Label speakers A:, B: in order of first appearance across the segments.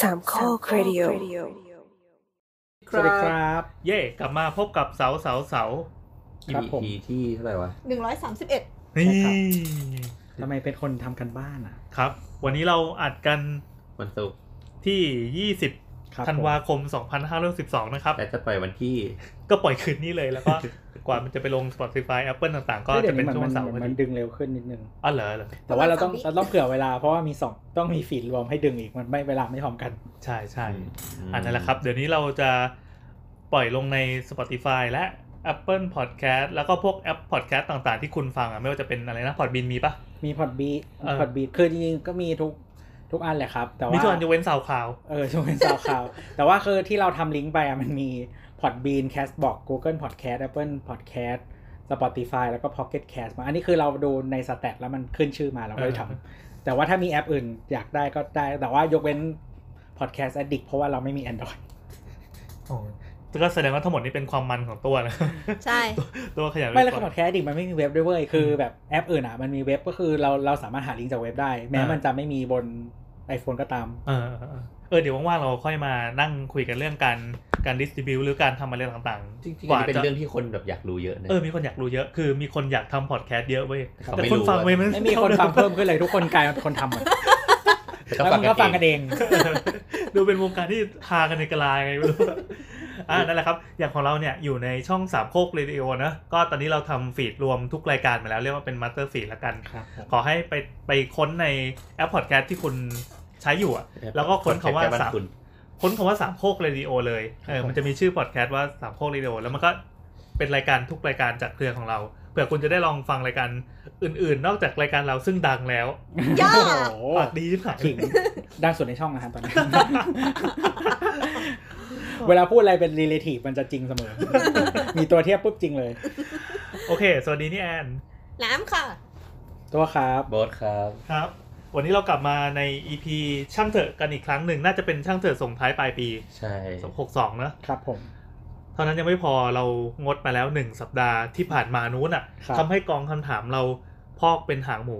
A: สามข้อครดิโอ
B: สวัสดีครับ
C: เย่กลับมาพบกับเสาเสาเสา
B: ครั
D: อี
B: บผม
D: พีที่เท่าไหร่วะ
E: หนึ่งร้อยสามสิบเอ็ด
C: นี่
B: ครับ ทำไมเป็นคนทำกันบ้านอ่ะ
C: ครับ วันนี้เราอัดกัน
D: วันศุกร์
C: ที่
B: ครับ
C: 20ธันวาคม 2512 นะครับ
D: แต่จะปล่อยวันที่
C: ก็ปล่อยคืนนี้เลยแล้วก็ กว่ามันจะไปลง Spotify Apple ต่างๆ ก็
B: ดี๋
C: จะ
B: ยว
C: เป็น
B: มั
C: ช่วง
B: มั
C: เสาร์พอ
B: มัน
C: ดี
B: ดึงเร็วขึ้นนิดนึง
C: อ๋อเหรอเหรอ
B: แต่ว่าเราต้องเราต้องเผื่อเวลาเพราะว่ามีสองต้องมีฟีดรวมให้ดึงอีกมันไม่เวลาไม่พร้อมกัน
C: ใช่ใช่
D: อืม
C: อันนั้นแหละครับ เดี๋ยวนี้เราจะปล่อยลงใน Spotify และ Apple Podcast แล้วก็พวกแอป Podcast ต่างๆ ที่คุณฟังอ่ะไม่ว่าจะเป็นอะไรนะ Podbean มีปะ
B: มีพอดบี
C: เออ
B: พอดบีคือจริงๆก็มีทุกทุกอันแหละครับ แต่ว่า
C: มี
B: มี
C: ส่วนจะเว้นสาวข่าว
B: เออช่วงเป็นสาวข่ าว แต่ว่าคือที่เราทำลิงก์ไปอ่ะมันมีพอดบีนแคสบอก Google Podcast Apple Podcast Spotify แล้วก็ Pocket Cast มา อันนี้คือเราดูในสแตทแล้วมันขึ้นชื่อมาเราก็เลยท
C: เออ
B: ำแต่ว่าถ้ามีแอปอื่นอยากได้ก็ได้ แต่ว่ายกเว้น Podcast Addict เพราะว่าเราไม่มี Android
C: โอ้ก็แสดงว่าทั้งหมดนี้เป็นความมันของตัวนะ
E: ใช่
C: ตัวขยัน
B: ไม่แล้วพอดแคสต์ดิมันไม่มีเว็บด้วยเว้ยคือแบบแอปอื่นอ่ะมันมีเว็บก็คือเราเราสามารถหาลิงก์จากเว็บได้ แม้มันจะไม่มีบน iPhone ก็ตาม
C: เออเออเออเออเดี๋ยวว่างๆเราค่อยมานั่งคุยกันเรื่องการการดิสติบิวหรือการทำอะไรต่าง
D: จริง
C: ๆ
D: ๆ
C: ก
D: อัน
C: ว่า
D: นี้เป็น
C: จะ
D: เรื่องที่คนแบบอยากรู้เยอะนะ
C: เออมีคนอยากรู้เยอะคือมีคนอยากทำพอดแคสต์เยอะเว้ย
D: เขา
C: แต่
D: ไม่
C: คน
D: รู้
C: ฟัง
D: อะ
C: เว้ยมัน
B: ไม่มีคนฟังเพิ่มขึ้นเลยทุกคนกลายเป็นคนทำหมดแล้วมันก็ฟังกันเอง
C: เออดูเป็นวงการที่ฮากันในกะลาไงไม่รู้อ่ะนั่นแหละครับ อย่างของเราเนี่ยอยู่ในช่องสามโคกเรดิโอนะก็ตอนนี้เราทำฟีดรวมทุกรายการมาแล้วเรียกว่าเป็นมาสเตอร์ฟีดละกัน
B: ครับ
C: ขอให้ไปไปค้นในแอปพอดแคสต์ที่คุณใช้อยู่อะแล้วก็ค้นคำว่า
D: แก้บ้
C: สาม
D: คุณ
C: ค้นคำว่าสามโคกเรดิโอเลยเออมันจะมีชื่อพอดแคสต์ว่าสามโคกเรดิโอแล้วมันก็เป็นรายการทุกรายการจากเครือของเราเผื่อคุณจะได้ลองฟังรายการอื่นๆ นอกจากรายการเราซึ่งดังแล้ว
E: ย่า
B: โอ้โห
C: ปากดีที่ไหน
B: ขิงดังสุดในช่องนะครับตอนนี้ เวลาพูดอะไรเป็น relative มันจะจริงเสมอ มีตัวเทียบปุ๊บจริงเลย
C: โอเค สวัสดีนี่แอน
E: น้ำค่ะ
B: ตัวครับ
D: โบอสครับ
C: ครับ วันนี้เรากลับมาใน EP ช่างเถอะกันอีกครั้งหนึ่ง น่าจะเป็นช่างเถอะส่งท้ายปลายปี
D: ใช่
C: 262 นะครับ
B: ผม
C: เท่านั้นยังไม่พอเรางดมาแล้ว 1 สัปดาห์ที่ผ่านมานู้นอ่ะ
B: ครับ
C: ทำให้กองคำถามเราพอกเป็นหางหมู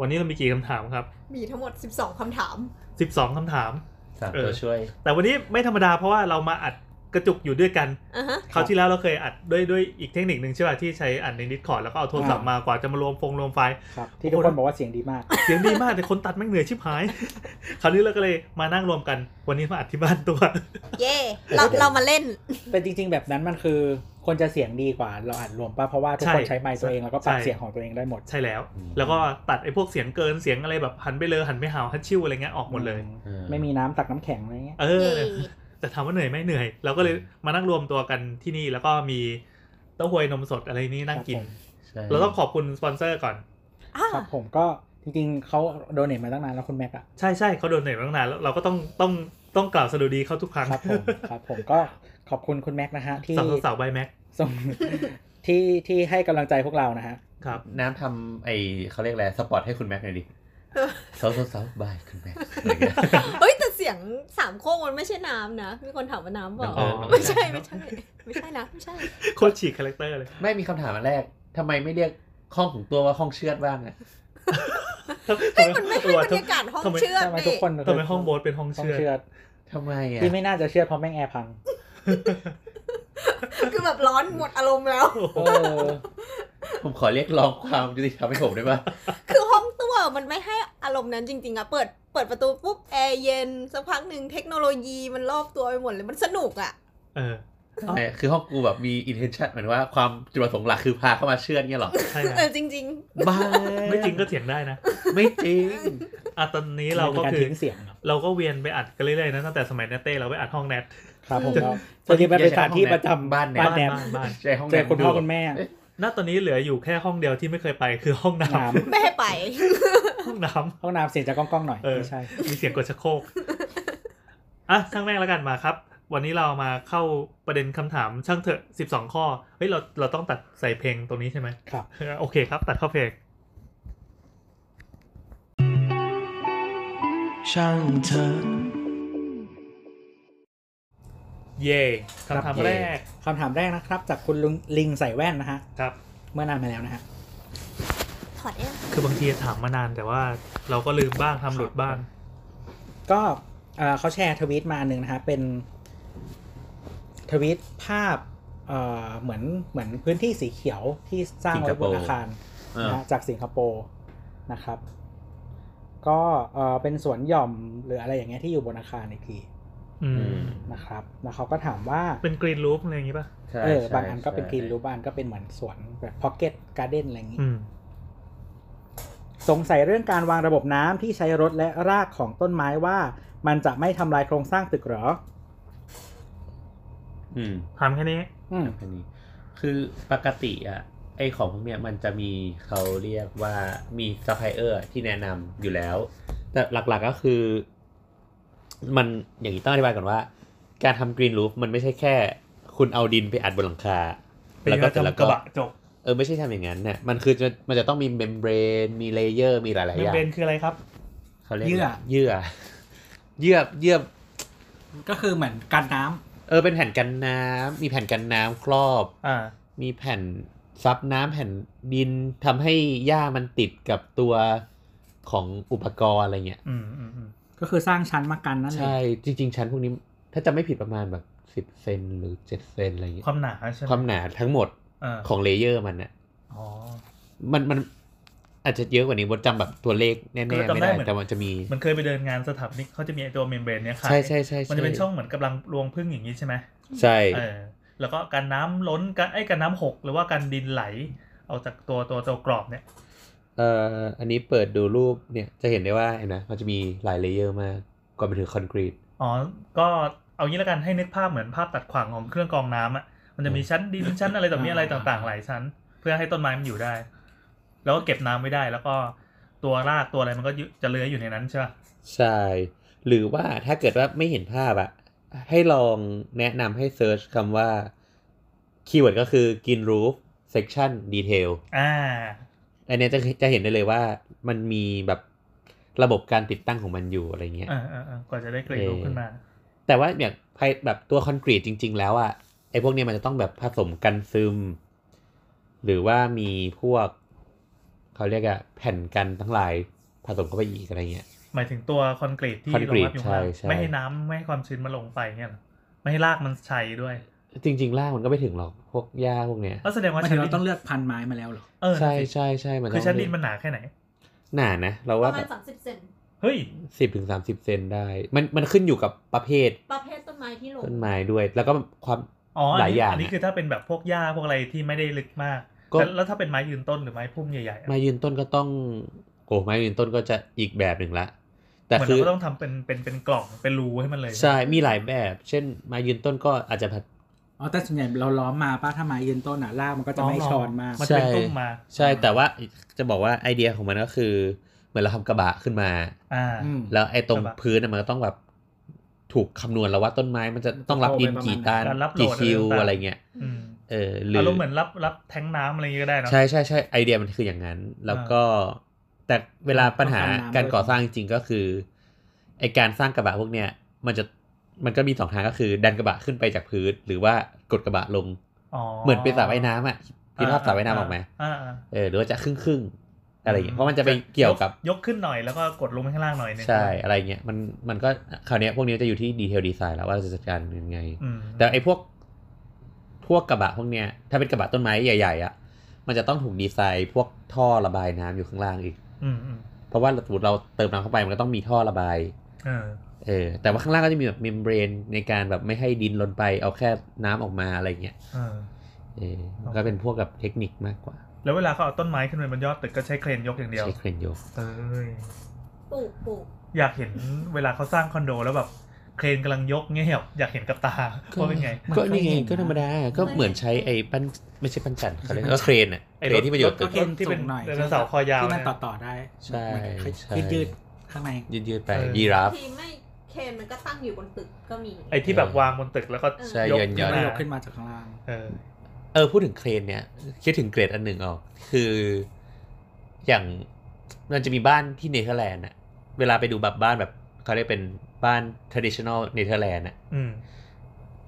C: วันนี้เรามีกี่คำถามครับ
E: มีทั้งหมดสิบสองคำถาม
C: 12คำถาม
D: สาม
C: เออ
D: ตัวช่วย
C: แต่วันนี้ไม่ธรรมดาเพราะว่าเรามาอัดกระจุกอยู่ด้วยกัน
E: อ่ะฮะ
C: คราวที่แล้วเราเคยอัดด้วยด้วยอีกเทคนิคหนึ่งใช่ป่ะที่ใช้อัดในดิสคอร์ดแล้วก็เอาโทรศัพท์มากว่าจะมารวมฟงรวมไฟล์
B: ครับ ที่ทุกคนบอกว่าเสียงดีมาก
C: เสียงดีมากแต่คนตัดไม่งเหนื่อยชิบหาย คราวนี้เราก็เลยมานั่งรวมกัน วันนี้มาอัดที่บ้านตัว
E: เย่เราเรามาเล่น
B: แต่จริง ๆ แบบนั้นมันคือคนจะเสียงดีกว่าเราอัดรวมป่ะเพราะว่าทุกคน
C: ใช่
B: ใช้ไมค์ตัวเองแล้วก็ปรับ
C: ใช่
B: เสียงของตัวเองได้หมด
C: ใช่แล้ว
D: อืม
C: แล้วก็ตัดไอ้พวกเสียงเกินเสียงอะไรแบบหันไปเลยหันไปหาวฮัทชิวอะไรเงี้ยออกหมดเลย
D: เออ
B: ไม่มีน้ำตักน้ำแข็งอะไรเงี้ย
C: เออ
E: เย่
C: แต่ถามว่าเหนื่อยไหมเหนื่อยเราก็เลยมานั่งรวมตัวกันที่นี่แล้วก็มีเต้าหวยนมสดอะไรนี่นั่งกิน
D: ใช่
C: เราต้องขอบคุณสปอนเซอร์ก่อน
E: อ่ะ
B: ครับผมก็จริงๆเขาโดเนทมาตั้งนานแล้วคุณแม็กอะ
C: ใช่ใช่เขาโดนเหนื่อยมาตั้งนานแล้วเราก็ต้องต้องต้องกล่าวสดุดีเขาทุกครั้ง
B: ครับผมครับผมก็ขอบคุณคุณแม็กนะฮะที่
C: สาวสาวใบแม็ก
B: ส่ง ที่ที่ให้กำลังใจพวกเรานะฮะ
C: ครับ
D: น้ำทำไอเขาเรียกอะไรสปอร์ตให้คุณแม็ก หน่อยดิเซาเซาเซาบายคุณแม็กอะไรเงี้ย
E: เฮ้ย แต่เสียงสามโคกมันไม่ใช่น้ำนะ มีคนถามว่าน้ำเปล่า
D: อ๋อ
E: ไม่ใช่ไม่ใช่ ไม่ใช่นะ ไม่ใช่
C: โคตรฉีกคาแรคเตอร์เลย
D: ไม่มีคำถามอันแรกทำไมไม่เรียกห้องของตัวว่าห้องเชือดบ้างอะ
E: มันไม่ให้บรรยากาศห้องเชือด
B: ทำไม
E: นี่
B: ทุกคน
C: ทำไมห้องโบสเป็นห้อง
B: ต้อง
C: เชื่อด
B: เชื่อด
D: ทำไมอะ
B: ที่ไม่น่าจะเชื่อดเพราะแม่งแอร์พัง
E: คือแบบร้อนหมดอารมณ์แล้ว
B: เออ
D: ผมขอเรียกร้องความยุติธรรมให้ผมได้ปะ
E: คือห้องตัวมันไม่ให้อารมณ์นั้นจริง ๆอะเปิดเปิดประตูปุ๊บแอร์เย็นสักพักหนึ่งเทคโนโลยีมันรอบตัวไปหมดเลยมันสนุกอะ
C: เออ
D: ไม่คือห้องกูแบบมี intention เหมือนว่าความจุดประสงค์หลักคือพาเข้ามาเชื่อดเงี้ยเหรอ
C: ใช่นะ
E: เออจริง
D: บ้า
C: ไม่จริงก็เถียงได้นะ
D: ไม่จริง
C: อ่ะตอนนี้เราก็
B: มี
C: คือ
B: ทิ้งเสียง
C: เราก็เวียนไปอัดกันเรื่อยๆนะตั้งแต่สมัยเนตเต้เราไปอัดห้องแนท
B: ครับผม
E: จะ
B: ก็จริงๆมันเป็นสถานที่ประจำ
D: บ้านแนบ
B: บ้านแนบ
C: บ้านบ้าน
D: ใช่ห้อง
B: เจอคุณพ่อคุณ
D: แม่
B: แม่
D: เอ๊ะ
C: ณตอนนี้เหลืออยู่แค่ห้องเดียวที่ไม่เคยไปคือห้องน้
B: น้ำ
E: ๆ ไม่ให้ไป
C: ำห้องน้
B: ห้องน้ำเสียงจะก้องๆหน่อย
C: เออ
B: ไม่ใช่
C: ำมีเสียงกดชะโครกอ่ะช่างแม่งแล้วกันมาครับ วันนี้เรามาเข้าประเด็นคำถามช่างเถอะ 12 ข้อเฮ้ยเราเราต้องตัดใส่เพลงตรงนี้ใช่ไหม
B: ครับ
C: เออโอเคครับ ตัดเข้าเพลง
F: ช่างเธอะ
C: เย่คำ
D: ค
C: ถาม
D: รับเย่
C: แรก
B: คำถามแรกนะครับ จากคุณลุงลิงใส่แว่นนะฮะ
C: ครับ
B: เมื่อนานมาแล้วนะฮะ
E: ถอดเอง
C: คือบางทีถามมานานแต่ว่าเราก็ลืมบ้างทำหลุดบ้าง
B: ก็ เอ่อเขาแชร์ทวีตมาอันหนึ่งนะฮะเป็นทวีตภาพเอ่อเหมือนเหมือนพื้นที่สีเขียวที่สร้างไว้บนอาคาร
D: เออ
B: นะฮะจากสิงคโปร์นะครับ ก็เออเป็นสวนหย่อมหรืออะไรอย่างเงี้ยที่อยู่บนอาคารอีกที
C: อื
D: อื
C: ม
D: ม
B: นะครับแล้วเขาก็ถามว่า
C: เป็นกรีนรูปอะไรอย่างงี้ป่ะ
D: ใช่
B: เออ
D: ใช่
B: บางอันก็เป็น
D: ใช่
B: กรีนรูปบางอันก็เป็นเหมือนสวนแบบพ็อกเก็ตการ์เด้นอะไรอย่างงี้
C: อืม
B: สงสัยเรื่องการวางระบบน้ำที่ใช้รถและรากของต้นไม้ว่า มันจะไม่ทำลายโครงสร้างตึกเหรอ
D: อืม
C: ถามแค่นี้
B: อืม
D: อันนี้คือปกติอะไอของพวกเนี้ยมันจะมีเขาเรียกว่ามีซัพพลายเออร์ที่แนะนำอยู่แล้ว แต่หลักๆก็คือ มันอย่างนี้ต้องอธิบายก่อนว่า การทำกรีนรูฟมันไม่ใช่แค่ คุณเอาดินไปอัดบนหลังคา
C: เป็น
D: แล้วก็
C: ก
D: แต่แล้ว
C: ระ
D: ก็
C: บะจบ
D: เออไม่ใช่ทำอย่างนั้นเนี่ยมันคือจะมันจะต้องมีเมมเบรนมีเลเยอร์มีหลายๆอ
C: เมม
D: ย่าง
C: เบรนคืออะไรครับ
D: เขาเรียก
B: เยื่อ
D: เยื่อเยื่อเยื่อ
B: ก็คือเหมือนกันน้ำ
D: เออเป็นแผ่นกันน้ำมีแผ่นกันน้ำครอบ
C: อ่า
D: มีแผ่นซับน้ำแผ่นดินทำให้หญ้ามันติดกับตัวของอุปกรณ์อะไรเงี้ย
C: อืมอืมอืม
B: ก็คือสร้างชั้นมากันนั่นเอ
D: ใช่
B: ง
D: จริง ๆ ชั้นพวกนี้ ถ้าจะไม่ผิดประมาณแบบสิบเซนหรือเจ็ดเซนอะไรเงี้ย
C: ความหนาใช่ไหม
D: ความหนาทั้งหมด
C: อ่า
D: ของเลเยอร์มันอะ
C: อ๋อ
D: มันมันอาจจะเยอะกว่านี้บดจำแบบตัวเลขแน่ๆ
C: ก็จำ
D: ไม่
C: ได้
D: ได้
C: เหมือน
D: แต่มันจะมี
C: มันเคยไปเดินงานสถาปนิกเขาจะมีไอ้ตัวเมมเบรนเนี้ยขาย
D: ใช่ใช่ใช่
C: มันจะเป็นช่องเหมือนกำลังรวงพึ่งอย่างนี้ใช่ไหม
D: ใช่
C: เออ แล้วก็การน้ำล้นการไอ้การน้ำหก หรือว่าการดินไหลออกจากตัวตัวตัวกรอบเนี่ย
D: เอ่ออันนี้เปิดดูรูปเนี่ยจะเห็นได้ว่าเห็นไหมมันจะมีหลายเลเยอร์มากก่อนไปถึงคอนกรีต
C: อ๋อ ก็เอางี้แล้วกันให้นึกภาพเหมือนภาพตัดขวางของเครื่องกรองน้ำอ่ะ มันจะมีชั้นดินชั้นอะไรต่อมีอะไรต่างๆ หลายชั้น เพื่อให้ต้นไม้มันอยู่ได้ แล้วก็เก็บน้ำไว้ได้ แล้วก็ตัวรากตัวอะไรมันก็อยู่จะเลื้อยอยู่ในนั้นใช่ป่ะ
D: ใช่ หรือว่าถ้าเกิดว่าไม่เห็นภาพอะให้ลองแนะนำให้เซิร์ชคำว่าคีย์เวิร์ดก็คือกินรูฟ section detail
C: อ่า
D: อันเนี้ยจะจะเห็นได้เลยว่ามันมีแบบระบบการติดตั้งของมันอยู่อะไรเงี้ย
C: อ่าอ่าอ่ากว่าจะได้กรีดรูปขึ้นมา
D: แต่ว่าอย่างภายแบบตัวคอนกรีตจริง ๆ แล้วอะไอ้พวกเนี้ยมันจะต้องแบบผสมกันซึม หรือว่ามีพวก เขาเรียกอะแผ่นกันทั้งหลายผสมเข้าไปอีกอะไรเงี้ย
C: หมายถึงตัวคอนกรีตที่
D: คอน
C: ร
D: ก
C: อ
D: รี
C: ง
D: ต
C: รับอยู่ข้างล่าง
D: ใช่ใช่
C: ไม่ให้น้ำไม่ให้ความชื้นมันลงไปเนี่ยเหรอไม่ให้รากมันชัยด้วย
D: จริง ๆ ล่างมันก็ไม่ถึงหรอกพวกหญ้าพวกเนี้ย
C: ก็แสดงว่า
B: มัน
C: ชั้น
B: เรา
C: ดิน
B: ต้องเลือกพันไม้มาแล้วเหรอ
C: เออ
D: ใช่ใช่ใช่มัน
C: คือ
D: ต้อง
C: ชั้นดินมันหนาแค่ไหน
D: หนานะ เรา
E: ป
D: ว่า
E: ระ
D: แบ
E: มาณ
D: บ
E: สามสิบเซน
C: เฮ้ย
D: สิบถึงสามสิบเซนได้ มันมันขึ้นอยู่กับประเภท
E: ประเภทต้นไม้ที่ลง
D: ต้นไม้ด้วย แล้วก็ความ
C: อ๋อ
D: ห
C: อั
D: ลาน ย
C: นี้
D: อย่าง
C: อันนี้คือถ้าเป็นแบบพวกหญ้าพวกอะไรที่ไม่ได้ลึกมาก
D: ก็
C: แล้วแล้วถ้าเป็นไม้ยืนต้นหรือไม้พุ่มใหญ่ๆอะ
D: ไม้ยืนต้นก็ต้องโอ้ไม้ยืนต้นก็จะอีกแบบหนึ่งละ แต่
C: เหมือน
D: คือ
C: เราก็ต้องทำเป็นเป็นเป็นกล่องเป็นรูให้มันเลย
D: ใช่มีหลายแบบ เช่นไม้ยืนต้นก็อาจจะแบบ
B: อ๋อแต่ส่วนใหญ่เราล้อมมาป้าถ้าไม้ยืนต้นอ่ะรากมันก็จะไม่ชอนมาก
C: มันจะเป็น
D: ใช่
C: ตุ้มมา
D: ใช่แต่ว่าจะบอกว่าไอเดียของมันก็คือ เหมือนเราทำกระบะขึ้นมา
C: อ่า
B: อืม
D: แล้วไอตรง
C: กระบะ
D: พื้นน่ะมันก็ต้องแบบถูกคำนวณแล้วว่าต้นไม้มันจะต้องรับดินกี่ตัน
C: การรับโหล
D: กี่
C: ด
D: คิว
C: ต่างๆ
D: อะไรเงี้ย
C: อืม
D: เออหรือ
C: อา
D: อ
C: รมณ์เหมือนรับรับแทงน้ำอะไรอย่างงี้ก็ได้เนอะ
D: ใช่ใช่ใช่ไอเดียมันคืออย่างนั้น แล้วก็แต่เวลาปัญหา
B: ต้องทำน้ำ
D: การก่อสร้างจริงๆก็คือไอการสร้างกระบะพวกเนี้ยมันจะมันก็มีสองทางก็คือ ดันกระบะขึ้นไปจากพื้น หรือว่ากดกระบะลง เหมือนเป็นสระว่ายน้ำอ่ะที่ภาพสระว่ายน้ำออกไหม
C: อ่าอ่า
D: เออหรือว่าจะครึ่งครึ่งๆอะไรอย่างเงี้ยเพราะมันจะไปเกี่ยวกับ
C: ยกขึ้นหน่อยแล้วก็กดลงไปข้างล่างหน่อยหนึง
D: ใช่อะไรเงี้ยมันมันก็คราวเนี้ยพวกนี้จะอยู่ที่ดีเทลดีไซน์แล้วว่าเราจะจัดการยังไง
C: อืม
D: แต่ไอ้พวกพวกกระบะพวกเนี้ย ถ้าเป็นกระบะต้นไม้ใหญ่ๆอะ่ะ มันจะต้องถูกดีไซน์พวกท่อระบายน้ำอยู่ข้างล่างอีก
C: อืมอืม
D: เพราะว่าสมมติเราเติมน้ำเข้าไปมันก็ต้องมีท่อระบาย
C: เออ
D: เออ แต่ว่าข้างล่างก็จะมีแบบเมมเบรนในการแบบไม่ให้ดินล้นไปเอาแค่น้ำออกมาอะไรเงี้ย
C: เออ
D: เออมันก็เป็นพวกกับเทคนิคมากกว่า
C: แล้วเวลาเขาเอาต้นไม้ขึ้นไปบนยอดตึกก็ใช้เครนยกอย่างเดียว
D: ใช้เครนยก
C: เอย
E: ปลูกปลูก
C: อยากเห็นเวลาเขาสร้างคอนโดแล้วแบบเครนกำลังยกเงี้ยแบบอยากเห็นกับตาว่าเป็นไง
D: ก็นี่ไงก็ธรรมดา ก็เหมือนใช้ไอ้ปั้นไม่ใช่ปั้นจันทร์เขาเรียกว่าเครนอะ
C: ไอ้
D: เค
C: ร
D: ร
C: ถ
D: นที่มาอยู่
C: ร
D: ตึ
C: ถ
D: ก
C: รถ ที่เป็นไดโนเสาร์คอยาว
B: ที่มัน
C: นะ
B: ต่อต่อได้
D: ใช่ใช่
B: ยืดยืดๆข้างใน
D: ยืดๆไป
C: เออ
D: ยีราฟ
E: ทีไม่เคนมันก็ตั้งอยู่บนตึกก็มี
C: ไอ้ที่แบบวางบนตึกแล้วก็
D: ใช่
C: ยก
D: ย้อนๆ
B: มันยก
C: ขึ้
B: ขึ้
C: น
B: น
C: มา
B: มาจากข้างล่าง
C: เออ
D: เออพูดถึงเครนเนี่ยคิดถึงเกรดอันหนึ่งออกคืออย่างมันจะมีบ้านที่เนเธอร์แลนด์อะเวลาไปดูแบบบ้านแบบเขาเรียกเป็นบ้าน traditional เนเธอร์แลนด์อะ
C: อืม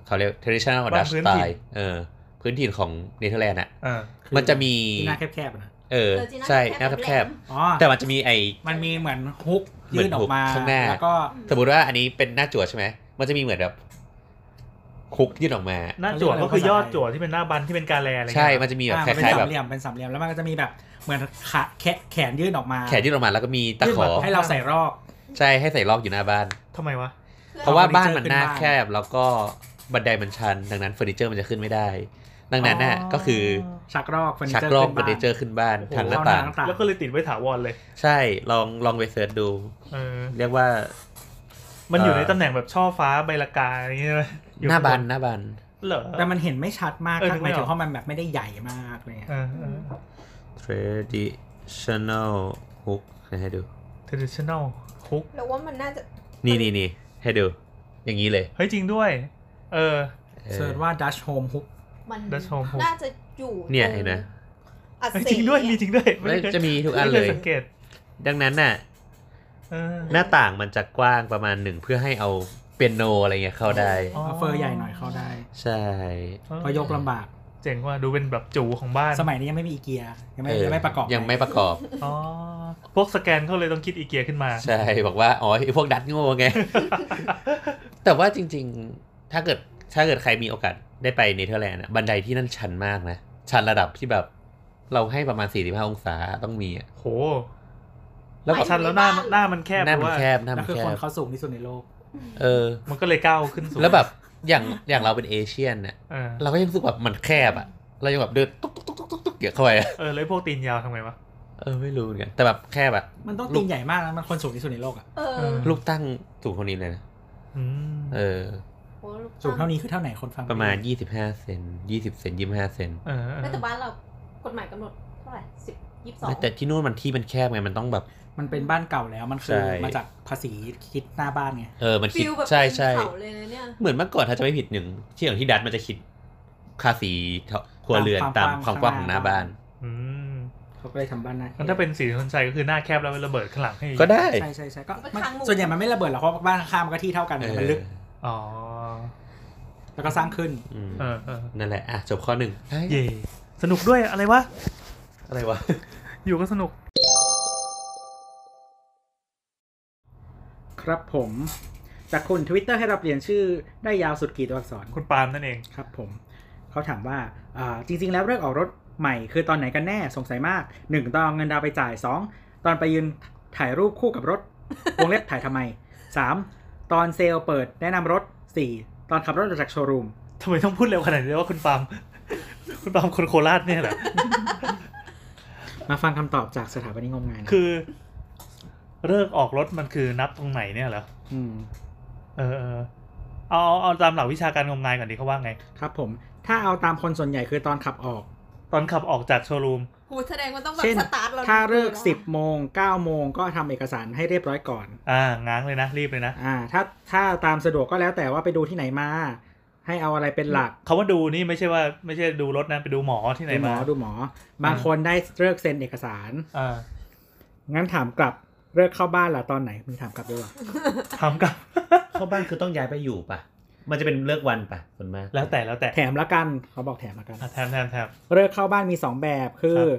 D: เขาเรียก traditional
C: บ้าน
D: Dutch
C: พื้นถิ่น
D: style เออพื้นถิ่นของเนเธอร์แลนด์อะ
C: เออ
B: คือ
D: มันจะมี
B: ที่หน้าแคบๆอะนะ
D: เออ
E: เออที่หน้า
D: ใช่
E: แคบๆ
D: หน้าแคบ
E: แหลม
B: อ๋อ
D: ๆแต่มันจะมีไอ
B: มันมีเหมือนฮุก
D: เหมื
B: ยื่
D: อน
B: นออกมา
D: ข้างหน้า
B: แล้วก็
D: สมมติว่าอันนี้เป็นหน้าจั่วใช่ไหม มันจะมีเหมือนแบบคุกยื่นออกมา
C: หน้าจั่วก็คือยอดจั่วที่เป็นหน้าบันที่เป็นกาแลอะไรเงี้ย
D: ใช่ มันจะมีแบบ
B: อ่ะ
D: ค
B: มันเป็น
D: ล้ายๆ
B: สา
D: แบ
B: ม
D: บ
B: เหลี่ยมเป็นสามเหลี่ยมแล้วมันก็จะมีแบบเหมือนขาแขนแขนยื่นออกมา
D: แขนยื่นออกมาแล้วก็มีตะ
B: ยื่น
D: ข
B: แบ
D: อบ
B: ให้เราใส่รอบ
D: ใช่ให้ใส่ลอกอยู่หน้าบ้าน
C: ทำไมวะ
D: เพราะว่า
B: เฟอร์นิเจอ
D: บ้า
B: ร์
D: นมันหน้า
B: ขึ้นบ้าน
D: แคบแล้วก็บันไดมันชัน ดังนั้นเฟอร์นิเจอร์มันจะขึ้นไม่ได้ ดังนั้นน่ะ
C: อ๋อ
D: ก็คือ
B: ชักรอกเฟอร์นิ
D: ชัก
B: เจอร์
D: รอบ
B: ขึ้น
D: เฟอร์
B: บ้าน
D: นิเจอร์ขึ้นบ้าน
B: โอ้โห
D: ทางหน้า
B: เข้
D: ต่าง
B: ห
C: แล้วก็เลยติดไว้ถาวรเลย
D: ใช่ลองลองไปเสิร์ชดู
C: เออ
D: เรียกว่า
C: มันอยู่ใน
D: เอ่อ
C: ตำแหน่งแบบช่อฟ้าใบละกาอะไรเงี้ยใช่ไหมอยู่
D: หน้าบาน
C: ข้ง
D: หน้าบาน
C: เหรอ
B: แต่มันเห็นไม่ชัดมาก
C: เออนึก
B: ห
C: ไม่
B: มาย
C: ออก
B: ถึงเพราะมันแบบไม่ได้ใหญ่มากเลย
C: เออเออ
D: traditional hook ให้ดู
C: traditional hook
E: แล้วว่ามันน่าจะ
D: นี่นี่นี่ให้ดู อย่างนี้เลย
C: เฮ้ยจริงด้วย เออ
D: ออ
B: เซิร์ชว่า Dutch Home Hook
E: มัน
C: Dutch Home Hook
E: น่าจะอยู่
D: เนี่ย
E: ตร
D: เห็นไหม
E: อัด
C: เฮ้ย
E: เสี
C: จริงด้วยมีจริงด้วย
D: ไม่จะมีทุกอัน
C: ไม่
D: เลย
C: คสังเกต
D: ดังนั้นน่ะ
C: เออ
D: หน้าต่างมันจะกว้างประมาณหนึ่งเพื่อให้เอาเปียโนอะไรเงี้ยเข้าได้
C: อ๋อ
B: เอาเฟอร์ใหญ่หน่อยเข้าได้
D: ใช่
B: เพราะยกลำบาก
C: เจ๋งว่าดูเป็นแบบจูของบ้าน
B: สมัยนี้ยังไม่มีอีเกียยังไม่
D: เออ
B: ยังไม่ประกอบ
D: ยังไม่ประกอบ
C: อ๋อพวกสแกนเขาเลยต้องคิดอีเกียขึ้นมา
D: ใช่ บอกว่า อ๋อไอ้พวกดัดโง่ไง แต่ว่าจริง ๆ ถ้าเกิดถ้าเกิดใครมีโอกาสได้ไปเนเธอร์แลนด์อะบันไดที่นั่นชันมากนะ ชันระดับที่แบบ เราให้ประมาณ 45 องศาต้องมีอะ
C: โห
D: แล้ว
E: ห
D: แบ
E: มาย
D: บ
E: ถึง
C: ชันแล้วหน้า
E: ใบ้
C: หน้ามันแคบ
D: หน้า
C: เพ
D: มัน
C: ราะว่า
D: แคบหน้า
B: แล้
D: มั
B: วน คือ
D: แค
B: คน
D: บ
B: เขาสูงที่สุดในโลก
D: เออ
C: มันก็เลยก้าวขึ้นสูง
D: แล้วแบบอย่างอย่างเราเป็นเอเชียนน่ะ
C: เออ
D: เราก็ยังรู้สึกแบบมันแคบอะเรายังแบบเดินตุ๊กตุ๊กตุ๊กตุ๊กตุ๊กเกี่ยวเข้าไปอะ
C: เออแล้วไอ้พวกตีนยาวทำไงวะ
D: เออไม่รู้เหมือนกันแต่แบบแคบอะ
B: มันต้องตีนใหญ่มากนะมันคนสูงที่สุดในโลกอะ
E: เอ
C: เอ
E: อ
C: อ
D: ลูกตั้งสูงเท่านี้เลยนะ
C: อืม
D: เออ
E: โอ้ลูก
B: สูงเท่านี้คือเท่าไหนคนฟัง
D: ประมาณ 25 เซน20 เซน25 เซน
C: เออเออ
E: แม้แต่บ้านเรากฎหมายกำหนดเท่าไหร่สิบยี่สิบสอง
D: แต่ที่นู่นมันที่มันแคบไงมันต้องแบบ
B: มันเป็นบ้านเก่าแล้วมันคื
D: ใช่
B: อมาจากภาษีคิดหน้าบ้านไง
D: เออมันคิ
E: ฟิ
D: ด
E: ลแบบ
D: ใช่
E: เป็น
D: ใช่
E: เขาเลยนะเนี่ย
D: เหมือนเมื่อก่อนถ้าจะไม่ผิดหนึ่งที่อย่างที่ดัตมันจะคิดภาษีครัวเรือนตามความกว้างของหน้าบ้าน
C: อืม
B: เขาก็เลยทำบ้านหน้า
C: งั้นถ้าเป็นสีทนใจก็คือหน้าแคบแล้วเป็นระเบิดข้างหลังให้
D: ก็ได้
B: ใช่ใช่ใช่ก็
E: มัน
B: มัน
E: ค้างมุม
B: ส่วนใหญ่มันไม่ระเบิดหรอกเพราะบ้านข้ามก็ที่เท่ากัน
D: เออ
B: มันลึก
C: อ๋อ
B: แล้วก็สร้างขึ้น
D: อืม
C: เออเออ
D: นั่นแหละ อ่ะ จบข้อหนึ่งเอ้ย
C: เย่สนุกด้วยอะไรวะ
D: อะไรวะ
C: อยู่ก็สนุก
B: ครับผมจากคุณ Twitter ให้เราเปลี่ยนชื่อได้ยาวสุดกี่ตัวอักษร
C: คุณปาล์มนั่นเอง
B: ครับผมเขาถามว่าอ่าจริง ๆ แล้วเรื่องออกรถใหม่คือตอนไหนกันแน่สงสัยมาก 1 ตอนเอาเงินดาวไปจ่าย 2 ตอนไปยืนถ่ายรูปคู่กับรถ วงเล็บถ่ายทำไม 3 ตอนเซลล์เปิดแนะนำรถ 4 ตอนขับรถออกจากโชว์รูม
C: ทำไมต้องพูดเร็วขนาดนี้ว่าคุณปาล์ม คุณปาล์มคนโคราชเนี่ยเหรอ
B: มาฟังคำตอบจากสถาบันนิกงมงายนะ
C: คือเลิกออกรถมันคือนับตรงไหนเนี่ยเหรอ
B: ม
C: เออเออเอาเอาเอาตามหลักวิชาการงมงายก่อนดีเขาว่าไง
B: ครับผมถ้าเอาตามคนส่วนใหญ่คือตอนขับออก
C: ตอนขับออกจากโชว์รูม
E: โหแสดงว่าต้องแบบ
B: เช่น
E: สตาร์ทเรา
B: ถ้าเลิก
E: นะ
B: 10โมง9โมงก็ทำเอกสารให้เรียบร้อยก่อน
C: อ่า ง้างเลยนะ รีบเลยนะ
B: อ่าถ้าถ้าตามสะดวกก็แล้วแต่ว่าไปดูที่ไหนมา ให้เอาอะไรเป็นหลัก
C: คาว่าดูนี่ไม่ใช่ว่าไม่ใช่ดูรถนะไปดูหมอที่ไหน
B: ดูหม
C: มา
B: อดูหมอ บางคนได้เลิกเซ็นเอกสาร
C: อ่า
B: งั้นถามกลับเลิกเข้าบ้านละตอนไหนมึงถามกลับด้วยวะ
C: ทำกับ
D: เข้าบ้านคือต้องย้ายไปอยู่ป่ะ มันจะเป็นเลิกวันป่ะส่วนมาก
C: แล้วแต่แล้วแต่
B: แถมละกันเขาบอกแถมละกัน
C: อ่ะแถมแถมแถม
B: เลิกเข้าบ้านมีสองแบบคือ
C: ครับ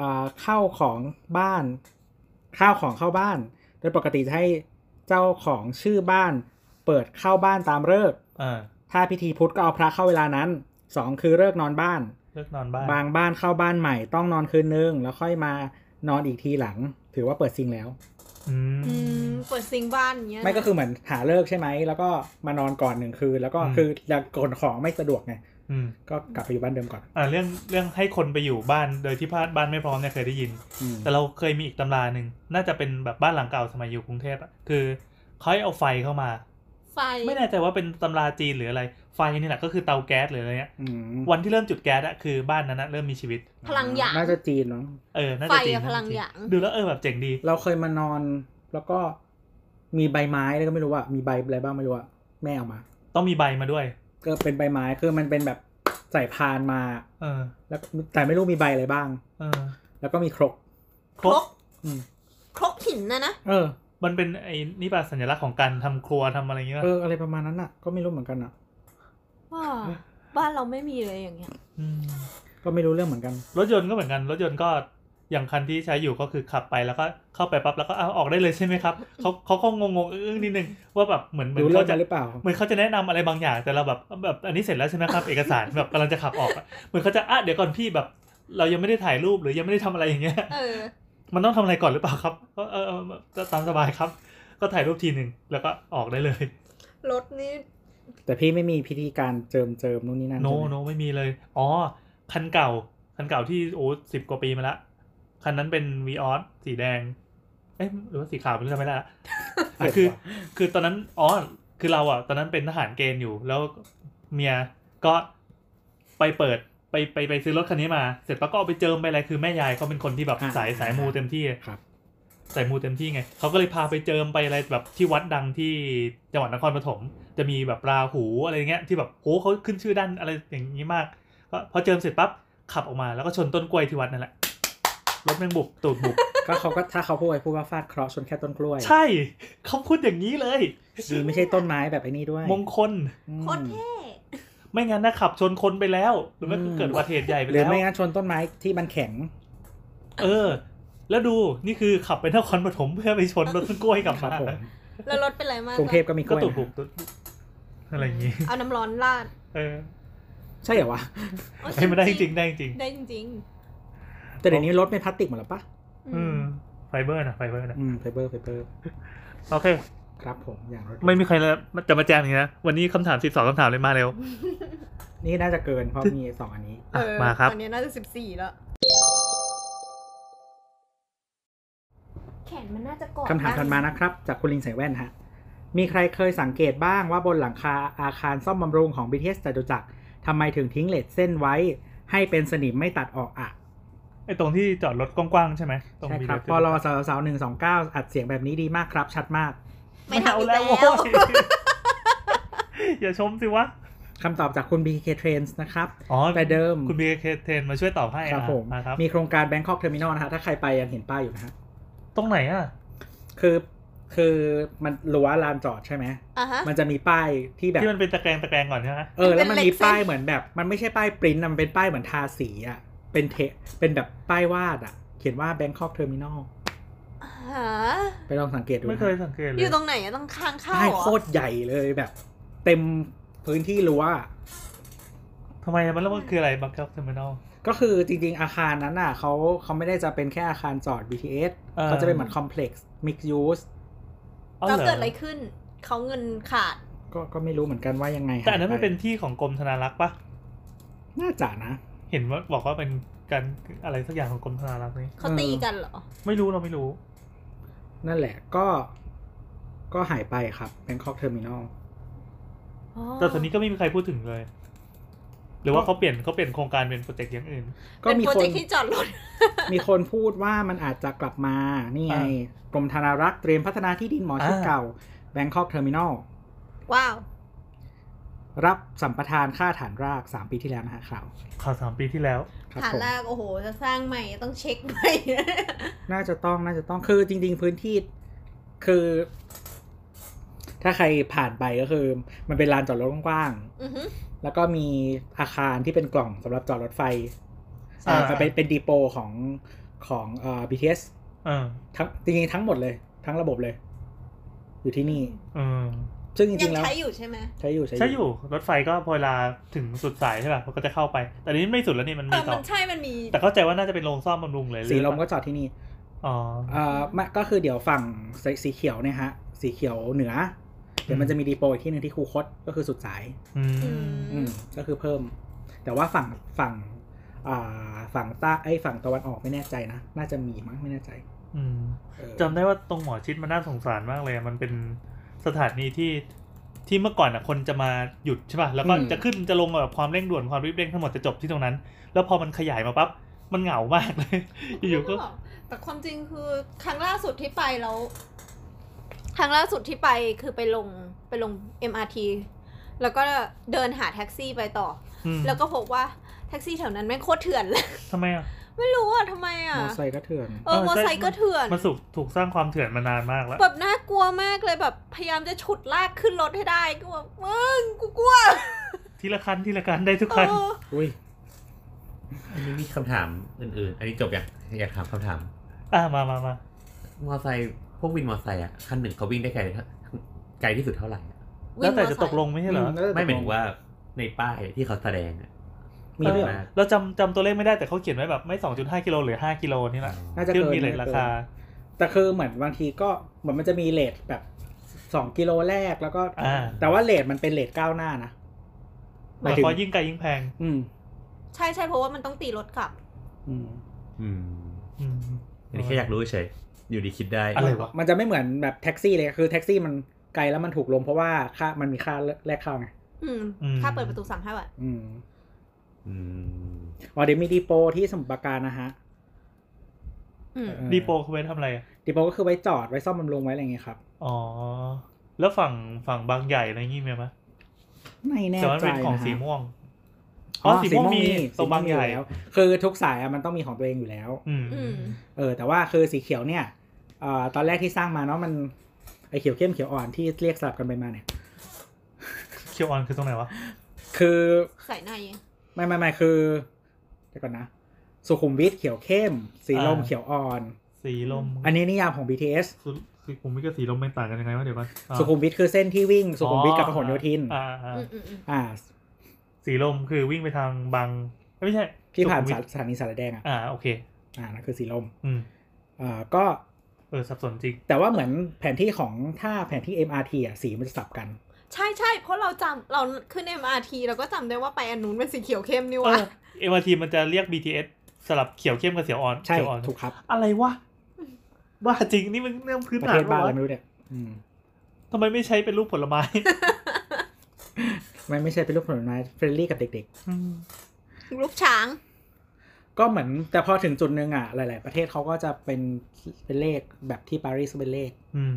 B: อ่าเข้าของบ้านข้าวของเข้าบ้าน โดยปกติจะให้เจ้าของชื่อบ้าน เปิดเข้าบ้านตามเลิกษ์
C: อ่า
B: ถ้าพิธีพุธก็เอาพระเข้าเวลานั้นสองคือเลิกนอนบ้าน
C: เลิกนอนบ้าน
B: บางบ้านเข้าบ้านใหม่ต้องนอนคืนนึงแล้วค่อยมานอนอีกทีหลัง ถือว่าเปิดซิงแล้ว
C: อื
E: อืม
C: ม
E: เปิดซิงค์บ้านอย่างเงี้ย
B: ไม่ก็คือเหมือนหาเลิกใช่ไหม แล้วก็มานอนก่อนหนึ่งคืน แล้วก็
C: อืม
B: คือจะขนของไม่สะดวกไง
C: อืม
B: ก็กลับไปอยู่บ้านเดิมก่อน
C: อ่าเรื่องเรื่องให้คนไปอยู่บ้านโดยที่บ้านบ้านไม่พร้อมเนี่ยเคยได้ยิน
B: อืม
C: แต่เราเคยมีอีกตำราหนึ่งน่าจะเป็นแบบบ้านหลังเก่าสมัยอยู่กรุงเทพอ่ะคือเขาให้เอาไฟเข้ามา
E: ไฟ
C: ไม่แน่ใจว่าเป็นตำราจีนหรืออะไรไฟนี่แหละก็คือเตาแก๊สหรืออะไรเนี้ย
B: อืม
C: วันที่เริ่มจุดแก๊สอะคือบ้านนั้นนะเริ่มมีชีวิต
E: พลังหยาง
B: น่าจะจีนเนาะ
C: เออน่า
E: ไฟ
C: จะจีน
E: อะพลัง
C: น่จะจีน
E: หยาง
C: ดูแล้วเออแบบเจ๋งดี
B: เราเคยมานอน แล้วก็มีใบไม้แล้วก็ไม่รู้ว่า มีใบอะไรบ้างไม่รู้ว่าแม่เอามา
C: ต้องมีใบมาด้วย
B: ก็เป็นใบไม้คือมันเป็นแบบใส่พานมา
C: เออ
B: แล้วแต่ไม่รู้มีใบอะไรบ้าง
C: เออ
B: แล้วก็มีครก
E: ค
C: คร
E: ร
C: ก
E: ก
B: อืม
E: ครกหินนะนะ
B: เออ
C: มันเป็นไอ้นี่ป่ะสัญลักษณ์ของการทำครัวทำอะไรเงี้ย
B: เออ อะไรประมาณนั้นน่ะ ก็ไม่รู้เหมือนกันอ่ะ
E: ว่าบ้านเราไม่มีเลยอย่างเงี้ย
C: ม
B: ก็ไม่รู้เรื่องเหมือนกัน
C: รถยนต์ก็เหมือนกันรถยนต์ก็ อย่างคันที่ใช้อยู่ก็คือขับไปแล้วก็เข้าไปปั๊บแล้วก็เอาออกได้เลยใช่ไหมครับเขาเขาก็งงงๆอึ้งๆนิดนึงว่าแบบเหมือนเหมือ
B: ดู
C: น
B: เรื่อ
C: เขา
B: ง
C: จะ
B: มาหรือเปล่า
C: เหมือนเขาจะแนะนำอะไรบางอย่างแต่เราแบบแบบอันนี้เสร็จแล้วใช่ไหมครับ เอกสารแบบกำลังจะขับออกอะเหมือนเขาจะอ่ะเดี๋ยวก่อนพี่แบบ เรายังไม่ได้ถ่ายรูปหรือยังไม่ได้ทำอะไรอย่างเงี้ย
E: เออ
C: มันต้องทำอะไรก่อนหรือเปล่าครับก็เออเออก็ตามสบายครับ ก็ถ่ายรูปทีหนึ่งแล้วก็ออกได้เลย
E: รถนี่
B: แต่พี่ไม่มีพิธีการเจิมเจิมนู่นนี่นั่น
C: โน
B: ใช่ไหม
C: โนไม่มีเลย อ๋อ คันเก่า คันเก่าที่โอ้สิบกว่าปีมาละ คันนั้นเป็นวีออสสีแดง เอ๊ะหรือว่าสีขาวไม่รู้จำไม่ได้ละแต่คือ คือตอนนั้น อ๋อ คือเราอ่ะ ตอนนั้นเป็นทหารเกณฑ์อยู่ แล้วเมียก็ไปเปิด ไปไปไปซื้อรถคันนี้มา เสร็จแล้วก็เอาไปเจิมไปอะไร คือแม่ยายเขาเป็นคนที่แบบ
B: อ่า
C: สายสายมูเต็มที่
B: ครับ
C: สายมูเต็มที่ไง เขาก็เลยพาไปเจิมไปอะไรแบบที่วัดดังที่จังหวัดนครปฐม จะมีแบบราหูอะไรเงี้ย ที่แบบโหเขาขึ้นชื่อด้านอะไรอย่างนี้มาก ก็พอเจิมเสร็จปั๊บ ขับออกมาแล้วก็ชนต้นกล้วยที่วัดนั่นแหละ รถแม่งบุบตูดบุบ
B: ก็เขาก็ถ้าเขาพูดไปพูดว่าฟาดเคราะห์ชนแค่ต้นกล้วย
C: ใช่ เขาพูดอย่างนี้เลย
B: ดีไม่ใช่ต้นไม้แบบไอ้นี่ด้วย
C: มงคล
B: อืม
E: โคตรเท่
C: ไม่งั้นนะขับชนคนไปแล้ว หรือไม่ก็
B: อืม
C: เกิดอุบัติเหตุใหญ่ไป
B: หรือ
C: แล้ว
B: ไม่งั้นชนต้นไม้ที่มันแข็ง
C: เออ แล้วดูนี่คือขับไปนครปฐมเพื่อไปชนรถต้นกล้วยกลับ
B: ครั
C: มา
B: บผม
E: แล้วรถเป็นไรมาก
B: กรุงเทพก็มีก
C: ก็
B: ล้วย
C: ตุบบุบ
B: นะ
C: ตุบบุบอะไรอย่างนี้
E: เอาน้ำร้อนราด
C: เออ
B: ใช่เหรอวะ
E: โอ๊ย
C: ให้มันได้จริงได้จริง
E: ได้จริง
B: แต่เดี๋ยวนี้รถเป็นพลาสติกหมดแล้วปะ
E: ๆ
C: อื
E: อื
C: ม
E: ม
C: ไฟเบอร์นะไฟเบอร์นะ
B: อืมไฟเบอร์ไฟเบอร์
C: โอเค
B: ครับผมอย่างรถ
C: ไม่มีใครแล้วจะมาแจมอย่างนี้นะ วันนี้คำถามสิบสองคำถามเลยมาเร็ว
B: นี่น่าจะเกินเพราะมีสองอันนี้
E: เออ
C: มาครับ
E: ตอนนี้น่าจะสิบสี่แล้ว แขนมันน่าจะกอด
B: คำถามถัดมานะครับ จากคุณลิงใส่แว่นฮะ มีใครเคยสังเกตบ้างว่าบนหลังคาอาคารซ่อมบำรุงของ BTS จตุจักรทำไมถึงทิ้งเลดเส้นไว้ ให้เป็นสนิมไม่ตัดออกอ่ะ
C: ไอ้ตรงที่จอดรถกว้างๆใช่ไหมตรง
B: ใช่ครับ
C: มี
B: พอรอสาวสาวหนึ่งสองเก้าอัดเสียงแบบนี้ดีมากครับ ชัดมาก
E: ไม่
C: เอา
E: ทำอีกแล้
C: แล้
E: ว ว
C: โว้ยอย่าชมสิวะ
B: คำตอบจากคุณ BK Trains นะครับ
C: อ๋อ
B: แต่เดิม
C: คุณบีเคเทนมาช่วยตอบให้
B: ครับ
C: อ่ะ
B: ผม
C: มาครับ
B: มีโครงการ Bangkok Terminal นะฮะถ้าใครไปยังเห็นป้ายอยู่นะฮะ
C: ตรงไหนอ่ะ
B: คือคือมันรั้วลานจอดใช่ไหม
E: อ่ะฮะ
B: มันจะมีป้ายที่แบบ
C: ที่มันเป็นตะแกรงตะแกรงก่อนใช่ไหม
B: เออแล้วมัน
E: เป็นเหล็ก
B: มี
E: เส้น
B: ป้ายเหมือนแบบ มันไม่ใช่ป้ายปริ้นท์อะมันเป็นป้ายเหมือนทาสีอ่ะเป็นเทเป็นแบบป้ายวาดอ่ะ เขียนว่า Bangkok Terminal
E: หา
B: ไปลองสังเกตดูนะ
C: ไม่เคยสังเกตเล
E: อย ยู่ตรงไหนอะต้องข้างเข้า
B: ป้าย
E: เหรอ
B: โคตรใหญ่เลยแบบ เต็มพื้นที่รั้ว
C: ทำไมอะมันแล้วมันคืออะไรบังคับเทอร์มินอล
B: ก็คือจริงๆ อาคารนั้นน่ะเขาเขาไม่ได้จะเป็นแค่อาคารจอด BTS
C: เออ
B: เขาจะเป็นเหมือนคอมเพล็กซ์มิกซ์ยูส
E: แล้วเกิดอะไรขึ้น เขาเงินขาด
B: ก็ก็ไม่รู้เหมือนกันว่ายังไง
C: แต่อันนั้น
B: หาย
C: มันเป็นที่ของกรมธนารักษ์ปะ
B: น่าจะนะ
C: เห็นว่าบอกว่าเป็นการอะไรสักอย่างของกรมธนารักษ์นี่
E: เขา
B: เออ
E: ตีกันเหรอ
C: ไม่รู้เราไม่รู้
B: นั่นแหละก็ก็หายไปครับ Bangkok Terminal
C: แต่ตอนนี้ก็ไม่มีใครพูดถึงเลย หรือว่าเขาเปลี่ยนเขาเปลี่ยนโครงการเป็นโปรเจกต์อย่างอื่น
B: ก็
E: เป็น
B: มี
E: โปร
B: ค
E: เจ
B: น
E: กต์ที่จอดรถ
B: มีคนพูดว่ามันอาจจะกลับมา นี่ไง
C: อ่าก
B: รมธนารักษ์เตรียมพัฒนาที่ดินหมอชิด
C: อ่า
B: เก่า Bangkok Terminal
E: ว้าว
B: รับสัมปทานค่าฐานราก 3 ปีที่แล้วนะฮะข่าว
C: ข่าวสามปีที่แล้ว
B: ครับ
E: ฐาน
B: ผม
E: แรกโอ้โห จะสร้างใหม่ต้องเช็คใหม่
B: น่าจะต้องน่าจะต้องคือจริง ๆ พื้นที่คือ ถ้าใครผ่านไปก็คือ มันเป็นลานจอดรถกว้าง
E: อือฮึ
B: ๆแล้วก็มีอาคารที่เป็นกล่องสำหรับจอดรถไฟ
C: อ่า
B: อ่าเป็นเป็นดีโปของของเอ่อ BTS
C: เออ
B: ทั้งจริงๆทั้งหมดเลย ทั้งระบบเลย อยู่ที่นี่
C: เออ
B: ซึ่งจ
E: ยั
B: ริ
E: ง
B: งๆแล้ว
E: ใช้อยู่ใช่ไหม
B: ใช้อยู่ใช้
C: ใช่อยู่รถไฟก็พอเวลาถึงสุดสายใช่ป่ะมันก็จะเข้าไป แต่นี้ไม่สุดแล้วนี่มัน
E: เอ
C: มี
E: อ
C: ต่
E: มั
C: อน
E: ใช่มันมี
C: แต่เข้าใจว่าน่าจะเป็นโรงซ่อมบำรุงเลย
B: สีลมก็จอดที่นี่
C: อ๋อ
B: เอ่อไม่ก็คือเดี๋ยวฝั่งสีสีเขียวเนี่ยฮะ สีเขียวเหนือ เดี๋ยวมันจะมีดีโปอีกที่หนึ่งที่คูคตก็คือสุดสาย
C: อื
E: อื
C: ม
E: ม
B: อืมก็คือเพิ่ม แต่ว่าฝั่งฝั่งอ่าฝั่งใต้ไอ้ยฝั่งตะวันออกไม่แน่ใจนะ น่าจะมีมั้งไม่แน่ใจ
C: อืม
B: เออ
C: จำได้ว่าตรงหมอชิดมันน่าสงสารมากเลยอะมันเป็นสถานีที่ที่เมื่อก่อนอ่ะคนจะมาหยุดใช่ป่ะ แล้วก็จะขึ้นจะลงแบบความเร่งด่วนความรีบเร่งทั้งหมดจะจบที่ตรงนั้น แล้วพอมันขยายมาปั๊บมันเหงามากเลย อยู่ๆก็
E: แต่ความจริงคือครั้งล่าสุดที่ไปแล้ว ครั้งล่าสุดที่ไปคือไปลงไปลง MRT แล้วก็เดินหาแท็กซี่ไปต่อ
C: อืม
E: แล้วก็พบว่าแท็กซี่แถวนั้นแม่งโคตรเถื่อนเลย
C: ทำไมอ่ะ
E: ไม่รู้อ่ะทำไม
B: มอ
E: อ่ะ
B: เตอร์ไซค์ก็เถื่อน
E: เออมอไซค์ก็เถื่อน
C: มันสุกถูกสร้างความเถื่อนมานานมากแล้ว
E: แบบน่ากลัวมากเลยแบบพยายามจะฉุดลากขึ้นรถให้ได้ก็ แบบมึงกูกลัว
C: ทีละคันทีละคันได้ทุกคัน
E: เออ
B: อุ้ย
D: อันนี้มีคำถามอื่นๆ อันนี้จบยังอยากถามคำถาม
C: อ่ะมามามา
D: มอไซค์พวกวินมอไซค์อ่ะคันหนึ่งเขาวิ่งได้ไกลเท่าไกลที่สุดเท่าไหร่อะ
C: แล้วแต่จะตกลงไม่ใช่เหรอ
D: ไม่หมายถึงว่าในป้ายที่เขาแสดงอ่ะ
B: มีด้วยเหรอ
C: เราจำจำตัวเลขไม่ได้แต่เขาเขียนไว้แบบไม่ 2.5 กิโลหรือ 5 กิโลนี่แหละ
B: น่าจะ
C: ที่
B: เกิน
C: มีหลาย
B: น่
C: รา
B: จะเกิน
C: คา
B: แต่คือเหมือนบางทีก็เหมือนมันจะมีเลทแบบสองกิโลแรกแล้วก็
C: อ่า
B: แต่ว่าเลทมันเป็นเลทก้าวหน้านะ
C: หมายความยิ่งไกลยิ่งแพง
B: อืม
E: ใช่ใช่เพราะว่ามันต้องตีรถกลับ
B: อืม
D: อืม
C: อืม
D: อันนี้แค่อยากรู้เฉยอยู่ดีคิดได้
C: อะไรวะ
B: มันจะไม่เหมือนแบบแท็กซี่เลยคือแท็กซี่มันไกลแล้วมันถูกลงเพราะว่าค่ามันมีค่าแรกเข้าไง
E: อืม
C: อืม
E: ค่าเปิดประตูสามห้าบาท
B: อืม
D: อืม
B: อ๋อเดี๋ยวมีดีโปที่สมุทรปราการนะฮะ
E: อืม
B: เออ
C: ดีโปเขาไว้ทำอะไรอะ
B: ดีโปก็คือไว้จอดไว้ซ่อมบำรุงไว้อะไรอย่างเงี้ยครับ
C: อ๋อ แล้วฝั่งฝั่งบางใหญ่อะไรงี้มีไหม
B: ไม่แน่
C: แต่ว่ามัน
B: ใจ
C: เป็นของ
B: นะ
C: สี
B: ฮะ
C: ม่วง อ๋อสีม่วงมีตรงบางใหญ่
B: สีม่วมีอยู่แล้ว คือทุกสายอะมันต้องมีของตัวเองอยู่แล้ว
C: อืม
E: อืม
B: เออแต่ว่าคือสีเขียวเนี่ยเอ่อตอนแรกที่สร้างมาเนาะมันไอเขียวเข้มเขียวอ่อนที่เรียกสลับกันไปมาเนี่ย
C: เคียวออนคือตรงไหนวะ
B: คือ
E: ใส่ใน
B: ไม่ไม่ไม่คือเดี๋ยวก่อนนะ สุขุมวิทเขียวเข้ม สีลม
C: อ่า
B: เขียวอ่อน
C: สีลม
B: อันนี้นิยามของ BTS
C: สุสุขุมวิทกับสีลมไม่ต่างกันยังไงวะเดี๋ยวก่อนอ่า
B: สุขุมวิทคือเส้นที่วิ่งสุขุมวิทกับพหลโยธิน
C: อ่าอ่า
E: อืมอืมอืม
B: อ่า
C: สีลมคือวิ่งไปทางบางเอ้ยไม่ใช่
B: ที่ผ่าน
C: สุขุมวิท
B: สถานีสารแดงอ่ะ
C: อ่าโอเค
B: อ่านั่นคือสีลม
C: อืม
B: อ่าก็
C: เออสับสนจริง
B: แต่ว่าเหมือนแผนที่ของถ้าแผนที่ MRT อ่ะสีมันจะสลับกัน
E: ใช่ใช่เพราะเราจำเราขึ้น MRT เราก็จำได้ว่าไปอันนู้นเป็นสีเขียวเข้มนี่
C: เอ
E: วะ
C: อ MRT มันจะเรียก BTS สลับเขียวเข้มกับเขียวอ่อน
B: ใช่
C: เขียวอ่อน
B: ถูกครับ
C: อะไรวะว่าจริงนี่มันเรื่องพื้น
B: ประ
C: ฐา
B: เท
C: น
B: ศบ้านอะไร
C: วะ
B: ไม่รู้เนี่ยอืม
C: ทำไมไม่ใช้เป็นรูปผลไม้
B: ไม่ไม่ใช่เป็นลูกผลไม้เฟรนลี่กับเด็ก
C: อืม
E: ลูกช้าง
B: ๆ ก็เหมือนแต่พอถึงจุดหนึ่งอ่ะ หลาย ๆ ประเทศเขาก็จะเป็นเป็นเลขแบบที่ปารีสเป็นเลข
C: อืม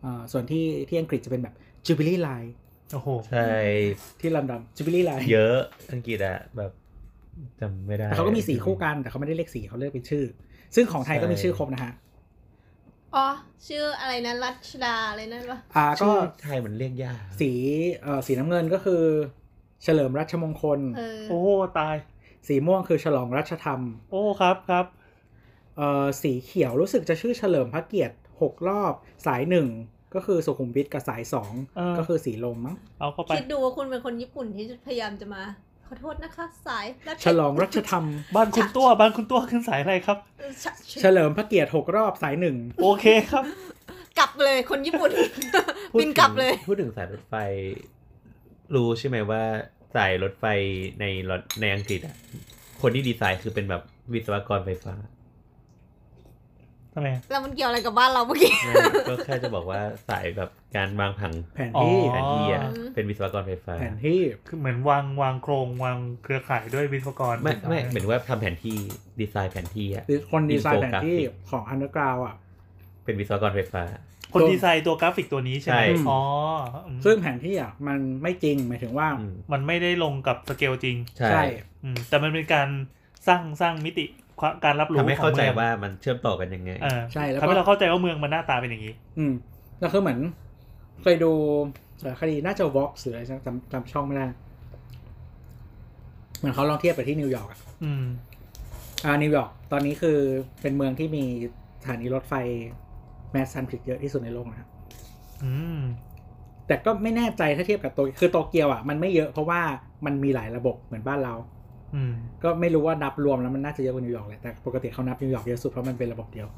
B: เอ่อส่วนที่ที่อังกฤษจะเป็นแบบจูบิลี่ไลน์
C: โอ้โห
D: ใช่
B: ที่ลอนดอนจูบิลี่ไลน์
D: เยอะอังกฤษอะแบบจำไม่ได้
B: แต่เขาก็มีสีคู่กันแต่เขาไม่ได้เลขสีเขาเลือกเป็นชื่อ ซึ่งของไทยก็มี
D: ใช่
B: ชื่อครบนะฮะ
E: อ๋อ ชื่ออะไรนะรัชดาอะไรนั่นวะ
B: อ่าก็
D: ชื่อไทยมันเรียกยาก
B: สีเอ่อสีน้ำเงินก็คือ เฉลิมรัชมงคล
E: เออ
C: โอ้ตาย
B: สีม่วงคือฉลองรัชธรรม
C: โอ้ครับครับ
B: เอ่อสีเขียวรู้สึกจะชื่อเฉลิมพระเกียรติหกรอบสายหนึ่งก็คือสุขุมวิทกับสายสอง
C: เออ
B: ก็คือสีลมมั้ง
C: เอาเข้าไป
E: คิดดูว่าคุณเป็นคนญี่ปุ่นที่พยายามจะมา ขอโทษนะคะ สายรัช
B: ฉลองรัชธรรม
C: บ้านคุณตัวบ้านคุณตัวขึ้นสายอะไรครับ
E: ชช
B: เฉลิมพระเกียรติหกรอบสายหนึ่ง
C: โอเคครับ
E: กลับเลยคนญี่ปุ่น
D: พูด
E: บินกลับเลย
D: ถึงพูดถึงสายรถไฟ รู้ใช่ไหมว่าสายรถไฟในรถในอังกฤษอะคนที่ดีไซน์คือเป็นแบบวิศวกรไฟฟ้า
C: ทำไมอะ
E: แล้วมันเกี่ยวอะไรกับบ้านเราเมื่อกี้
D: ไม่ก็แค่จะบอกว่าสายแบบการวางผัง
B: แผนที่
D: แผนที่อะ
E: อ๋อ
D: เป็นวิศวกรไฟฟ้า
B: แผนที่
C: คือเหมือนวางวางโครงวางเครือข่ายด้วยวิศวกร
D: ไม่ไม่เหมือนว่าทำแผนที่ดีไซน์แผนที่อะ
B: หรือคนดีไซน์แผนที่ของอันเดอร์กราวอ่ะ
D: เป็นวิศวกรไฟฟ้า
C: คนดีไซน์ตัวกราฟิกตัวนี้ใช่ไหม
D: ใช่
C: อ๋ออืม
B: ซึ่งแผนที่อ่ะมันไม่จริงหมายถึงว่า
D: อืม
C: มันไม่ได้ลงกับสเกลจริง
D: ใช่
B: ใช่
C: อืมแต่มันเป็นการสร้างสร้างมิติความการรับรู้
D: ทำให้เข้าใจ
C: ของมือง
D: ว่ามันเชื่อมต่อกันยังไง
C: เออ
B: ใช่แล้วก็
C: ทำให้เราเข้าใจว่าเมืองมันหน้าตาเป็นอย่างนี้
B: อืมแล้วคือเหมือนเคยดูสารคดีน่าจะวอล์กหรืออะไรจำจำช่องไม่ได้เหมือนเขาลองเทียบไปที่นิวยอร์กอะ
C: อืม
B: อ่านิวยอร์กตอนนี้คือเป็นเมืองที่มีสถานีรถไฟแมสซันทริกเยอะที่สุดในโลกนะครับ
C: อืม
B: แต่ก็ไม่แน่ใจถ้าเทียบกับโตคือโตเกียวอ่ะมันไม่เยอะเพราะว่ามันมีหลายระบบเหมือนบ้านเรา
C: อืม
B: ก็ไม่รู้ว่านับรวมแล้วมันน่าจะเยอะกว่านิวยอร์กแหละแต่ปกติเขานับนิวยอร์กเยอะสุดเพราะมันเป็นระบบเดียว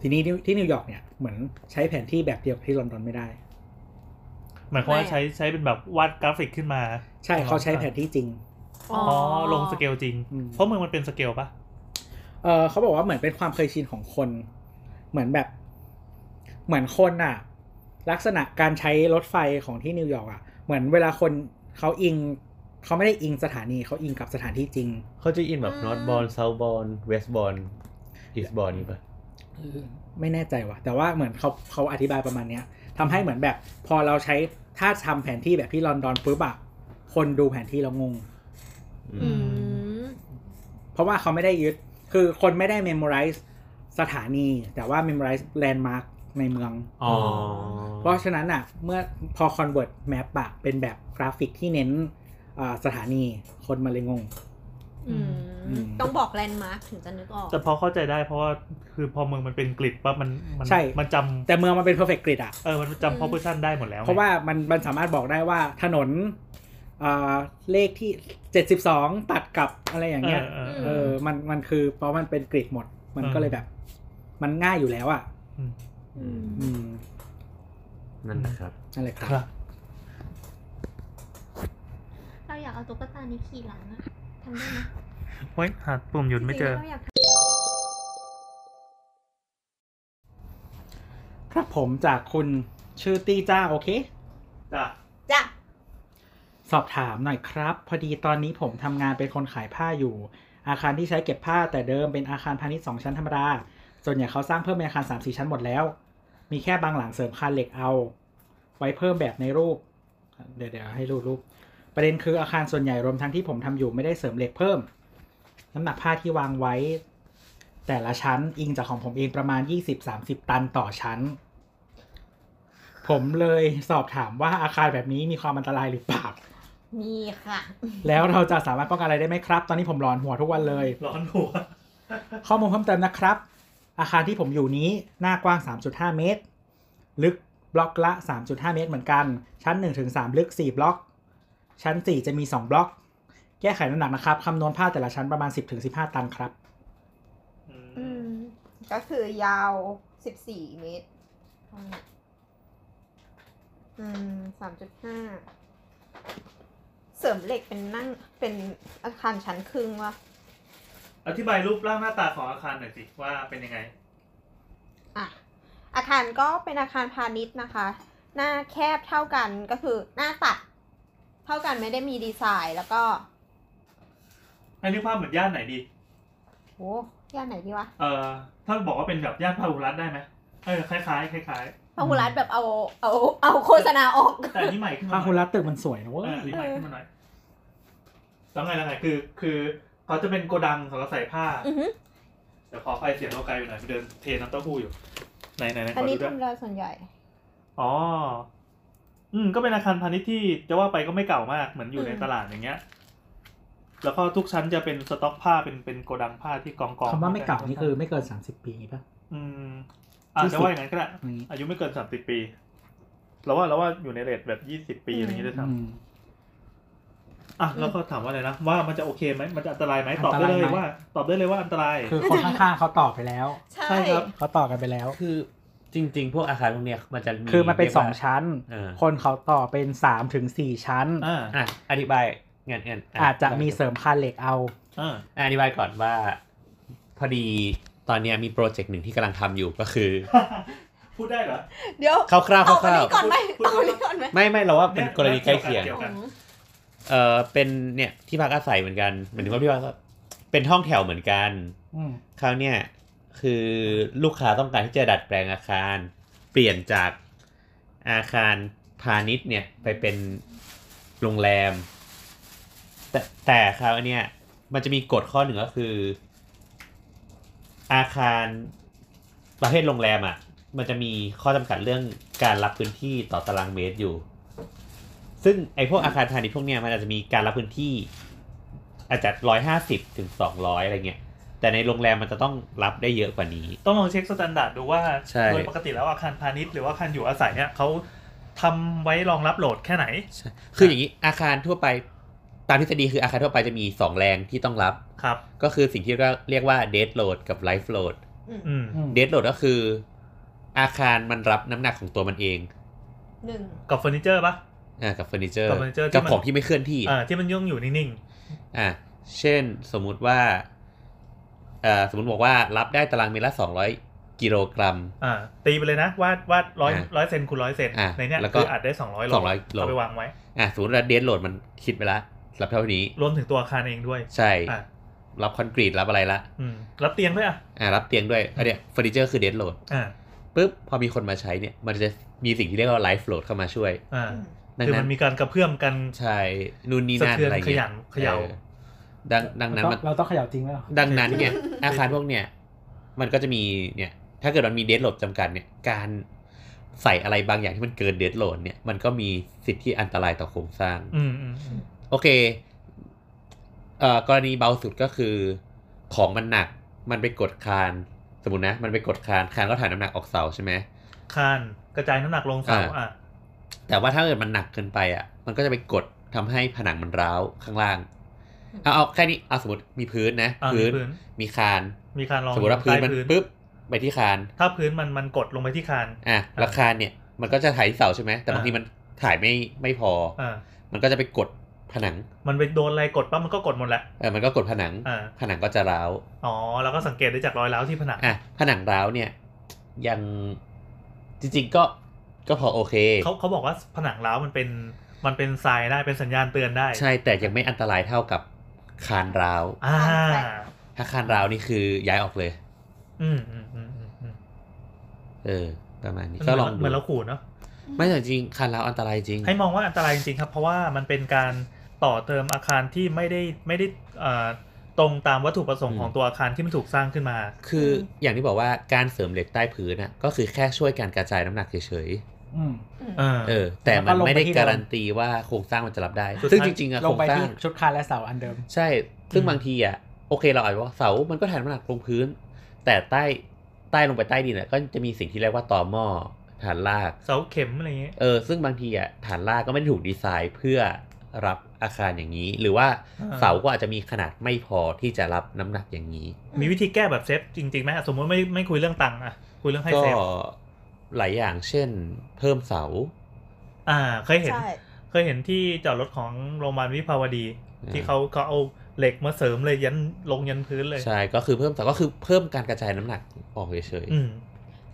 B: ทีนี้ที่ที่นิวยอร์กเนี่ยเหมือนใช้แผนที่แบบเดียวกับที่ลอนดอนไม่ได้
C: หมายความว่าใช้ใช้เป็นแบบวาดกราฟิกขึ้นมา
B: ใช่เขาใช้แผนที่จริง
C: อ๋อ ลงสเกลจริง
B: อืม
C: เพราะเมืองมันเป็นสเกลปะ
B: เออเขาบอกว่าเหมือนเป็นความเคยชินของคน เหมือนแบบ เหมือนคนอ่ะ ลักษณะการใช้รถไฟของที่นิวยอร์กอ่ะเหมือนเวลาคนเขาอิงเขาไม่ได้อิงสถานีเขาอิงกับสถานที่จริง
D: เขาจะอินแบบ
E: อืม
D: นอตบอลเซาบอลเวสบอลอีสบอลนี่ปะ
B: ไม่แน่ใจว่ะ แต่ว่าเหมือนเขาเขาอธิบายประมาณเนี้ยทำให้เหมือนแบบ พอเราใช้ถ้าทำแผนที่แบบที่ลอนดอนปุ๊บอะคนดูแผนที่แล้วงง
E: อืม
B: เพราะว่าเขาไม่ได้ยึด คือคนไม่ได้ memorize สถานี แต่ว่า memorize landmark ในเมือง
D: อ๋อ
B: เพราะฉะนั้นอะเมื่อพอ convert map อะเป็นแบบกราฟิกที่เน้นอ่าสถานีคนมาเลยงง
E: อืม
B: อืม
E: ต้องบอกแลนด์มาร์คถึงจะนึกออก
C: แต่พอเข้าใจได้เพราะว่าคือพอเมืองมันเป็นกริดปั๊บมันมัน
B: ใช่
C: มันจำ
B: แต่เมืองมันเป็น perfect grid อ่ะ
C: เออมันจำ proportion ได้หมดแล้วไง
B: เพราะว่ามันมันสามารถบอกได้ว่าถนนเอ่อเลขที่ 72 ตัดกับอะไรอย่าง
C: เอ
B: เงี้
C: อย เออ
E: ม
C: เอ
B: เอ
C: อ
B: อ มัน มันคือ เพราะมันเป็นกริดหมด มันก็เลยแบบ มันง่ายอยู่แล้วอ่ะ
C: อืม
E: อืม
B: อืม
D: นั่นนะครับ
B: นั่นแหละครั
C: ครับ บ
E: เราอยากเอาตุ๊กตานี้ขี่หลังอะทำได้ไหม
C: เฮ้ยหาปุ่มหยุดไม่เจอ
E: จริงๆแล้วราอยากทำ
B: ครับผมจากคุณชื่อตี้จ้าโอเค
C: จ้ะ
E: จ้ะ
B: สอบถามหน่อยครับ พอดีตอนนี้ผมทำงานเป็นคนขายผ้าอยู่ อาคารที่ใช้เก็บผ้าแต่เดิมเป็นอาคารพาณิชย์สองชั้นธรรมดา ส่วนใหญ่เขาสร้างเพิ่มเป็นอาคารสามสี่ชั้นหมดแล้ว มีแค่บางหลังเสริมคานเหล็กเอา ไว้เพิ่มแบบในรูป เดี๋ยวเดี๋ยวให้รูปรูป ประเด็นคืออาคารส่วนใหญ่รวมทั้งที่ผมทำอยู่ไม่ได้เสริมเหล็กเพิ่ม น้ำหนักผ้าที่วางไว้ แต่ละชั้นอิงจากของผมเองประมาณ 20-30 ตันต่อชั้น ผมเลยสอบถามว่าอาคารแบบนี้มีความอันตรายหรือเปล่า
E: มีค่ะ
B: แล้วเราจะสามารถป้องกันอะไรได้ไหมครับ ตอนนี้ผมหลอนหัวทุกวันเลย
C: ร้อนหัว
B: ข้อมูลเพิ่มเติมนะครับ อาคารที่ผมอยู่นี้หน้ากว้าง 3.5 เมตร ลึกบล็อกละ 3.5 เมตรเหมือนกัน ชั้น 1-3 ลึก 4 บล็อก ชั้น 4 จะมี 2 บล็อก แก้ไขน้ำหนักนะครับ คำนวณผ้าแต่ละชั้นประมาณ 10-15 ตันครับ
E: อืม ก็คือยาวสิบสี่เมตรเท่านั้นอืมสามจุดห้าเสริมเหล็กเป็นนั่งเป็นอาคารชั้นครึ่งวะ
C: อธิบายรูปร่างหน้าตาของอาคารหน่อยสิ ว่าเป็นยังไง
E: อ่ะ อาคารก็เป็นอาคารพาณิชย์นะคะ หน้าแคบเท่ากันก็คือหน้าตัด เท่ากันไม่ได้มีดีไซน์แล้วก็
C: ให้นึกภาพเหมือนย่านไหนดี
E: โอ้ย่านไหนดีวะ
C: เอ่อ ถ้าบอกว่าเป็นแบบย่านพาหุรัตน์ได้ไหมเออคล้ายๆคล้าย
E: พาหุรัตน์แบบเอาเอาเอาโฆษณาออก
C: ๆแต่อันนี่ใหม่ขึ้นมาห
B: ผ้า
C: น่อย
B: คุณรัตตึกมันสวยนะเว้ย
C: เอออันนี้ใหม่ขึ้นมาหน่อยแล้วไงแล้วไงคือ คือเขาจะเป็นโกดังสำหรับใส่ผ้า
E: อือหือ
C: เดี๋ยวขอไฟเสียงเราไกลไปหน่อยไปเดินเทน้ำเต้าหู้อยู่ไหนไหนไหนข
E: อัน
C: อ
E: นี้
C: ดูด้วย
E: ทำเลส่วนใหญ่
C: อ๋อ อืม ก็เป็นอาคารพาณิชย์ที่จะว่าไปก็ไม่เก่ามาก เหมือนอยู่ใน
E: อืม
C: ตลาดอย่างเงี้ย แล้วก็ทุกชั้นจะเป็นสต็อกผ้าเป็นเป็นโกดังผ้าที่กองกอง
B: คำว่าไม่เก่านี่คือไม่เกิน 30 ปีป่ะ
C: อืมอาจจะว่าอย่างนั้นก็ได้
B: อย่างงี้
C: อายุไม่เกินสามสิบปี เราว่าเราว่าอยู่ในเรทแบบยี่สิบ20 ปีอะไรอย่างนี้ด้วยซ้
B: อืม
C: ำอ่ะแล้วก็ถามว่าอะไรนะ ว่ามันจะโอเคไหมมันจะอันตรายไหมตอบ
B: อันต
C: ได้
B: ราย
C: เลย
B: ไหม
C: ว่า ตอบได้เลยว่าอันตราย
B: คือคนข้างๆเขาตอบไปแล้ว
E: ใช่
C: ใช่ครับ
B: เขาตอบกันไปแล้ว
D: คือจริง ๆ พวกอาคารพวกเนี้ยมันจะมี
B: คือมันเป็นสอง
D: รียกว่า
B: ชั้น
D: เออ
B: คนเขาต่อเป็นสามถึงสี่ชั้น
C: อ่า
D: อ่ะอธิบายงานงาน
B: อาจจะมีเสริมคานเหล็กเอา
C: อ่า
D: อ่ะอธิบายก่อนว่าพอดีตอนเนี้ยมีโปรเจกต์หนึ่งที่กำลังทำอยู่ก็คือ
C: พูดได้เหรอ
E: เดี๋ยว
D: คร่าวๆ
E: เอา
D: ค
E: อัน
D: ร่าว
E: นี้ก่อนไหม
C: พูด
E: เอาอันนี้ก่อนไหม
D: ๆไม่ไม่เราว่าเป็นกรณีใกล้เคียง
C: เกี่ยวกัน
D: เออเป็นเนี่ยที่พักอาศัยเหมือนกันเหมือนว่าพี่ว่าเป็นห้องแถวเหมือนกัน
B: อืม
D: คราวเนี่ยคือลูกค้าต้องการที่จะดัดแปลงอาคาร เปลี่ยนจากอาคารพาณิชย์เนี่ยไปเป็นโรงแรม แต่แต่คราวเนี่ยมันจะมีกฎข้อหนึ่งก็คือ อาคารประเภทโรงแรมอะ่ะ มันจะมีข้อจำกัดเรื่องการรับพื้นที่ต่อตารางเมตรอยู่ ซึ่งไอพวกอาคารพาณิชย์พวกเนี้ยมันอาจจะมีการรับพื้นที่ อาจจะร้อยห้าสิบถึงสองร้อยอะไรเงี้ย แต่ในโรงแรมมันจะต้องรับได้เยอะกว่านี้
C: ต้องลองเช็คสแตนดาร์ดดูว่า
D: ใช่
C: โดยปกติแล้วอาคารพาณิชย์หรือว่าอาคารอยู่อาศัยเนี่ยเขาทำไว้รองรับโหลดแค่ไหน
D: คืออย่างนี้อาคารทั่วไปตามทฤษฎีคืออาคารทั่วไปจะมี 2 แรงที่ต้องรับ
C: ครับ
D: ก็คือสิ่งที่เรียกว่าเรียกว่า dead load กับ life load
C: อืม
B: อืม
D: dead load ก็คือ อาคารมันรับน้ำหนักของตัวมันเอง
E: หนึ่ง
C: กับเฟอร์นิเจอร์ปะ
D: อ่ากับเฟอร์นิเจอร์
C: กับ furniture ที่
D: กับ
C: มัน
D: ของที่ไม่เคลื่อนที่
C: อ่าที่มันย่องอยู่นิ่ง
D: อ่าเช่นสมมุติว่าเอ่อสมมติบอกว่ารับได้ตารางเมตรละ200 กิโลกรัม
C: ๆอ่า ตีไปเลยนะวาดวาดร้อย
D: อ่ะ
C: ร้อยเซนคูณร้อยเซน
D: อ่ะ
C: ในเนี้ย
D: แล้วก็
C: คืออัดได้สองร้อยโหล
D: สองร้อยโหล
C: เอาไปวางไว้
D: อ่าสมมติว่า dead load มันคิดไปละรับเท่านี้
C: รวมถึงตัวอาคารเองด้วย
D: ใช่
C: อ่า
D: รับคอนกรีตรับอะไรละ
C: อืมรับเตียงด้วยอ่ะ
D: อ่ารับเตียงด้วยอันเนี้ยเฟอร์นิเจอร์คือ dead load
C: อ่า
D: ปุ๊บพอมีคนมาใช้เนี่ยมันจะมีสิ่งที่เรียกว่าไลฟ์โหลดเข้ามาช่วย
C: อ่า
D: ดัง
C: คือ
D: นั้
C: มัน นมีการกระเพื่อมกัน
D: ใช่นู่นนี่
C: สะ
D: นั่น
C: เทือน
D: อะไร
C: ข
D: เงี้
C: ยั
D: ย
C: นเขย่า
D: เออดังดังนั้นมัน
B: เราต้องเขย่าจริงไหมหรอ
D: ดังนั้นเนี่ย อาคารพวกเนี่ยมันก็จะมีเนี่ยถ้าเกิดมันมีเด d โหลดจำกัดเนี่ยการใส่อะไรบางอย่างที่มันเกินเด d โหลดเนี่ยมันก็มีสิทธิ์ที่อันตรายต่อโครงสร้าง
C: อืมอืมอืม
D: โอเค เอ่อกรณีเบาสุดก็คือของมันหนักมันไปกดคาน สมมตินะ มันไปกดคานคานก็ถ่ายน้ำหนักออกเสาใช่ไหม
C: คานกระจายน้ำหนักลงเสา
D: อ่า
C: อ่ะ
D: แต่ว่าถ้าเกิดมันหนักเกินไปอ่ะ มันก็จะไปกดทำให้ผนังมันร้าวข้างล่างเอาเอาแค่นี้เอาสมมติมีพื้นนะ
C: อ่ะมี
D: พื้น
C: พื้น
D: มีคาน
C: มีคานรอง
D: สมมติว่าพื้น
C: ใต้
D: มันปุ๊บไปที่คาน
C: ถ้าพื้นมันมันกดลงไปที่คาน
D: อ่ะแล้วคานเนี่ยมันก็จะถ่ายที่เสาใช่ไหมแต่บาง
C: อ่า
D: ทีมันถ่ายไม่ไม่พออ
C: อ่า
D: มันก็จะไปกดผนัง
C: มันไปโดนอะไรกดปั๊บมันก็กดหมดแหละ
D: เออมันก็กดผนัง
C: อ่า
D: ผนังก็จะร้าว
C: อ๋อแล้วก็สังเกตได้จากรอยร้าวที่ผนัง
D: อ่ะผนังร้าวเนี่ย ยังจริงๆก็ก็พอโอเค
C: เขาเขาบอกว่าผนังร้าวมันเป็นมันเป็นทรายได้เป็นสัญญาณเตือนได้
D: ใช่แต่ยังไม่อันตรายเท่ากับคานร้าว
C: อ่า
D: ถ้าคานร้าวนี่คือย้ายออกเลย
C: อืมอืมอืมอืมอืม
D: เออ ประมาณนี้
C: มัน
D: ก็
C: เห
D: ล
C: มื
D: อ
C: อง น
D: ดู
C: เหมือนเราขู่เนาะ
D: ไม่แต่จริงคานร้าวอันตรายจริง
C: ให้มองว่าอันตรายจริงๆครับ เพราะว่ามันเป็นการต่อเติมอาคารที่ไม่ได้ไม่ได้เอ่อตรงตามวัตถุประสงค์
D: อืม
C: ของตัวอาคารที่มันถูกสร้างขึ้นมา
D: คืออย่างที่บอกว่าการเสริมเหล็กใต้พื้นน่ะก็คือแค่ช่วยการกระจายน้ำหนักเฉย
B: อืม
C: เออ
D: ๆเออ แต่มัน
B: แล้วก็ลงไป
D: ไม่ได้
B: ที่เดิม
D: การันตีว่าโครงสร้างมันจะรับได้ ซึ่งจริงๆอะ
B: ล
D: โครง ง
B: ไป
D: สร้าง
B: ที่ชุดคานและเสาอันเดิม
D: ใช่ ซึ่งบางทีอะโอเคเราอาจจะว่าเสา มันก็ถ่ายน้ำหนักลงพื้น แต่ใต้ใต้ลงไปใต้ดินน่ะก็จะมีสิ่งที่เรียกว่าตอหม้อฐานราก
C: เสาเข็มอะไรอย่างเงี้ย
D: เออซึ่งบางทีอ่ะฐานรากก็ไม่ได้ถูกดีไซน์เพื่อรับอาคารอย่างนี้ หรือว่า
C: อ่า
D: เสาก็อาจจะมีขนาดไม่พอที่จะรับน้ำหนักอย่างนี้
C: มีวิธีแก้แบบเซฟจริงๆไหมอ่ะสมมติไม่ไม่คุยเรื่องตังค์อะคุยเรื่องให้
D: ก็
C: เซฟ
D: หลายอย่างเช่น เพิ่มเสา
C: อ่า เคยเห็น
E: ใช่
C: เคยเห็นที่จอดรถของโรงพยาบาลวิภาวดี ที่เขาเขาเอาเหล็กมาเสริมเลยยันลงยันพื้นเลย
D: ใช่ก็คือเพิ่มเสาก็คือเพิ่มการกระจายน้ำหนักออกเฉย
C: อืม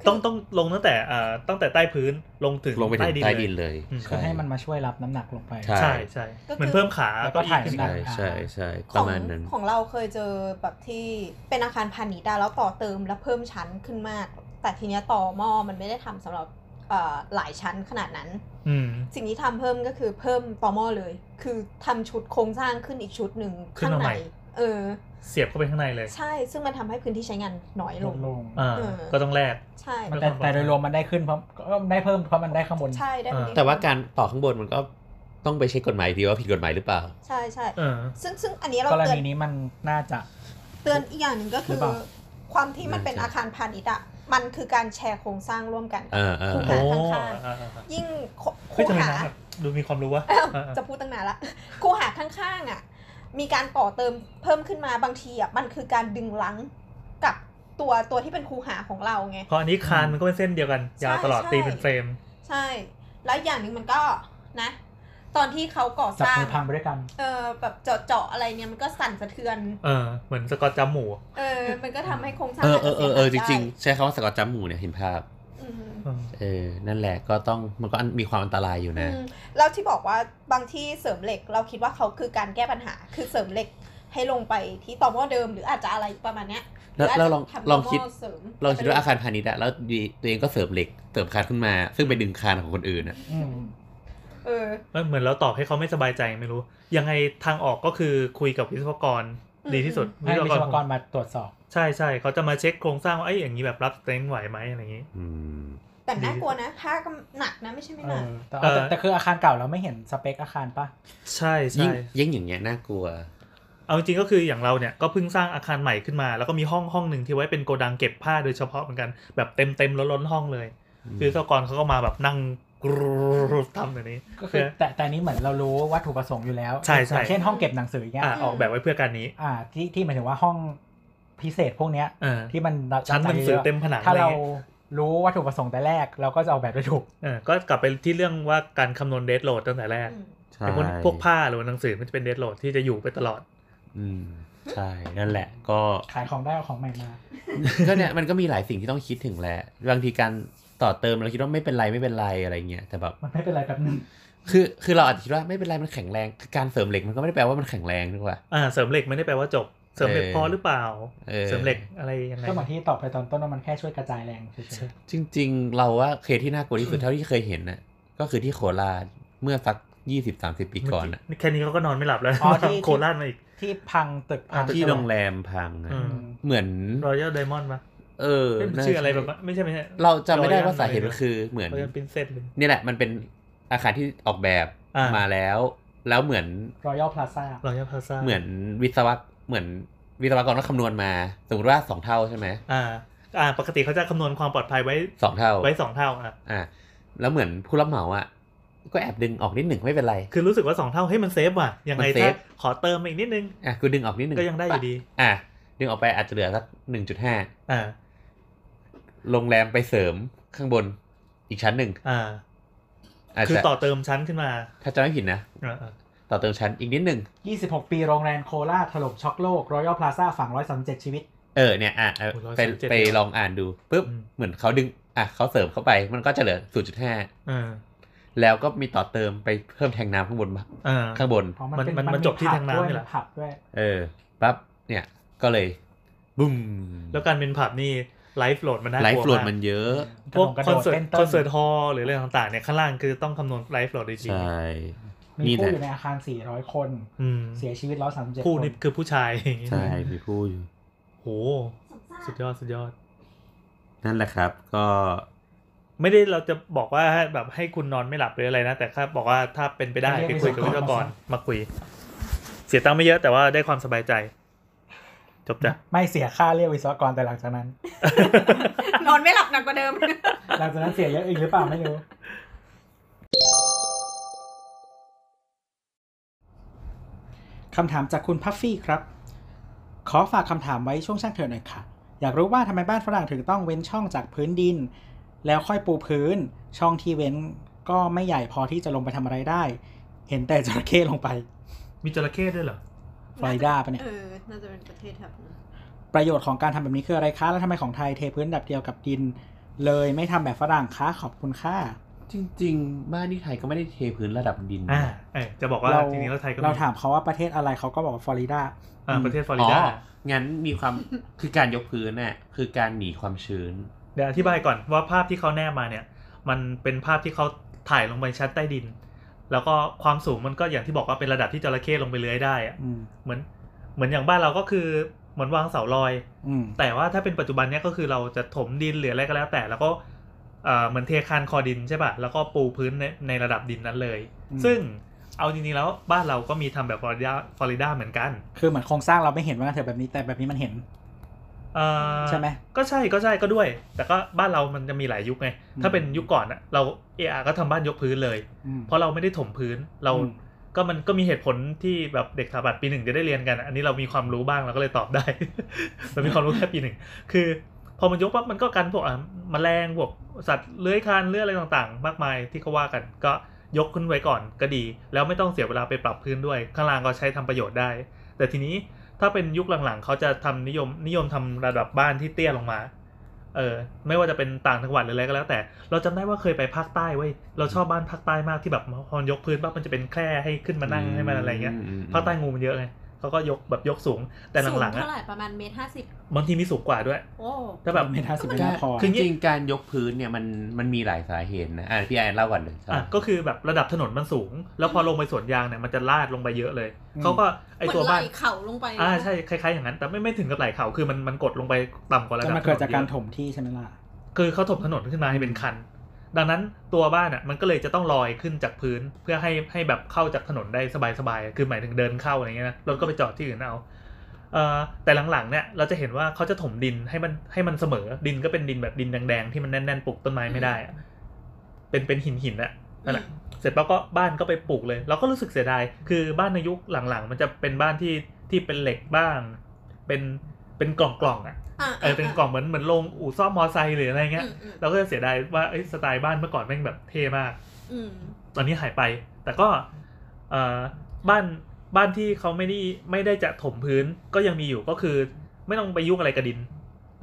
C: ต้องต้องลงตั้งแต่อ่าตั้งแต่ใต้พื้นลงถึง
D: ๆลงไปถึงใต้ดินเลย
C: อืม
B: คือ
D: ช่
B: ให้มันมาช่วยรับน้ำหนักลงไป
D: ใช่
C: ใช่ใช่
E: ก็คือ
C: เหมือนเพิ่มขา
B: แล้วก็
C: เก้าอี้
B: ถ่าย
C: ขึ้นมา
D: ใช่ใช่ใช่
E: ข
D: ประ
E: อง
D: มาณนั้น
E: ของเราเคยเจอแบบที่เป็นอาคารพาณิชย์อะแล้วต่อเติมแล้วเพิ่มชั้นขึ้นมาก แต่ทีเนี้ยต่อหม้อมันไม่ได้ทำสำหรับเอ่อหลายชั้นขนาดนั้น
C: อืม
E: สิ่งที่ทำเพิ่มก็คือเพิ่มต่อหม้อเลย คือทำชุดโครงสร้างขึ้นอีกชุดหนึ่ง
C: ขึ้น
E: ข้าง
C: มาให
E: ใน
C: ม่
E: เออ
C: เสียบเข้าไปข้างในเลย
E: ใช่ซึ่งมันทำให้พื้นที่ใช้งานน้อยล
B: ล
E: ง
B: งลง
C: อ่า
E: เออ
C: ก็ต้องแลก
E: ใช่
C: มัน
B: แต่แต่โดยรวมมันได้ขึ้นเพราะก็ได้เพิ่มเพราะมันได้ข้างบน
E: ใช่ได้
C: เออ
E: ดี
D: แต่ว่าการต่อข้างบนมันก็ต้องไปเช็คกฎหมายอีกทีว่าผิดกฎหมายหรือเปล่า
E: ใช่ใช่
C: เออ
E: ซึ่งซึ่งอันนี้เรา
B: กร
E: เตือน
B: ณีนี้มันน่าจะ
E: เตือนอีกอย่างหนึ่งก็คื
B: หรือ อเปล่า
E: ความที่มันเป็นอาคารพาณิชย์อะมันคือการแชร์โครงสร้างร่วมกัน
D: เออเออ
E: คู่
D: เอ
E: หา
D: อ
E: ข้าง
C: โอ้อ่าอ่าอ่า
E: ๆยิ่ง
C: เฮ้ย
E: คู่
C: ทำไม
E: หา
C: น้ำแบบดูมีความรู้วะ
E: เอ้า
C: อ่าอ่า
E: จะพูดตั้งนานละคูหาข้างๆอ่ะ มีการต่อเติมเพิ่มขึ้นมาบางทีอ่ะมันคือการดึงลังกับตัวตัวที่เป็นคูหาของเราไง
C: เพราะอันนี้คานมันก็เป็นเส้นเดียวกัน ยาวตลอด
E: ใช่
C: ตีเป็นเฟรม
E: ใช่ แล้วอย่างหนึ่งมันก็นะ ตอนที่เขาก่อ
B: จั
E: ส
B: บ
E: ร้าง
B: มือพังไปด้วยกัน
E: เออแบบเจาะๆอะไรเนี่ยมันก็สั่นสะเทือน
C: เออ เหมือนสกอตจำหมู
E: เออ มันก็ทำให้โครงสร้าง
D: เออเออเออเออจ
E: าะสียหายได้
D: ริงๆ ใช้คำว่าสะกอตจัมหมูเนี่ยเห็นภาพ
E: อืม
C: อืม
D: เออ นั่นแหละก็ต้องมันก็อันมีความอันตรายอยู่นะ
E: อืมแล้วที่บอกว่าบางที่เสริมเหล็ก เราคิดว่าเขาคือการแก้ปัญหา คือเสริมเหล็กให้ลงไปที่ต่อหม้อเดิม หรืออาจจะอะไรประมาณเนี้ยห
D: แล้ว
E: จ
D: เรา
E: จะ
D: ลอง
E: ทำ
D: ลอง
E: ต่หม้
D: คิด
E: เสริม
D: ลองคิดว่าอาคารพาณิชย์อะแล้วดีตัวเองก็เสริมเหล็กเสริมคานขึ้นมา ซึ่งไปดึงคานของคนอื่นอะ
B: อืม
E: เออ
C: มันเหมือนเราตอบให้เขาไม่สบายใจไม่รู้ ยังไงทางออกก็คือคุยกับวิศวกร
E: อืม
C: ดีที่สุด
B: ให้วิศวกร
C: ผม
B: มาตรวจสอบ
C: ใช่ใช่เขาจะมาเช็คโครงสร้างว่าไอ้ยอย่างนี้แบบรับสเตนไหวไหมอะไรอย่างนี้
D: อืม
E: แต่น่ากลัวนะถ้าก็หนักนะไม่ใช่ไม่หนัก
B: แต่เอาแต่
C: เออ
B: แต่คืออาคารเก่าเราไม่เห็นสเปคอาคารปะ
C: ใช่
D: ยิ่ง
C: ใช่
D: ยิ่งอย่างเงี้ยน่ากลัว
C: เอาจริงๆก็คืออย่างเราเนี่ยก็เพิ่งสร้างอาคารใหม่ขึ้นมา แล้วก็มีห้องห้องหนึ่งที่ไว้เป็นโกดังเก็บผ้าโดยเฉพาะเหมือนกันแบบเต็มเต็มๆล้นๆห้องเลย คือสกรเขาก็มาแบบนั่งกรูดทำแบบนี้
B: ก็คือแต่แต่อันนี้เหมือนเรารู้วัตถุประสงค์อยู่แล้ว
C: ใช่ใช่
B: อย่างเช่นห้องเก็บหนังสืออย่างเงี้ย
C: อ่าออกแบบไว้เพื่อการนี้
B: อ่าที่ที่หมายถึงว่าห้องพิเศษพวกเนี้ย
C: เออ
B: ที่มัน
C: ชั้นหนังสือเต็มผนัง
B: ถ้า
C: อะไร
B: เรา
C: เงี้ย
B: รู้วัตถุประสงค์แต่แรก เราก็จะออกแบบได้ถูก
C: เออก็กลับไปที่เรื่องว่าการคำนวณเดทโหลดตั้งแต่แรก
E: อืม
D: ใช่
C: ไอ้พวกพวกผ้าหรือหนังสือมันจะเป็นเดทโหลดที่จะอยู่ไปตลอด
D: อืมใช่ นั่นแหละ ก็
B: ขายของได้เอาของใหม่มา
D: ก็เนี่ยมันก็มีหลายสิ่งที่ต้องคิดถึงแหละ บางทีการต่อเติมเราคิดว่าไม่เป็นไรไม่เป็นไรอะไรเงี้ย แต่แบบ
B: มันไม่เป็นไรแบบนึง
D: คือ คือเราอาจจะคิดว่าไม่เป็นไรมันแข็งแรง คือการเสริมเหล็กมันก็ไม่ได้แปลว่ามันแข็งแรงนึกว่า
C: อ่าเสริมเหล็กไม่ได้แปลว่าจบ เสริมเหล็ก
D: เออ
C: พอหรือเปล่า
D: เออ
C: เสริมเหล็กอะไรยังไง
B: ก็เหมือนที่ตอบไปตอนต้นว่ามันแค่ช่วยกระจายแรงเฉย
D: จริง ๆ เราว่าเคสที่น่ากลัวที่สุดเท่าที่เคยเห็นนะก็คือที่โคราชเมื่อสักยี่สิบสามสิบปีก่อนอะ
C: แค่นี้เขาก็นอนไม่หลับแล้ว
B: ๆอ๋อที่
C: โคราชมาอีก
B: ที่พังตึกพัง
D: ที่โรงแรมพังอะ
C: อื
B: อืม
D: เหมือน
C: รอยัลไดมอนด์ปะ
D: เออ
C: เป็น
D: น่า
C: ชื่ออะไรแบบว่าไม่ใช่ไม่ใช่
D: เราจำไม่ได้ว่าสาเหตุมันคือเหมือน
C: เรายังเป็นเส้นเลย
D: นี่แหละมันเป็นอาคารที่ออกแบบ
C: อ่า
D: มาแล้ว แล้วเหมือน
B: รอยัลพลาซ่า
C: รอยัลพาซ่า
D: เหมือนวิศวะเหมือนวิศวกรก็คำนวณมา สมมติว่าสองเท่าใช่ไหม
C: อ่า อ่า ปกติเขาจะคำนวณความปลอดภัยไว้
D: สองเท่า
C: ไว้สองเท่าอ่ะ
D: อ่าแล้วเหมือนผู้รับเหมาอ่ะก็แอบดึงออกนิดหนึ่งไม่เป็นไร
C: คือรู้สึกว่าสองเท่าเฮ้ยมันเซฟว่ะ ยังไง
D: มันเซ
C: ถ้า
D: ฟ
C: ขอเติมมาอีกนิดนึง
D: อ่ะกูดึงออกนิดหนึ่ง
C: ก็ยังได้อยู่ดี
D: อ่ะดึงออกไปอาจจะเหลือสักหนึ่งจุดห้า
C: อ่า
D: โรงแรมไปเสริมข้างบนอีกชั้นหนึ่ง
C: อ่า
D: อาจ
C: คือ
D: จะ
C: ต่อเติมชั้นขึ้นมา
D: ถ้าจำไม่ผิดนะ
C: อ่าอ่า
D: ต่อเติมชั้นอีกนิดหนึ่ง
B: 26 ปีโรงแรมโคราชถล่มช็อกโลกรอยัลพลาซ่าฝัง137 ชีวิต
D: เออเนี่ยอ่ะเอา
C: โอ้ยร้อย
D: ไป
C: สามสิบเจ็ด
D: ไปลองอ่านดูปุ๊บ
C: อืม
D: เหมือนเขาดึงอ่ะเขาเสริมเข้าไปมันก็จะเหลือศูนย์จุดห้า
C: อ่า
D: แล้วก็มีต่อเติมไปเพิ่มแทงน้ำข้างบน
C: อ่า
D: ข้างบน
B: เพราะมัน
C: มัน
B: เป็น
C: มันมันจบที่ทางน้ำนี่แหละ
B: ผับด้วย
D: เออปั๊บเนี่ยก็เลยบุ้ม
C: แล้วการเป็นผับนี่ไลฟ์โหลดมันน่า
D: ไล
C: ก
D: ฟ์
C: ลัว
D: โหลด
C: มา
D: มั
C: ก
D: นเยอะ
C: พวก
B: กระ
C: ค
B: โด
C: อน
B: ด
C: เสิร์ต
B: เต้นเต้
C: คอน นเสิร์ตฮอลล์หรืออะไรต่างๆเนี่ยข้างล่างคือต้องคำนวณไลฟ์โหลดจริง
D: ใช่
B: มี
D: นี่
B: ผู้
D: แหละ
B: อยู่ในอาคาร 400 คน
C: ๆอืม
B: เสียชีวิต 137
C: คู่
B: คน
C: นี่คือผู้ชายอย่างงี้
D: ใช่มีผู้อยู่
C: โหสุดยอดสุดยอด
D: นั่นแหละครับ ก็
C: ไม่ได้เราจะบอกว่าแบบให้คุณนอนไม่หลับหรืออะไรนะ แต่แค่บอกว่าถ้าเป็นไปได้ไปคุยกับวิศวกรมาคุย เสียตังค์ไม่เยอะแต่ว่าได้ความสบายใจ จบจ้ะ
B: ไม่เสียค่าเรียกวิศวกรแต่หลังจากนั้น
E: นอนไม่หลับหนักกว่าเดิม
B: หลังจากนั้นเสียเยอะอีกหรือเปล่าไม่รู้ คำถามจากคุณพัฟฟี่ครับ ขอฝากคำถามไว้ช่วงช่างเถอะหน่อยค่ะ อยากรู้ว่าทำไมบ้านฝรั่งถึงต้องเว้นช่องจากพื้นดิน แล้วค่อยปูพื้น ช่องที่เว้นก็ไม่ใหญ่พอที่จะลงไปทำอะไรได้ เห็นแต่จระเข้ลงไป
C: มีจระเข้ด้วยเหรอ
B: ฟลอริดาปะเนี่ย
E: เออ น่าจะเป็นประเทศแถบนั้น
B: ประโยชน์ของการทำแบบนี้คืออะไรคะ แล้วทำไมของไทยเทพื้นแบบเดียวกับดิน เลยไม่ทำแบบฝรั่งคะขอบคุณค่ะ
D: จริง ๆ บ้านที่ไทยก็ไม่ได้เทพื้นระดับดิน
C: อ่าเอยจะบอกว่าจริงๆแล้วไทยก็มี
B: เราถามเขาว่าประเทศอะไรเขาก็บอกว่าฟลอริดา
C: อ่าประเทศฟลอริ
D: อ๋อ
C: ดา
D: งั้นมีความ คือการยกพื้นน่ะคือการหนีความชื้น
C: เดี๋ยวอธิบายก่อนว่าภาพที่เขาแนบมาเนี่ย มันเป็นภาพที่เขาถ่ายลงไปชั้นใต้ดิน แล้วก็ความสูงมันก็อย่างที่บอกว่าเป็นระดับที่จระเข้ลงไปเลื้อยได้อะ
B: อืม
C: เหมือนเหมือนอย่างบ้านเราก็คือเหมือนวางเสาลอย
B: อืม
C: แต่ว่าถ้าเป็นปัจจุบันเนี่ยก็คือเราจะถมดินหรืออะไรก็แล้วแต่ แล้วก็เอ่อเหมือนเทคานคอดินใช่ป่ะแล้วก็ปูพื้นในในระดับดินนั้นเลย ซึ่งเอาจริงๆแล้วบ้านเราก็มีทำแบบฟลอริดาฟลอริดาเหมือนกัน
B: คือเหมือนโครงสร้างเราไม่เห็นว่าเธอแบบนี้แต่แบบนี้มันเห็น
C: เอ่อ
B: ใช่ไหม
C: ก็ใช่ก็ใช่ก็ด้วย แต่ก็บ้านเรามันจะมีหลายยุคไงถ้าเป็นยุคก่อนอะเราเออก็ทำบ้านยกพื้นเลย
B: อืม
C: เพราะเราไม่ได้ถมพื้นเรา
B: อืม
C: ก็มันก็มีเหตุผลที่แบบเด็กสถาปัตย์ปีหนึ่งจะได้เรียนกันอะอันนี้เรามีความรู้บ้างเราก็เลยตอบได้ เรามีความรู้แค่ปีหนึ่งคือ พอมันยกปั๊บมันก็กันพวกอ่ะแมลงพวกสัตว์เลื้อยคลานเลื้อยอะไรต่างๆ มากมายที่เขาว่ากันก็ยกขึ้นไว้ก่อนก็ดี แล้วไม่ต้องเสียเวลาไปปรับพื้นด้วย ข้างล่างก็ใช้ทำประโยชน์ได้ แต่ทีนี้ถ้าเป็นยุคหลังๆ เขาจะทำนิยมนิยมทำระดับบ้านที่เตี้ยลงมาเออไม่ว่าจะเป็นต่างจังหวัดหรืออะไรก็แล้วแต่ เราจำได้ว่าเคยไปภาคใต้เว้ยเราชอบบ้านภาคใต้มากที่แบบพอยกพื้นปั๊บมันจะเป็นแคร่ให้ขึ้นมานั่งให้มันอะไรเงี้ยภาคใต้งูมันเยอะไงเขาก็ยกแบบยกสูงแต่หลัง
E: สู
C: ๆอะ
E: เท่าไหร่ประมาณเมตรห้าสิบ
C: บางทีมีสูงกว่าด้วย
E: โอ้
C: ถ้าแบบ
B: เมตรห้าสิบไม่น่าพอ
D: คือจริงๆการยกพื้นเนี่ยมันมันมีหลายสาเหตุนะอ่ะพี่แอนเล่าก่อนเลยครับ
C: อ่ะก็คือแบบระดับถนนมันสูง แล้วพอลงไปสวนยางเนี่ยมันจะลาดลงไปเยอะเลย เขาก็ไอ
E: เหมื
C: ตั
E: อ
C: วน
E: ไห
C: บ้า
E: ล่
C: น
E: เข่าลงไป
C: อ่าใช่คล้ายๆอย่างนั้น แต่ไม่ไม่ถึงกับไหลเขาคือมันมันกดลงไปต่ำกว่าระ
B: แต่
C: ดับ
B: มันเกิดจากการ
C: ถนนเย
B: ถมที่ใช่ไหมล่ะ
C: อะคือเขาถมถนนขึ้นมาให้เป็นคัน ดังนั้นตัวบ้านอ่ะมันก็เลยจะต้องลอยขึ้นจากพื้นเพื่อให้ให้แบบเข้าจากถนนได้สบายๆคือหมายถึงเดินเข้าอะไรเงี้ยนะรถก็ไปจอดที่อื่นเอาเอ่อแต่หลังๆเนี่ยเราจะเห็นว่าเขาจะถมดินให้มันให้มันเสมอดินก็เป็นดินแบบดินแดงๆที่มันแน่นๆปลูกต้นไม้ไม่ได้อะเป็นเป็นหินหินๆอะนั่นแหละ เสร็จแล้วก็บ้านก็ไปปลูกเลย เราก็รู้สึกเสียดาย คือบ้านในยุคหลังๆ มันจะเป็นบ้านที่ที่เป็นเหล็กบ้าง เป็นเป็นกล่องกล่องๆอ่ะ
E: า
C: เออเป็นกล่องเหมือนเหมือนโรงอู่ซ่อมมอไซค์หรืออะไรเงี้ย
E: อืมอืม
C: เราก็จะเสียดายว่าเอ้ยสไตล์บ้านเมื่อก่อนแม่งแบบเท่มาก
E: อืม
C: ตอนนี้หายไป แต่ก็เอ่อบ้านบ้านที่เขาไม่ได้ไม่ได้จะถมพื้นก็ยังมีอยู่ก็คือ ไม่ต้องไปยุ่งอะไรกับดิน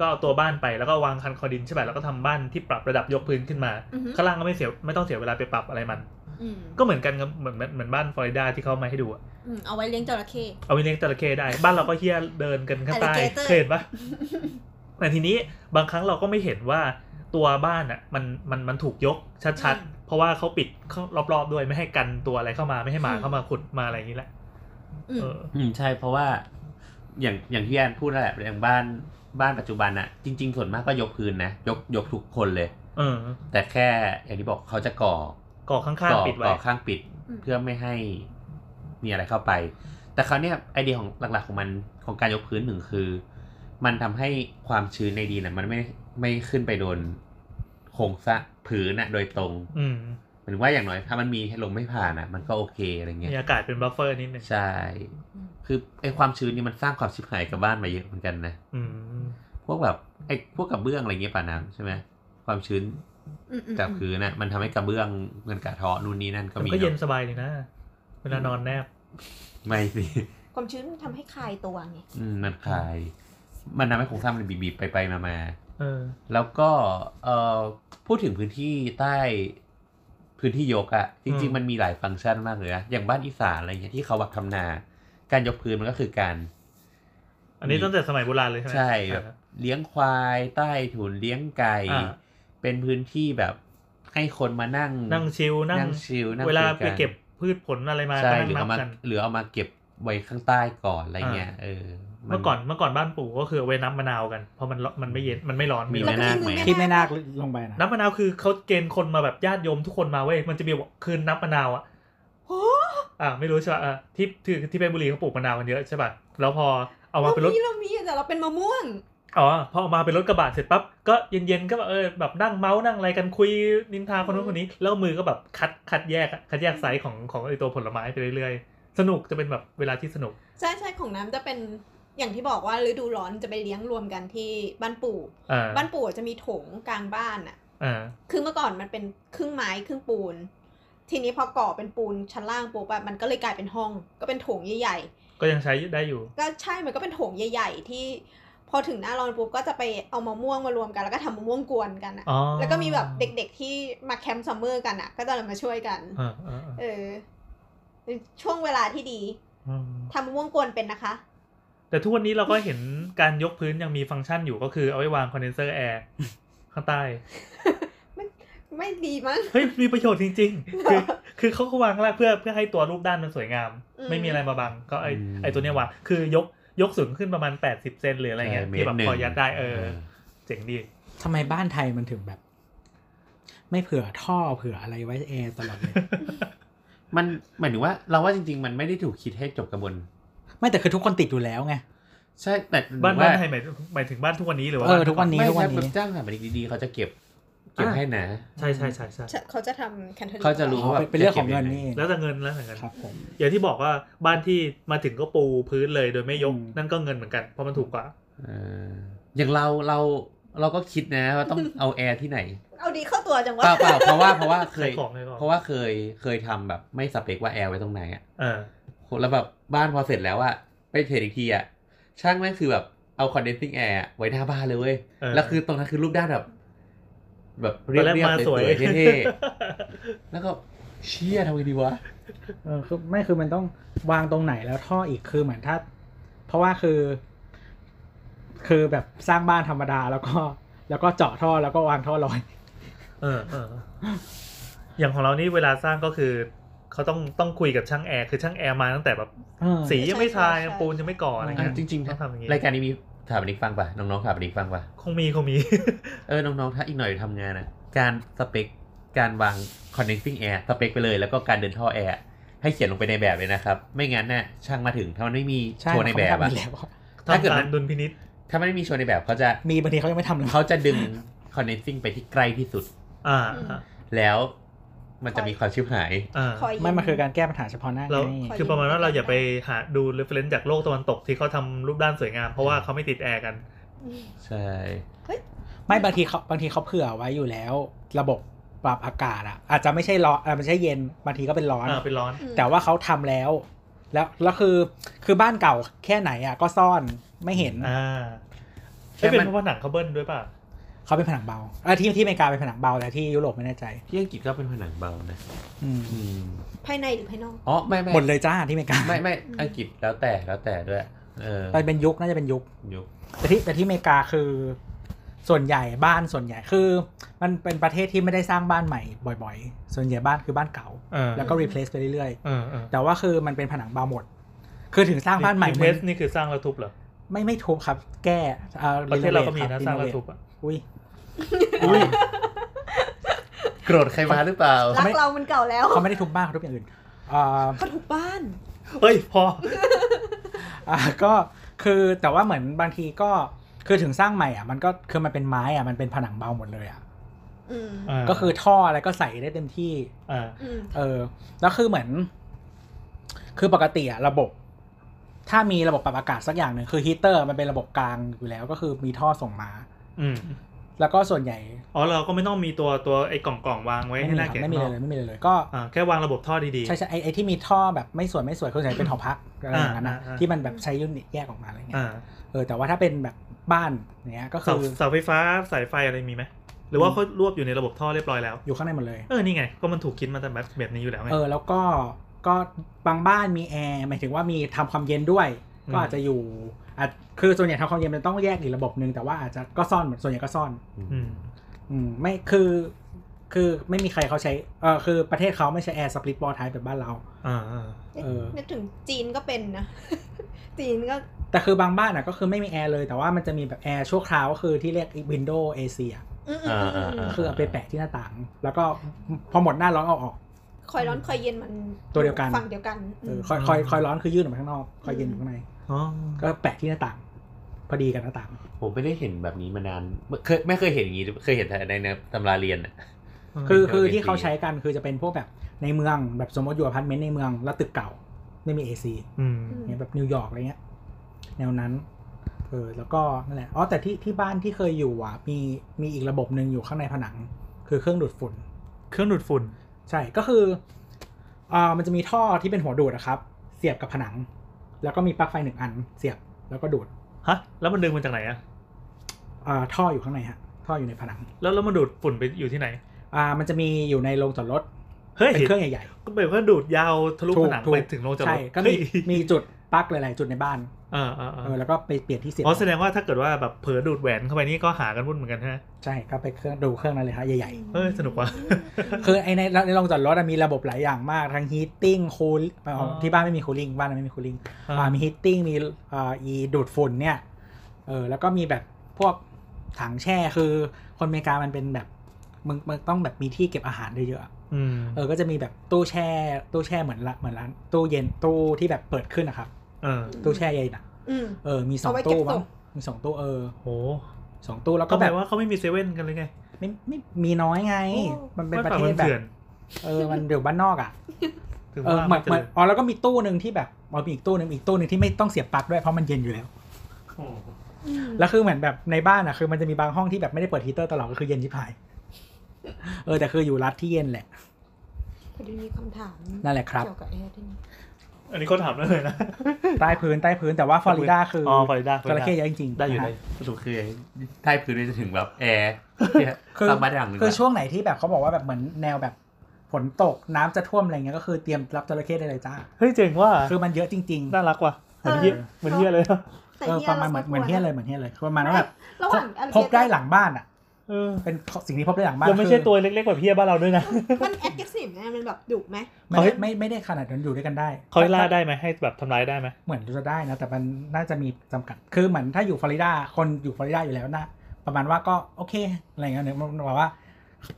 C: ก็เอาตัวบ้านไปแล้วก็วางคันคอดินใช่ไหมแล้วก็ทำบ้านที่ปรับระดับยกพื้นขึ้นมา
E: อืม
C: ข้างล่างก็ไม่เสียไม่ต้องเสียเวลาไปปรับอะไรมัน
E: อืม
C: ก็เหมือนกันกับเหมือนเหมือนบ้านฟลอริดาที่เขามาให้ดูอะ
E: อืมเอาไว้เลี้ยงจระเข้
C: เอาไปเลี้ยงจระเข้ได้ บ้านเราก็เฮี้ยเดินกันข้างใต้
E: Alligator
C: เคยเห็นปะแต่ทีนี้บางครั้งเราก็ไม่เห็นว่าตัวบ้านอ่ะมันมันมันถูกยกชัด
E: อืม
C: ๆ เพราะว่าเขาปิดข้างรอบๆด้วยไม่ให้กันตัวอะไรเข้ามาไม่ให้หมา
E: อืม
C: เข้ามาขุดมาอะไรอย่างนี้แหละ
E: อืม
C: เออ
D: อืมใช่เพราะว่าอย่างอย่างที่แอนพูดนั่นแหละอย่างบ้านบ้านปัจจุบันอะจริง ๆ ส่วนมากก็ยกพื้นนะยกยกทุกคนเลย
C: เออ
D: แต่แค่อย่างที่บอกเขาจะก่อ
C: ก่อข้าง
D: ก่อ
C: ๆปิดไว้
D: ก่อข้างปิด เพื่อไม่ให้ มีอะไรเข้าไป แต่คราวเนี้ยไอเดียของหลักๆของมันของการยกพื้นหนึ่งคือ มันทำให้ความชื้นในดินนะมันไม่ไม่ขึ้นไปโดนโครงสร้างพื้นนะโดยตรง
C: อืม
D: หมายถึงว่าอย่างน้อยถ้ามันมีให้ลมไม่ผ่านนะมันก็โอเคอะไรเงี้ย
C: มีอากาศเป็นบัฟเฟอร์นิดหนึ่ง
D: ใช่ คือไอความชื้นนี่มันสร้างความชิบหายกับบ้านมาเยอะเหมือนกันนะ
C: อืม
D: พวกแบบไอพวกกระเบื้องอะไรเงี้ยป่าน้ำใช่ไหมความชื้น
E: อืมอืม
D: จากพื้นน่ะมันทำให้กระเบื้องเงินกระเทาะนู่นนี่นั่นก็
C: มัน
D: มี
C: ก็เย็น
D: อะ
C: สบายเลยนะ เวลานอนแนบ
D: ไม่สิ
E: ความชื้นมันทำให้คลายตัวไง
D: อืมมันคลาย มันทำให้โครงสร้างมันบีบๆไปไปมามา
C: เออ
D: ๆแล้วก็เอ่อพูดถึงพื้นที่ใต้พื้นที่ยกอะจ
C: อื
D: ริง
C: ม
D: ๆ มันมีหลายฟังก์ชันมากเลยนะอย่างบ้านอีสานอะไรเงี้ยที่เขาวักทำนา การยกพื้นมันก็คือการ
C: อันนี้ตั้งแต่สมัยโบราณเลยใช่ไหม
D: ใช่แบบ
C: อ่า
D: เลี้ยงควายใต้ถุนเลี้ยงไก่
C: อ่า
D: เป็นพื้นที่แบบให้คนมานั่ง
C: นั่งชิลนั่ง
D: นั่งชิลนั่ง
C: เวลา
D: คุย
C: ไป
D: น
C: เก็บพืชผลอะไรมา
D: ใช่
C: ก็
D: หรือเอา
C: นั่งนับ
D: มา
C: กัน
D: หรือเอามาเก็บไว้ข้างใต้ก่อนอะไรเงี้ยเออ
C: เมื่อก่อนเมื่อก่อนบ้านปู่ก็คือเอาไว้น้ำมะนาวกัน เพราะมันร้อนมันไม่เย็นมันไม่ร้อน
D: มี
C: ไร้
D: แม่
C: อน
D: นาคไหม
E: แล้วก็มี
B: ที่ไม่น่าลงไปนะ
C: น้ำมะนาวคือเขาเกณฑ์คนมาแบบญาติโยมทุกคนมาเว้ยมันจะมีคืนน้ำมะนาวอ่ะ
E: โอ้
C: อ่าไม่รู้ใช่ป่ะอ่ะที่ที่ที่เพชรบุรีเขาปลูกมะนาวกันเยอะใช่ป่ะแล้วพอเอามาเป็นรถ
E: มีเรามีแต่เราเป็นมะม่วง
C: อ๋อพอออกมาเป็นรถกระบะเสร็จปั๊บก็เย็นๆก็แบบเออแบบนั่งเมาส์นั่งอะไรกันคุยนินทาคนนู้นคนนี้แล้วมือก็แบบคัดคัดแยกอะคัดแยกไซส์ของของไอตัวผลไม้ไปเรื่อยๆ สนุกจะเป็นแบบเวลาที่สนุก
E: ใช่ใช่ของน้ำจะเป็นอย่างที่บอกว่าฤดูร้อนจะไปเลี้ยงรวมกันที่บ้านปู่
C: เออ
E: บ้านปู่จะมีโถงกลางบ้านอะ
C: เออ
E: คือเมื่อก่อนมันเป็นครึ่งไม้ครึ่งปูน ทีนี้พอก่อเป็นปูนชั้นล่างปุ๊บอะมันก็เลยกลายเป็นห้อง ก็เป็นโถงใหญ่
C: ก็ยังใช้ได้อยู่
E: ๆ ก็ใช่ มันก็เป็นโถงใหญ่ ๆ ที่พอถึงหน้าร้อนปุ๊บก็จะไปเอามะม่วงมารวมกัน แล้วก็ทำมะม่วงกวนกันอะ
C: อ๋อ
E: แล้วก็มีแบบเด็กๆที่มาแคมป์ซัมเมอร์กันอะก็จะมาช่วยกัน
C: เออเออเออ
E: เออเป็นช่วงเวลาที่ดี
C: อืม
E: ทำมะม่วงกวนเป็นนะคะ
C: แต่ทุกวันนี้เราก็เห็นการยกพื้นยังมีฟังก์ชันอยู่ก็คือเอาไว้วางคอนเดนเซอร์แอร์ข้างใต้
E: ไม่ดีมั้ง
C: เฮ้ยมีประโยชน์จริง ๆ คือคือเขาก็วางข้างล่างเพื่อเพื่อให้ตัวรูปด้านมันสวยงาม
E: อืม
C: ไม่มีอะไรมาบังก็ไอไอตัวเนี้ยวางคือยกยกสูงขึ้นประมาณ 80 เซนหรืออะไรเงี้ย
D: ใช่
C: ที่แบบ
D: เมตรหนึ่ง
C: พอยัดได้เออ เจ๋งดี
B: ทำไมบ้านไทยมันถึงแบบ ไม่เผื่อท่อเผื่ออะไรไว้แอร์ตลอดเลย
D: มันหมายถึงว่าเราว่าจริง ๆ มันไม่ได้ถูกคิดให้จบกระบวน
B: ไม่แต่คือทุกคนติดอยู่แล้วไง
D: ใช่แต่
C: บ้าน
D: หม
C: บ้าน
D: ย
C: ไทยหมายหมายถึงบ้านทุกวันนี้หรือว่า
B: เออทุกวันนี้
D: ถึ
B: ทุ
D: ง
B: ก
D: ว่า
B: วัน
D: ไม่ใช่แบบ
B: นี้
D: จ้างสถาปนิกดีๆเขาจะเก็บเก็บ
B: อ่ะ
D: ให้นะ
C: ใช่ใช่ใช่ใช่
E: เขาจะทำแคนเทอร์ลิ
D: เขาจะรู้
B: อ๋อเป็นเป็นเรื่องของเงินนี่เอง
C: แล้วแต่เงินแล้วแต่เงิน
B: ครับผม
C: อย่างที่บอกว่าบ้านที่มาถึงก็ปูพื้นเลยโดยไม่ยก
B: อืม
C: นั่นก็เงินเหมือนกันเพราะมันถูกกว่า
D: เอออย่างเราเราเราก็คิดนะว่า ต้องเอาแอร์ที่ไหน
E: เอาดีเข้าตัวจังวะ
D: เปล่าเปล่าเพราะว่าเพราะว่าเคย
C: ขายของขายของ
D: เพราะว่าเคยเคยทำแบบไม่สเปคว่าแอร์ไว้ตรงไหนอ่ะ
C: เออ
D: แล้วแบบบ้านพอเสร็จแล้วอะไปเทรดอีกทีอะช่างแม่งคือแบบเอาคอนเดนซิ่งแอร์ไว้หน้าบ้านเลยเว้ย
C: เออ
D: แล้วคือตรงนั้นคือรูปด้านแบบ แบบ
C: ต
D: เรี
C: อ
D: บ
C: ยนแรก
D: เรียบ
C: มาสวย
D: ๆเท่ ๆแล้วก็เชี่ยทำไงดีวะ
B: เออคือไม่คือมันต้องวางตรงไหนแล้วท่ออีกคือเหมือนถ้า เพราะว่าคือ คือแบบสร้างบ้านธรรมดาแล้วก็ แล้วก็เจาะท่อแล้วก็วางท่อลอย
C: เออเอออย่างของเรานี่เวลาสร้างก็คือเขาต้องต้องคุยกับช่างแอร์คือช่างแอร์มาตั้งแต่แบบ
B: เออ
C: สียังไม่ทายปูนยังไม่ก่ออะไร
D: อ่ะ
C: เงี้ย
D: จริงๆ
C: ต้องทำอย่างงี้
D: รายการนี้มีสถาปนิกฟังป่ะน้องๆสถาปนิกฟังป่ะ
C: คงมีคงมี
D: เออน้องๆถ้าอีกหน่อยทำงานนะการสเปคการวางคอนเดนซิ่งแอร์สเปคไปเลย แล้วก็การเดินท่อแอร์ให้เขียนลงไปในแบบเลยนะครับ ไม่งั้นน่ะช่างมาถึงถ้ามันไม่มี
B: ใช่
D: โชว์ใน
B: เขา
D: แบบ
B: ไม่ทำ
D: อะ
B: อยู่แล้ว
D: ถ้าเกิด
C: ทำตา
D: มั
C: ม
D: น
C: ดุลพินิษ
D: ถ้ามันไม่มีโชว์ในแบบเขาจะ
B: มีบางทีเขายังไม่ทำเลย
D: เขาจะดึง connecting ไปที่ใกล้ที่สุด
C: อ่าอ่า
D: แล้วมันจะมีความชิบหาย
C: อ่า
E: คอยยิ้
B: ไม่มันคือการแก้ปัญหาเฉพาะหน้า
C: เรา
B: ไง
C: คือประมาณว่าเราอย่าไปหาดู reference จากโลกตะวันตกที่เขาทำรูปด้านสวยงาม เพราะว่าเขาไม่ติดแอร์กัน
D: ใช่
B: ไม่บางทีเขาบางทีเขาเผื่อไว้อยู่แล้ว ระบบปรับอากาศอะอาจจะไม่ใช่ร้อนอ่ะไม่ใช่เย็นบางทีก็เป็นร้อน
C: อ่าเป็นร้อน
B: แต่ว่าเขาทำแล้ว แล้วแล้วคือคือบ้านเก่าแค่ไหนอะก็ซ่อนไม่เห็น
C: อ่าใช่เป็นเพราะว่าหนังเขาเบิ้ลด้วยป่ะ
B: เขาเป็นผนังเบาอ่ะที่ที่อเมริกาเป็นผนังเบาแต่ที่ยุโรปไม่แน่ใจ
D: ที่อังกฤษก็เป็นผนังเบานะ
B: อืม
D: อืม
E: ภายในหรือภายนอก
D: อ๋อไม่ไม่
B: หมดเลยจ้าที่อเมริกา
D: ไม่ไม่อังกฤษแล้วแต่แล้วแต่ด้วยเออ
B: มันเป็นยุคน่าจะเป็นยุค
D: ยุค
B: แต่ที่แต่ที่อเมริกาคือ ส่วนใหญ่บ้านส่วนใหญ่คือ มันเป็นประเทศที่ไม่ได้สร้างบ้านใหม่บ่อย ๆ ส่วนใหญ่บ้านคือบ้านเก่า
C: เออ
B: แล้วก็ replace ไปเรื่อยๆ
C: เออเออ
B: แต่ว่าคือมันเป็นผนังเบาหมด คือถึงสร้างบ้านใหม่
C: เทสนี่คือสร้างแล้วทุบเหรอ
B: ไม่ไม่ทุบครับ แก้อ่อ
C: ประเทศเราก็มี
B: renovate คบ
C: นะสร้างแล้ว
B: renovate
C: ทุบอ่ะ
B: อุ้ย
D: อุ้ยโกรธใครมาหรือเปล่า
E: รั
B: ไม่
E: กเรามันเก่าแล้ว
B: เขาไม่ได้ทุบบ้านเขาทุบอย่างอื่นเอ่อ
E: เขาถูกบ้าน
C: เฮ้ยพอ
B: อ่า ก็คือแต่ว่าเหมือนบางทีก็คือถึงสร้างใหม่อ่ะมันก็คือมันเป็นไม้อ่ะมันเป็นผนังเบาหมดเลยอ่ะ
E: อืม
B: ก็คือท่ออะไรก็ใส่ได้เต็มที่
C: อ่า
E: อืม
B: เออแล้วคือเหมือน คือปกติอะระบบ ถ้ามีระบบปรับอากาศสักอย่างหนึ่งคือฮีเตอร์มันเป็นระบบกลางอยู่แล้วก็คือมีท่อส่งมา
C: อืม
B: แล้วก็ส่วนใหญ่
C: อ๋อเราก็ไม่ต้องมีตัวตัวไอ้กล่องกล่องๆวางไว้
B: ไม่
C: ให้
B: มี
C: หน้า
B: ครับ
C: เก็บ
B: ไม่มีเลยเลยไม่มีเลยเลยก็
C: อ่าแค่วางระบบท่อดี
B: ใช่ใช่ไอไอที่มีท่อแบบไม่สวยไม่สวยคือส่วนใหญ่เป็นหอพักอะไรอย่างนั้นนะ
C: อ่าอ่า
B: ที่มันแบบใช้ยูนิตแยกออกมาอะไรเงี้
C: อ่าย
B: เออแต่ว่าถ้าเป็นแบบบ้านเนี้ยก็
C: เสา
B: คือ
C: เสาไฟฟ้าสายไฟอะไรมีไหมหรือว่าเขารวบอยู่ในระบบท่อเรียบร้อยแล้ว
B: อยู่ข้างในหมดเลย
C: เออนี่ไง ก็มันถูกคิดมาแต่แบบแบบนี้อยู่แล้วไง
B: เออแล้วก็ก็บางบ้านมีแอร์หมายถึงว่ามีทำความเย็นด้วย
C: อืม
B: ก็อาจจะอยู่อาจคือส่วนใหญ่ทำความเย็นมันต้องแยกอีกระบบหนึ่งแต่ว่าอาจจะก็ซ่อนเหมือนส่วนใหญ่ก็ซ่อน
C: อืม
B: อืมไม่คือคือไม่มีใครเขาใช้เออคือประเทศเขาไม่ใช้แอร์สปลิตบอลไทป์แบบบ้านเรา
C: อ่าอ่า
B: เออ
E: นึกถึงจีนก็เป็นนะ จีนก็
B: แต่คือบางบ้านอ่ะก็คือไม่มีแอร์เลยแต่ว่ามันจะมีแบบแอร์ชั่วคราวก็คือที่เรียกวินโดว์เอเชีย
E: อืมอืมอืมอืม
D: อ่า
B: คือเอาไปแปะที่หน้าต่าง แล้วก็พอหมดหน้าร้อนเอาออก
E: คอยร้อนคอยเย็นมัน
B: ตัวเดียวกัน
E: ฝั่งเดียวกัน
B: เออคอยคอยคอยร้อนคือยื่นออกมาข้างนอกคอยเย็นอยู่ข้างใน
C: อ๋อ
B: ก็แปะที่หน้าต่าง พอดีกับหน้าต่าง
D: ผมไม่ได้เห็นแบบนี้มานานเคยไม่เคยเห็นอย่างนี้เคยเห็นแต่ในในตำราเรียนอะ
B: คือ
D: เออ
B: คือ
D: เป็น
B: ที่เขา
D: ปี
B: ใช้กันคือจะเป็นพวกแบบในเมืองแบบสมมติอยู่อพาร์ตเมนต์ในเมืองแล้วตึกเก่าไม่มีเอซี
C: อืม
E: ม
B: เนี่ยแบบนิวยอร์กอะไรเงี้ยแนวนั้นเออแล้วก็นั่นแหละอ๋อแต่ที่ที่บ้านที่เคยอยู่อ่ะมีมีอีกระบบหนึ่งอยู่ข้างในผนัง คือเครื่องดูดฝุ่น
C: เครื่องดูดฝุ่น
B: ใช่ก็คืออ่ามันจะมีท่อที่เป็นหัวดูดนะครับ เสียบกับผนัง แล้วก็มีปลั๊กไฟหนึ่งอันเสียบแล้วก็ดูด
C: ฮะ แล้วมันดึงมาจากไหนอะ
B: อ่าท่ออยู่ข้างในฮะท่ออยู่ในผนัง
C: แล้วแล้วมันดูดฝุ่นไปอยู่ที่ไหน
B: อ่ามันจะมีอยู่ในโรงจอดรถ
C: เฮ้ย
B: เป็นเครื่องใหญ่ๆ
C: ก็แบบว่าดูดยาวทะลุผนัง
B: ถูก
C: ไป
B: ถูก
C: ถึงโรงจอดร
B: ใช่
C: ถ
B: ก็
C: เฮ้
B: มี
C: ย
B: มีจุดปลั๊กหลาย ๆ จุดในบ้าน
C: อ่าอ่า
B: เอ
C: อ่า
B: อแล้วก็ไปเปลี่ยนที่เสียบ
C: อ๋อแสดงว่าถ้าเกิดว่าแบบเผลอดูดแหวนเข้าไปนี่ก็หากันวุ่นเหมือนกันใช่ไหม
B: ใช่ก็ไปเครื่องดูเครื่องนั้นเลยฮะใหญ่
C: เอ้ยสนุกว่ะ
B: ๆ คือไอในในโรงจอดรถอะมีระบบหลายอย่างมากทั้งฮีตติ้งคูล
C: อ๋อ
B: ที่บ้านไม่มีคูลิ่งบ้านไม่มีคูลิ่ง
C: อ่า
B: มีฮีตติ้งมีอ่าอีดูดฝุ่นเนี่ยเออแล้วก็มีแบบพวกถังแช่คือคนอเมริกามันเป็นแบบมึงมึงต้องแบบมีที่เก็บอาหารเยอะๆอะ
C: อืม
B: เออก็จะมีแบบตู้แช่ตู้แช่เหมือนละเหมือนร้านตู้เย็นตู้ที่แบบเปิดขึ้นนะครับ
C: เออ
B: ตู้แช่เย็นอะ
E: อืม
B: เออมีสอง
E: เอาไว้เก็บ
B: ตู้
E: ศ
B: มั้
E: พ
B: งมีสองตู้เออ
C: โห
B: สองตู้แล้ว
C: ก็
B: ก็
C: แป
B: แบ
C: ล
B: บ
C: ว่าเขาไม่มีเซเว่นกันเลยไง
B: ไม่ไม่มีน้อยไง
E: โอ้
B: มันเป็น
C: ว่า
B: ประ
C: ฝั่ง
B: เทศ
C: มัน
B: แบ
C: เถื่อน
B: บเออมันเดี๋ยวบ้านนอกอ่ะ
C: ถึง
B: เออ
C: ว่า
B: เหมือน
C: จะ
B: เหมือนอ๋อแล้วก็มีตู้หนึ่งที่แบบอ๋อมีอีกตู้หนึ่งอีกตู้หนึ่งที่ไม่ต้องเสียบปลั๊กด้วยเพราะมันเย็นอยู่แล้ว
C: โอ้
E: อืม
B: แล้วคือเหมือนแบบในบ้านอ่ะคือมันจะมีบางห้องที่แบบไม่ได้เปิดฮีเตอร์ตลอดก็คือเย็นชิบหายเออแต่คืออยู่รัฐที่เย็นแหละ
E: พอดีมีคำถาม
B: นั่นแหละครับ
E: เกี่ยวกับแอร์ที่นี่
C: อันนี้เขาถามได้เลยนะ
B: ใต้พื้นใต้พื้นแต่ว่าฟลอริดาคืออ
C: อ๋อฟลอริดาฟ
B: จ
C: ลอริดา
B: ระเข้เยอะจริงๆ
D: ได้อยู่
B: นะ
D: ได้
B: ฮะ
D: สรุปคือใต้พื้นเลยจะถึงแบบแอร์
B: คือ
D: สร้างบ้านหลังหนึง
B: คือ
D: ละ
B: ช่วงไหนที่แบบเขาบอกว่าแบบเหมือนแนวแบบฝนตกน้ำจะท่วมอะไรเงี้ยก็คือเตรียมรับจระเข้ได้เลยจ้า
C: เฮ้ยเจ๋งว่า
B: คือมันเยอะจริง ๆ
C: น่ารักว่ะเหมือนเฮียเหมือนเฮียเลยอะ
E: แต่
B: เออ
E: หี้
B: ประมาณเหมือน
E: ก็
B: เหมือ
E: ก
B: น
E: ว
B: เฮียเลยเหมือนเฮียเลยคือประมาณว่าแบบ
E: ระหว่าง
B: พบได้หลังบ้านอ่ะ
C: เออ
B: เป็นสิ่งที่พบได้หลังบ้าน
C: แล้วไม่ใช่
B: คือ
C: ตัวเล็กๆแบบเฮียบ้านเราด้วยนะ
E: มันแอคทีฟไงมันแบบดุไหม
B: ไม่ได้ไม่ไม่ได้ขนาดนั้นอยู่ด้วยกันได้
C: เขาล่าได้ไหมให้แบบทำร้ายได้ไหม
B: เหมือนจะได้นะ แต่มันน่าจะมีจำกัด คือเหมือนถ้าอยู่ฟลอริดาคนอยู่ฟลอริดาอยู่แล้วนะประมาณว่าก็โอเคอะไรเงี้ยเนี่ยมันบอกว่า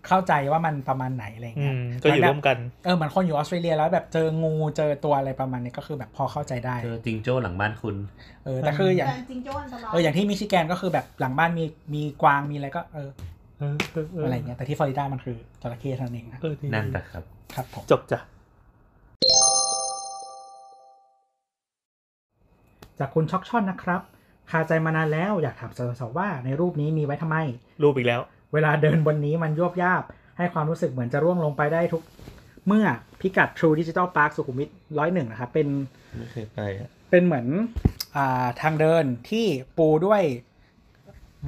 B: เข้าใจว่ามันประมาณไหนอะไร
C: อื
B: เงี้ย
C: มก็อยู่ร่วมกัน
B: เออเหมือนคนอยู่ออสเตรเลียแล้วแบบเจองูเจอตัวอะไรประมาณนี้ก็คือแบบพอเข้าใจได้
D: เจอจิงโจ้หลังบ้านคุณ
B: เออแต่คืออย่าง
E: แต่จริงโจ้อันตราย
B: เอออย่างที่มิชิแกนก็คือแบบหลังบ้านมีมีกวางมีอะไรก็เออ
C: เออเออเออ
B: อะไรเงี้ยแต่ที่ฟลอริดามันคือจระเข้เท่านั้นเองนะ
C: เออดี
D: นั่นแหละครับ
B: ครับผม
C: จบจ้ะ
B: จากคุณช็อกช่อนนะครับ คาใจมานานแล้วอยากถามสาวๆว่าในรูปนี้มีไว้ทำไม
C: รูปอีกแล้ว
B: เวลาเดินบนนี้มันยวบยาบ ให้ความรู้สึกเหมือนจะร่วงลงไปได้ทุก เมื่อพิกัด True Digital Park สุขุมวิทร้อยหนึ่งนะครับ เป็น
D: ไม่เคยไปอะ
B: เป็นเหมือนอาทางเดินที่ปูด้วย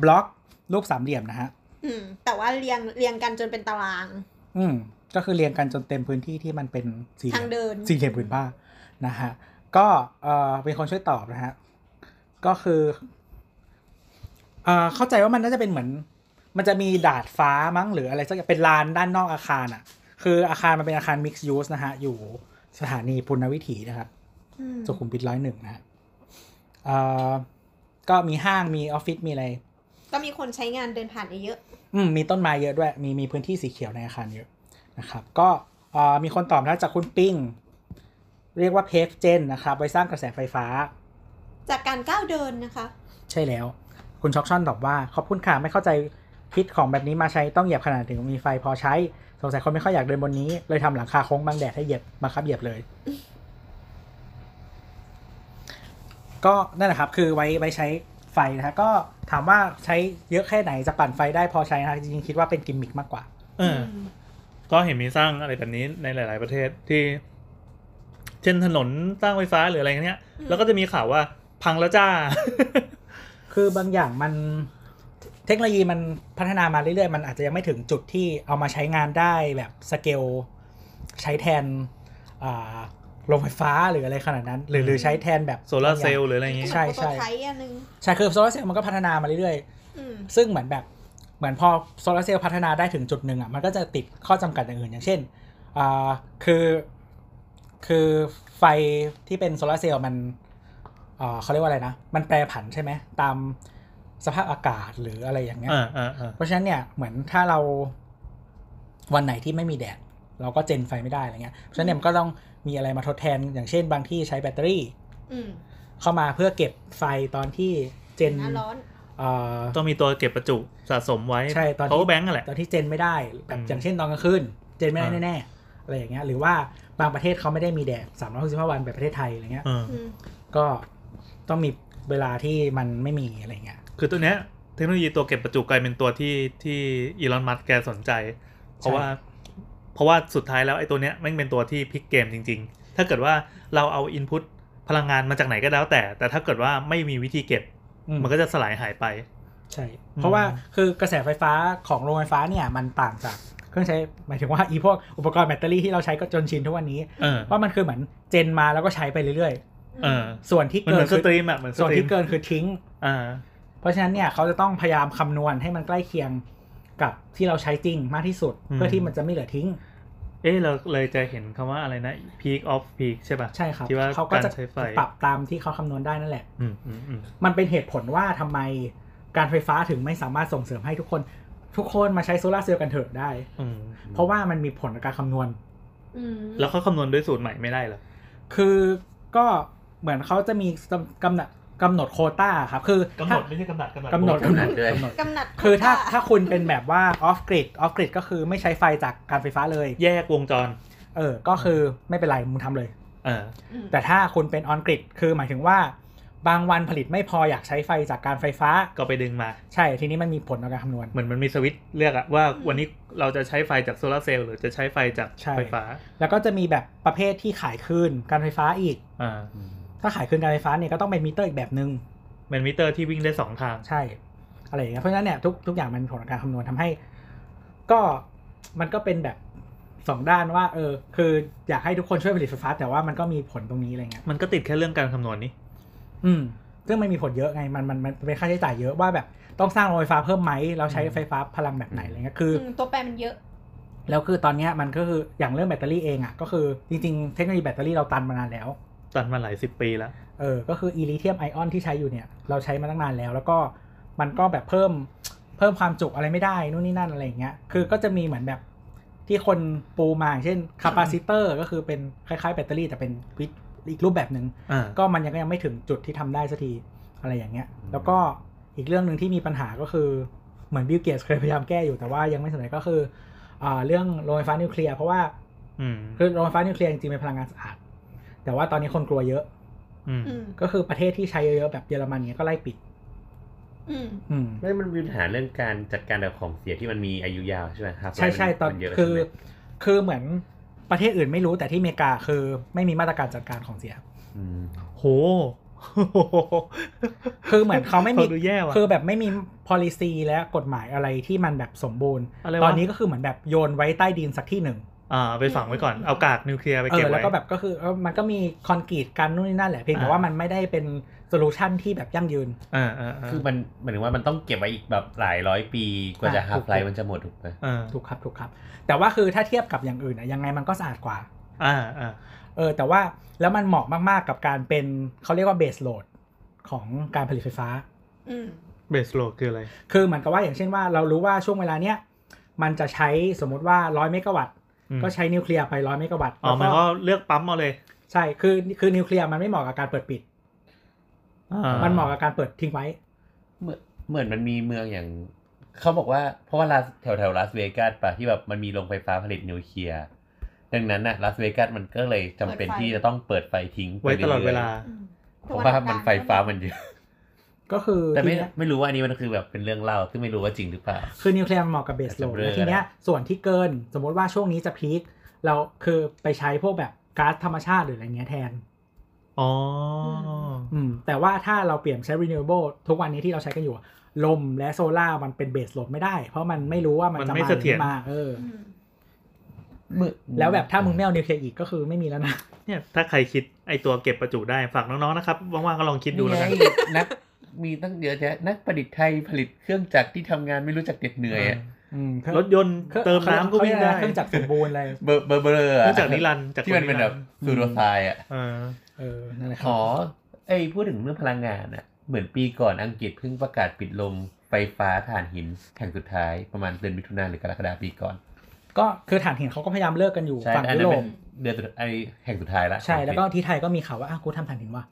B: บล็อกรูปสามเหลี่ยมนะฮะ
E: อืมแต่ว่าเรียงเรียงกันจนเป็นตาราง
B: อืมก็คือเรียงกันจนเต็มพื้นที่ที่มันเป็นสี่เห
E: ทาง
B: ลี่ยม
E: เดิน
B: สี่เหลี่ยมผืนผ้านะฮะ ก็เออเป็นคนช่วยตอบนะฮะ ก็คือเออเข้าใจว่ามันน่าจะเป็นเหมือน มันจะมีดาดฟ้ามั้งหรืออะไรสักอย่างเป็นลานด้านนอกอาคารอ่ะ คืออาคารมันเป็นอาคาร mixed use นะฮะ อยู่สถานีปุณณวิถีนะครับ
E: อืม
B: สุขุมวิทร้อยหนึ่งนะฮะเอ่อก็มีห้างมีออฟฟิศมีอะไร
E: ก็มีคนใช้งานเดินผ่านเยอะ
B: อืมมีต้นไม้เยอะด้วย มีมีพื้นที่สีเขียวในอาคารเยอะนะครับ ก็เอ่อมีคนตอบนะจากคุณปิง เรียกว่าเพฟเจนนะครับ ไว้สร้างกระแสไฟฟ้า
E: จากการก้าวเดินนะคะ
B: ใช่แล้ว คุณช็อกชอนตอบว่า ขอบคุณค่ะไม่เข้าใจคิดของแบบนี้มาใช้ต้องเหยียบขนาดถึงมีไฟพอใช้ สงสัยคนไม่ค่อยอยากเดินบนนี้ เลยทำหลังคาโค้งบังแดดให้เหยียบบังคับเหยียบเลย ก็นั่นแหละครับคือไว้ไว้ใช้ไฟนะฮะก็ถามว่าใช้เยอะแค่ไหนจะปั่นไฟได้พอใช้นะฮะจริงๆคิดว่าเป็นกิมมิคมากกว่า
C: เออ ก็เห็นมีสร้างอะไรแบบนี้ในหลาย ๆ ประเทศที่ เช่นถนนสร้างไฟฟ้าหรืออะไรเงี้ย
E: อืม
C: แล้วก็จะมีข่าวว่าพังแล้วจ้า
B: คือบางอย่างมันเทคโนโลยีมันพัฒนามาเรื่อยๆ มันอาจจะยังไม่ถึงจุดที่เอามาใช้งานได้แบบสเกลใช้แทนอ่าโรงไฟฟ้าหรืออะไรขนาดนั้น หรือหรือใช้แทนแบบ
C: โซลาร์เซลล์หรืออะไรอย่างงี้
B: ใช่ใช่
E: ใช้อันนึง
B: ใช่คือโซลาร์เซลล์มันก็พัฒนามาเรื่อย
E: อืม
B: ๆ ซึ่งเหมือนแบบเหมือนพอโซลาร์เซลล์พัฒนาได้ถึงจุดหนึ่งอ่ะมันก็จะติดข้อจำกัดอย่างอื่น อย่างเช่นอ่าคือคือไฟที่เป็นโซลาร์เซลล์มันอ่าเขาเรียกว่าอะไรนะ มันแปรผันใช่ไหมตามสภาพอากาศหรืออะไรอย่างเงี้ย
C: อ่าอ่าอ่า
B: เพราะฉะนั้นเนี่ยเหมือนถ้าเราวันไหนที่ไม่มีแดด เราก็เจนไฟไม่ได้อะไรเงี้ยเพราะฉะนั้นเนี่ยมันก็ต้องมีอะไรมาทดแทน อย่างเช่นบางที่ใช้แบตเตอรี่
E: อืม
B: เข้ามาเพื่อเก็บไฟตอนที่เจน
E: หน้าร้อน
B: เอ่อ
C: ต้องมีตัวเก็บประจุสะสมไว้
B: ใช่ตอนที่
C: เขาแบงก์แหละ
B: ตอนที่เจนไม่ได้แบบ
C: อืม
B: อย่างเช่นตอนกลางคืนเจนไม่ได้
C: อ่า
B: แน่ๆอะไรอย่างเงี้ยหรือว่าบางประเทศเขาไม่ได้มีแดด365วันแบบประเทศไทยอะไรเงี้ย
C: เออ
E: อืม
B: ก็ต้องมีเวลาที่มันไม่มีอะไรเงี้ย
C: คือตัวเนี้ยเทคโนโลยีตัวเก็บประจุกลายเป็นตัวที่ที่อีลอนมัสก์แกสนใจ เพราะว่า เพราะว่าสุดท้ายแล้วไอ้ตัวเนี้ยแม่งเป็นตัวที่พลิกเกมจริง ๆ ถ้าเกิดว่าเราเอาอินพุตพลังงานมาจากไหนก็แล้วแต่ แต่ถ้าเกิดว่าไม่มีวิธีเก็บ
B: อืม
C: มันก็จะสลายหายไป
B: ใช่
C: อืม
B: เพราะว่าคือกระแสไฟฟ้าของโรงไฟฟ้าเนี่ยมันต่างจากเครื่องใช้หมายถึง ว่าอีพวกอุปกรณ์แบตเตอรี่ที่เราใช้ก็จนชินทุกวันนี้
C: เออ
B: ว่ามันคือเหมือนเจนมาแล้วก็ใช้ไปเรื่อย
C: เออ
B: ๆ ส่วนที่
C: มั
B: เกิ
C: นเห
B: น
C: มือนส
B: คือ
C: ตรีมอะเหมือนส
B: ส่วน
C: ตรีม
B: ที่เกินคือทิ้ง
C: อ่า
B: เพราะฉะนั้นเนี่ยเขาจะต้องพยายามคำนวณให้มันใกล้เคียงกับที่เราใช้จริงมากที่สุด
C: อืม
B: เพื่อที่มันจะไม่เหลือทิ้ง
C: เอ๊ะเราเลยจะเห็นคำว่าอะไรนะ peak of peak ใช่ป่ะ
B: ใช่ครับ
C: คิดว่า
B: เขาก็จะ
C: การใช้ไฟ
B: ปรับตามที่เขาคำนวณได้นั่นแหละ
C: อืมอืมอืม
B: มันเป็นเหตุผลว่าทำไมการไฟฟ้าถึงไม่สามารถส่งเสริมให้ทุกคน ทุกคนมาใช้โซลาร์เซลล์กันเถอะได้
C: อืม
B: เพราะว่ามันมีผลกับการคำนวณ
E: อืม
C: แล้วเขาคำนวณด้วยสูตรใหม่ไม่ได้เหรอ
B: คือก็เหมือนเขาจะมีกำหนดกำหนดโควต้าครับ คือก
C: ำหนดไม่ใช่กำหนดกำหนด
B: กำหนดกำหนด
D: กำหนดด้วย
B: กำหนด
E: กำหนัด
B: คือถ้าถ้าคุณเป็นแบบว่าออฟกริดออฟกริดก็คือไม่ใช้ไฟจากการไฟฟ้าเลย
C: แยกวงจร
B: เออ ก็คือไม่เป็นไรมึงทำเลย
C: เออ
E: อืม
B: แต่ถ้าคุณเป็นออนกริดคือหมายถึงว่า บางวันผลิตไม่พออยากใช้ไฟจากการไฟฟ้า
C: ก็ไปดึงมา
B: ใช่ ทีนี้มันมีผลต่อการคำนวณ
C: เหมือนมันมีสวิตช์เลือกอะว่าวันนี้เราจะใช้ไฟจากโซลาร์เซลล์หรือจะใช้ไฟจาก
B: ใช่
C: ไฟฟ้า
B: แล้วก็จะมีแบบประเภทที่ขายคืนการไฟฟ้าอีก
C: อ่า
B: ถ้าขายคืนการไฟฟ้าเนี่ยก็ต้องเป็นมิเตอร์อีกแบบหนึง่ง
C: เป็นมิเตอร์ที่วิ่งได้สองทาง
B: ใช่ อะไรอย่างเงี้ยเพราะฉะนั้นเนี่ยทุกทุกอย่างมันผลการคำนวณทำให้ ก็มันก็เป็นแบบสองด้านว่า เออ คืออยากให้ทุกคนช่วยผลิตไฟฟ้า แต่ว่ามันก็มีผลตรงนี้อะไรเงี้ย
C: มันก็ติดแค่เรื่องการคำนวณนี่
B: อืมซึ่งมันมีผลเยอะไงมันมันมันเป็นค่าใช้จ่ายเยอะว่าแบบต้องสร้างโรงไฟฟ้าเพิ่มไหมเราใช้ไฟฟ้าพลังแบบไหนอะไรเงี้ยคือ
E: อื
B: อ
E: มตัวแปรมันเยอะ
B: แล้วคือตอนเนี้ยมันก็คืออย่างเรื่องแบตเตอรี่เองอ่ะก็คือจริงๆเทคโนโลยีแบตเตอรี่เราตันมานานแล้ว
C: ตันมาหลายสิบปีแล้ว
B: เออ ก็คืออีลิเทียมไอออนที่ใช้อยู่เนี่ย เราใช้มาตั้งนานแล้ว แล้วก็มันก็แบบเพิ่มเพิ่มความจุอะไรไม่ได้นู่นนี่นั่นอะไรอย่างเงี้ย คือก็จะมีเหมือนแบบที่คนปูมาอย่างเช่นคาปาซิเตอร์ก็คือเป็นคล้ายๆแบตเตอรี่แต่เป็นวิธอีกรูปแบบหนึ่ง
C: อ่า
B: ก็มันยังยังไม่ถึงจุดที่ทำได้สักทีอะไรอย่างเงี้ย แล้วก็อีกเรื่องหนึ่งที่มีปัญหาก็คือเหมือนบิลเกตเคยพยายามแก้อยู่แต่ว่ายังไม่สำเร็จก็คืออ่าเรื่องโรงไฟฟ้านิวเคลียร์เพราะว่า
C: อืม
B: คือโรงไฟฟ้านิวเคลียร์จริงๆเป็นพลังงานสะอาดแต่ว่าตอนนี้คนกลัวเยอะ
C: อืม
E: อืม
B: ก็คือประเทศที่ใช้เยอะๆแบบเยอรมันเนี้ยก็ไล่ปิด
E: อืม
B: อืม
D: ไม่มันมีปัญหาเรื่องการจัดการแบบของเสียที่มันมีอายุยาวใช่ไหมครับ
B: ใช่ใช่ตอน
D: มัเยะ
B: คือ
D: ใช่ไหม
B: คือเหมือนประเทศอื่นไม่รู้แต่ที่อเมริกาคือไม่มีมาตรการจัดการของเสีย
D: อืม
C: โห
B: คือเหมือนเขาไม่มี
C: ฟังดูแย่ว่ะ
B: คือแบบไม่มี policy และกฎหมายอะไรที่มันแบบสมบูรณ์
C: อะไรวะ
B: ตอนนี้ก็คือเหมือนแบบโยนไว้ใต้ดินสักที่หนึ่ง
C: อ่า ไปฝังไว้ก่อน เอากากนิวเคลียร์ไป
B: เอ
C: เก็บ
B: อแล้
C: ไว้
B: วก็แบบก็คือเออมันก็มีคอนกรีตกันนู่นนี่นั่นแหละเพียงแต่ว่ามันไม่ได้เป็นโซลูชันที่แบบยั่งยืน
C: อ่าอ่าา
D: คือมันหมายถึงว่ามันต้องเก็บไว้อีกแบบหลายร้อยปีกว่าจะ
B: อ่ะ
D: ฮา
B: ถู
D: ฟ
B: ก
D: ไล
B: ถูก
D: ฟ์มันจะหมดถูกไหม
C: อ่า
B: ถูกครับถูกครับ แต่ว่าคือถ้าเทียบกับอย่างอื่นอะยังไงมันก็สะอาดกว่า
C: อ่าอ่า
B: เออแต่ว่าแล้วมันเหมาะมาก ๆ กับการเป็นเขาเรียกว่าเบสโหลดของการผลิตไฟฟ้า
E: อืม
C: เบสโลคืออะไร
B: คือเหมือนกับว่าอย่างเช่นว่าเรารู้ว่าช่วงเวลาเนี้ยมันจะใช้สมมติว่า 100 เมกะวัตต์
C: อืม
B: ก็ใช้นิวเคลียร์ไป 100 เมกะวัตต์
C: อ๋อ
B: แล้ว
C: มันก็เลือกปั๊มเอาเลย
B: ใช่คือคือนิวเคลียร์มันไม่เหมาะกับการเปิดปิด
C: อ่า
B: มันเหมาะกับการเปิดทิ้งไว้
D: เหมือนเหมือนมันมีเมืองอย่าง เขาบอกว่าเพราะว่าลาสแถวแถวลาสเวกัสปะที่แบบมันมีโรงไฟฟ้าผลิตนิวเคลียร์ดังนั้นน่ะลาสเวกัสมันก็เลยจำเป็น
E: เปิดไฟ
D: ที่จะต้องเปิดไฟทิ้งป
C: ไว้ตลอดเวลา
D: เรื่อยๆเพราะว่ามันไฟฟ้ามันเยอะ
B: ก็คือ
D: แต่ไม่
B: ทีเนี้ย
D: ไม่รู้ว่าอันนี้มันคือแบบเป็นเรื่องเล่าซึ่งไม่รู้ว่าจริงหรือเปล่า
B: คือนิวเคลียร์มันเหมาะกับเบสโลด
D: แต่เบลอ
B: แล้วทีเนี้ยส่วนที่เกินสมมติว่าช่วงนี้จะพีคเราคือไปใช้พวกแบบก๊าซธรรมชาติหรืออะไรเงี้ยแทน
C: อ๋อ
B: อืมแต่ว่าถ้าเราเปลี่ยนใช้ renewable ทุกวันนี้ที่เราใช้กันอยู่อะลมและโซล่าร์มันเป็นเบสโหลดไม่ได้ เพราะมันไม่รู้ว่ามัน
C: มัน
B: จะ
C: ไม่
B: มา
C: เส
B: ห
C: ถี
B: รื
C: ยร
B: อมาเอออ
D: มือ
B: แล้วแบบถ้ามึงไม่เอานิวเคลียร์อีกก็คือไม่มีแล้วนะ
C: เนี่ยถ้าใครคิดไอตัวเก็บประจุได้ฝากน้องๆนะครับว่างๆก็ลองคิดดูแล้วกัน
D: ไงนักมีตั้งเยอะแยะนักประดิษฐ์ไทยผลิตเครื่องจักรที่ทำงานไม่รู้จักเด็ดเหนื่อยอะ
B: อืม
C: รถยนต์
B: ครื่อง
C: เติมน้ำก็วิ่งได้
B: เครื่องจักรสมบูรณ์อะไร
D: เบอร์เบอร์เบลอร์
C: เค
D: อะ
C: รื่องจักรนิรันดร์จักร
D: ที่มันเป็นแบบซูโดไซน์อ่ะ
C: เออ
B: เออนั่นแหละค
D: ข
B: รับ
D: อเอ้ยพูดถึงเรื่องพลังงานอะเหมือนปีก่อนอังกฤษเพิ่งประกาศปิดลงไฟฟ้าถ่านหินแห่งสุดท้ายประมาณเดือนมิถุนาหรือกรกฎาปีก่อน
B: ก็คือฐานหินเขาก็พยายามเลิกกันอยู่
D: ใช่
B: ฝั่ง
D: อัน
B: ยุ
D: นั้น
B: โร
D: เป็
B: ป
D: นเดือนสุดไอแห่งสุดท้ายละ
B: ใช่แล้วก็ที่ไทยก็มีข่าวว่าอ้าวกูทำฐานหิ นว่ะ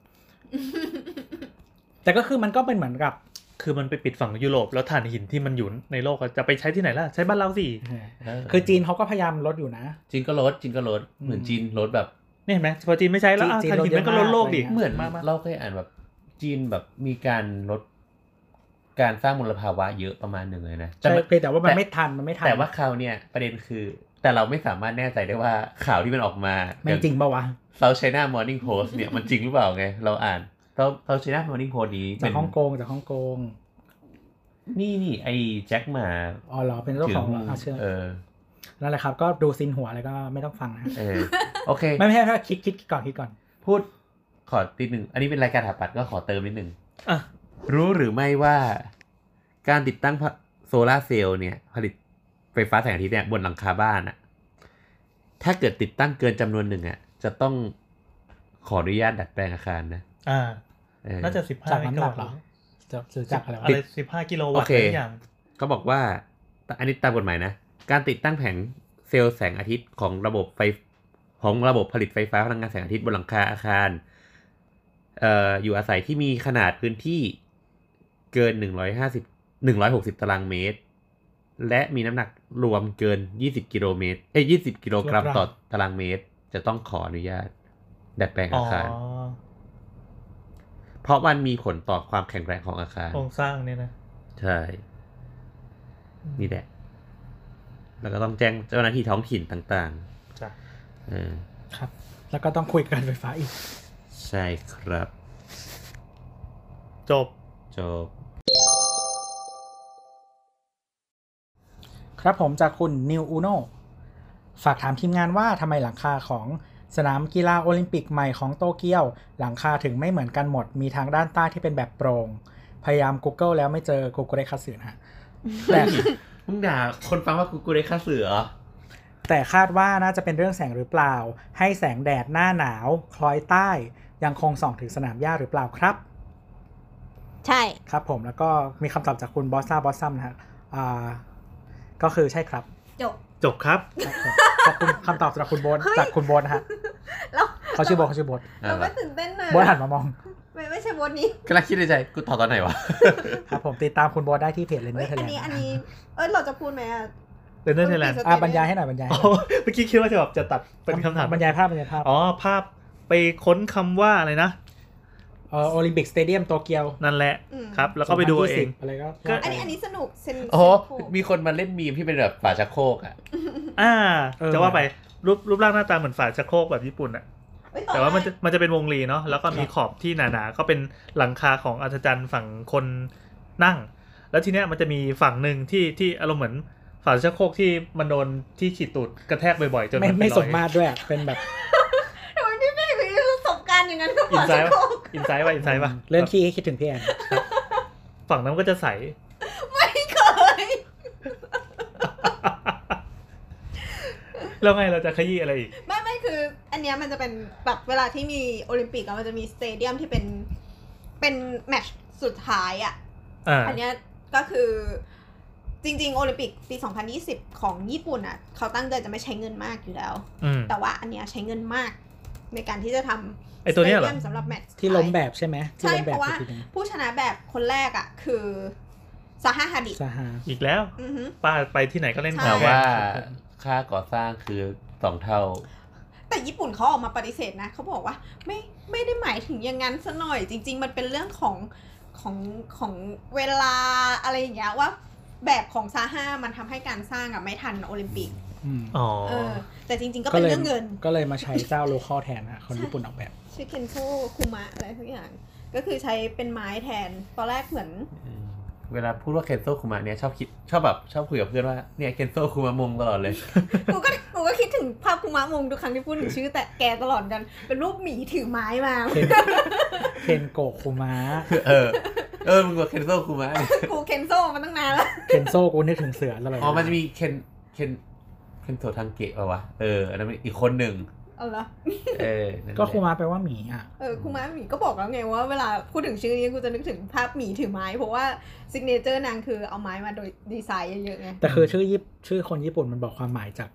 B: แต่ก็คือมันก็เป็นเหมือนกับ
C: คือมันไปปิดฝั่งยุโรปแล้วถ่านหินที่มันอยู่ในโลกอะจะไปใช้ที่ไหนล่ะ ใช้บ้านเราสิ
B: เออ
D: เออ
B: คือจีนเขาก็พยายามลดอยู่นะ
D: จีนก็ลดจีนก็ลด
B: อืม
D: เหมือนจีนลดแบบ
C: เนี่ยเห็นไหมพอจีนไม่ใช้แล้วอ่ะ
B: จีน
C: ถ่านหินมันก็ลดโลกดิ
B: ลด
D: เห
B: เยอะมาก
D: มือน
C: มากมาก
D: เราเคยอ่านแบบจีนแบบมีการลดการสร้างมลภาวะเยอะประมาณหนึ่งเลยนะแต่
B: ใช่
D: มัน
B: เพียงแต่ว่ามัน
D: แต่
B: ไม่ทันมันไม่ทัน
D: แต่ว่าคราวเนี่ยประเด็นคือ แต่เราไม่สามารถแน่ใจได้ว่าข่าวที่มันออกมา
B: มันจริงปะวะ
D: South China Morning Post เนี่ยมันจริงหรือเปล่าไง เราอ่าน South South China Morning Post นี้
B: จา
D: เป็
B: ก
D: น
B: ฮ่องกงจากฮ่องกง
D: นี่นี่ไอ้แจ็คหมา
B: อ๋อเหรอเป็นเจ้าของเหรอเอาเชื่อ
D: เออ
B: นั่นแหละครับ ก็ดูซินหัวอะไรก็ไม่ต้องฟั งนะ
D: เออ โอเค
B: ไม่ไม่ใช่คิดคิดก่อนคิดก่อน
D: พูดขอติดหนึ่ง อันนี้เป็นรายการถาปัดก็ขอเติมนิดหนึ่ง
C: อ่ะ
D: รู้หรือไม่ว่าการติดตั้งโซลาร์เซลล์เนี่ย ผลิตไฟฟ้าแสงอาทิตย์เนี่ยบนหลังคาบ้านอะถ้าเกิดติดตั้งเกินจำนวนหนึ่งอะจะต้องขออนุญาตดัดแปลงอาคารนะ
C: อ่า
D: เออ
C: น่าจะสิบห้า
B: จาก
C: กิ
B: น้ำ
C: โล
B: หนั
C: วั
B: กเ
C: ตต์
B: ห
C: เห
B: ร
C: ร
B: อ
C: อ
B: จะซื้อจากอะไรวะ
C: อะไรสิบห้ากิโลวัตต์
D: โอเค
C: อะไรสักอย่าง
D: เขาบอกว่า อันนี้ตามกฎหมายนะ การติดตั้งแผงเซลล์แสงอาทิตย์ของระบบไฟของระบบผลิตไฟฟ้าพลังงานแสงอาทิตย์บนหลังคาอาคารเอ่ออยู่อาศัยที่มีขนาดพื้นที่เกิน 150 160 ตารางเมตร และมีน้ำหนักรวมเกิน 20 กิโลเมตร เอ้ย20 กิโลกรัม
B: กิโลกรัม
D: ต่อตารางเมตร จะต้องขออนุญาต ดัดแปลง
C: อ๋
D: อา
C: อ
D: คาร เพราะมันมีผลต่อความแข็งแรงของอาคาร
C: โครงสร้างเนี่ยนะ
D: ใช่ นี่แหละ แล้วก็ต้องแจ้งเจ้าหน้าที่ท้องถิ่นต่าง
C: จ้ะ
D: ๆ เออ
B: ครับ แล้วก็ต้องคุยกันไฟฟ้าอีก
D: ใช่ครับ
C: จบ
D: จบ
B: ครับผมจากคุณนิวอูโนฝากถามทีมงานว่าทำไมหลังคาของสนามกีฬาโอลิมปิกใหม่ของโตเกียว หลังคาถึงไม่เหมือนกันหมด มีทางด้านใต้ที่เป็นแบบโปรง่งพยายาม Google แล้วไม่เจอ Google ได้คัดสื่อนะฮะ แต่
D: มึงด่าคนฟังว่ากูกูได้ค่าเสือเหรอ
B: แต่คาดว่าน่าจะเป็นเรื่องแสงหรือเปล่า ให้แสงแดดหน้าหนาว คล้อยใต้ ยังคงส่องถึงสนามหญ้าหรือเปล่าครับ
E: ใช่
B: ครับผมแล้วก็มีคำตอบจากคุณบอสซาบอสซัมนะฮะอ่าก็คือใช่ครับ
E: จบ
C: จบครับ
B: ครับผมขอบคุณ คำตอบจากคุณโบน
E: เฮ้ย
B: จากคุณโบนนะ ฮะ
E: เรา
B: เขาชื่อโบนเขา ชื่อโบน
D: อ่ะ
E: เราไม่ตื่นเต้นนะ
B: โบนหันมามอง
E: ไม่ไม่ใช่บทนี้
D: กำลังคิดในใจ กูตอบตอนไหนวะ
B: ครับผมติดตามคุณโบนได้ที่เพจเลนเด
E: เอ้
B: อย ร์ไทย
E: อัน
B: แลน
E: นี้
B: ด์
E: อันนี้ เอ้ยเราจะพูดไหมอ่ะ
C: เดนเนอร์ไทยแลนด์
B: อ่าบรรยายให้หน่อยบรรยาย
C: อ๋อเมื่อกี้คิดว่าจะแบบจะตัดเป็นคำถาม
B: บรรยายภาพบรรยายภาพ
C: อ๋อภาพไปค้นคำว่าอะไรนะ
B: เอ่อโอลิมปิกสเตเดียมโตเกียว
C: นั่นแหละ
E: อืม
C: ครับ แล้วก็ไปดูเอาเอง
B: 2020อะไรก็
C: ก็
E: อันนี้อันนี้สนุกเซน
D: โอ้โห
E: เซนโค
D: มีคนมาเล่นมีมที่เป็นแบบฝาชักโครกอ่ะ
C: อ่า จะว่าไปรูปรูปร่างหน้าตาเหมือนฝาชักโครกแบบญี่ปุ่นอะ
E: เอ้ย
C: แต่ว่ามันจะมันจะเป็นวงรีเนาะแล้วก็มีขอบที่หนาๆ ก็เป็นหลังคาของอัศจรรย์ฝั่งคนนั่ง แล้วทีเนี้ยมันจะมีฝั่งหนึ่งที่ที่อารมณ์เหมือนฝาชักโครกที่มันโดนที่ขีดตูดกระแทกบ่อยๆ จน
B: ไม่
C: นเป็น
B: ไม่
C: ร
B: ส
C: อย
B: มมาตรด้วยอะเป็นแบบ
E: ทำไมพี่เป้ถึงมีประสบการณ์อย่างนั้นกับ
C: อินไซ
E: สัง
C: ด์
E: ค
C: ป่ะ
E: ม
C: อินไซด์ป่ะอินไซด์ป่ะ
B: เรื่องขี้ให้คิดถึงพี่แอน
C: ฝั่งนั้นก็จะใส
E: ไม่เคย
C: แล้วไงเราจะขยี้อะไรอีก
E: ไม่ไม่คือ อันเนี้ยมันจะเป็นแบบเวลาที่มีโอลิมปิกอะมันจะมีสเตเดียมที่เป็นเป็นแมตช์สุดท้ายอะ
C: อ่า
E: อันเนี้ยก็คือจริง ๆ โอลิมปิกปี 2020 ของญี่ปุ่นอะเขาตั้งใจจะไม่ใช้เงินมากอยู่แล้ว
C: อืม
E: แต่ว่าอันเนี้ยใช้เงินมาก ในการที่จะทำ
C: ไอ้ตัวเนี้ยเหรอ
E: สตเดียมสำหรับแมตช์
B: ที่ล้มแบบใช่ไหมที่
E: ใช่
B: ล้ม
E: เพ
B: แบบ
E: ราะว่า
B: คือที่ไหน
E: ผู้ชนะแบบคนแรกอ่ะ คือซาฮาฮาดิ
B: ซาฮา
C: อีกแล้ว
E: อือฮึ
C: ป้าไปที่ไหนก็เล่น
E: ใช่
D: แต่
C: ง
D: ว่า
C: ครับผม
D: ค่าก่อสร้างคือสองเท่า
E: แต่ญี่ปุ่นเขาออกมาปฏิเสธนะเขาบอกว่าไม่ไม่ได้หมายถึงอย่างนั้นซะหน่อย จริง ๆ มันเป็นเรื่องของของของเวลาอะไรอย่างเงี้ยว่าแบบของซาฮามันทำให้การสร้างอะไม่ทันโอลิมปิก
C: อ๋อ
E: เออแต่จริง ๆ ก็เป็นเรื่องเงิน
B: ก็เลยมาใช้เจ้าโลคอลแทนนะคนญี่ปุ่นออกแบบ
E: ชื่อเคนโ o คุมะอะไรทุกอย่าง ก็คือใช้เป็นไม้แทน ตอนแรกเหมือน
D: เวลาพูดว่าเคนโซคุมะเนี่ยชอบคิดชอบแบบชอบคุยกับเพื่อนว่าเนี่ยเคนโซคุมะมงตลอดเลย
E: กูก็กูก็คิดถึงภาพคุมะมงทุกครั้งที่พูดถึงชื่อแต่แกตลอดเหมือนกัน เป็นรูปหมีถือไม้มา
B: เคน เคนโกะคุมะ
D: เออ เออมึงบอกเคนโซคุมะเนี่ย
E: กูเคนโซมาตั้งนานแล้ว
B: เคนโซกูนึกถึงเสือตลอด
D: อ๋อมันจะมีเคนเคนเคนโซทังเกะป่าวะเอออันนั้นเป็นอีกคนหนึ่ง
E: เอาเหรอ
D: เออนั่นแหละ
B: ก็คุมะแปลว่าหมีอ่ะ
E: เออคุมะหมีก็บอกแล้วไงว่าเวลาพูดถึงชื่อนี้กูจะนึกถึงภาพหมีถือไม้ เพราะว่าซิกเนเจอร์นางคือเอาไม้มาโดยดีไซน์เยอะๆไง
B: แต่คือชื่อยิปชื่อคนญี่ปุ่นมันบอกความหมายจาก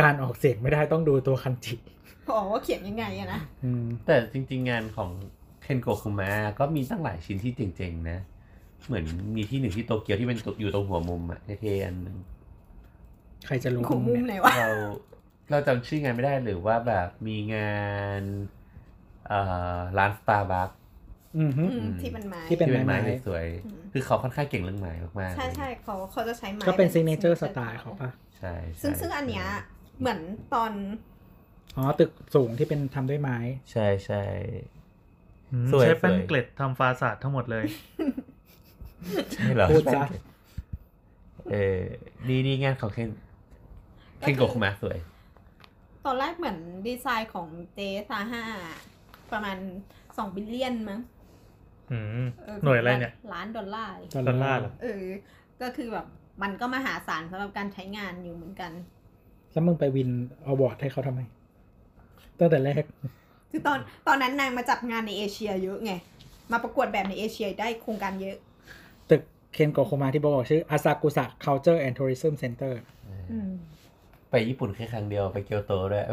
B: การออกเสียงไม่ได้ต้องดูตัวคันจิ
E: บอกว่าเขียนยังไงอะนะ
B: อืม
D: แต่จริง ๆ งานของเคนโกะคุมะก็มีตั้งหลายชิ้นที่เจ๋งๆนะ เหมือนมีที่หนึ่งที่โตเกียวที่เป็นตัวอยู่ตรงหัวมุมอะเท่ๆอันหนึ่ง
B: ใครจะรู้
E: ขุมมุม
B: เนี่ย
E: ไหนวะ
D: เรา เราจำชื่องานไม่ได้หรือว่าแบบมีงานเอ่อร้านสตาร์บัค
B: อือฮึ
E: อืม
D: อืม
E: ที่เป็นไม้
B: ที่ เป็
D: ที่
B: น
D: เป็นไม้
B: ไม้
D: สวย
E: อืม
D: ๆคือเขาค่อนข้างเก่งเรื่องไม้มากๆ
E: ใช่ใช่เขาเขาจะใช้ไม้
B: ก็เป็น
E: ป็
B: ซิ g เนเจอร์ส
E: signature
B: ไตล์เขาปะ
D: ใช่ใช่
E: ซึ่งซึ่งอันเนี้ยเหมือนตอน
B: อ๋อ ตึกสูงที่เป็นทำด้วยไม้
D: ใช่ใช่
C: อืม
D: สวย
C: ใช้แป้น
D: สวย
C: เกล็ดทำฟาสาดทั้งหมดเลย
D: ใช่เหรอ
B: พูดซะ
D: เออดีดีงานของเคน
E: ก็คือ
D: เคนโกคุมะสวย
E: ตอนแรกเหมือนดีไซน์ของเจซาห้าประมาณสองบิลเลียนมั้ง
C: อืม
E: เออ
C: หน่วยอะไรเนี่ย
E: ล้านดอลลาร์
B: ตอน
C: ดอลลาร์เหรอ
E: เออ ก็คือแบบมันก็มหาศาลสำหรับการใช้งานอยู่เหมือนกัน
B: แล้วมึงไปวินอวอร์ดให้เขาทำไม ตั้งแต่แรก
E: คือตอนตอนนั้นนางมาจับงานในเอเชียเยอะไง มาประกวดแบบในเอเชียได้โครงการเยอะ
B: ตึกเคนโกะคุมะที่บอกชื่ออาซากุสะ culture and tourism center
E: อืม
D: ไปญี่ปุ่นแค่ครั้งเดียวไปเกียวโตด้วย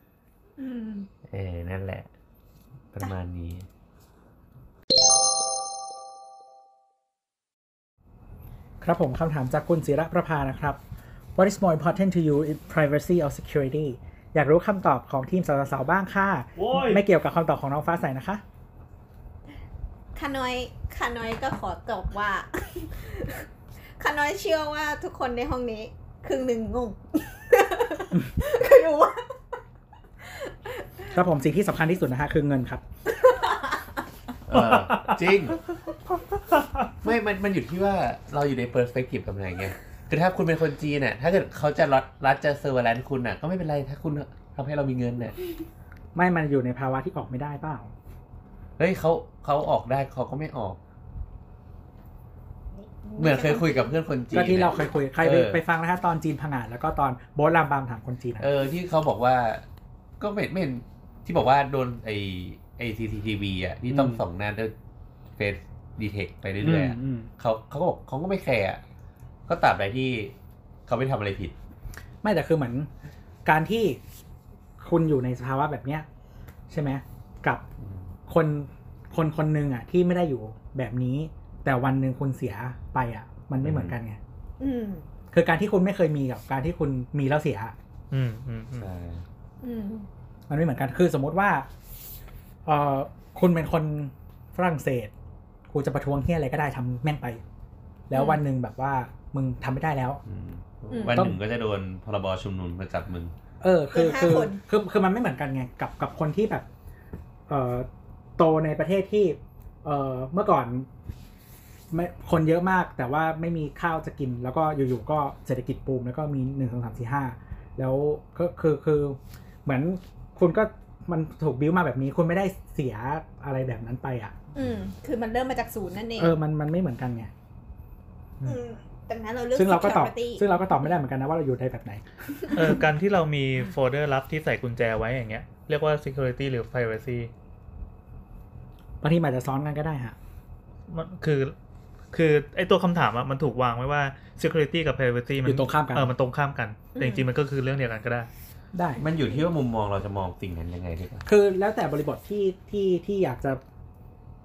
E: อืม
D: เออนั่นแหละ ประมาณนี้
B: ครับผมคำถามจากคุณศิระประภานะครับ What is more important to you is privacy or security อยากรู้คำตอบของทีมสาวๆบ้างค่ะ
C: โอ้ย
B: ไม่เกี่ยวกับคำตอบของน้องฟ้าใสนะคะ
E: คานอยคานอยก็ขอตอบว่า คานอยเชื่อว่าทุกคนในห้องนี้ ครึ่งหนึ่งงง ก็รู้ว่า
B: ครับผมสิ่งที่สำคัญที่สุดนะฮะคือเงินครับ
D: เออจริง ไม่ มัน มันอยู่ที่ว่าเราอยู่ในเปอร์สเปกทีฟแบบไหนไง คือถ้าคุณเป็นคนจีนน่ะ ถ้าเกิดเขาจะรัดรัดจะเซอร์เวลแลนซ์คุณน่ะ ก็ไม่เป็นไร ถ้าคุณทำให้เรามีเงินเนี่ย
B: ไม่มันอยู่ในภาวะที่ออกไม่ได้เปล่า
D: เฮ้ยเขาเขาออกได้เขาก็ไม่ออก เหมือนเคยคุยกับเพื่อนคนจีน
B: ก็ที่เรา
D: น่ะ
B: เคยคุยใครไป
D: เออ
B: ไปฟังนะฮะตอนจีนผงาดแล้วก็ตอนโบทรามบามถามคนจีนนะ
D: เออ ที่เขาบอกว่า ก็ไม่ไม่เห็นที่บอกว่าโดนไอไอซีซีทีวีอ่ะ ที่ต้องส่องหน้าด้วยเฟซดีเทคไปเรื่อยๆอะ
B: อืม
D: เขาเขาก็บอกเขาก็ไม่แคร์อะก็ตราบใดที่เขาไม่ทำอะไรผิด
B: ไม่แต่คือเหมือนการที่คุณอยู่ในสภาวะแบบเนี้ยใช่ไหมกับคนคนคนหนึ่งอ่ะที่ไม่ได้อยู่แบบนี้ แต่วันหนึ่งคุณเสียไปอ่ะ มันไม่เหมือนกันไง
E: อืม
B: คือการที่คุณไม่เคยมีกับการที่คุณมีแล้วเสียอะ
C: อืมอืมอืม
D: ใช่
E: อืม
B: มันไม่เหมือนกันคือสมมติว่าเออคุณเป็นคนฝรั่งเศสกูจะประท้วงเฮี้ยอะไรก็ได้ทำแม่งไป แล้ววันหนึ่งแบบว่ามึงทำไม่ได้แล้ว
D: อืม
E: อืม
D: วันหนึ่งก็จะโดนพรบชุมนุมมาจับมึง
B: เออคือ
E: เกิ
B: คื
E: น
B: อ
E: ห้าคน
B: คือคือมันไม่เหมือนกันไงกับกับคนที่แบบเอ่อโตในประเทศที่เอ่อเมื่อก่อนไม่คนเยอะมากแต่ว่าไม่มีข้าวจะกิน แล้วก็อยู่ๆก็เศรษฐกิจปูมแล้วก็มีหนึ่งสองสามสี่ห้าแล้วก็คือคือเหมือนคุณก็มันถูกบิ้วมาแบบนี้ คุณไม่ได้เสียอะไรแบบนั้นไปอ่ะ
E: อืม คือมันเริ่มมาจากศูนย์นั่นเอง
B: เออมันมันไม่เหมือนกันไง
E: อืมดังนั้นเราเลือก
B: ซึ่งเราก็ตอบ
E: security
B: ซึ่งเราก็ตอบไม่ได้เหมือนกันนะว่าเราอยู่ในแบบไหน
C: เออการที่เรามีโฟลเดอร์ลับที่ใส่กุญแจไว้อย่างเงี้ยเรียกว่า security หรือ privacy
B: บางทีมันอาจจะซ้อนกันก็ได้ฮะ
C: มันคือ คือไอตัวคำถามอะมันถูกวางไว้ว่า security กับ privacy มั
B: อยู่ตรงข้ามกัน
C: เออมันตรงข้ามกัน แต่จริงๆมันก็คือเรื่องเดียวกันก็ได้
B: ได้
D: มันอยู่ที่ว่ามุมมองเราจะมองสิ่งนั้นยังไงดีกว่า
B: คือแล้วแต่บริบทที่ที่ที่อยากจะ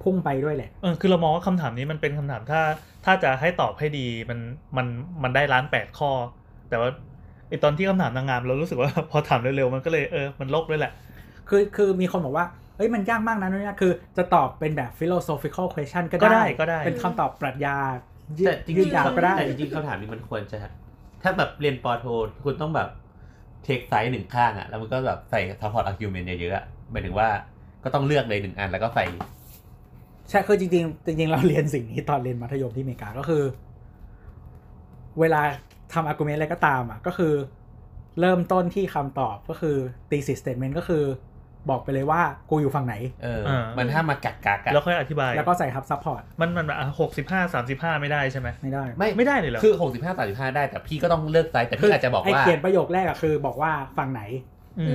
B: พุ่งไปด้วยแหละ
C: เออคือเรามองว่าคำถามนี้มันเป็นคำถามถ้า ถ้าจะให้ตอบให้ดีมันมันมันได้ล้านแปดข้อ แต่ว่าไอตอนที่คำถามนางงามเรารู้สึกว่า พอถามเร็วๆมันก็เลยเออมันโลกด้วยแหละ
B: คือคือมีคนบอกว่า เอ้ยมันยากมากนะนู่นนนะคือจะตอบเป็นแบบ philosophical question ก็
C: ก็ได้ก็ได้
B: เป็นคำตอบปรัชญายื
D: แต่
B: ด
D: จริ
B: ยืด
D: งๆ
B: ยาวก็ได้
D: แต่จริงๆคำถามนี้มันควรจะ ถ้าแบบเรียนปอโท คุณต้องแบบเทคไซส์หนึ่งข้างอ่ะ แล้วมันก็แบบใส่ support argument เยอะๆอะหมายถึงว่าก็ต้องเลือกเลยหนึ่งอันแล้วก็ใส่
B: ใช่คือจริงๆจริงๆ เราเรียนสิ่งนี้ตอนเรียนมัธยมที่อเมริกาก็คือ เวลาทำอาร์กิวเมนต์อะไรก็ตามอ่ะก็คือ เริ่มต้นที่คำตอบก็คือ thesis statement ก็คือ บอกไปเลยว่ากูอยู่ฝั่งไหน
D: เออ
C: เออ
D: มันถ้ามมากักกักๆ
C: แล้ว
D: อะ
C: ค่อยอธิบาย
B: แล้วก็ใส่ครับ support
C: มันมันหกสิบห้าสามสิบห้าไม่ได้ใช่ไหม
B: ไม่ได้
D: ไม่
C: ไม่ได้เลยเหรอ
D: คือหกสิบห้าสามสิบห้าได้แต่พี่ก็ต้องเลือกไซส์แต่พี่อาจจะบอก
B: ไอ้
D: ว่า
B: เขียนประโยคแรกอะคือ บอกว่าฝั่งไหน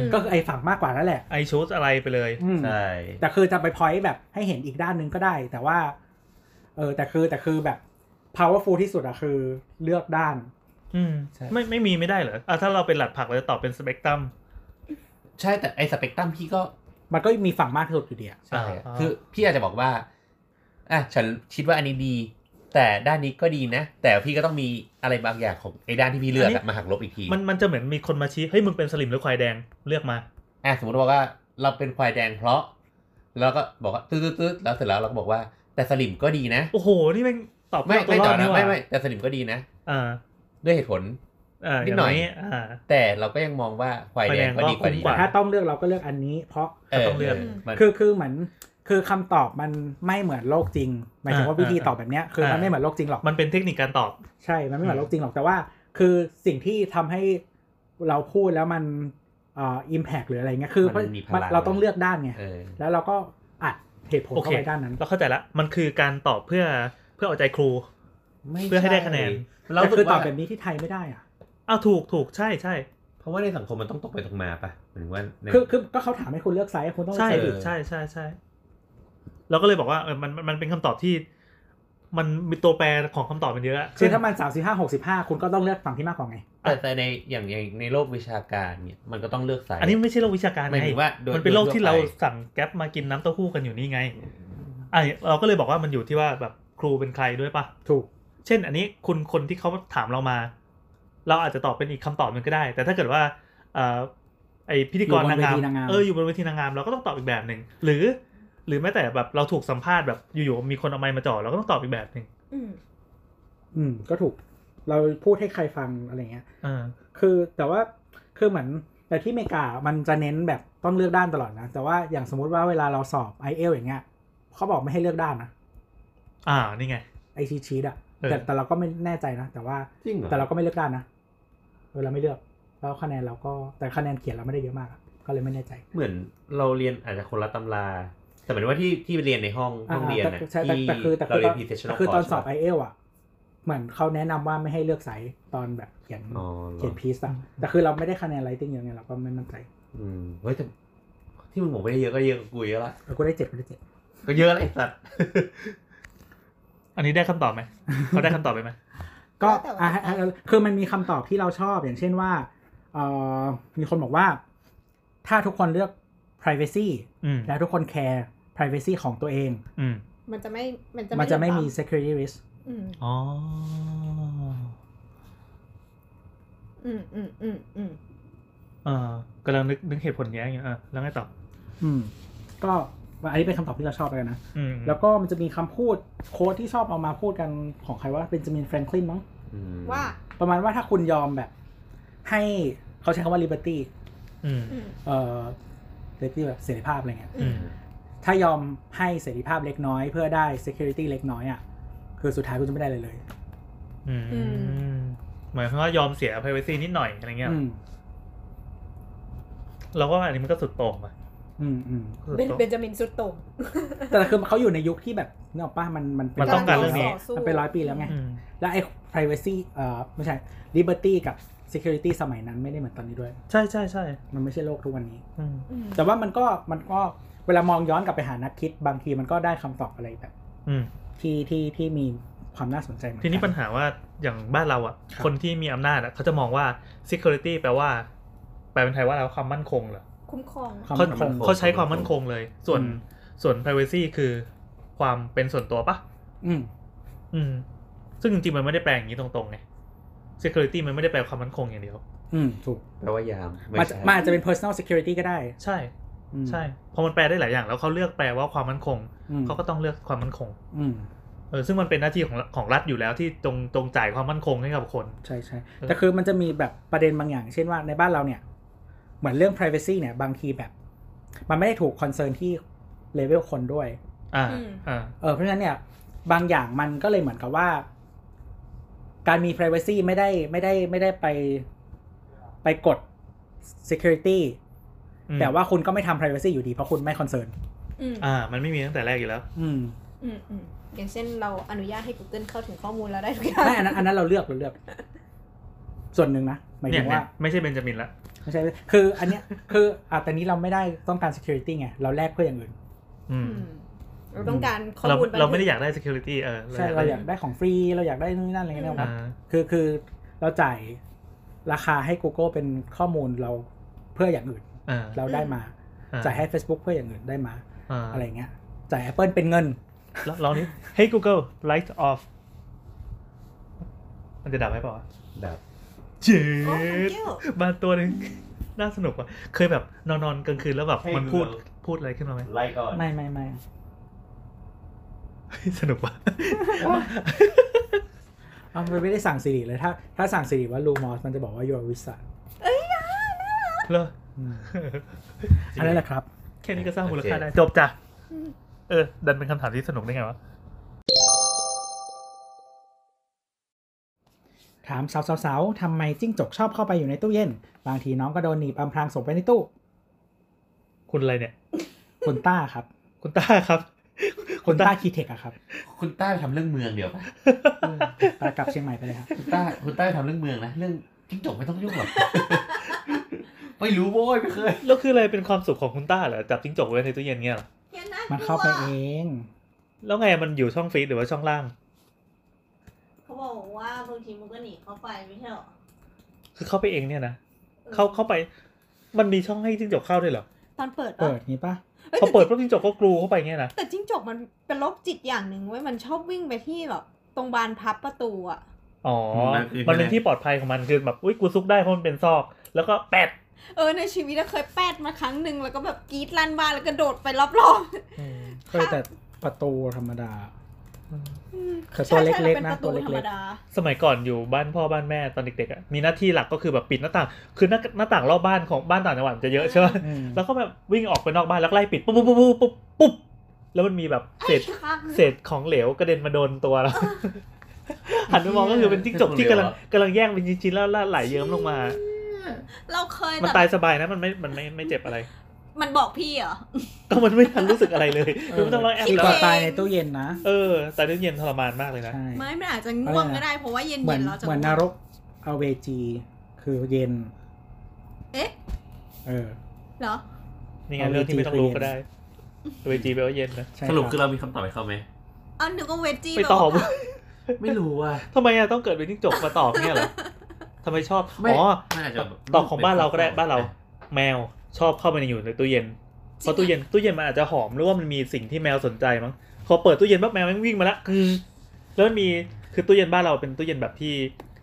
C: ม
B: ก็คือไอ้ฝั่งมากกว่านั่นแหละ
C: ไอชูสอะไรไปเลย
B: อืม
D: ใช่
B: แต่คือจะไปพอยต์แบบให้เห็นอีกด้านหนึ่งก็ได้ แต่ว่า เออแต่คือแต่คือแบบ powerful ที่สุดอะคือเลือกด้าน
C: อืม
D: ใช่
C: ไม่ไม่มีไม่ได้เหรออ่ะถ้าเราเป็นหลัดผักเราจะตอบเป็นสเปกตรัม
D: ใช่แต่ไอ้สเปกตรัมพี่ก็
B: มันก็มีฝั่งมากที่สุดอยู่ดีอะ
D: ใช่
C: อ่าอ่า
D: คือพี่อาจจะบอกว่าอ่ะฉันคิดว่าอันนี้ดี แต่ด้านนี้ก็ดีนะ แต่พี่ก็ต้องมีอะไรบางอย่างของไอ้ด้านที่พี่เลือกอะมาหักลบอีกที
C: มันมันจะเหมือนมีคนมาชี้เฮ้ยมึงเป็นสลิมหรือควายแดงเลือกมา
D: อ่ะสมมติว่าว่าเราเป็นควายแดงเพราะ แล้วก็บอกว่าตื้อตื้อแล้วเสร็จแล้วเราก็บอกว่า แต่สลิมก็ดีนะ
C: โอ้โหนี่แม่งตอบ
D: ไม่
C: ตัว
D: ไม่
C: ร
D: ต่
C: อ
D: อ
C: ด
D: นะ
C: นี่หว่า
D: ไม่ไม่แต่สลิมก็ดีนะ
C: อ่า
D: ด้วยเหตุผล
C: อ่า
D: นิดหน่อย
C: างอ่า
D: แต่เราก็ยังมองว่าควายแดงก็ดีกว่าดี
B: แต่
D: นะ
B: ถ้าต้องเลือกเราก็เลือกอันนี้ เพราะ
D: เออ
C: ต้องเลือก
D: มัน
B: คือคือเหมือนคือคำตอบมันไม่เหมือนโลกจริง หมายถึงว่า
C: อ่า
B: วิธีตอบแบบเนี้ยคือมัน
C: อ่า
B: ไม่เหมือนโลกจริงหรอก
C: มันเป็นเทคนิคการตอบ
B: ใช่ มันไม่เหมือนโลกจริงหรอกแต่ว่า คือสิ่งที่ทำให้เราพูดแล้วมันเอ่ออิมแพกหรืออะไรเงี้ยคือมันเราต้องเลือกด้านไง
D: เออ
B: แล้วเราก็อัดเหตุผลเข้าไป
C: โอเค
B: ด้านนั้น
C: เราเข้าใจละมันคือการตอบเพื่อเพื่อเอาใจครู
D: ไม่
C: เพื่อให้ได้คะแนน
D: เรา
B: แต่
D: สึ
B: คือก ตอ
D: ว่า
B: บแบบนี้ที่ไทยไม่ได้อะ
C: อ้าวถูกถูกใช่ใช่
D: เพราะว่าในสังคมมันต้องตกไปตรงมาป่ะหมายถึงว่าใน
B: คือคือก็เขาถามให้คุณเลือกไซส์คุณต้องเลื
C: ใช่
B: อกไซส์
D: เอ
B: ดิ
D: อ
C: ใช่ใช่ใช่เราก็เลยบอกว่าเออมันมันมันเป็นคำตอบที่ มันมีตัวแปรของคำตอบมันเยอะะ
B: คือถ้ามันสามสิบห้าหกสิบห้าคุณก็ต้องเลือกฝั่งที่มากกว่าไง
D: แต่แต่ในอย่างอย่างในโลกวิชาการเนี่ยมันก็ต้องเลือกสาย
C: อันนี้ไม่ใช่โลกวิชาการ
D: หมายถึง
C: ไง
D: ว่าโดย
C: มันเป็นโลกที่เรา
D: โดยวไป
C: สั่งแก๊ปมากินน้ำเต้าหู้กันอยู่นี่ไงไอเราก็เลยบอกว่ามันอยู่ที่ว่าแบบครูเป็นใครด้วยปะ
B: ถูก
C: เช่นอันนี้คุณคนที่เขาถามเรามา เราอาจจะตอบเป็นอีกคำตอบหนึ่งก็ได้ แต่ถ้าเกิดว่าเอ่อไอพิธีกร
B: อยู่บ
C: นาน งงาม
B: เวทีนางงาม
C: เอออยู่บนเวทีนางงามเราก็ต้องตอบอีกแบบหนึ่งหรือ หรือแม้แต่แบบเราถูกสัมภาษณ์แบบอยู่ๆมีคนเอาไมค์มาจ่อเราก็ต้องตอบอีกแบบหนึ่ง
E: อืม
B: อืมก็ถูก เราพูดให้ใครฟังอะไรเงี้ย
C: เออ
B: คือแต่ว่าคือเหมือนแต่ที่อเมริกามันจะเน้นแบบต้องเลือกด้านตลอดนะ แต่ว่าอย่างสมมุติว่าเวลาเราสอบ i อเอลอย่างเงี้ยเขาบอกไม่ให้เลือกด้านนะ
C: อ่านี่ไง
B: ไอชีชีดอะ
C: เออ
B: แต่แต่เราก็ไม่แน่ใจนะ แต่ว่า
D: จริงเหรอ
B: แต่เราก็ไม่เลือกด้านนะเวลาไม่เลือกแล้วคะแนนเราก็แต่คะแนนเขียนเราไม่ได้เยอะมากอะก็เลยไม่แน่ใจ
D: เหมือนเราเรียนอาจจะคนละตำราแต่หมายถึงว่าที่ที่เรียนในห้องห้องเรียนน่ะ
B: อ่าแต่ใช่แต่
D: ที่
B: แต่คือแต่
D: เรา
B: คือ
D: เรียน
B: ตอน
D: professional
B: คือตอนสอบ
D: course ะ
B: ไอเอลอ่ะ เหมือนเขาแนะนำว่าไม่ให้เลือกสายตอนแบบเขียน
D: อ๋อเหร
B: เขีย
D: อน
B: พีซอะแต่คือเราไม่ได้คะแนนไรติ้งเยอะไงเราก็ไม่มั่นใจ
D: อืมเฮ้ยแต่ที่มึงบอกไม่ได้เยอะก็เยอะกว่ากูเยอะละ
B: เออกูได้เจ็ดกูได้เจ็ด
D: ก็เยอะเลยสัตว์
C: อันนี้ได้คำตอบไหมเขาได้คำตอบไปไหม
B: ก็
E: แล้วแต่ว่า
B: อ่ะอ่ะอ่ะคือมันมีคำตอบที่เราชอบอย่างเช่นว่าเออมีคนบอกว่า ถ้าทุกคนเลือก privacy
C: อืม
B: และทุกคน care privacy ของตัวเอง
C: อืม
E: มันจะไม่ มันจะ
B: มันจะไม่
E: ลำบาก
B: มี security risk
E: อืม
C: อ๋อ
E: อืมอืมอืมอืม
C: เออกำลังนึกนึกเหตุผลแย้งอยู่อ่ะแล้วไงต่อ
B: อืมก็อันนี้เป็นคำตอบที่เราชอบแล้วกันนะ
C: อืม
B: แล้วก็มันจะมีคำพูดโค้ดที่ชอบเอามาพูดกันของใครว่าเป็นจามินแฟรงคลินมั้ง
D: อืม
E: ว่า
B: ประมาณว่าถ้าคุณยอมแบบ ให้เขาใช้คำว่า liberty
C: อืม
E: อืม
B: เอ่อ liberty แบบเสรีภาพอะไรเงี้ย
E: อืม
B: ถ้ายอมให้เสรีภาพเล็กน้อยเพื่อได้ security เล็กน้อยอ่ะคือสุดท้ายคุณจะไม่ได้เลยเลย
C: อืมหมายความว่ายอมเสีย privacy นิดหน่อยอะไรเงี้ย
B: อืม
C: เราก็ว่าอันนี้มันก็สุดโต่งไป
B: อืมอืม
C: สุด
E: เบน
C: โต่ง
E: เบนจามินสุดโต่ง
B: แต่คือเขาอยู่ในยุคที่แบบเนกอะป้ามันมันเป็น
C: มันต้องการเรื่องนี้
B: มันเป็นร้อยปีแล้วไง
C: อืม
B: แล้วไอ้ privacy เอ่อไม่ใช่ liberty กับ security สมัยนั้นไม่ได้เหมือนตอนนี้ด้วย
C: ใช่ใช่ใช่
B: มันไม่ใช่โลกทุกวันนี้
C: อืม
E: อืม
B: แต่ว่ามันก็มันก็เวลามองย้อนกลับไปหานักคิดบางทีมันก็ได้คำตอบอะไรแบบ
C: อืม
B: ที่ที่ที่มีความน่าสนใจเหมือนกั
C: ทีนี้ปัญหาว่าอย่างบ้านเราอ่ะ
B: ครับ
C: คนที่มีอำนาจอะเขาจะมองว่า security แปลว่า ไป ลเป็นไทยว่าแล้วความมั่นคงเหรอ
E: คุ้มครอง
B: ความ
C: เขา
B: มั่นคง
C: เขาใช้ความมั่นคงเลย ส่วน
B: อืม
C: ส่วน privacy คือความเป็นส่วนตัวปะ
B: อืม
C: อืม ซึ่งจริงๆ มันไม่ได้แปลอย่างนี้ตรงๆไง security มันไม่ได้แปลความมั่นคงอย่างเดียว
B: อืมถูก
A: แปลว่ายาม
B: มันอาจมันอาจจะเป็น personal security ก็ได้
C: ใช่
B: อืม
C: ใช่พอมันแปลได้หลายอย่าง แล้วเขาเลือกแปลว่าความมั่นคง
B: อืม
C: เขาก็ต้องเลือกความมั่นคง
B: อืม
C: เออซึ่งมันเป็นหน้าที่ของของรัฐอยู่แล้วที่จงจงจ่ายความมั่นคงให้กับคน
B: ใช่ใช่
C: เออ
B: แต่คือมันจะมีแบบประเด็นบางอย่าง เช่นว่าในบ้านเราเนี่ย เหมือนเรื่อง p r i เวซีเนี่ย บางทีแบบ มันไม่ได้ถูกคอนเซิร์นที่เลเวลคนด้วย
C: อ่าอ่า
B: เออเพราะฉะนั้นเนี่ย บางอย่างมันก็เลยเหมือนกับว่า การมี p r i เวซีไม่ได้ไม่ได้ไม่ได้ไปไปกด security
C: อืม
B: แต่ว่าคุณก็ไม่ทำ p r i เวซีอยู่ดีเพราะคุณไม่คอนเซิร์น
E: อืม
C: อ่า มันไม่มีตั้งแต่แรกอยู่แล้ว
B: อืม
E: อืมอืมอย่างเช่นเราอนุญาตให้ Google เข้าถึงข้อมูลเราได้ทุกอย่าง
B: ไม่อันนั้นอันนั้นเราเลือกเราเลือก ส่วนหนึ่งนะหมาย
C: เนี่
B: ถึ
C: ย
B: ง
C: เนี่
B: ว่า
C: ยไม่ใช่เบนจามินละ
B: ไม่ใช่คืออันเนี้ย คืออ่ะแต่นี้เราไม่ได้ต้องการ security ไง เราแลกเพื่ออย่างอื่น
C: อื
E: อื
C: ม
E: มเราต้องการข้อ
C: เรา
E: มูลบันทึก
C: เราไม่ได้อยากได้ security เออ
B: ใช่ เราอยากได้ของฟรี เราอยากได้นู่นนนั่นอะไรเงี้ย
C: อ่า
B: นะคือ คือเราจ่ายราคาให้ Google เป็นข้อมูลเราเพื่ออย่างอื่น
C: อ่า
B: เราได้มา
C: อ่
B: จ่ายให้ Facebook เพื่ออย่างอื่นได้มา
C: า
B: อะไรเงี้ย จ่าย Apple เป็นเงิน
C: ลองลองนี้ Hey Google light off มันจะดับไหมเปล่าวะ
A: ดับ
C: เจ็
E: โอ้ thank
C: ด
E: you
C: มาตัวหนึ่ง น่าสนุกว่ะ เคยแบบนอนนอนๆกลางคืนแล้วแบบ
A: Hey
C: มันพูด
A: Google
C: พูดอะไรขึ้นมาไหม
A: ไล่ก่อน
B: ไม่ไม่ไม่
C: สนุกว่ะ
B: เอามันไม่ได้สั่งสิริเลย ถ้า ถ้าสั่งสิริว่าลูมอสมันจะบอกว่า your wizard
C: เลอ
B: อืม
C: จริง
B: อันนั้นแหละครับ
C: แค่นี้ก็สร้างมูลค่าได้ จบจ้ะ เออ ดันเป็นคำถามที่สนุกได้ไงวะ
B: ถามสาวๆๆทำไมจิ้งจกชอบเข้าไปอยู่ในตู้เย็น บางทีน้องก็โดนหนีบอำพรางส่งไปในตู้
C: คุณอะไรเนี่ย
B: คุณต้า ครับ
C: คุณต้าครับ
B: คุณต้าคีเทคอะครับ
A: คุณต้าไปทำเรื่องเมืองเดี๋ยวปะ
B: ตากลับเชียงใหม่ไปเลยครับ
A: คุณต้าคุณต้าไปทำเรื่องเมืองนะเรื่องจิ้งจกไม่ต้องยุ่งหร อกไม่รู้โว้ยไม่เคย
C: แล้วคืออะไรเป็นความสุขของคุณต้าเหรอ จับจิ้งจกไว้ในตู้เย็นเงี้ยเหรอ
E: เนี่ยน่ากลัว
B: มันเข้าไปเอง
C: แล้วไงมันอยู่ช่องฟีดหรือว่าช่องล่าง
F: เขาบอกว่าบางทีมันก็หนีเข้าไปไม่ใช่เหรอ
C: คือเข้าไปเองเนี่ยนะ เข้าเข้าไป มันมีช่องให้จิ้งจกเข้าด้วยเหรอ
E: ตอนเปิด
B: เปิ
E: อะ
B: ดนี้ปะ
C: พอเปิดปุ๊บจิ้งจกก็กรูเข้าไปเงี้ยนะ
E: แต่จิ้งจกมันเป็นโรคจิตอย่างหนึ่งเว้ยมันชอบวิ่งไปที่แบบตรงบานพับประตูอะ
C: อ๋อ
A: มันคือ
C: มันเป็นที่ปลอดภัยของมันคือแบบ อุ้ยกูซุกได้เพราะมันเป็นซอก แล้วก็แปด
E: เออในชีวิตเราเคยแปดมาครั้งหนึ่งแล้วก็แบบกรีดลั่นบ้านแล้วก็โดดไปรอบ
B: เคยแต่ประตูธรรมดา
E: ๆอืม
B: แต่ตัวเล็
E: ใช่ใช่รา
B: กๆ
E: ป็
B: นะ
E: ประ
B: ตัวเล็กๆ
E: ธรรมดา
C: สมัยก่อนอยู่บ้านพ่อบ้านแม่ตอนเด็กๆอะมีหน้าที่หลักก็คือแบบปิดหน้าต่าง คือหน้าหน้าต่างรอบบ้านของบ้านต่างจังหวัดมันจะเยอะใช่ไหม
B: อืม
C: แล้วก็แบบวิ่งออกไปนอกบ้านแล้วก็ไล่ปิดปุ๊บปุ๊บปุ๊บปุ๊บปุ๊บปุ๊บแล้วมันมีแบบเศษเศษของเหลวกระเด็นมาโดนตัวเรา หันไปมองก็คือเป็นจิ้งจกที่กำลังกำลังแย่งเป็นชิ้นๆแล้วไหลเยิ้มลงมา
E: เราเคย
C: มัน
E: แต่
C: ตายสบายนะมันไม่มันไม่ไม่เจ็บอะไร
E: มันบอกพี่เหรอ
C: ก็มันไม่ทันรู้สึกอะไรเลยคือไม่ต้องร้องแอบ
B: ดี
C: แล้
B: ก
C: ว
B: ว่า
E: เออ
B: ตายในตู้เย็นนะ
C: เออแต่เย็นทรมานมากเลยนะ
B: ใช่
E: ไม่มันอาจจะง่วง
B: อะไรนะ
E: ก็ได้ เพราะว่าเย็น
B: เหมือน
E: ๆเราจะ
B: เหมือนนรกอเวจี คือเย็น
E: เอ๊ะ
B: เออ
E: เหรอ
C: นี่ไงเรื่องที่ไม่ต้องรู้ก็ได้เวจีแปลว่าเย็นนะ
B: ใช่
A: สรุป
B: บ
A: คือเรามีคำตอบให้เขาไหม
E: เอาหนึกว่าเวจจี้
C: ไปตอบ
E: แบบว่า
A: ไม่รู้ว่า
C: ทำไมอะต้องเกิดเป็นจิ้งจกมาตอบเนี่ยเหรอทำไมชอบ
A: ไม่
C: อ๋อ
A: ไม่อาจจะแบบ
C: ตอบของบ้านเราก็ได้
A: เป็นข้อสอบ
C: บ้านเรา แมวชอบเข้าไปในอยู่ในตู้เย็น เพราะตู้เย็น ตู้เย็นมันอาจจะหอมหรือว่ามันมีสิ่งที่แมวสนใจมั้ง พอเปิดตู้เย็นปั๊บแมวมันวิ่งมาละ คือแล้วมันมี คือตู้เย็นบ้านเราเป็นตู้เย็นแบบที่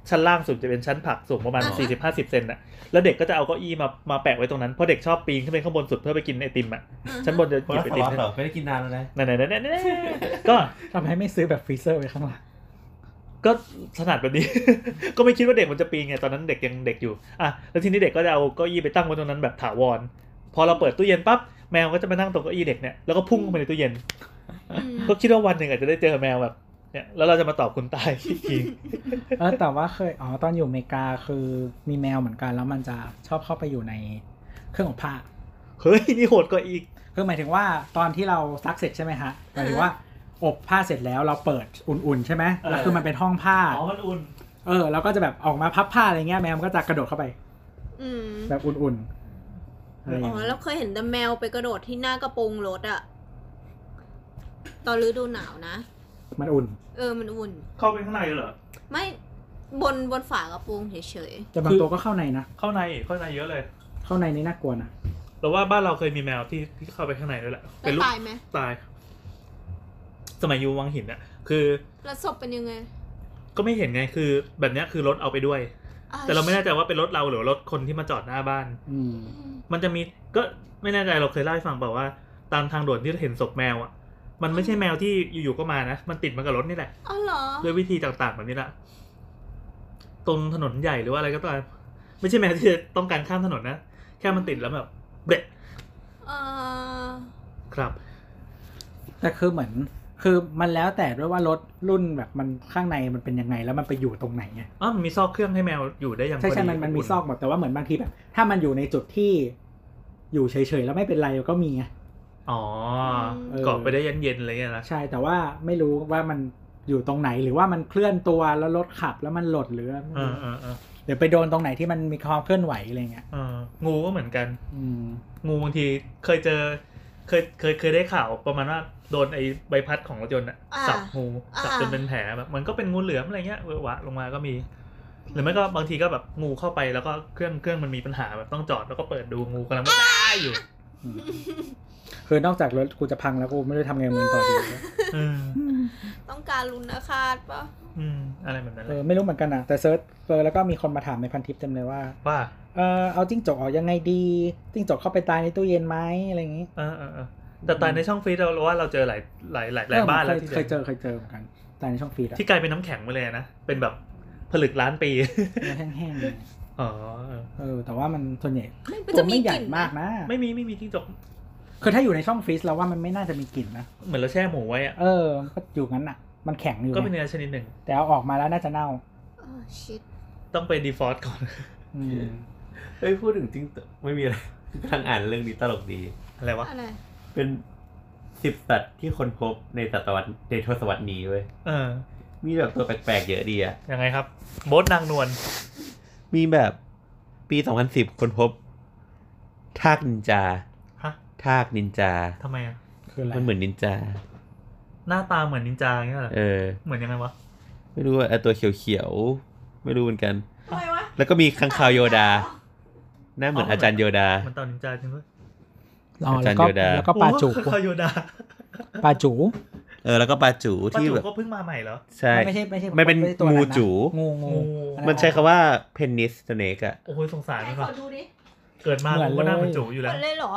C: ชั้นล่างสุดจะเป็นชั้นผักสูงประมาณ
A: อ่าฮะ
C: 40-50 เซนน่ะ แล้วเด็กก็จะเอาเก้าอี้มามาแปะไว้ตรงนั้น เพราะเด็กชอบปีนขึ้นไปข้างบนสุดเพื่อไปกินไอติมอ่ะ ชั้นบนจะหยิบไอติม
A: เหรอไม่ได้กินนานแล้วนะ
C: นั่นๆๆๆๆก็
B: ทำให้ไม่ซื้อแบบฟรีเซอร์ไว้ข้างหลัง
C: ก็ถนัดแบบนี้ ก็ไม่คิดว่าเด็กมันจะปีนไงตอนนั้นเด็กยังเด็กอยู่อ่ะแล้วทีนี้เด็กก็จะเอาเก้าอี้ไปตั้งไว้ตรงนั้นแบบถาวร พอเราเปิดตู้เย็นปั๊บแมวก็จะมานั่งตรงเก้าอี้เด็กเนี่ยแล้วก็พุ่งเข้าไปในตู้เย็น
E: อืม
C: ก็คิดว่าวันหนึ่งอาจจะได้เจอแมวแบบเนี่ยแล้วเราจะมาตอบคุณตาย อีกที
B: เออแต่ว่าเคย อ๋อ ตอนอยู่อเมริกาคือมีแมวเหมือนกัน แล้วมันจะชอบเข้าไปอยู่ในเครื่องอบผ้า
C: เฮ้ยนี่โหดกว่าอีก
B: คือหมายถึงว่าตอนที่เราซักเสร็จใช่ไหมฮะหมายถึงว่าอบผ้าเสร็จแล้วเราเปิดอุ่นๆใช่ไหม
C: เออ
B: แล้วคือมันเป็นห้องผ้า
C: อ๋อมันอุ่น
B: เออเราก็จะแบบออกมาพับผ้าอะไรเงี้ยแมวมันก็จะกระโดดเข้าไป
E: อืม
B: แบบอุ่นๆอะไรอย่าง
E: อ๋อ
B: เงี้ย
E: แล้วเคยเห็นแต่แมวไปกระโดดที่หน้ากระโปรงรถอะตอนฤดูหนาวนะ
B: มันอุ่น
E: เออมันอุ่น
C: เข้าไปข้างในเลยเหรอ
E: ไม่บนบนฝากระโปรงเฉย
B: แต่บางตัวก็เข้าในนะ
C: เข้าในเข้าในเยอะเลย
E: ๆ
B: เข้าในนี่น่ากลัวนะ
C: เราว่าบ้านเราเคยมีแมวที่ที่เข้าไปข้างในด้วยแหละ
G: แล้
C: เป็
G: วน
C: ลูก
G: ตายไหม
C: ตาย สมัยอยู่วังหินอะคือ
G: แล้วศพเป็นยังไง
C: ก็ไม่เห็นไงคือแบบเนี้ยคือรถเอาไปด้วย
G: อ่ะ
C: แต่เราไม่แน่ใจว่าเป็นรถเราหรือรถคนที่มาจอดหน้าบ้าน
B: อืม
C: มันจะมีก็ไม่แน่ใจเราเคยเล่าให้ฟังเปล่าว่า ตามทางด่วนที่เห็นศพแมวอ่ะ มันไม่ใช่แมวที่อยู่ๆก็มานะ มันติดมากับรถนี่แหละ
G: อ๋อเหรอ
C: ด้วยวิธีต่างๆแบบนี้แหละตรงถนนใหญ่หรือว่าอะไรก็ตามไม่ใช่แมวที่จะต้องการข้ามถนนนะแค่มันติดแล้วแบบเบรก
G: เออ
C: ครับ
B: แต่คือเหมือน คือมันแล้วแต่ด้วยว่ารถรุ่นแบบมันข้างในมันเป็นยังไงแล้วมันไปอยู่ตรงไหนไง
C: อ้าวมันมีซอกเครื่องให้แมวอยู่ได้อย่าง
B: ใช่ใช่
C: พอดี
B: มันมันมีซอกหมดแต่ว่าเหมือนบางทีแบบ ถ้ามันอยู่ในจุดที่อยู่เฉยๆแล้วไม่เป็นไรก็มีไง
C: อ๋อ
B: เออ
C: เกาะไปได้เย็นๆอะไรอย่างเงี้ยนะ
B: ใช่แต่ว่าไม่รู้ว่ามันอยู่ตรงไหนหรือว่ามันเคลื่อนตัวแล้วรถขับแล้วมันหลดหรือ
C: เออเออเออ
B: หรือไปโดนตรงไหนที่มันมีความเคลื่อนไหวอะไรเงี้ย
C: เอองูก็เหมือนกัน
B: อืม
C: งูบางทีเคยเจอ เคยเคยเคยได้ข่าวประมาณว่าโดนไอ้ใบพัดของรถยนต์อะ
G: อ่ะ
C: สับงู
G: อ่า
C: สับจนเป็นแผลแบบมันก็เป็นงูเหลือมอะไรเงี้ยเวอะหวะลงมาก็มี หรือไม่ก็บางทีก็แบบงูเข้าไปแล้วก็เครื่องเครื่องมันมีปัญหาแบบต้องจอดแล้วก็เปิดดูงูกำลั งได้อยู่
B: คือนอกจากรถกูจะพังแล้วกูไม่รู้จะทำไงมึงต่อดีวะ
C: เออ
G: ต้องการลุนอาคาตปะ
C: อืมอะไรแบบนั้น
B: เอ
C: แหละ
B: อไม่รู้เหมือนกันนะแต่เซิร์ชเจอแล้วก็มีคนมาถามในพันทิปเต็มเลยว่า
C: ว่า
B: เออเอาจิ้งจกออกยังไงดี จิ้งจกเข้าไปตายในตู้เย็นไหมอะไรอย่างนี้
C: เออเออเออแต่ตายในช่องฟรีดเราว่าเราเจอหลายหลายหลายหลายบ้านแล้ว
B: เออ
C: ที่
B: เคยเคยเจอเคยเจอเหมือนกันตายในช่องฟรีดอะ
C: ที่กลายเป็นน้ำแข็งไปเลยนะเป็นแบบผลึกล้านปี
B: แห้งๆเลย
C: อ๋อเออ
B: เออแต่ว่ามันส่วนใหญ่
G: มัน
B: ตั
G: จะ
B: ว
G: มี
B: ไม่ให
G: ก
B: ญ่
G: ลิ่น
B: มากนะ
C: ไม่มีไม่มีที่จก
B: คือถ้าอยู่ในช่องฟรีซเราว่ามันไม่น่าจะมีกลิ่นนะ
C: เหมือนเราแช่หมูไว้อะ
B: เออก็อยู่งั้นอ่ะ มันแข็งอยู่
C: ก็เป็น
B: ไง
C: เนื้อชนิดหนึ่ง
B: แต่เอาออกมาแล้วน่าจะเน่า
G: ชิด
C: ต้องไปดีฟอ u ต์ก่อน
B: อืม
D: เฮ้ยพูดถึงจริงๆไม่มีอะไร กำลังอ่านเรื่องนี้ตลกดี
C: อะไรวะ
G: อะไร
D: เป็นสิบสัตว์ที่คนพบในศตวรรษในทศวรรษนี้เว้ย
C: เออ
D: มีแบบตัวแปลกๆเยอะดีอะ
C: ยังไงครับ โบทนางนวล
D: มีแบบปี 2010 คนพบ ทากนินจา
C: ฮะ
D: ทากนินจา
C: ทำไมอ่ะ
B: คืออะไร
D: มันเหมือนนินจา
C: หน้าตาเหมือนนินจาอย่างเงี้ยเหรอ
D: เออ
C: เหมือนยังไงวะ
D: ไม่รู้ว่าไอ้ตัวเขียวๆ ไม่รู้เหมือนกัน
E: ทำไมวะ
D: แล้วก็มีค้างคาวโยดา หน้าเหมือนอาจารย์โยดา
C: เหมือนเตอนนินจาจริงด้วย
B: อ๋อ
D: อา
B: แล้วก็
D: จารย์โยดา
B: แล้วก็ปลาจู
C: โอ้โหคา โยดา
B: ปลาจู
D: เออ แล้วก็ปลาจู
C: ปลา
D: ที่
C: จู
D: แบบ
C: ก็เพิ่งมาใหม่เหรอ
D: ใช่
B: ไม่ใช่ไม่ใช่
D: มันเป็น
B: ไใช่ตัวนั้น
D: งู
B: นะ
D: จู๋
B: งูงู
C: งู
B: อัะ
D: มันใช้คำว่าเพนนิสสเนกอะ
C: โอ้โหสงสาร
E: ให้
C: มัน
E: ขอ
C: ว่ะ
E: ดูดิ
C: เกิดมา
B: เหมือน
C: ก็หน้า
B: เลย
C: เป็นจูอยู่
G: หม
C: แล้ว
G: ดเลยเหรอ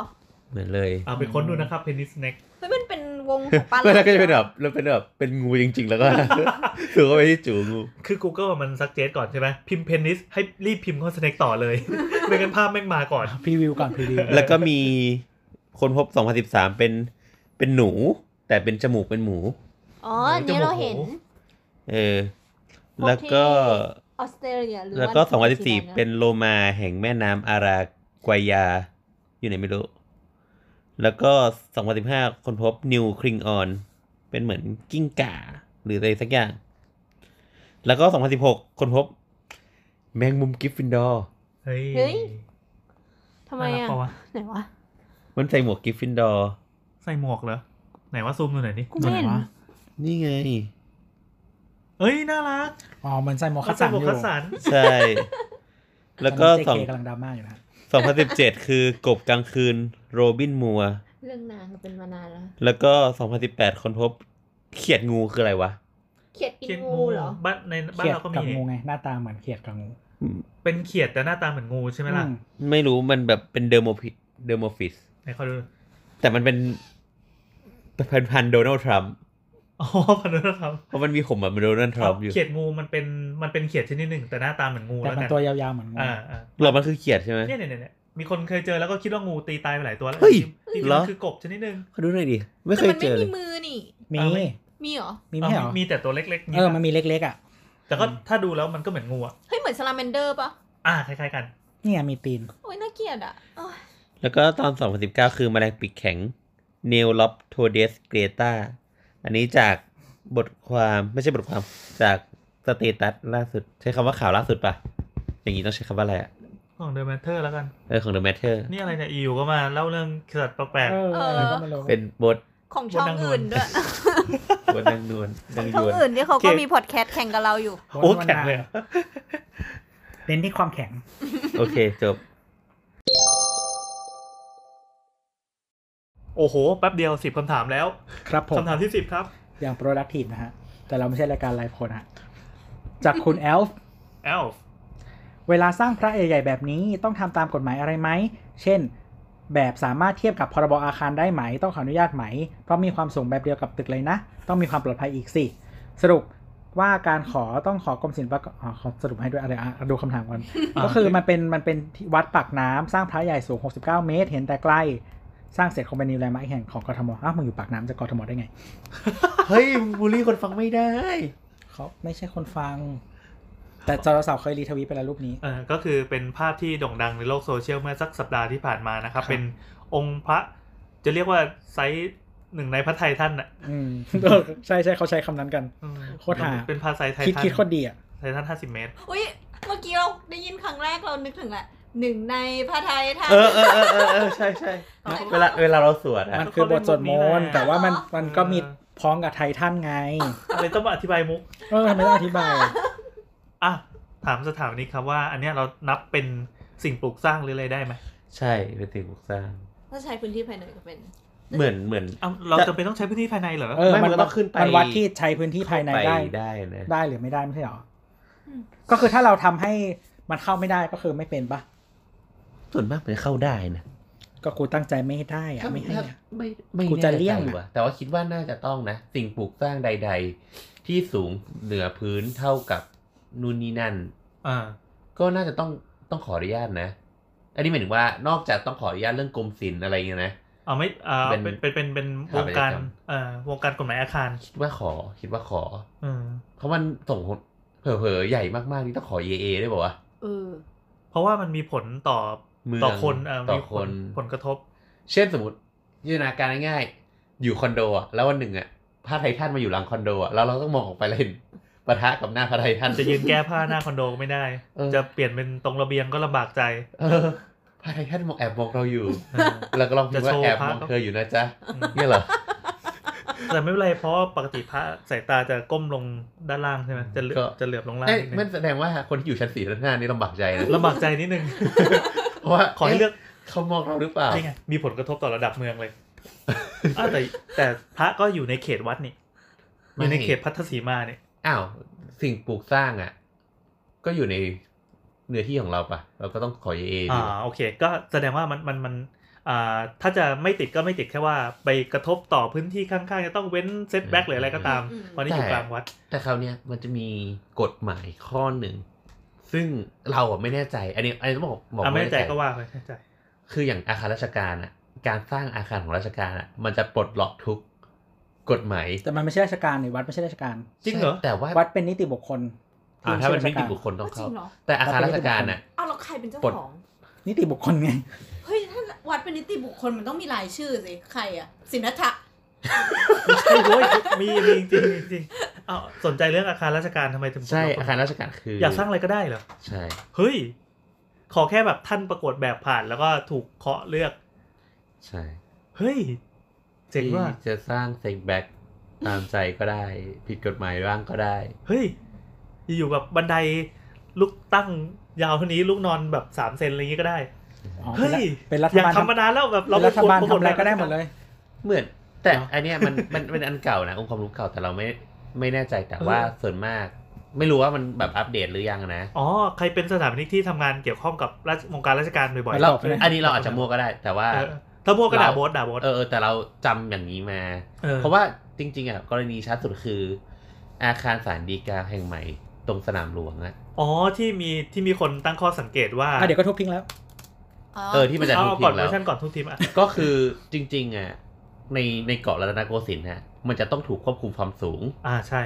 D: เหมือนเลย
C: เอาไปค้นดูนะครับเพนนิสเน็ก
G: เฮ้ยมันเป็นวงของปลาไหล
D: แล้วก็จะเป็นแบบแล้วเป็นแบบเป็นงูจริง ๆแล้วก็ ถือว่าไปที่จูงู
C: คือ Google อะมันซักเจสก่อนใช่ไหมพิมพ์เพนนิสให้รีบพิมพ์เข้าสเน็กต่อ เลย ไม่งั้นภาพแม่งมาก่อน
B: พรีวิวก่อนพรีวิว
D: แล้วก็มีคนพบ 2013 เป็นเป็นหนู แต่เป็นจมูกเป็นหมู
G: อ๋ออันนี้เราเห็น
D: เออ
G: พวกที่
D: แล้วก็
G: ออสเตรเลียหรือ
D: แล้วก็
G: านิวซีแล
D: 2014
G: ด์ะ
D: เป็นโลมาแห่งแม่น้ำอารากวัยยา อยู่ไหนไม่รู้ แล้วก็ 2015 คนพบนิวคริงออน เป็นเหมือนกิ้งก่า หรืออะไรสักอย่าง แล้วก็ 2016 คนพบ แมงมุมกริฟฟินดอร์
C: เฮ้ย
G: ทำไม
C: น่ารัก
G: อ่ะ
C: ปว
G: ไหนวะ
D: มันใส่หมวกกริฟฟินดอร์
C: ใส่หมวกเหรอ ไหนว่าซูมดูหน่อยดิ
G: กูไม่เห็น
B: ไหนวะ
D: นี่ไง
C: เอ้ยน่ารัก
B: อ๋อเหมือนใส่หมวกคัสสันอยู่
D: ใช่ แล้วก็
B: ต
D: ส
B: อ
D: อน ง
B: นี้ JK กำลังดราม่าอยู่นะ
D: 2017 คือกบกลางคืนโรบินมัว
G: เรื่องนางเป็นมานานแล้ว
D: แล้วก็ 2018 คนพบ เขียดงูคืออะไรวะ
G: เขียดกิ
C: เขีย
G: น
C: ด
G: งูเหรอ
C: บ้านในบ้าน
B: เขียด
C: เราก็
B: กับ
C: มี
B: งูไง หน้าตาเหมือนเขียดกับงู
C: เป็นเขียดแต่หน้าตาเหมือนงูใช่ไหมล่ะ
B: อื
D: ไม่รู้มันแบบเป็นเดอร์โมพิเดอร์โมฟิส
C: ไหนขอดู
D: แต่มันเป็นเป็นพันธุ์โดนัลด์ทรัมป์
C: อ๋อพันธุกรรม
D: เพราะมันมีผมแบบโดนัลด์ทรัมป์อยู่
C: เขียดงูมันเป็นมันเป็นเขียดชนิดหนึ่งแต่หน้าตาเหมือนงู
B: แต่
C: แล้ว
B: มัน
C: กัน
B: ตัวยาวๆเหมือนงู
C: อ่าอ่า
D: หรอมันคือเขียดใช่ไหม
C: เนี่ยเนี่ยเนี่ยเนี่ยมีคนเคยเจอแล้วก็คิดว่างูตีตายไปหลายตัวแล้ว
D: เฮ้ย
C: จริงๆ
D: เหรอ
C: คือกบชนิดหนึ่ง
D: เขาดูหน่อยดิ ไม่
G: แต่
D: เคย
G: มัน
D: เจ
G: ไม่
D: อเล
G: มีมือ
D: ย
G: นี่
B: มี
G: มี
C: เอาไหม
G: เหรอ
B: มีไม่เหรอ
C: เอามีแต่ตัวเล็กๆ
B: เอ
C: นี่
B: อมันมีเล็กๆอ่ะ
C: แต่ก็ถ้าดูแล้วมันก็เหมือนงูอ่ะ
G: เฮ้ยเหมือนสลาแมนเดอร์ปะ
C: อ่าคล้ายๆกัน
B: เนี่ยมีตีน
G: โอ้ยน่าเกลียดอ่ะโอ๊ย
D: แล้วก็ตอน 2019 คือแมลงปีกแข็งเนลล็อปโทเดสเกรตาอันนี้จากบทความไม่ใช่บทความจากสเตตัสล่าสุด ใช้คำว่าข่าวล่าสุดป่ะ อย่างนี้ต้องใช้คำว่าอะไรอะ
C: ของเดอ m แมทเทอร์แล้วกัน
D: เออของ The Matter
C: นี่อะไรเนี่ยอยู่ก็มาเล่าเรื่องสัตว์แปลก
B: เอออะไรก็ไม่รู้
D: เป็นบท
G: ของช่อง
C: บนนางนวล
G: อื่นด้วย
D: บทนางนวลนางย
G: ช่อง
D: วน
G: อื่นที่เขาก็มีพอดแคสต์แข่งกับเราอยู่
C: ๆโอ้แข็งเลยอะ
B: เน้นที่ความแข็ง
D: โอเคจบ
C: โอ้โห แป๊บเดียวสิบคำถามแล้ว
B: ครับผม
C: คำถามที่สิบครับ
B: อย่าง productive นะฮะ แต่เราไม่ใช่รายการไลฟ์โคนฮะ จากคุณ e l f
C: แอลฟ์
B: เวลาสร้างพระใหญ่ๆแบบนี้ต้องทำตามกฎหมายอะไรไหม เช่น แบบสามารถเทียบกับพรบอาคารได้ไหม ต้องขออนุญาตไหม เพราะมีความสูงแบบเดียวกับตึกเลยนะ ต้องมีความปลอดภัยอีกสิ สรุปว่าการขอต้องขอกรมศิลปากรอ๋อขอสรุปให้ด้วยอะไรอ่ะดูคำถามก่อน ก็ คือมันเป็นมันเป็นที่วัดปากน้ำสร้างพระใหญ่สูง 69 เมตร เห็นแต่ไกล สร้างเสร็จคงเป็นนิวแลนด์มาร์คแห่งของกทมอ้าวมึงอยู่ปากน้ำจะกทมได้ไง
A: เฮ้ยมึงบูลลี่คนฟังไม่ได้
B: เขาไม่ใช่คนฟัง แต่จรสาวเคยรีทวีตไปแล้วรูปนี้
C: เอ่อก็คือเป็นภาพที่โด่งดังในโลกโซเชียลเมื่อสักสัปดาห์ที่ผ่านมานะครับ
B: ครับ
C: เป็นองค์พระจะเรียกว่าไซส์หนึ่งในพระไทยท่านอ่ะ
B: อืม เออใช่ใช่เขาใช้คำนั้นกัน
C: อืม
B: โคตรหา
C: เป็นพระไซส์ไทย
B: คิด
C: ท่าน
B: คิดโคตรดีอ่ะ
C: ไทยท่านห้าสิบเมตร
G: อุ้ยเมื่อกี้เราได้ยินครั้งแรกเรานึกถึงแหละหนึ่งในพระไทยท่าน
A: เออเออเออเออเออใช่ใช่เวลาเวลาเราสวดอะ
B: มันคือบทสวดมนต์แต่ว่ามัน
G: อ๋อ
B: มันก็มี
C: เออ
B: พ้องกับไททันไง
C: อะไรต้องมาอธิบายมุก
B: เออทำไม่ได้องอธิบาย
C: อ่ะ ถามสถามนี้ครับว่า อันเนี้ยเรานับเป็นสิ่งปลูกสร้างหรืออะไรได้ไหม
A: ใช่เป็นสิ่งปลูกสร้าง
G: ถ้าใช้พื้นที่ภายในก็เป็น
A: เหมือนเหมือน
C: เอ้าเรา
A: จะ
C: จะเป็นต้องใช้พื้นที่ภายในเหรอ
B: เออ
A: ไม่
B: มัน
A: มันก็ต้องขึ้นไป
B: มันวัดที่ใช้พื้นที่ภายใน
A: เข้
B: ได้
A: ปได้นะ
B: ได้หรือไม่ได้ไม่ใช่หรออ
G: ม
B: ก็คือถ้าเราทำให้มันเข้าไม่ได้ก็คือไม่เป็นปะ
A: ส่วนมากมันเข้าได้นะ
B: ก็กูตั้งใจไม่ได้อะไม่ให้
D: ถ้า
B: อะ
D: ไม่ไม่
B: กูจะเลี่ยงอะ
D: แน่ใจว่ะแต่ว่าคิดว่าน่าจะต้องนะ สิ่งปลูกสร้างใด ๆ ที่สูงเหนือพื้นเท่ากับนู่นนี่นั่น
C: อ่า
D: ก็น่าจะต้องต้องขออนุญาตนะ อันนี้หมายถึงว่านอกจากต้องขออนุญาตเรื่องกรมศิลป์อะไรเงี้ยนะ
C: เอาไม่อ่า
D: เป็
C: เป็น
D: น
C: เป็นเป็นเป็น
D: สถาปั
C: ว
D: ตยกรรม
C: งการเอ่อวงการกฎหมายอาคาร
D: คิดว่าขอคิดว่าขอ
C: อืม
D: เพราะมันส่งผลเผลอๆใหญ่มากๆนี่ต้องขอเยเอด้วยบอกว่าวะ
G: เออ
C: เพราะว่ามันมีผลต่อ
D: เมือง
C: ต่อคนเอ่อ
D: ต่อ
C: มีผล
D: คน
C: ผลกระทบ
D: เช่นสมมติจินตนาการง่ายๆอยู่คอนโดอะแล้ววันหนึ่งอะพระไททันมาอยู่หลังคอนโดอะแล้วเราต้องมองออกไปแล้วเห็นปะทะกับหน้าพระไททัน
C: จะยืนแก้ผ้าหน้าคอนโดไม่ได้
D: เออ
C: จะเปลี่ยนเป็นตรงระเบียงก็ลำบากใจ
D: เออพระไททันมองแอบมองเราอยู่
C: เออ
D: แล้วก็ลองพิมพ์ว่า
C: จะโชว์
D: แอบ
C: พระ
D: มองเธออยู่นะจ๊ะ
C: อืม
D: เนี่ยเหรอ
C: แต่ไม่เป็นไรเพราะปกติพระสายตาจะก้มลงด้านล่างใช่ไหมจะเหลือ
D: ก็
C: จะเหลือบลงล่าง
D: เอ้ย
C: นิดนึ
D: มัน
C: ง
D: แสดงว่าคนที่อยู่ชั้นสี่ชั้นห้านี่ลำบากใจนะ
C: ลำบากใจนิดนึ ง
D: เพราะว่า
C: ขอให้เลือก
D: ะเขามองเราหรือเปล่า
C: นี่ไงมีผลกระทบต่อระดับเมือง เลยอ้าวแต่แต่พระก็อยู่ในเขตวัดนี่อ
D: ไม่
C: ยู่ในเขตพัทสีมาเนี่ย
D: อ้าวสิ่งปลูกสร้างอ่ะ ก็อยู่ในเนื้อที่ของเราปะเราก็ต้องขอเอเอ
C: อ่าโอเค ก็แสดงว่ามันมันมันอ่าถ้าจะไม่ติดก็ไม่ติดแค่ว่า ไปกระทบต่อพื้นที่ข้างๆ จะต้องเว้นเซตแบ็กหรืออะไรก็ตาม
G: อืม
C: ตอนนี้อยู่กลางวัด
D: แต่คราวเนี้ยมันจะมีกฎหมายข้อหนึ่ง ซึ่งเราอ่ะไม่แน่ใจ อันนี้อันนี้ต้องบอกบอก
C: อ่ะไม่แน่ใจก็ว่าไปไม่แน่ใจ
D: คืออย่างอาคารราชการอ่ะ การสร้างอาคารของราชการอ่ะ มันจะปลดล็อกทุกกฎหมาย
B: แต่มันไม่ใช่ราชการนี่วัดไม่ใช่ราชการ
C: จริงเหรอ
D: แต่ว่า
B: วัดเป็นนิติบุคคล
D: อ่าถ้ามันไม่ติดบุคคลต้
G: ก็
D: อง
G: จริง
D: เข้า
G: เหรอ
D: แต่อาคารราชการอ่ะ
G: เอาแล้วใครเป็นเจ้า
D: ปลด
G: ของ
B: นิติบุคคลไง
G: เฮ้ย ถ้าวัดเป็นนิติบุคคลมันต้องมีรายชื่อสิ ใครอะสินธะ
C: ไม่ใช่เว้ยมีมีจริงจริงเอาวสนใจเรื่องอาคารราชการทำไมถึง
D: ใช่อาคารราชการคืออย
C: อากสร้างอะไรก็ได้เหรอ
D: ใช่
C: เฮ้ย ขอแค่แบบท่านประกวดแบบผ่านแล้วก็ถูกเคาะเลือก
D: ใช่
C: เฮ้ย เจ๋งว่ะ
D: ที่จะสร้างเซ็กแบ็กตามใจก็ได้ ผิดกฎหมายบ้างก็ได้
C: เฮ้ย อยู่ๆแบบบันไดลุกตั้งยาวเท่านี้ลูกนอนแบบสามเซนอะไรอย่างงี้ก็ได้
B: อ๋อ
C: เฮ้ย
B: เป็นรัฐ
C: อยาก
B: บาล
C: ทำมานานแล้วแบบ
B: เรา
C: เรา
B: รัฐบาล
C: ป
B: ทำ
C: กฏ
B: อะไรก็ได้หมดเลย
D: เหมือนแต่
C: เนอะ
D: อันเนี้ยมันมันมันเป็นอันเก่านะองค์ความรู้เก่าแต่เราไม่ไม่แน่ใจแต่
C: เออ
D: ว่าส่วนมาก ไม่รู้ว่ามันแบบอัปเดตหรือยังนะ
C: อ๋อ ใครเป็นสถาปนิกที่ทำงานเกี่ยวข้องกับราชวงการราชการบ่อยๆ
D: เรา
B: ตอบไปเลย
D: อันนี้เราอาจจะมั่วก็ได้ แต่ว่า
C: เออถ้าพวกก็ด่า
D: เรา
C: โบสด่าโบส
D: เออแต่เราจำอย่างนี้มา เพราะว่าจริง ๆอ่ะกรณีชัดสุดคือ อาคารศาลฎีกาแห่งใหม่ตรงสนามหลวงอะ
C: อ๋อที่มีที่มีคนตั้งข้อสังเกตว่า
B: อ่ะเดี๋ยวก็ทุบทิ้งแล้ว
D: เออที่มันจะถูก
C: เอาเอา
D: พิ
C: ก่อน
D: มพ์
C: เวอ
D: แล้ว
C: ร์ชันก่อนทุกทีมอ่ะ
D: ก็คือจริงๆอ่ะในในเกาะรัตนโกสินทร์ฮะมันจะต้องถูกควบคุมความสูง
C: อ่าใช่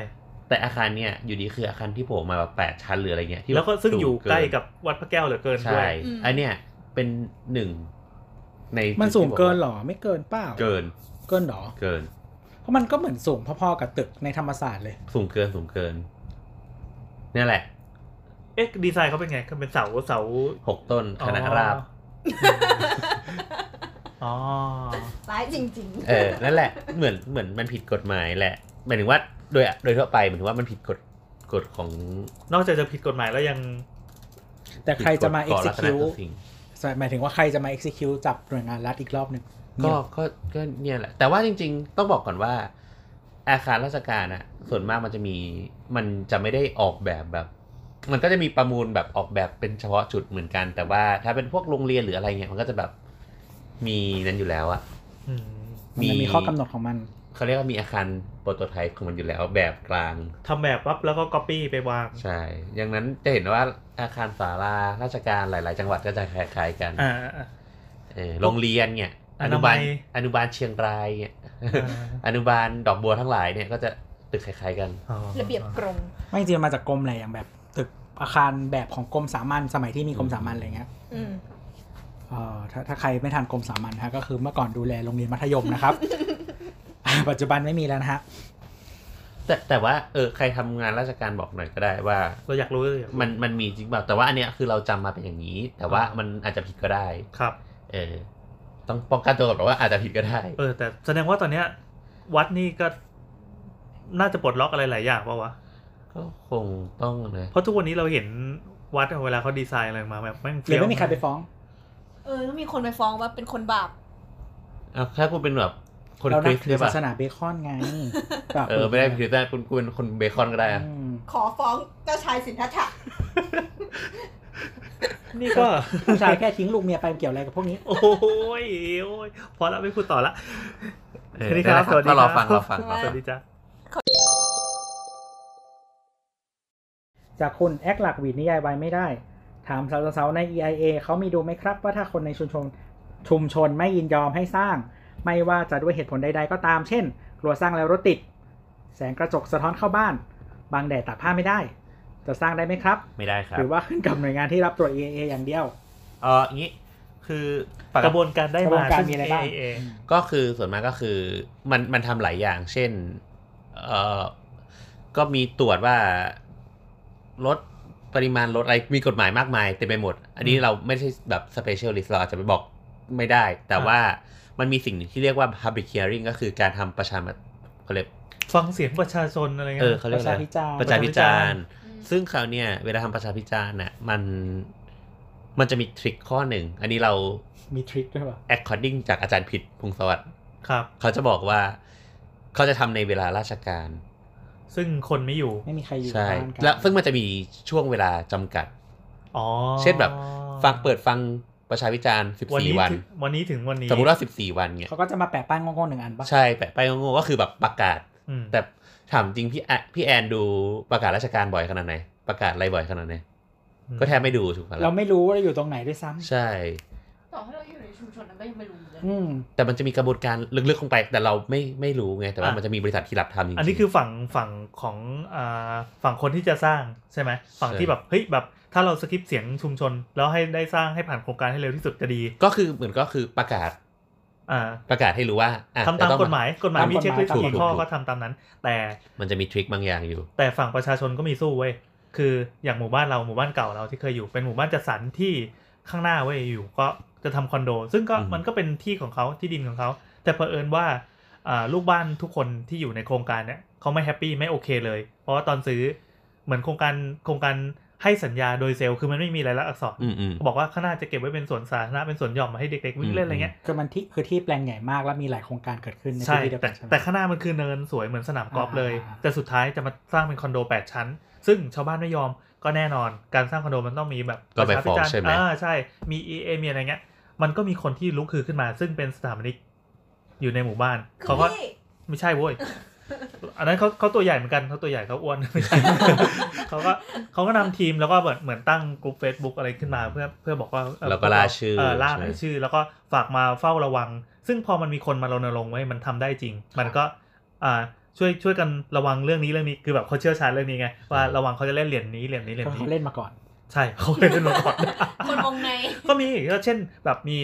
D: แต่อาคารเนี่ยอยู่ดีคืออาคารที่โผล่มาแบบแปดชั้นหรืออะไรเงี้ยที่
C: แล้วก็ซึ่งอยู่
D: เน
C: ใกล้กับวัดพระแก้วเหลือเกินด้ว
D: ใช่
C: ย
D: อันเนี้ยเป็นหนึ่งใน
B: มันสูงเกิน
D: ที่บอ
B: เหรอ ไม่เกินเปล่า
D: เกิน
B: เกินเหรอ
D: เกิน
B: เพราะมันก็เหมือนสูงพอๆกับตึกในธรรมศาสตร์เลย
D: สูงเกิน สูงเกิน เนี่ยแหละ
C: เอ๊ะดีไซน์เขาเป็นไงเขาเป็นเสาเสา
D: หกต้นคณะราบ
C: อ๋ อ
E: ร้ายจริงๆ
D: เออ นั่นแหละ เหมือน เหมือนมันผิดกฎหมายแหละ หมายถึงว่า โดย โดยทั่วไปหมายถึงว่ามันผิดกฎ กฎของ
C: นอกจากจะผิดกฎหมายแล้วยัง
B: แต่ใครจะมา
D: ผิดกฎของรัตน
B: execute
D: โกสินทร์
B: หมายถึงว่าใครจะมา execute จับหน่วยงานรัฐอีกรอบหนึ่ง
D: ก็ก็ก็เนี่ยแหละ แต่ว่าจริง ๆ ต้องบอกก่อนว่า อาคารราชการอะส่วนมากมันจะมีมันจะไม่ได้ออกแบบแบบ มันก็จะมีประมูลแบบออกแบบเป็นเฉพาะจุดเหมือนกัน แต่ว่าถ้าเป็นพวกโรงเรียนหรืออะไรเงี้ยมันก็จะแบบมีนั้นอยู่แล้วอะ
C: อืม
B: มันจะมีข้อกำหนดของมัน
D: เขาเรียกว่ามีอาคารโปรโตไทป์ของมันอยู่แล้วแบบกลาง
C: ทำแบบปั๊บแล้วก็ก๊อปปี้ไปวาง
D: ใช่ อย่างนั้นจะเห็นว่าอาคารศาลาราชการหลาย ๆ จังหวัดก็จะคล้าย ๆ กัน
C: อ่า
D: เออโรงเรียนเนี่ยอ
C: อนา
D: นุ
C: มั
D: บาล
C: ย
D: อนุบาลเชียงรายเนี่ย
C: ๆ
D: อนุบาลดอกบัวทั้งหลายเนี่ยก็จะตึกคล้าย ๆ กัน
C: อ๋อ
E: ระเบียบกรง
B: ไม่จริงๆมาจากกรมแหละอย่างแบบตึกอาคารแบบของกรมสามัญสมัยที่มีกรมสามัญอะไรเงี้ย
E: อืม
B: เอ่อถ้าถ้าใครไม่ทันกรมสามัญนะฮะก็คือเมื่อก่อนดูแลโรงเรียนมัธยมนะครับ ปัจจุบันไม่มีแล้วนะฮะ
D: แต่แต่ว่าเออใครทำงานราชการบอกหน่อยก็ได้ว่า
C: เราอยากรู้เลยอยากรู้
D: มันมันมีจริงเปล่าแต่ว่าอันเนี้ยคือเราจำมาเป็นอย่างนี้ แต่ว่า
C: อ่ามั
D: มันอาจจะผิดก็ได้
C: ครับ
D: เออ ต้องป้องกันตัวก่อนบอกว่าอาจจะผิดก็ได้
C: เออ แต่แสดงว่าตอนเนี้ย วัดนี่ก็น่าจะปลดล็อกอะไรหลายอย่างป่าวะ
D: ก็คงต้องนะ
C: เพราะทุกวันนี้เราเห็นวัดเวลาเขาดีไซน์อะไรมาแบบแม่ง
B: หรื
C: เฟี้
B: อ
C: ยว
B: ไม่มีใครไปฟ้อง
G: เออต้องมีคนไปฟ้องว่าเป็นคนบาป
D: เอาแค่คุณเป็นแบบคน
B: เรา
D: ค
B: นั
D: ริ
B: บ
D: สต์
B: ถือ
D: ใช่
B: ศา
D: ปะ
B: สนาเบคอนไง
D: เออไม่ได้เป็นคริสต์ได้คุณคุณคนเบคอนก็ได้อะ
B: อืม
G: ขอฟ้องเจ้าชายสินทัตถะ
C: นี่ก็
B: ผู้ชายแค่ทิ้งลูกเมียไปเกี่ยวอะไรกับพวกนี้
C: โอ้ยโอ้ยพอแล้วไม่พูดต่อละ
D: เออ
C: แนี้ครับสวัสดี
D: ก็
C: ค
D: ร
C: รั
D: อบ ฟังรอฟังรอ
C: ส
D: ฟั
C: วั
D: ง
C: สดีจ้า
B: จากคุณแอคหลักหวีดนิยายไว้ไม่ได้ ถามสาวๆใน EIA เขามีดูไหมครับ ว่าถ้าคนในชุมชนชุมชนไม่ยินยอมให้สร้าง ไม่ว่าจะด้วยเหตุผลใดๆก็ตาม เช่น กลัวสร้างแล้วรถติด แสงกระจกสะท้อนเข้าบ้าน บางแดดตากผ้าไม่ได้ จะสร้างได้ไหมครับ
D: ไม่ได้ครับ
B: หรือว่าขึ้นกับหน่วยงานที่รับตรวจ EIA อย่างเดียว
D: เอออย่างนี้คือป
C: ก
D: ก
C: ระบวนการได้
B: กระบว
C: มาน
B: การ
C: ซึ่ง
B: มีอะไรบ้าง
C: AIA
D: ก็คือส่วนมากก็คือมันมันทำหลายอย่าง เช่นเออก็มีตรวจว่าลดปริมาณลดอะไรมีกฎหมายมากมายเต็มไปหมด อันนี้เราไม่ใช่แบบสเปเชียลลิสต์เราอาจจะไปบอกไม่ได้ แต่
C: อ่า
D: ว่ามันมีสิ่งหนึ่งที่เรียกว่า public hearing ก็คือการทำประชามติเขาเรียก
C: ฟังเสียงประชาชนอะไรเงี้
D: เอย อเขาเรี
B: ป
D: ยก
B: ระ
D: อะไร
B: ชาพิจารณ์
D: ประชาพิจารณ์
G: อืม
D: ซึ่งคราวเนี่ยเวลาทำประชาพิจารณ์น่ะมันมันจะมีทริคข้อหนึ่ง อันนี้เรา
B: มีทริคด้วยป่ะ
D: according จากอาจารย์ผิดพงศวัสดิ์
C: ครับ
D: เขาจะบอกว่า เขาจะทำในเวลาราชการ
C: ซึ่งคนไม่อยู่
B: ไม่มีใครอยู่
D: ใช่
B: บ้านกัน
D: แล้วซึ่งมันจะมีช่วงเวลาจำกัด
C: อ๋อ
D: เช่นแบบ ฟังเปิดฟังประชาพิจารณ์
C: วันนี้
D: 14 วัน
C: ถึงวันนี้ถึงวันนี้
D: สมมุติว่า 14 วันเนี่ย
B: เขาก็จะมาแปะป้ายงงๆหนึ่งอันป่ะ
D: ใช่แปะไปายโงงๆก็คือแบบประกาศ
C: อืม
D: แต่ถามจริงพี่แอพี่แอนดูประกาศราชการบ่อยขนาดไหน ประกาศอะไรบ่อยขนาดไหนก็แทบไม่ดูถูกปะ
B: เรา
D: ล่ะ
B: ไม่รู้ว่าเราอยู่ตรงไหนด้วยซ้ำ
D: ใช่
G: ต่อให้เราอยู่ในชุมชนนั้นก็ยังไม่รู้เลย
B: อืม
D: แต่มันจะมีกระบวนการลึกๆลงไป แต่เราไม่ไม่รู้ไง แต่ว่ามันจะมีบริษัทที่รับทำจริงๆ
C: อันนี้คือฝั่งฝั่งของอ่าฝั่งคนที่จะสร้างใช่ไหมฝั่ง
D: ใช่
C: ที่แบบเฮ้ยแบบ ถ้าเราสกิปเสียงชุมชน แล้วให้ได้สร้างให้ผ่านโครงการให้เร็วที่สุดจะดี
D: ก็คือเหมือนก็คือประกาศ
C: อ่า
D: ประกาศให้รู้ว่าอ่ะ
C: ทำตาม
D: จะอง
C: กฎหมายกฎหมาย
B: ตาม
C: มี
B: กฎหมาย
C: เช็คลิสต์
B: ถูก
C: กี่
B: ถูก
C: ข้อ
D: ถูก
C: ก็ทำตามนั้น แต่
D: มันจะมีทริคบางอย่างอยู่
C: แต่ฝั่งประชาชนก็มีสู้เว้ยคืออย่างหมู่บ้านเราหมู่บ้านเก่าเราที่เคยอยู่เป็นหมู่บ้านจัดสรรที่ข้างหน้าเว้ยอยู่ก็จะทำคอนโด ซึ่งก็
D: อืม
C: มันก็เป็นที่ของเขาที่ดินของเขา แต่เผอิญว่าอ่าลูกบ้านทุกคนที่อยู่ในโครงการเนี่ยเขาไม่แฮปปี้ไม่โอเคเลย เพราะว่าตอนซื้อเหมือนโครงการโครงการให้สัญญาโดยเซลล์คือมันไม่มีรายลักษณ์อักษร
D: อืมอืม
C: บอกว่าข้างหน้าจะเก็บไว้เป็นสวนสาธารณะเป็นสวนหย่อมมาให้เด็กๆวิ่งเล่นอะไรเงี้ย
B: คือมันที่คือที่แปลงใหญ่มากแล้วมีหลายโครงการเกิดขึ้นใน
C: ใช่
B: พื้นที่เดียว
C: แต่
B: กันใช่ไหม
C: แต่ข้างหน้ามันคือเนินสวยเหมือนสนามกอล์ฟเลย
B: อ่า
C: แต่สุดท้ายจะมาสร้างเป็นคอนโด 8 ชั้น ซึ่งชาวบ้านไม่ยอมก็แน่นอนการสร้างคอนโดมันต้องมีแบบ
D: ก็ไปฟ้อง
C: ระชาพิจารณ์
D: ใช่ไหม
C: อ่าใช่มี EA มีอะไรเงี้ย มันก็มีคนที่ลุกคือขึ้นมา ซึ่งเป็นสถาปนิกอยู่ในหมู่บ้าน
G: คือ
C: เขาก็
G: พี่
C: ไม่ใช่เว้ย อันนั้นเขาเขาตัวใหญ่เหมือนกันเขาตัวใหญ่เขาอ้วน ไม่ใช่ เขาก็เขาก็นำทีมแล้วก็เหมือนเหมือนตั้งกลุ่ม Facebook อะไรขึ้นมาเพื่อเพื่อบอกว่าอ่อ
D: แล้วก็ล่าชื่อ
C: เล่า
D: ใช่ไหม
C: ชื่อ แล้วก็ฝากมาเฝ้าระวัง ซึ่งพอมันมีคนมารณรงค์ไว้มันทำได้จริง มันก็อ่าช่วยช่วยกันระวังเรื่องนี้เรื่องนี้คือแบบเขาเชี่ยวชาญเรื่องนี้ไงว่าระวังเขาจะเล่นเหรียญนี้เหรียญนี้เหรียญ
B: เพราะเขา
C: นี้
B: เล่นมาก่อน
C: ใช่เขาเล่นมาก่อน
G: คนวงใน
C: ก็มีก็เช่นแบบมี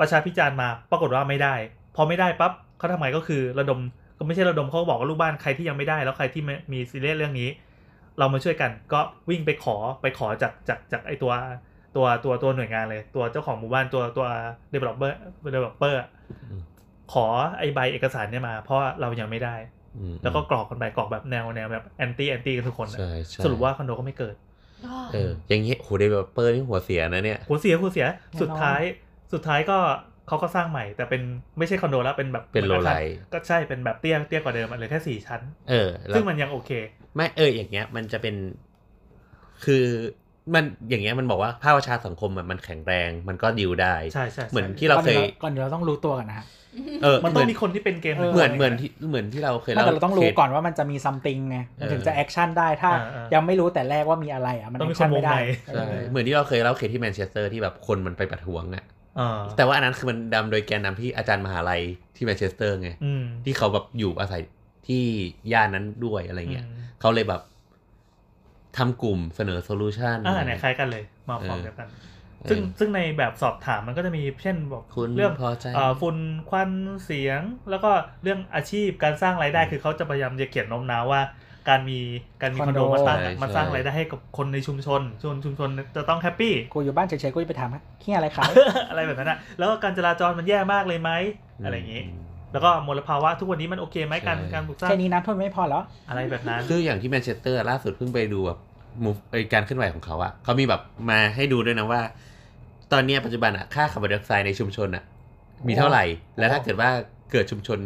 C: ประชาพิจารณ์มาปรากฏว่าไม่ได้ พอไม่ได้ปั๊บเขาทำไงก็คือระดมก็ไม่ใช่ระดมเขาก็บอกว่าลูกบ้านใครที่ยังไม่ได้ แล้วใครที่ไม่มีซีเรียสเรื่องนี้ เรามาช่วยกันก็วิ่งไปขอไปขอจากจากจากไอตัวตัวตัวตัวหน่วยงานเลย ตัวเจ้าของหมู่บ้านตัวตัว developer developer อะ
D: อืม
C: ขอไอใบเอกสารเนี่ยมา เพราะเรายังไม่ได้
D: อืม
C: แล้วก็กรอกกันไปกรอกแบบแนวแนวแบบ anti anti กันทุกคนอะ
D: ใช่ใช่
C: สรุปว่าคอนโดก็ไม่เกิด
D: เอออย่างเงี้ยโหเดเวลอปเปอร์นี่หัวเสียนะเนี่ย
C: หัวเสียหัวเสีย
B: แน่นอน
C: สุดท้ายสุดท้ายก็ เขาก็สร้างใหม่แต่เป็นไม่ใช่คอนโดแล้วเป็นแบบ
D: เป็น low rise
C: อาคารก็ใช่เป็นแบบเตี้ยเตี้ยกว่าเดิมอะเหลยแค่สี่ชั้น
D: เออแล้ว
C: ซึ่งมันยังโอเค
D: ไม่เอออย่างเงี้ยมันจะเป็นคือมันอย่างเงี้ยมันบอกว่าภาคประชาสังคมอะมันแข็งแรงมันก็ดิวได้
C: ใช่ใช่ใช่
D: เหมือนที่เราเคย
B: ก่อนเดี๋ยวเราต้องรู้ตัวกันนะฮะ
D: เออ
C: มันต้อง
D: เห
C: มีคนที่เป็นเกม
D: มือนเหมือนที่เหมือนที่เราเคย
B: ไม่แต่เราต้องรู้
D: คส
B: ก่อนว่ามันจะมีซัมติงไงมันถึงจะแอคชั่นได้ถ้า
C: เออเออ
B: ยังไม่รู้แต่แรกว่ามีอะไรอ่ะมัน
C: ต้อง
B: แอ
C: มี
B: คชั่น
C: คนวง
B: ไม่ได้
C: ใน
B: เอ
D: ใช่
B: อ
D: เหมือนที่เราเคยเล่าเคสที่แมนเชสเตอร์ที่แบบคนมันไปประท้วงอะ
C: อ่า
D: แต่ว่าอันนั้นคือมันดำโดยแกนนำที่อาจารย์มหาลัยที่แมนเชสเตอร์ไง
C: อืม
D: ที่เขาแบบอยู่อาศัยที่ย่านนั้นด้วยอะไรเงี้ย
C: ม
D: เขาเลยแบบทำกลุ่มเสนอโซลูชัน
C: อ่าเนี่ยคล้ายกันเลยมาฟอร์ม
D: เออ
C: เดียวกัน ซึ่งซึ่งในแบบสอบถามมันก็จะมีเช่นบอก
D: คุณ
C: เรื่อง
D: พอใจ
C: เอ่อฝุ่นควันเสียง แล้วก็เรื่องอาชีพการสร้างรายได้คือเขาจะพยายามจะเขียนโน้มน้าวว่า การมีการมีคอนโดมาสร้างมาสร้างรายได้ให้กับคนในชุมชนชนชุมชนจะต้องแฮปปี้
B: กูอยู่บ้านเฉยๆกูจะไปถามว่าเฮียอะไร ขาย
C: อะไรแบบนั้นอ่ะ แล้วก็การจราจรมันแย่มากเลยไหมอะไรอย่างนี้ แล้วก็มลภาวะทุกวันนี้มันโอเคไหมการการปลูกสร้าง
B: แค่นี้น้ำท่วมไม่พอเหรอ
C: อะไรแบบนั้น
D: คืออย่างที่แมนเชสเตอร์ล่าสุดเพิ่งไปดูแบบมูฟไอการเคลื่อนไหวของเขาอะเขามีแบบมาให้ดูด้วยนะว่า ตอนเนี้ยปัจจุบันอะค่าคาร์บอนไดออกไซด์ในชุมชนอะมีเท่าไหร่ แล้วถ้าเกิดว่าเกิดชุมชน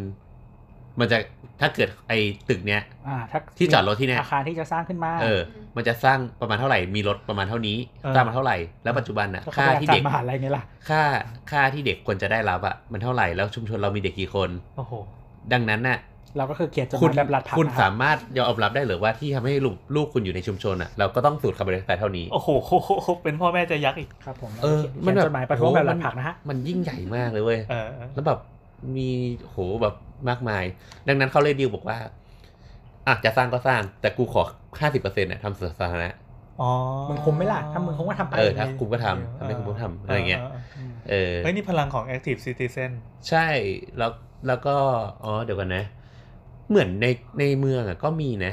D: มันจะถ้าเกิดไอตึกเนี้ย
B: อ่าถ้า
D: ที่จอดรถที่เนี่ย
B: อาคารที่จะสร้างขึ้นมา
D: เออ มันจะสร้างประมาณเท่าไหร่ มีรถประมาณเท่านี้
C: เออ
D: สร้างมาเท่าไหร่ แล้วปัจจุบันอะ
B: ก็เข้า
D: ค่า
B: ไป
D: ที่
B: อาจา
D: เด็ก
B: รย์มหาลัยไงล่ะ
D: ค่า ค่าที่เด็กควรจะได้รับอะมันเท่าไหร่ แล้วชุมชนเรามีเด็กกี่คน
C: โอ้โห
D: ดังนั้นน่ะ
B: เราก็คือเขียนจดห
D: คุณ
B: มายแบบรัดผัก
D: คุณ
B: นะค
D: สา
B: รับ
D: มารถยอมรับได้หรือว่าที่ทำให้ลูกลูกคุณอยู่ในชุมชนอ่ะ เราก็ต้องสูดคาร์บอนไดออกไซด์เท่านี้
C: โอ้โห เป็นพ่อแม่ใจยักษ์อีก
B: ครับผม
D: เออ
B: เขียนจดหมายประท้วงแบบรัดผักนะฮะ
D: มันยิ่งใหญ่มากเลยเว้ย
C: เออเออ
D: แล้วแบบมีโหแบบมากมาย ดังนั้นเขาเลยดีลบอกว่าอ่ะจะสร้างก็สร้าง แต่กูขอ 50%เนี่ยทำสวนสาธารณะ
C: อ๋อ
B: มึงคุมไหมล่ะถ้ามึงคุมก็ทำไป
D: เออถ้าคุมก็ทำทำไม่คุมก็ทำอะไรเงี้ย เออ
C: เฮ้ยนี่พลังของ Active Citizen
D: ใช่ แล้วแล้วก็ อ๋อ เดี๋ยวกันนะ เหมือนในในเมืองอ่ะก็มีนะ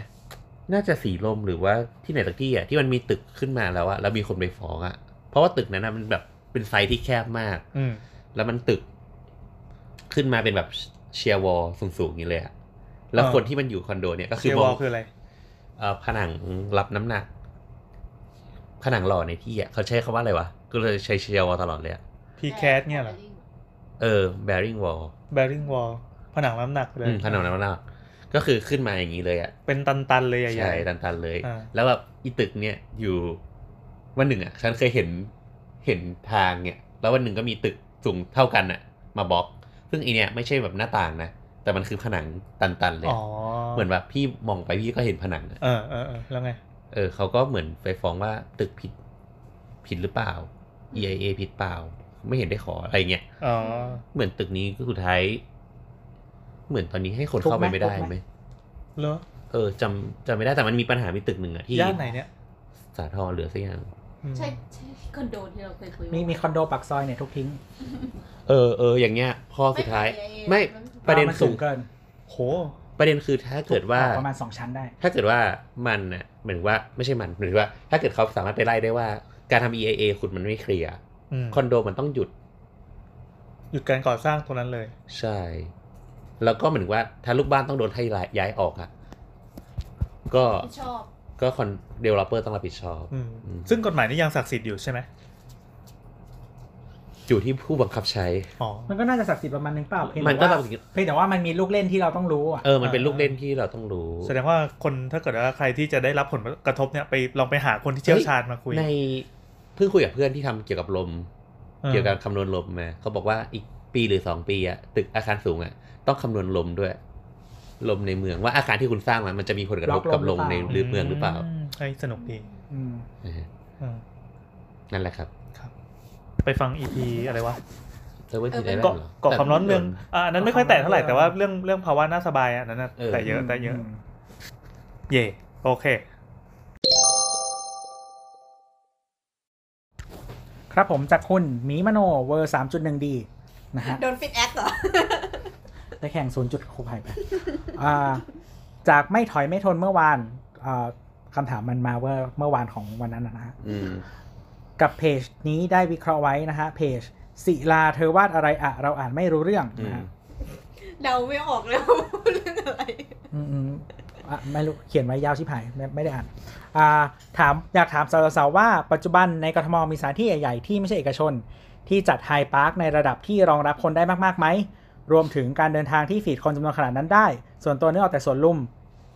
D: น่าจะสีลมหรือว่าที่ไหนสักที่อ่ะที่มันมีตึกขึ้นมาแล้วอ่ะแล้วมีคนไปฟ้องอ่ะ เพราะว่าตึกนั้นอ่ะมันแบบเป็นไซส์ที่แคบมาก
C: อืม
D: แล้วมันตึก ขึ้นมาเป็นแบบเชียร์วอลสูงๆอย่างนี้เลยอ่ะ แล้ว
C: อ่า
D: คนที่มันอยู่คอนโดเนี่ยก็
C: เช
D: คือ
C: ว
D: ม
C: อ
D: อ
C: ล
D: ง
C: คืออะไร
D: เอ่อผนังรับน้ำหนัก ผนังหล่อในที่อ่ะเขาใช้คำว่าอะไรวะ ก็เลยใช้เชียร์วอลตลอดเลยอ่ะ
C: P-CAT เนี่ยเหรอ
D: เออ bearing wall
C: Bearing Wall ผนังน้ำหนักเลย
D: อืมผนังรับน้ำหนัก ก็คือขึ้นมาอย่างนี้เลยอ่ะ
C: เป็นตัน ๆ เลยใหญ่ๆ
D: ใช่ตันๆเลย
C: อ่า
D: แล้วแบบอีตึกเนี่ยอยู่วันหนึ่งอ่ะ ฉันเคยเห็นเห็นทางเนี่ย แล้ววันหนึ่งก็มีตึกสูงเท่ากันอ่ะ มาบล็อก ซึ่งไอเนี่ยไม่ใช่แบบหน้าต่างนะ แต่มันคือผนังตันๆเลย
C: อ๋อ
D: เหมือนแบบพี่มองไปพี่ก็เห็นผนังอะ
C: เออเออเออแล้วไง
D: เออเขาก็เหมือนไปฟ้องว่าตึกผิดผิดหรือเปล่า EIA ผิดเปล่า ไม่เห็นได้ขออะไรเงี้ย
C: อ๋อ
D: เหมือนตึกนี้ก็สุดท้าย เหมือนตอนนี้ให้คน
B: ทุบไหม
D: เข้าไปไม่ได้
B: ทุบไหม
D: ไหม
C: เหรอ
D: เออจำจำไม่ได้แต่มันมีปัญหามีตึกหนึ่งอ่ะที่
C: ย่านไหนเนี่ย
D: สาทรเหลือสักอย่าง
C: อืม
G: ใช่ใช่คอนโดที่เราเคยคุย
B: มีมีคอนโดปากซอยเนี่ยทุกทิ้ง
D: เออเอออย่างเงี้ยพอสุดท้าย ไม่
G: ไ
D: ประเด็น
B: มัน
D: สู
B: สู
D: ง
B: งเกิน
C: โห
D: ประเด็นคือถ้าเกิดว่า
B: ประมาณสองชั้นได้
D: ถ้าเกิดว่ามันน่ะเหมือนว่าไม่ใช่มันเหมือนว่า ถ้าเกิดเขาสามารถไปไล่ได้ว่า การทำ EIA คุณมันไม่เคลียร์
C: อืม
D: คอนโดมันต้องหยุด
C: หยุดการก่อสร้างตรงนั้นเลย
D: ใช่ แล้วก็เหมือนว่าถ้าลูกบ้านต้องโดนให้ย้ายออกอะก็
G: ม่ชอบ
D: ก็คอนเดเวลอปเปอร์ต้องรับผิดชอบ
C: อืม
D: อืม
C: ซึ่งกฎหมายนี่ยังศักดิ์สิทธิ์อยู่ใช่ไหม
D: อยู่ที่ผู้บังคับใช้
C: อ๋อ
B: มันก็น่าจะศักดิ์สิทธิ์ประมาณนึงเปล่าเพียง
D: มัน
B: แต่
D: ก็
B: ว่า
D: ต้อง
B: เพียงแต่ว่ามันมีลูกเล่นที่เราต้องรู้อ่ะ
D: เออมันเป็นลูกเล่นที่เราต้องรู้
C: แสดงว่าคนถ้าเกิดว่าใครที่จะได้รับผลกระทบเนี่ยไปลองไปหาคนที่เชี่ยวชาญมาคุย
D: ในเพิ่งคุยกับเพื่อนที่ทำเกี่ยวกับลม
C: เออ
D: เกี่ยวกับคำนวณลมมาเขาบอกว่าอีกปีหรือสองปีอะตึกอาคารสูงอะต้องคำนวณลมด้วย ลมในเมืองว่าอาคารที่คุณสร้างมันมันจะมีผลกระทบกับลมในหรือเมืองหรือเปล่า
C: ไอ้ยสนุกดี
B: อืม
D: เออ
C: อืม
D: นั่นแหละครับ
C: ไปฟังอีพีอะไรวะ
D: เซิร์ฟเวอร์ที่ไหน
G: เออ
D: ได้
C: เกาะ
D: เหรอ
C: เกาะความร้อนเมือง
D: แต่
C: อ่าอันนั้นไม่ค่อยแตะเท่าไหร่แต่ว่าเรื่องเรื่องภาวะน่าสบายอ่ะอันนั้นน่ะ
D: เออ
C: แต่เยอะแต่เยอะ เย่โอเค
B: ครับผมจากคุณหมีมโนเวอร์สามจุดหนึ่งดีนะฮะ
E: โดนฟิตแอคเหรอ
B: ได้แข่งศูนย์จุดหกหายไป อ่า จากไม่ถอยไม่ทนเมื่อวานอ่าคำถามมันมาว่าเมื่อวานของวันนั้นนะนะฮะ
D: อืม
B: กับเพจนี้ได้วิเคราะห์ไว้นะฮะ เพจศิลาเธอวาดอะไรอะ เราอ่านไม่รู้เรื่อง
D: อื
B: นะ
D: ม
B: ฮะ
G: เดาไม่ออกแล้วาเรื่องอะไร
B: อืมอืม อ่ะไม่รู้เขียนไว้ยาวชิบหายไม่ไม่ได้อ่านอ่าถามอยากถามสาวๆว่าปัจจุบันในกทมมีสถานที่ใหญ่ๆที่ไม่ใช่เอกชน ที่จัดไฮพาร์คในระดับที่รองรับคนได้มากๆไหม รวมถึงการเดินทางที่ฝีดคนจำนวนขนาดนั้นได้ ส่วนตัวนึกออกแต่สวนลุม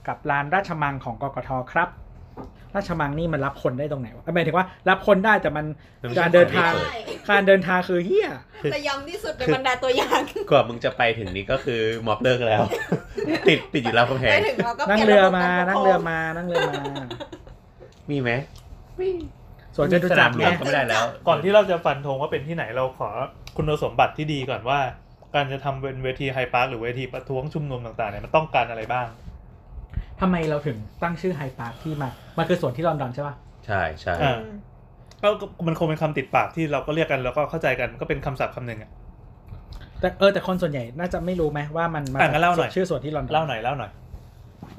B: กับลานราชมังของกกทครับ ราชมังนี่มันรับคนได้ตรงไหนวะหมายถึงว่ารับคนได้แต่มัน
D: มันไม่
B: การเดินทาง
D: ใช่
B: การเดินทางคือเฮีย
G: แต่ย้ำที่สุดในบรรดาตัวอย่าง
D: กว่ามึงจะไปถึงนี้ก็คือมอบเลิกแล้ว ติดติดอยู่รามคำแห
G: ไป
D: ง
G: ถึงเราก็
B: นั่ง
G: ปลี่ย
B: เรือ
G: ระบบ
B: มา
G: กปกคง
B: นั่งเรือมา นั่งเรือมา
D: มีไหม
B: สวนจตุจักร
D: สนามหล
B: ไง
D: วงก็ไม่ได้แล้ว
C: ก่อนที่เราจะฟันธงว่าเป็นที่ไหนเราขอคุณสมบัติที่ดีก่อนว่า การจะทำเป็นเวทีไฮพาร์คหรือเวทีประท้วงชุมนุมต่างๆเนี่ยมันต้องการอะไรบ้าง
B: ทำไมเราถึงตั้งชื่อไฮพาร์คที่มา มันคือสวนที่ลอนดอนใช่ป่ะ
D: ใช่ใช่
C: อ่า ก็ก็มันคงเป็นคำติดปากที่เราก็เรียกกันแล้วก็เข้าใจกันก็เป็นคำศัพท์คำหนึ่งอะ
B: แต่เออแต่คนส่วนใหญ่น่าจะไม่รู้ไหมว่ามันมา
C: อ่ะงั้นเล่าหน่อย
B: ชื่อสวนที่ลอนดอน
C: เล่าหน่อยเล่าหน่อย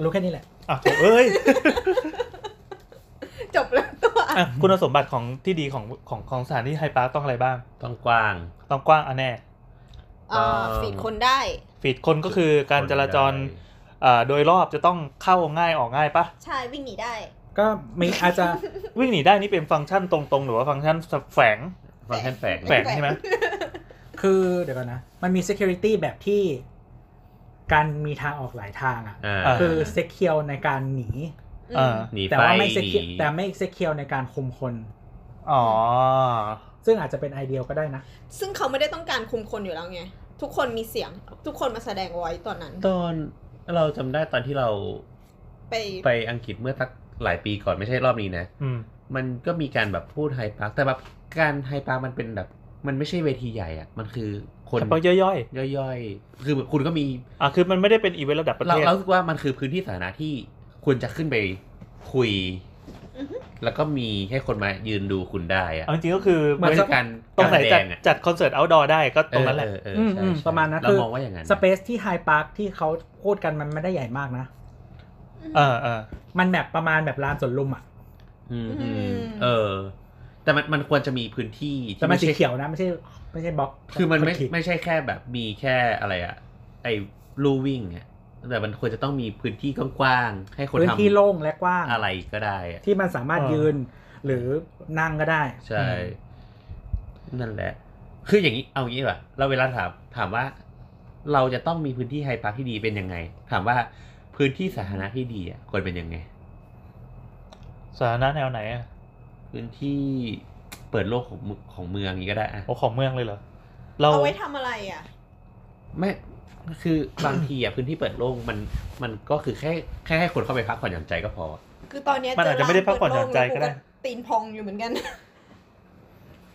B: รู้แค่นี้แหละ
C: อ่ะโถเอ้ย
G: จบแล้วตัว
C: อ่ะคุณสมบัติของที่ดีของของของสถานที่ไฮพาร์คต้องอะไรบ้าง
D: ต้องกว้าง
C: ต้องกว้างอันแน่
G: เอ่อฝีดคนได้
C: ฟีดคนก็คือการจราจรเอ่อโดยรอบจะต้องเข้าง่ายออกง่ายปะ
G: ใช่วิ่งหนีได้
B: ก็มีอาจจะ
C: วิ่งหนีได้นี่เป็นฟังก์ชันตรงๆ หรือว่าฟังก์ชันแฝง
D: ฟังก์ชันแฝง
C: แฝงใช่ไหม
B: คือเดี๋ยวก่อนนะ มันมี security แบบที่การมีทางออกหลายทางอ่ะ
D: อ่า
C: อ่า
B: คือ secure ในการหนี
C: อ่า
D: หนี
B: แต่
D: ไฟ
B: ว่าไม่
D: ห
B: secure แต่ไม่ secure ในการคุมคน
C: อ๋อ
B: ซึ่งอาจจะเป็นไอเดียก็ได้นะ
G: ซึ่งเขาไม่ได้ต้องการคุมคนอยู่แล้วไง ทุกคนมีเสียง ทุกคนมาแสดงไว้ตอนนั้น
D: ตอนเราจำได้ตอนที่เรา
G: ไป
D: ไปอังกฤษเมื่อสักหลายปีก่อนไม่ใช่รอบนี้นะ
C: อืม
D: มันก็มีการแบบพูดไฮพาร์คแต่แบบการไฮพาร์คมันเป็นแบบ มันไม่ใช่เวทีใหญ่อะมันคือคน
C: เฉพาะย่อย
D: ย่อยๆ คือแบบคุณก็มี
C: ๆ อ่ะคือมันไม่ได้เป็นอีเวนต์ระดับประ
D: เรา
C: เทศ
D: เรารู้สึกว่ามันคือพื้นที่สาธารณะที่ควรจะขึ้นไปคุย
G: อือฮึ
D: แล้วก็มีให้คนมายืนดูคุณได้อะ
C: เอาจริงๆก็คือ
B: เหมือน
D: ไม่ใช่การ
C: ตรงไหนจัด
D: กาแดอะ
C: จัดคอนเสิร์ตเอาท์ดอร์ได้ก็ตรงนั้นแหละ
D: เออเออ
B: อื
D: เออ
B: ม
D: ใช่
B: อืม
D: ใช่
B: ประมาณนั้น
D: เรา
B: คือ
D: มองว่าอย่างนั้น
B: สเปซที่ไฮพาร์คที่เขาพูดกันมันไม่ได้ใหญ่มากนะ
C: เออเออ
B: มันแบบประมาณแบบลานสวนลุมอ่ะ
D: อืม
G: อื
D: อืม
G: ม
D: เออ แต่มันมันควรจะมีพื้นที่
B: แต่
D: ที่
B: มัน
D: ไใช่
B: สีเขียวนะ ไม่ใช่ไม่ใช่บล็อก
D: คือมันไม่
B: คกรีต
D: ไม่ใช่แค่แบบมีแค่อะไรอะไอ้ลูวิ่งอะแต่มันควรจะต้องมีพื้นที่กว้างๆให้คน
B: พื้น
D: ทำ
B: ที่โล่งและกว้าง
D: อะไรก็ได้อะ
B: ที่มันสามารถ
C: เออ
B: ยืนหรือนั่งก็ได้
D: ใช่ นั่นแหละ คืออย่างนี้เอางี้ดีกว่าเราเวลาถามถามว่า เราจะต้องมีพื้นที่ไฮพาร์คที่ดีเป็นยังไง ถามว่าพื้นที่สาธารณะที่ดีอะควรเป็นยังไง
C: สถานะแนวไหนอ่ะ
D: พื้นที่เปิดโลกของของเมืองนี้ก็ได้อะ
C: โอ้ของเมืองเลยเหรอ เรา
G: เอาไว้ทำอะไรอ่ะ
D: ไม่คือบางทีอ่ะ พื้นที่เปิดโล่งมันมันก็คือแค่แค่ให้คนเข้าไปพักผ่อนหย่อนใจก็พอ
G: คือตอนเนี้ย
C: มันอาจจะไม่ได้พักผ่อนหย่อนใจก็ได้
G: เจอร้านเปิดโล่งแล้วตีนพองอยู่เหมือนกัน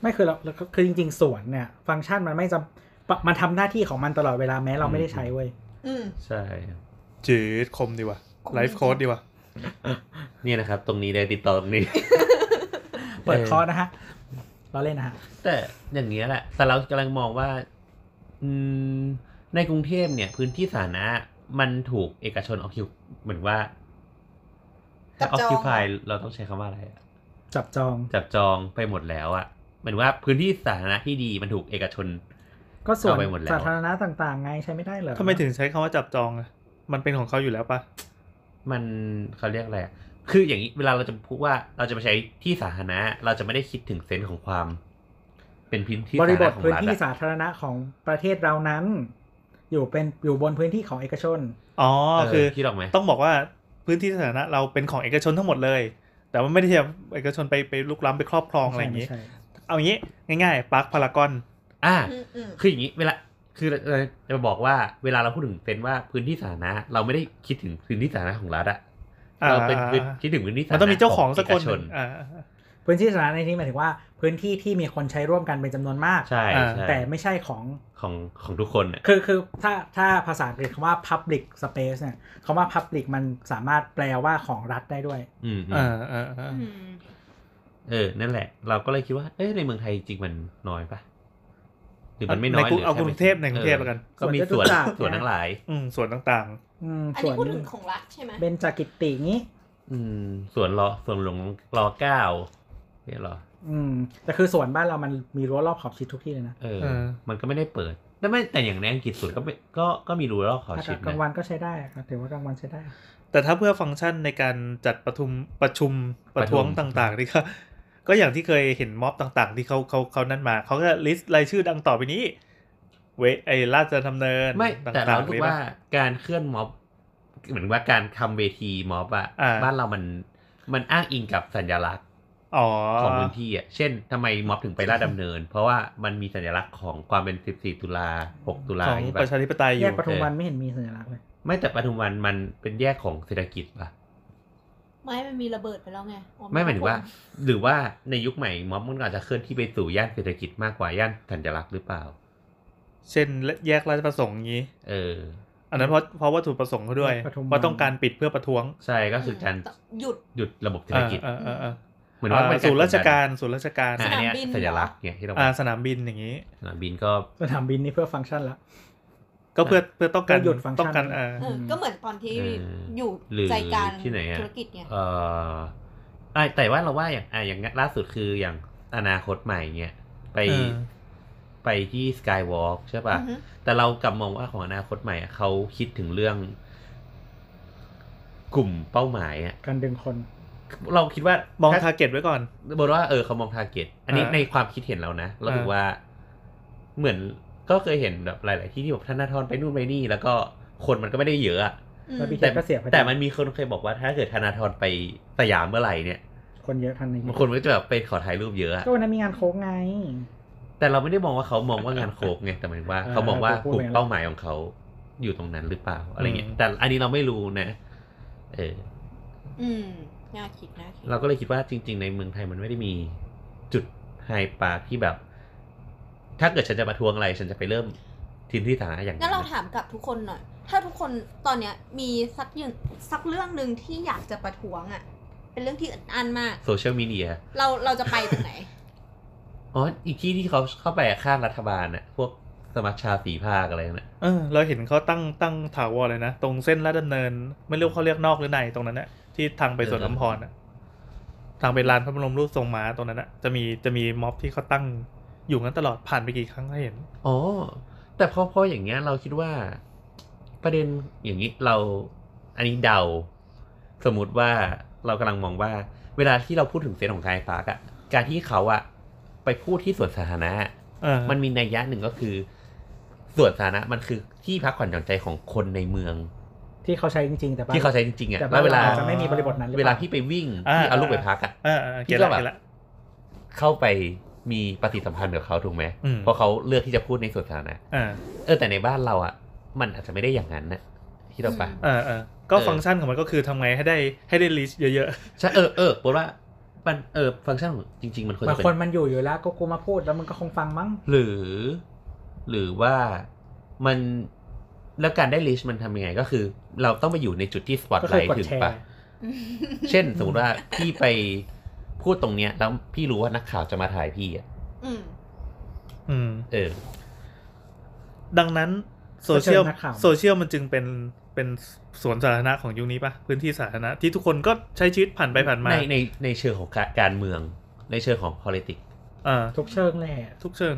B: ไม่คือเราเราคือจริงๆสวนเนี่ย ฟังก์ชันมันไม่จำปะมันทำหน้าที่ของมันตลอดเวลาแม้เราไม่ได้ใช้เว้ย
G: อืม
D: ใช่
C: จืดคมดีว่ะไลฟ์โค้ดดีว่ะ
D: เนี่ยนะครับ ตรงนี้เลยติดต่อตรงนี้
B: เปิดคอร์สนะฮะ เราเล่นนะฮะ
D: แต่อย่างนี้ยแหละ แต่เรากำลังมองว่า อืม ในกรุงเทพเนี่ย พื้นที่สาธารณะมันถูกเอกชนออกคิวเหมือนว่า
G: จับจอง
D: ออกคิวพายเราต้องใช้คำว่าอะไรอะ
B: จับจอง
D: จับจองไปหมดแล้วอะเหมือนว่าพื้นที่สาธารณะที่ดีมันถูกเอกชน
B: ก็ส่วน
D: เอาไปหมดแล้ว
B: สาธารณะต่างๆ ไงใช้ไม่ได้เหรอ
C: ทำไมถึงใช้คำว่าจับจองอะมันเป็นของเขาอยู่แล้วปะ
D: มันเขาเรียกอะไรอะคืออย่างนี้เวลาเราจะพูดว่าเราจะไปใช้ที่สาธารณะ เราจะไม่ได้คิดถึงเซนส์ของความ เป็นพื้นที่
B: บ
D: สา
B: ริ
D: ธารณะขอ
B: บท
D: ง
B: พื้น
D: รัฐ
B: ที่
D: อะ
B: สาธารณะของประเทศเรานั้น อยู่เป็นอยู่บนพื้นที่ของเอกชน
C: อ๋อ
D: เ
C: คือ
D: คิดออกไหม
C: ต้องบอกว่าพื้นที่สาธารณะเราเป็นของเอกชนทั้งหมดเลย แต่ว่าไม่ได้ที่จะเอกชนไปไปลุกล้ำไปครอบครองอะไรอย่างนี้
B: ใช่ใช่
C: เอางี้ง่ายๆปาร์คพารากอน
D: อ่า
G: อืมอืม
D: คืออย่างนี้เวลาคือเราจะบอกว่าเวลาเราพูดถึงเซนส์ว่าพื้นที่สาธารณะ เราไม่ได้คิดถึงพื้นที่สาธารณะของรัฐอะ
C: อ่า
D: เราเป็นพื้นคิดถึงพื้นที่สาธาร
C: มั
D: ณะ
C: นต้องมีเจ้าของสักคน
D: เ
C: หนึ่งอ่า
B: พื้นที่สาธารณะในที่หมายถึงว่าพื้นที่ที่มีคนใช้ร่วมกันเป็นจำนวนมาก
D: ใช่
C: อ่า
D: ใช่
B: แต่ไม่ใช่ของ
D: ของของทุกคนอะ
B: คือคือถ้าถ้าภาษาอังกฤษคำว่า public space เนี่ยคำว่า public มันสามารถแปลว่าของรัฐได้ด้วย
D: อืมอื
C: อ่าม อ่าอ่า
G: อืม
D: เออนั่นแหละ เราก็เลยคิดว่าเอ้ยในเมืองไทยจริงมันน้อยปะหรือมันไม่น้อย
C: ในกรุง
D: ห
C: เอากรุงเทพใน
D: แค่ไม่
C: กรุงเทพแล้วกัน
D: ก็มีสวน
B: จตุจักร
D: สวนทั้งหลาย
C: อืมส่วนต่าง
B: อืม
G: อัน
B: ส่
G: นี้
B: วน
G: พูดถึงของรัฐใช่ไหม
B: เบนจกิติงี้
D: อืมส่วนรอส่วนหลงรอเก้าเนี่ยเหรอ
B: อืมแต่คือสวนบ้านเรามันมีรั้วรอบขอบชิดทุกที่เลยนะ
D: เออ
C: ๆเออ
D: มันก็ไม่ได้เปิดแต่ไม่แต่อย่างในอังกฤษสวนก็ไม่ก็ก็มีรูรอบขอบชิด
B: กลาง
D: นะ
B: วันก็ใช้ได้ครับถือว่ากลางวันใช้ได้
C: แต่ถ้าเพื่อฟังก์ชันในการจัดประทุมประชุมประท้วง
A: ประท้วง
C: ต่างๆนี่ก็ก็อย่างที่เคยเห็นม็อบต่างๆ ที่เขาเขาเขานั่นมาเขาก็ลิสต์รายชื่อดังต่อไปนี้ เวไอราชดำเนิน
D: ไม่แต่
C: ต่า
D: เรา
C: ง
D: คิ
C: ๆ
D: ด
C: นี่
D: ว่า
C: ปะ
D: การเคลื่อนม็อบ เหมือนว่าการทำเวทีม็อบอะ
C: อ่า
D: บ้านเรามันมันอ้างอิงกับสัญลักษณ์
C: อ๋อ
D: ของพื้นที่อะเช่นทำไมม็อบถึงไปลาดดำเนิน เพราะว่ามันมีสัญลักษณ์ของความเป็น 14 ตุลา 6 ตุลา
C: ของ
D: ใช่
C: ประ
D: ปะ
C: ชาธิปไตยอ
B: แย
C: ยู่
B: กปทุมวันไม่เห็นมีสัญลักษณ์เลย
D: ไม่แต่ปทุมวันมันเป็นแยกของเศรษฐกิจปะ
G: ไม่มันมีระเบิดไปแล้วไงอ๋อ
D: ไม่หมายถึงว่า หรือว่าในยุคใหม่ม็อบมันก็อาจจะเคลื่อนที่ไปสู่ย่านเศรษฐกิจมากกว่าย่านสัญลักษณ์หรือเปล่า
C: เช่นแยกราชประสงค์อย่างนี้
D: เออ
C: อันนั้นเพราะเพราะวัตถุประสงค์เขาด้วยเพราะต้องการปิดเพื่อประท้วง
D: ใช่ก็คือการ
G: หยุด
D: หยุดระบบเศรษฐกิจ
C: เออเออเออ
D: เหมือนว่า
C: อ่
D: เป็น
C: ศูนย์ราชการศูนย์ราชการ
D: อ่ะอันเนี้ย
G: สนามบิน
D: สัญลักษณ์เนี่ยที่เรา
C: อ่าสนามบินอย่างนี้
D: สนามบินก็
B: สนามบินนี่เพื่อฟังก์ชันละ
C: ก็เพื่อเพื่อต้องการ
B: เพื่อหยุดฟังก์ชัน
C: ต้องการเออ
G: เออก็เหมือนตอนที่
D: เอ่อ
G: อยู่
D: หรือ
G: ใจกลาง
D: ที่ไหนอ่ะ
G: ธุรกิจไง
D: เอออ่ะแต่ว่าเราว่าอย่างอ่ะอย่างล่าสุดคืออย่างอนาคตใหม่เนี่ยไป
C: เออ
D: ไปที่สกายวอล์กใช่ป่ะ
G: อือฮึ
D: แต่เรากลับมองว่าของอนาคตใหม่อ่ะเขาคิดถึงเรื่อง กลุ่มเป้าหมายอ่ะ
B: การดึงคน
D: เราคิดว่าม ม
C: องทาร์เก็ตไว้ก่อน
D: บอกว่าเออเขามองทาร์เก็ต อันนี้
C: อ่า
D: ในความคิดเห็นเรานะ เราถือ
C: อ่า
D: ว่าเหมือนก็เคยเห็นแบบหลาย ๆ ที่ที่แบบธนาธรไปนู่นไปนี่ แล้วก็คนมันก็ไม่ได้เยอะอะ
G: อืม
B: แล้วพี่
D: แต่
B: ก็เสียภาษี
D: แต่มันมีคนเคยบอกว่าถ้าเกิดธนาธรไปสยามเมื่อไหร่เนี่ย
B: คนเยอะทันนี้
D: บางคนมันก็จะแบบไปขอถ่ายรูปเยอะอะ
B: ก็วันนั้นมีงานโค้งไง
D: แต่เราไม่ได้มองว่าเขามองว่างานโคกไงแต่หมายถึงว่า
B: อ่า
D: เขามองว่า
B: พูด
D: กลุ่ม
B: ไปแล้ว
D: เป้าหมายของเขาอยู่ตรงนั้นหรือเปล่าอะไรเงี้ย
C: อืม
D: แต่อันนี้เราไม่รู้นะ เออ
G: อืมน่าคิดนะ
D: เราก็เลยคิดว่าจริง ๆ ในเมืองไทยมันไม่ได้มีจุดไฮปาร์คที่แบบ ถ้าเกิดฉันจะประท้วงอะไร ฉันจะไปเริ่มทีมที่สาธารณะอย่าง
G: งั้นเรา
D: ะ
G: ถามกลับทุกคนหน่อย ถ้าทุกคนตอนเนี้ยมีสักอย่างสักเรื่องหนึ่งที่อยากจะประท้วงอ่ะ เป็นเรื่องที่อึดอันมาก
D: โซเชียลมีเดีย
G: เราเราจะไปตรงไหน
D: อ๋ออีกที่ที่เขาเข้าไปข้างรัฐบาลน่ะพวกสมัชชาสีภาคอะไรน่ะ
C: เออเราเห็นเขาตั้งตั้งถาวรเลยนะ ตรงเส้นลาดดำเนิน ไม่รู้เขาเรียกนอกหรือในตรงนั้นนะที่ทางไปสวนลำพรน่ะทางไปลานพระบรมรูปทรงม้าตรงนั้นนะจะมีจะมีม็อบที่เขาตั้งอยู่งั้นตลอดผ่านไปกี่ครั้งก็เห็น
D: อ๋อ แต่พอพออย่างเงี้ย เราคิดว่า ประเด็นอย่างนี้เราอันนี้เดา สมมติว่าเรากำลังมองว่า เวลาที่เราพูดถึงเซนของไฮปาร์กอะการที่เขาอะไปพูดที่สวนสาธารณะ
C: เออ
D: มันมีนัยยะหนึ่งก็คือส่วนสาธารณะมันคือที่พักผ่อนหย่อนใจของคนในเมือง
B: ที่เขาใช้จริงๆ แต่บ้น
D: ที่เขาใช้จริงๆอ่ะ
B: แต่
D: แล้
B: บ้า
D: วนเวลา
B: รอจจะไม่มีบริบทนั้นหรือ
D: เว
B: ป
D: ลาพี่ไปวิ่ง
C: า
D: ที่เอาลูกไปพักอ่ะ
C: เออเออเก็
D: ที่
C: ต
D: เราแบ
C: ละเก็ต
D: บ
C: ละ
D: เข้าไปมีปฏิสัมพันธ์กับเขาถูกไหม
C: อืม
D: เพราะเขาเลือกที่จะพูดในส่วนสาธารณะ
C: เออ
D: เออแต่ในบ้านเราอ่ะ มันอาจจะไม่ได้อย่างนั้นนะที่เราไป
G: อืม
C: เออเออก็
D: เออ
C: ฟังก์ชันของมันก็คือทำไงให้ได้ให้ได้ลิสเยอะ
D: ใช่เออเออบอกว่ามันเออฟังก์ชันของจริง ๆ มันควร
B: บาง
D: จะเป็
B: คน
D: น
B: มันอยู่อยู่แล้วก็กูมาพูดแล้วมันก็คงฟังมั้ง
D: หรือ หรือว่ามันแล้วการได้ลิสมันทำยังไงก็คือ เราต้องไปอยู่ในจุดที่สปอต
B: ก็
D: ไล
B: คือ
D: ท์
B: ก
D: ถึง
B: ดแชร์
D: ปะ เช่นสมมติว่าพี่ไปพูดตรงเนี้ย แล้วพี่รู้ว่านักข่าวจะมาถ่ายพี่อ่ะ
G: อืม
C: ๆ อืม
D: เออ
C: ดังนั้นโซเชียล
B: ก็เชิญนักข่าว
C: โซเชียลมันจึงเป็นเป็นสวนสาธารณะของยุคนี้ปะพื้นที่สาธารณะที่ทุกคนก็ใช้ชีวิตผ่านไปผ่านมา
D: ในในในเชิงของกาการเมือง ในเชิงของ politics
C: เออ
B: ทุกเชิงแหละ
C: ทุกเชิง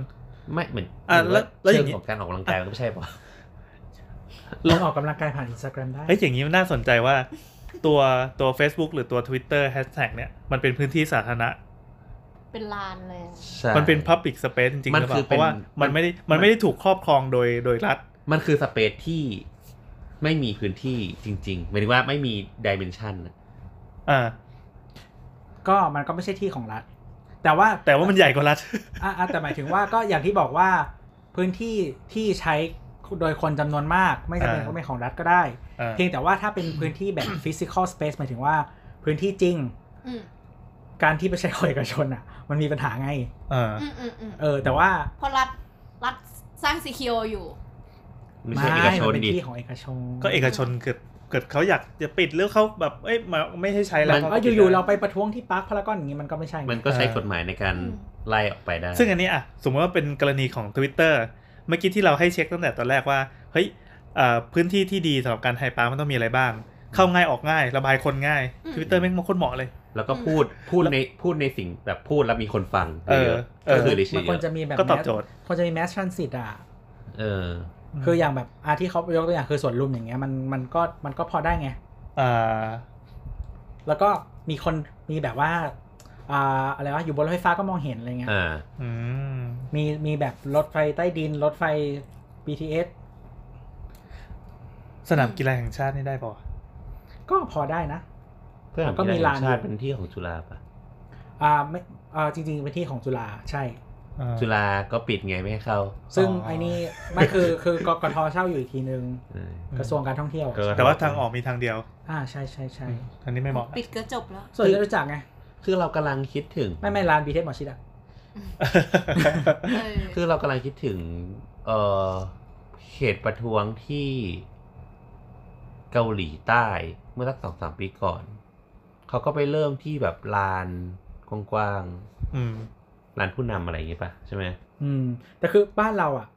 D: ไม่เหมือน
C: อ่ะ
D: หรื
C: แล้วแล้วอ
D: เชิ
C: ย่าง งงี้
D: ของการออกกำลังกายมันก็ไม่ใช่ปะ
B: ลงออกกำลังกายผ่านอินสตาแกรมได้
C: เฮ้ยอย่างนี้มันน่าสนใจว่าตัวตัว Facebook หรือตัว Twitter แฮชแท็กเนี่ย มันเป็นพื้นที่สาธารณะ
G: เป็นลานเลยอะ
D: ใช่
C: มันเป็น Public Space จริงๆ
D: มั
C: ห
D: น
C: รือเปล่า
D: คือ
C: เพ
D: เป็น
C: ราะว่ามันไม่ได้มันไม่ได้ถูกครอบครองโดยโดยรัฐ
D: มันคือสเปซที่ไม่มีพื้นที่จริงๆหมายถึงว่าไม่มีดิเมนชัน
C: อ่า
B: ก็มันก็ไม่ใช่ที่ของรัฐ แต่ว่า
C: แต่ว่ามันใหญ่กว่ารัฐ
B: อ่ะอ่ะแต่หมายถึงว่าก็อย่างที่บอกว่าพื้นที่ที่ใช้โดยคนจำนวนมาก ไม่จำเป็น
C: อ่า
B: ต้องเป็นของรัฐก็ได้
C: อ่า
B: เพียงแต่ว่าถ้าเป็นพื้นที่แบบ physical space หมายถึงว่าพื้นที่จริง
G: อืม
B: การที่ไปใช้ของเอกชนอ่ะ มันมีปัญหาไง
C: อ่า
G: อืมอืมอืม
B: เออ แต่ว่า
G: เพราะรัฐรัฐสร้างซีเคียวอยู่
D: ไม่ใช่เอกชน
B: เป็น
D: ดิ
B: ที่ของเอกชน
C: ก็เอกชนเกิดเกิดเขาอยากจะปิดหรือเขาแบบเอ้ยมาไม่ให้ใช้แล้ว
B: เพ
C: ข
B: ราะ
C: ปิด
B: อยู่ๆ
C: ได้
B: เราไปประท้วงที่ปาร์คพารากอนอย่างนี้มันก็ไม่ใช่ไง
D: มันก็ใช้กฎหมายในการ
G: อืม
D: ไล่ออกไปได้
C: ซึ่งอันนี้อ่ะสมมติว่าเป็นกรณีของ Twitter เมื่อกี้ที่เราให้เช็คตั้งแต่ตอนแรกว่า เฮ้ยเอ่อพื้นที่ที่ดีสำหรับการไฮปาร์มันต้องมีอะไรบ้าง เข้าง่ายออกง่าย ระบายคนง่าย
G: อืม
C: Twitter แม่งมาโคตรเหมาะเลย
D: แล้วก็พูดพูดในพูดในสิ่งแบบพูดแล้วมีคนฟัง
C: เออ
D: เยอะ
C: เออ
D: ก็คือลิ
B: มั
D: ชี่
B: น
D: เย
B: ควร
D: อะ
B: จะมีแบบ
C: ก็ตอบโจทย์
B: ควรจะมีแมสชันสิทธิ์อ่ะ
D: เออ
B: คืออย่างแบบอาที่เขายกตัวอย่างคือสวนลุมอย่างเงี้ยมันมันก็มันก็พอได้ไง
C: อ่า
B: แล้วก็มีคนมีแบบว่าอ่าอะไรวะอยู่บนรถไฟฟ้าก็มองเห็นอะไรเงี้ย
D: อ่า
C: อืม
B: มีมีแบบรถไฟใต้ดิน รถไฟ BTS
C: สนามกีฬาแห่งชาตินี่ได้ป่ะ
B: ก็พอได้นะ
D: เพื่อหา
B: ก็มี
D: กีฬา
B: ลาน
D: แห่งชาติ
B: อยู่
D: เป็นที่ของจุฬาป่ะ
B: อ่าไม่อ่าจริงๆเป็นที่ของจุฬาใช่
C: อ่า
D: จุฬาก็ปิดไงไม่ให้เข้า
B: ซึ่ง
C: อ๋อ
B: ไอ้นี่มันคือคือกกทเช่าอยู่อีกทีนึง
D: เออ
B: กระทรวงการท่องเที่ยว
D: ก็
C: แต่ว่าทางออกมีทางเดียว
B: อ่าใช่ใช่ใช่
C: อืมอันนี้ไม่เหมาะ
G: ปิดก็จบแล้ว
B: ส่วนจะรู้จักไง
D: คือเรากำลังคิดถึง
B: ไม่ไม่ร้านบีเทสหมอชิดอ่ะ
G: เออ
D: คือเรากำลังคิดถึง เอ่อเขตประท้วงที่เกาหลีใต้เมื่อสักสองสามปีก่อน เขาก็ไปเริ่มที่แบบลานกว้าง
C: อืม
D: ๆลานผู้นำอะไรอย่างงี้ป่ะใช่ไหม
B: อืม แต่คือบ้านเราอ่ะ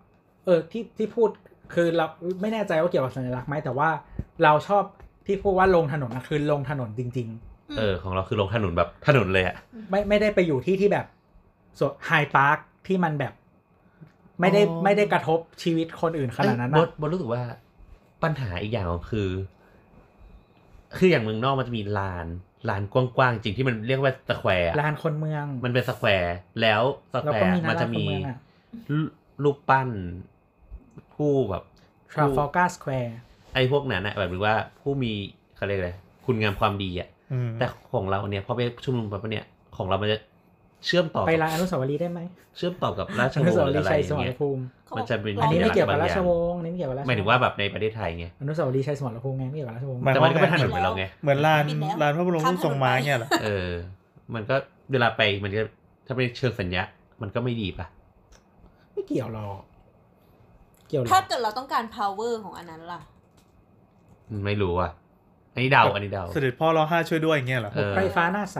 B: เออที่ที่พูดคือเราไม่แน่ใจว่าเกี่ยวกับสัญลักษณ์ไหมแต่ว่าเราชอบที่พูดว่าลงถนนนะคือลงถนนจริง
G: อืม
D: เออของเราคือลงถนนแบบถนนเลยอะ
B: ๆ ไม่ไม่ได้ไปอยู่ที่ที่แบบส่วนไฮพาร์คที่มันแบบ ไม่ได้ไม่ได้กระทบชีวิตคนอื่นขนาดนั้น
D: เอ้ยบ
B: นะ
D: ดบดรู้สึกว่าปัญหาอีกอย่างคือ คืออย่างเมืองนอกมันจะมีลานลานกว้างๆจริงที่มันเรียกว่าสแควร์อะ
B: ลานคนเมือง
D: มันเป็นสแควร์แล้วสแค
B: แล้ว
D: ว
B: ก็มี
D: ร์
B: นารา
D: มันจะมี
B: คนเมืองอะ
D: รูรูปปั้นผู้แบบ
B: ทราฟอลการ์สแควร์
D: ไอ้พวกนั้นนะแบบหรือว่าผู้มีเขาเรียกอะไรคุณงามความดีอ่ะ
C: อืม
D: แต่ของเราเนี่ยพอไปชุมนุมแบบเนี่ยของเรามันจะเชื่อมต่อ
B: ไป
D: กับ
B: ร้านอนุสาวรีย์ได้ไหม
D: เชื่อมต่อกับราช
B: อ
D: ว
B: นุ
D: ง
B: สาว
D: ศ์หรืออะ
B: รีย์
D: ไร
B: ชัย
D: อ
B: ส
D: ย่าง
B: มร
D: เงี้ย
B: ภูมิ
G: เขาบ
D: มัน
G: ก
D: จะเป็น
B: อันนี้ไม่เกี่ยวกับ
D: สั
B: รา
D: ลัษณ์
B: ช
D: ง
B: ว
D: อง
B: ศ์อันนี้ไม่เกี่ยวกับราชวง
D: ห
B: ศ์
D: มายถึงว่าแบบในประเทศไทยไง
B: อนุสาวรีย์ชัยสมรภูมิไงไม่เกี่ยวกับราชวงศ์
C: หาย
D: แต่
C: ควา
D: มั
C: ว่าน
D: ก็เป็นถนนเหมือนเราไง
C: เหมือนลานลานพระบรมรูปทรงม้าเนี่ยเหรอ
D: เออ มันก็เวลาไปมันก็ถ้าเป็นเชิงสัญญามันก็ไม่ดีป่ะ
B: ไม่เกี่ยวหรอกเกี่ยวหรอ
G: ถ้าก เกิดเราต้องการ power ของอันนั้นล่ะ
D: ไม่รู้อ่ะอันนี้เดาอันนี้เดา
C: เสด็จพ่อรอห้าช่วยด้วยอย่างเงี้ยเหรอ
D: เออ
B: ไฟฟ้าหน้าใส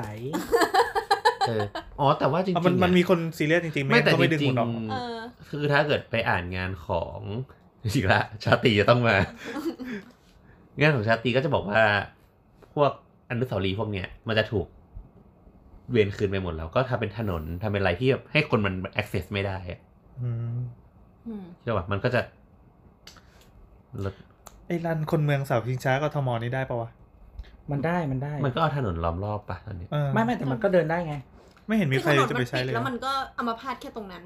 D: เอออ๋อแต่ว่าจริงๆ
C: เอามัน
D: เย
C: มันมีคนซีเรียสจริงๆไหม
D: ไม่แต่
C: เขา
D: จ
C: ไม่ดึง
D: ริ
C: คุ
D: ง
C: ณออก
G: เออ
D: ๆคือถ้าเกิดไปอ่านงานของจริงๆละชาตรีจะต้องมา งานของชาตรีก็จะบอกว่า พวกอนุสาวรีย์พวกเนี้ยมันจะถูกเวียนคืนไปหมดแล้ว ก็ทำเป็นถนนทำเป็นอะไรที่แบบให้คนมัน access ไม่ได้อะ
C: อืม
G: อืม
D: ใช่ป่ะมันก็จะลด
C: ไอ้ลานคนเมืองเสาชิงช้ากทมนี่ได้ปะวะ
B: มันได้มันได้
D: มันก็เอาถนนล้อมรอบป่ะตอนเนี้ย
C: เออ
B: ไม่ไม่แต่มันก็เดินได้ไง
C: ไม่เห็นมี
G: ที่
C: ใค
G: ถ
C: ร
G: นน
C: จะ
G: มั
C: ไป
G: น
C: ใช้
G: ปิด
C: เลย
G: แล้วมันก็อัมาพาตแค่ตรงนั้น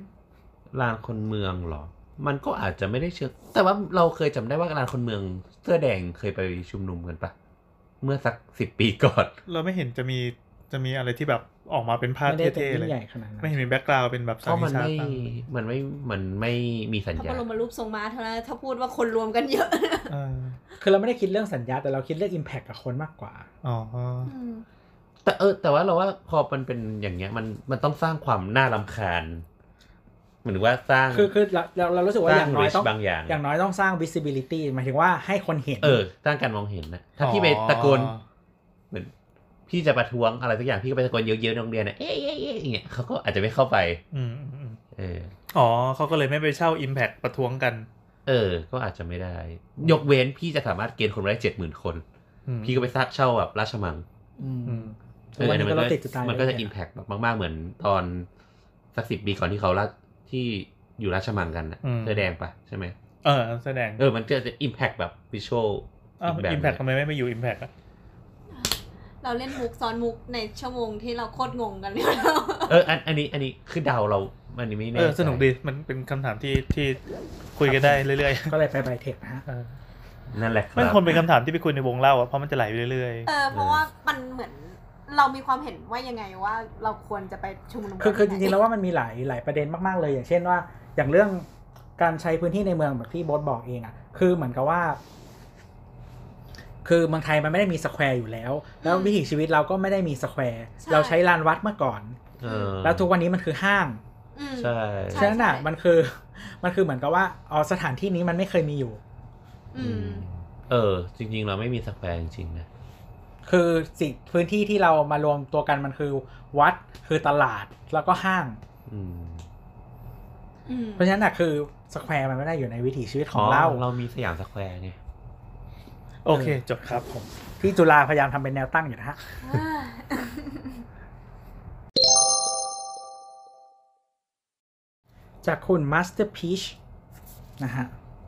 D: ลานคนเมืองเหรอ มันก็อาจจะไม่ได้เชิงแต่ว่าเราเคยจำได้ว่าลานคนเมืองเสื้อแดงเคยไปชุมนุมกันป่ะเมื่อสักสิบปีก่อน
C: เราไม่เห็นจะมีจะมีอะไรที่แบบออกมาเป็นภาพ
B: ไม่ได้เป็น
C: เท่ๆ
B: ยิ่
C: เลย
B: งใหญ่ขนาดนั้
C: ไม่
B: น
C: เห็นมีแบ็กกราวด์เป็นแบบ
D: เพ
C: สา
D: ราะมัน
C: มีชา
D: ไม่
C: ตั้ง
D: มันไม่ มันไม่มีสัญ
G: พระ
D: ญา
G: บรมรูปทรงม้าเท่านั้นถ้าพูดว่าคนรวมกันเยอะ
C: เออ
B: คือเราไม่ได้คิดเรื่องสัญญาแต่เราคิดเรื่อง Impact กับคนมากกว่า
C: อ๋อ
D: แต่เออ แต่ว่าเราว่าพอมันเป็นอย่างเงี้ย มัน มันต้องสร้างความน่ารำคาญเหมือนว่าสร้าง
B: คือคือเราเราเรารู้สึกว่า
D: ส
B: อ
D: ร้าง
B: ย่างน้อย
D: ช
B: ต้อง
D: บางอย่าง
B: อย่างน้อยต้องสร้าง visibility หมายถึงว่าให้คนเห็น
D: เออ สร้างการมองเห็นนะ ถ้าพี่ไปตะโกน เหมือน พี่จะประท้วงอะไรสักอย่าง พี่ก็ไปตะโกนเยอะๆในโรงเรียนนะเอ๊ะเอ๊ะเอ๊ะอย่างเงี้ยเขาก็อาจจะไม่เข้าไป
C: อืมอืมอืม
D: เออ
C: อ๋อเขาก็เลยไม่ไปเช่า Impact ประท้วงกัน
D: เออ ก็อาจจะไม่ได้ ยกเว้นพี่จะสามารถเกณฑ์คนมาได้เจ็ดหมื่นคน
C: อืม
D: พี่ก็ไปสร้างเช่าแบบราชมัง
B: อืม
C: อืม
B: เออวันนี้ก็รถติดจะตาย
D: มันก็
B: เลย
D: จะ
B: เนี่ย
D: อิมแพกมากๆ เหมือนตอนสักสิบปีก่อนที่เขาลาดที่อยู่ราชมังกันนะเสื้อแดงปะใช่ไหม
C: เออแสดง
D: เออ มันก็จะอิมแพกแบบวิชวล
C: อ้าว Impact ทำไมไม่ไปอยู่ Impact อ่ะ
G: เราเล่นมุกซ้อนมุกในชั่วโมงที่เราโคตรงงกันเลย
D: เอออันอันนี้อันนี้คือเดาเราอันนี้ไม่แน่
C: เออสนุกดีมันเป็นคำถามที่ที่คุยกันได้เรื่อย
B: ก็เลยไปไบเทคนะฮะ
C: ๆเออ
D: นั่นแหละค
C: ไม่
D: รับ
C: ควรเป็นคำถามที่ไปคุยในวงเล่าอ่ะเพราะมันจะไหลไปเรื่อย
G: เออ เพราะว่ามันเหมือนเรามีความเห็นว่ายังไงว่าเราควรจะไปชุมนุม
B: คือคือจริงๆแล้ว
G: ว่า
B: ว่ามันมีหลายหลายประเด็นมากๆเลย อย่างเช่นว่า อย่างเรื่องการใช้พื้นที่ในเมืองแบบที่โบอสบอกเองอะ่ะ คือเหมือนกับว่า คือเมืองไทยมันไม่ได้มีสแควร์อยู่แล้ว แล้ววิถีชีวิตเราก็ไม่ได้มีสแควร์เราใช้ลานวัดมาก่อน
D: เออ
B: แล้วทุกวันนี้มันคือห้าง
G: อืม
D: ใช่
G: ใช่
B: ฉะนั้นอ่ะมันคือ มันคือเหมือนกับว่าอ๋อสถานที่นี้มันไม่เคยมีอยู่
G: อืม
D: เออ จริง ๆ เราไม่มีสแควร์จริงๆนะ
B: คือสิ่งพื้นที่ที่เรามารวมตัวกันมันคือ วัดคือตลาดแล้วก็ห้าง
D: อืม
G: อืม
B: เพราะฉะนั้นอ่ะคือสแควร์มันไม่ได้อยู่ในวิถีชีวิตของเรา
D: เรามีสยามสแควร์ไง
C: ๆ โอเค จบครับผม
B: ที่จุฬาพยายามทำเป็นแนวตั้งอยู่นะฮะ
G: อ่า
B: จากคุณ Master Peach นะฮะ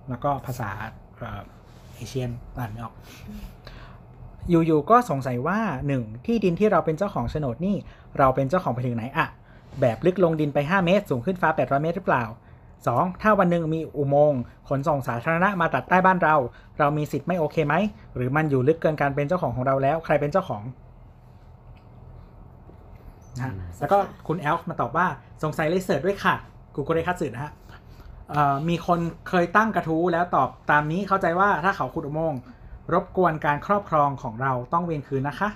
B: แล้วก็ภาษาเอ่อเอเชียนอ่านไม่ออก จ อยู่ๆก็สงสัยว่าหนึ่งที่ดินที่เราเป็นเจ้าของโฉนดนี่ เราเป็นเจ้าของไปถึงไหนอะแบบลึกลงดินไป 5 เมตร สูงขึ้นฟ้า 800 เมตรหรือเปล่า 2. ถ้าวันหนึ่งมีอุโมงค์ขนส่งสาธารณะมาตัดใต้บ้านเรา เรามีสิทธิ์ไม่โอเคไหม หรือมันอยู่ลึกเกินการเป็นเจ้าของของเราแล้ว ใครเป็นเจ้าของนะฮะแล้วก็คุณแอลฟ์มาตอบว่าสงสัยเลยเสิร์ชด้วยค่ะกูก็เลยคัดสืบนะฮะเอ่อมีคนเคยตั้งกระทู้แล้วตอบตามนี้เข้าใจว่าถ้าเขาขุดอุโมงค์รบกวนการครอบครองของเราต้องเวนคืนนะคะ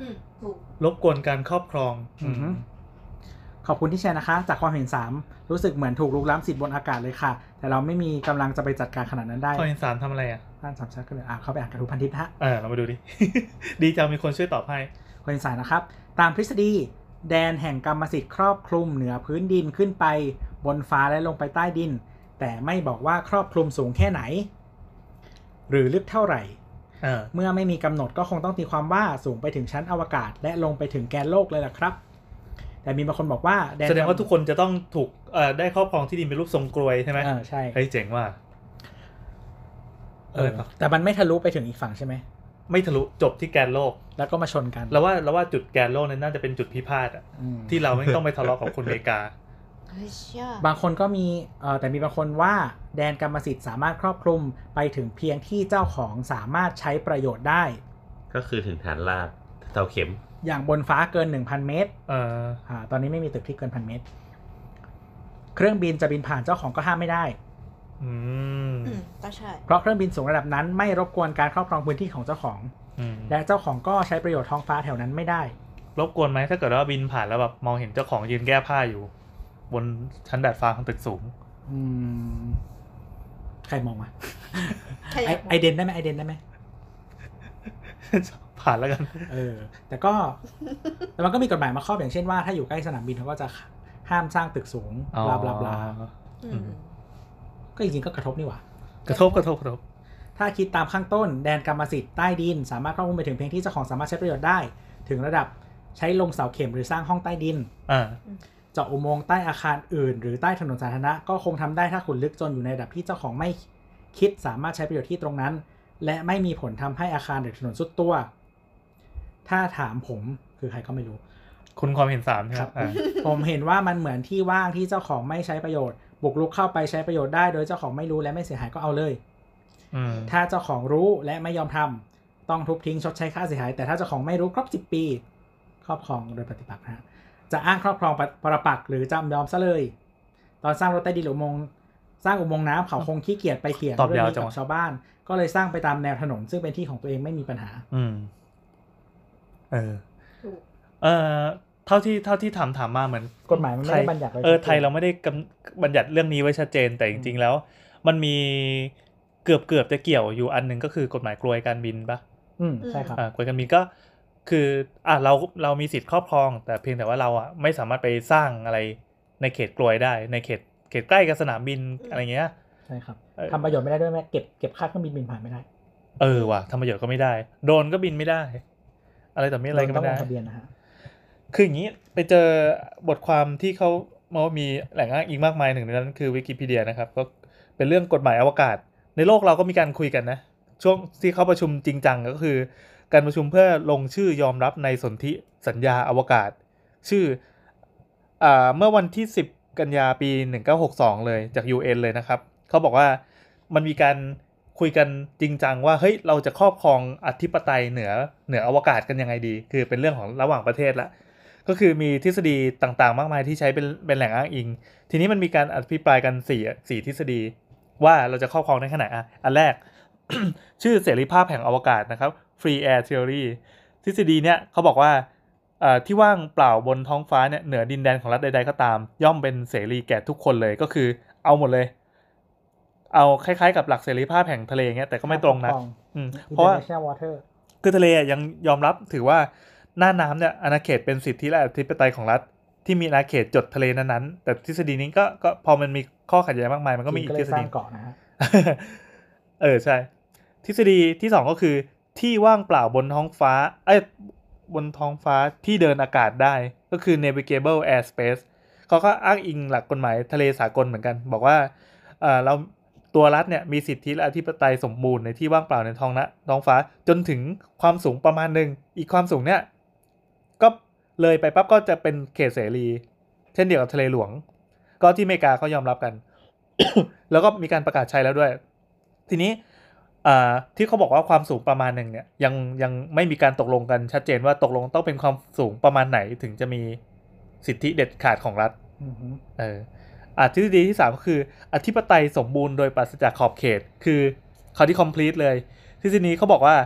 G: อืมถูก
C: รบกวนการครอบครอง
B: อือหือขอบคุณที่แชร์นะคะ จากความเห็น 3 รู้สึกเหมือนถูกลุกล้ำสิทธิ์บนอากาศเลยค่ะ แต่เราไม่มีกำลังจะไปจัดการขนาดนั้นได้
C: ข้อที่สามทำอะไรอ่ะ
B: ท่านสามชาติก็เลยอ่ะเข้าไปอ่านกระทู้พันทิพย์นะฮะ
C: เออเรามาดูดิ ดีจังมีคนช่วยตอบให้
B: คนเห็นสายนะครับ ตามทฤษฎี แดนแห่งกรรมสิทธิ์ครอบคลุมเหนือพื้นดินขึ้นไปบนฟ้าและลงไปใต้ดิน แต่ไม่บอกว่าครอบคลุมสูงแค่ไหน หรือลึกเท่าไหร่
C: เออ
B: เมื่อไม่มีกำหนดก็คงต้องตีความว่าสูงไปถึงชั้นอวกาศ และลงไปถึงแกนโลกเลยล่ะครับ แต่มีบางคนบอกว่า
C: แสดงว่าทุกคนจะต้องถูกเอ่อได้ครอบครองที่ดินเป็นรูปทรงกรวยใช่ไหม
B: เออใช่
C: เฮ้ยเจ๋งว่ะเอ
B: เอ
C: อ
B: อแต่มันไม่ทะลุไปถึงอีกฝั่งใช่ไหม
C: ไม่ทะลุจบที่แกนโลก
B: แล้วก็มาชนกัน
C: เราว่าเราว่าจุดแกนโลกนั้นน่าจะเป็นจุดพิพาทอะ
B: อืม
C: ที่เราไม่ต้องไปทะเลาะกับคนอเมริกา
G: เฮ้ยเชื่อบ
B: างคนก็มีเอ่อแต่มีบางคนว่าแดนกรรมสิทธิ์สามารถครอบคลุมไปถึงเพียงที่เจ้าของสามารถใช้ประโยชน์ได้
A: ก็คือถึงฐานลากเสาเข็ม
B: อย่างบนฟ้าเกิน 1,000 เมตร
C: เออ
B: อ่าตอนนี้ไม่มีตึกที่เกินพันเมตร เครื่องบินจะบินผ่านเจ้าของก็ห้ามไม่ได้
C: อืม
G: อืมก็ใช่
B: เพราะเครื่องบินสูงระดับนั้นไม่รบกวนการครอบครองพื้นที่ของเจ้าของ
C: อืม
B: และเจ้าของก็ใช้ประโยชน์ท้องฟ้าแถวนั้นไม่ได้
C: รบกวนไหมถ้าเกิดว่าบินผ่านแล้วแบบมองเห็นเจ้าของยืนแก้ผ้าอยู่ บนชั้นดาดฟ้าของตึกสูง
B: อืมใครมองวะ
G: ใครอยากมอง
B: ไอเดนได้ไหมไอเดนได้ไหม
C: ผ่านแล้วกัน
B: เออแต่ก็ แต่มันก็มีกฎหมายมาครอบอย่างเช่นว่าถ้าอยู่ใกล้สนามบินเขาก็จะห้ามสร้างตึกสูง
C: อ๋อ
B: บลาบลาบลา
G: อืม
B: ก็จริงๆก็กระทบนี่หว่าก
C: ระทบกระทบกระทบ
B: ถ้าคิดตามข้างต้นแดนกรรมสิทธิ์ใต้ดิน สามารถครอบคลุมไปถึงเพียงที่เจ้าของสามารถใช้ประโยชน์ได้ ถึงระดับใช้ลงเสาเข็มหรือสร้างห้องใต้ดิน
C: อ่า
B: เจาะอุโมงค์ใต้อาคารอื่น หรือใต้ถนนสาธารณะก็คงทำได้ถ้าขุดลึกจนอยู่ในระดับที่เจ้าของไม่คิดสามารถใช้ประโยชน์ที่ตรงนั้น และไม่มีผลทำให้อาคารหรือถนนสุดตัว ถ้าถามผมคือใครก็ไม่รู้
C: คุณความเห็นสามใช่ไหม
B: ครับ
C: อ่า
B: ผมเห็นว่ามันเหมือนที่ว่างที่เจ้าของไม่ใช้ประโยชน์ บุกรุกเข้าไปใช้ประโยชน์ได้ โดยเจ้าของไม่รู้และไม่เสียหายก็เอาเลย
C: อืม
B: ถ้าเจ้าของรู้และไม่ยอมทำต้องทุบทิ้งชดใช้ค่าเสียหาย แต่ถ้าเจ้าของไม่รู้ครบ 10 ปี ครอบครองโดยปฏิปักษ์นะฮะจะอ้างครอบครองปะประปักษ์หรือจำยอมซะเลย ตอนสร้างรถใต้ดินหรืออุโมงค์สร้างอุโมงค์น้ำเขาคงขี้เกียจไปเขียน
C: ตอบ
B: เรื่
C: ยาว
B: นี้
C: จัง
B: กั
C: วะ
B: บชาวบ้าน ก็เลยสร้างไปตามแนวถนน ซึ่งเป็นที่ของตัวเองไม่มีปัญหา
C: อืม เออ
E: ถูก
C: เออเท่าที่เท่าที่ถามถามมาเหมือน
B: กฎหมายมันไม่ได้บัญญัติไว้
C: เออ
B: ชัดเจน
C: ไทยเราไม่ได้กำบัญญัติเรื่องนี้ไว้ชัดเจนแต่จริง ๆ แล้ว มันมีเกือบเกือบจะเกี่ยวอยู่อันหนึ่งก็คือกฎหมายกลวยการบินปะ
B: อืมใช่ครับ
C: อ่ากลวยการบินก็คืออ่ะเราเรามีสิทธิ์ครอบครอง แต่เพียงแต่ว่าเราอ่ะไม่สามารถไปสร้างอะไรในเขตกลวยได้ ในเขตเขตใกล้กับสนามบินอะไรเงี้ย
B: ใช่ครับ
C: เออ
B: ทำประโยชน์ไม่ได้ด้วยแม่เก็บเก็บค่าเครื่องบินบินผ่านไม่ได้
C: เออว่ะทำประโยชน์ก็ไม่ได้โดรนก็บินไม่ได้ อะไรต่อไม่อะไรก็
B: ต้องล
C: ไม่ได้
B: งทะเบียนนะฮะ
C: คืออย่างนี้ไปเจอบทความที่เขามาว่ามีแหล่งอ้างอิงมากมายหนึ่งในนั้นคือวิกิพีเดียนะครับก็เป็นเรื่องกฎหมายอวกาศ ในโลกเราก็มีการคุยกันนะ ช่วงที่เขาประชุมจริงจังก็คือ การประชุมเพื่อลงชื่อยอมรับในสนธิสัญญาอวกาศ ชื่ออาเมื่อวันที่ 10 กันยาปี 1962 เลยจาก UN เลยนะครับ เขาบอกว่ามันมีการคุยกันจริงจังว่าเฮ้ยเราจะครอบครองอธิปไตยเหนือเหนืออวกาศกันยังไงดี คือเป็นเรื่องของระหว่างประเทศละ ก็คือมีทฤษฎีต่างๆ มากมายที่ใช้เป็นเป็นแหล่งอ้างอิง ทีนี้มันมีการอภิปรายกัน4ี่สี่ทฤษฎี ว่าเราจะครอบครองได้ขนาดอ่ะอันแรก ชื่อเสรีภาพแห่งอวกาศนะครับ free air theory ทฤษฎีเนี่ยเขาบอกว่าเอ่อที่ว่างเปล่าบนท้องฟ้าเนี่ยเหนือดินแดนของรัฐใดๆก็ตาม ย่อมเป็นเสรีแก่ทุกคนเลยก็คือเอาหมดเลย เอาคล้ายๆกับหลักเสรีภาพแห่งทะเลเงี้ยแต่ก็ไม่ตรงนะอืมเพราะว่า
B: International Water
C: คือทะเลอ่ะยังยอมรับถือว่าหน้าน้ำเนี่ยอาณาเขตเป็นสิทธิและอธิปไตยของรัฐ ที่มีอาณาเขตจดทะเลนั้นๆแต่ทฤษฎีนี้ก็ก็พอมันมีข้อขัดแย้งมากมายมันก็มีอี
B: จี
C: ก
B: เล
C: ทฤ
B: ย
C: ษ
B: สร้า
C: ฎี
B: งเกาะนะฮะ
C: เออใช่ ทฤษฎีที่สองก็คือที่ว่างเปล่าบนท้องฟ้าเอ้ยบนท้องฟ้าที่เดินอากาศได้ก็คือ navigable airspace เขาก็อ้างอิงหลักกฎหมายทะเลสากลเหมือนกัน บอกว่าเออเรา ตัวรัฐเนี่ยมีสิทธิและอธิปไตยสมบูรณ์ในที่ว่างเปล่าในท้องนะท้องฟ้าจนถึงความสูงประมาณหนึ่งอีกความสูงเนี่ยก็เลยไปปั๊บก็จะเป็นเขตเสรี เช่นเดียวกับทะเลหลวง ก็ที่อเมริกาเขายอมรับกัน แล้วก็มีการประกาศใช้แล้วด้วย ทีนี้อ่าที่เขาบอกว่าความสูงประมาณหนึ่งเนี่ยยังยังไม่มีการตกลงกันชัดเจนว่าตกลงต้องเป็นความสูงประมาณไหนถึงจะมีสิทธิเด็ดขาดของรัฐ
B: อือฮึ
C: เอออาทฤษฎีที่สามก็คือ อธิปไตยสมบูรณ์โดยปราศจากขอบเขต คือเขาที่ complete เลย ทฤษฎีนี้เขาบอกว่า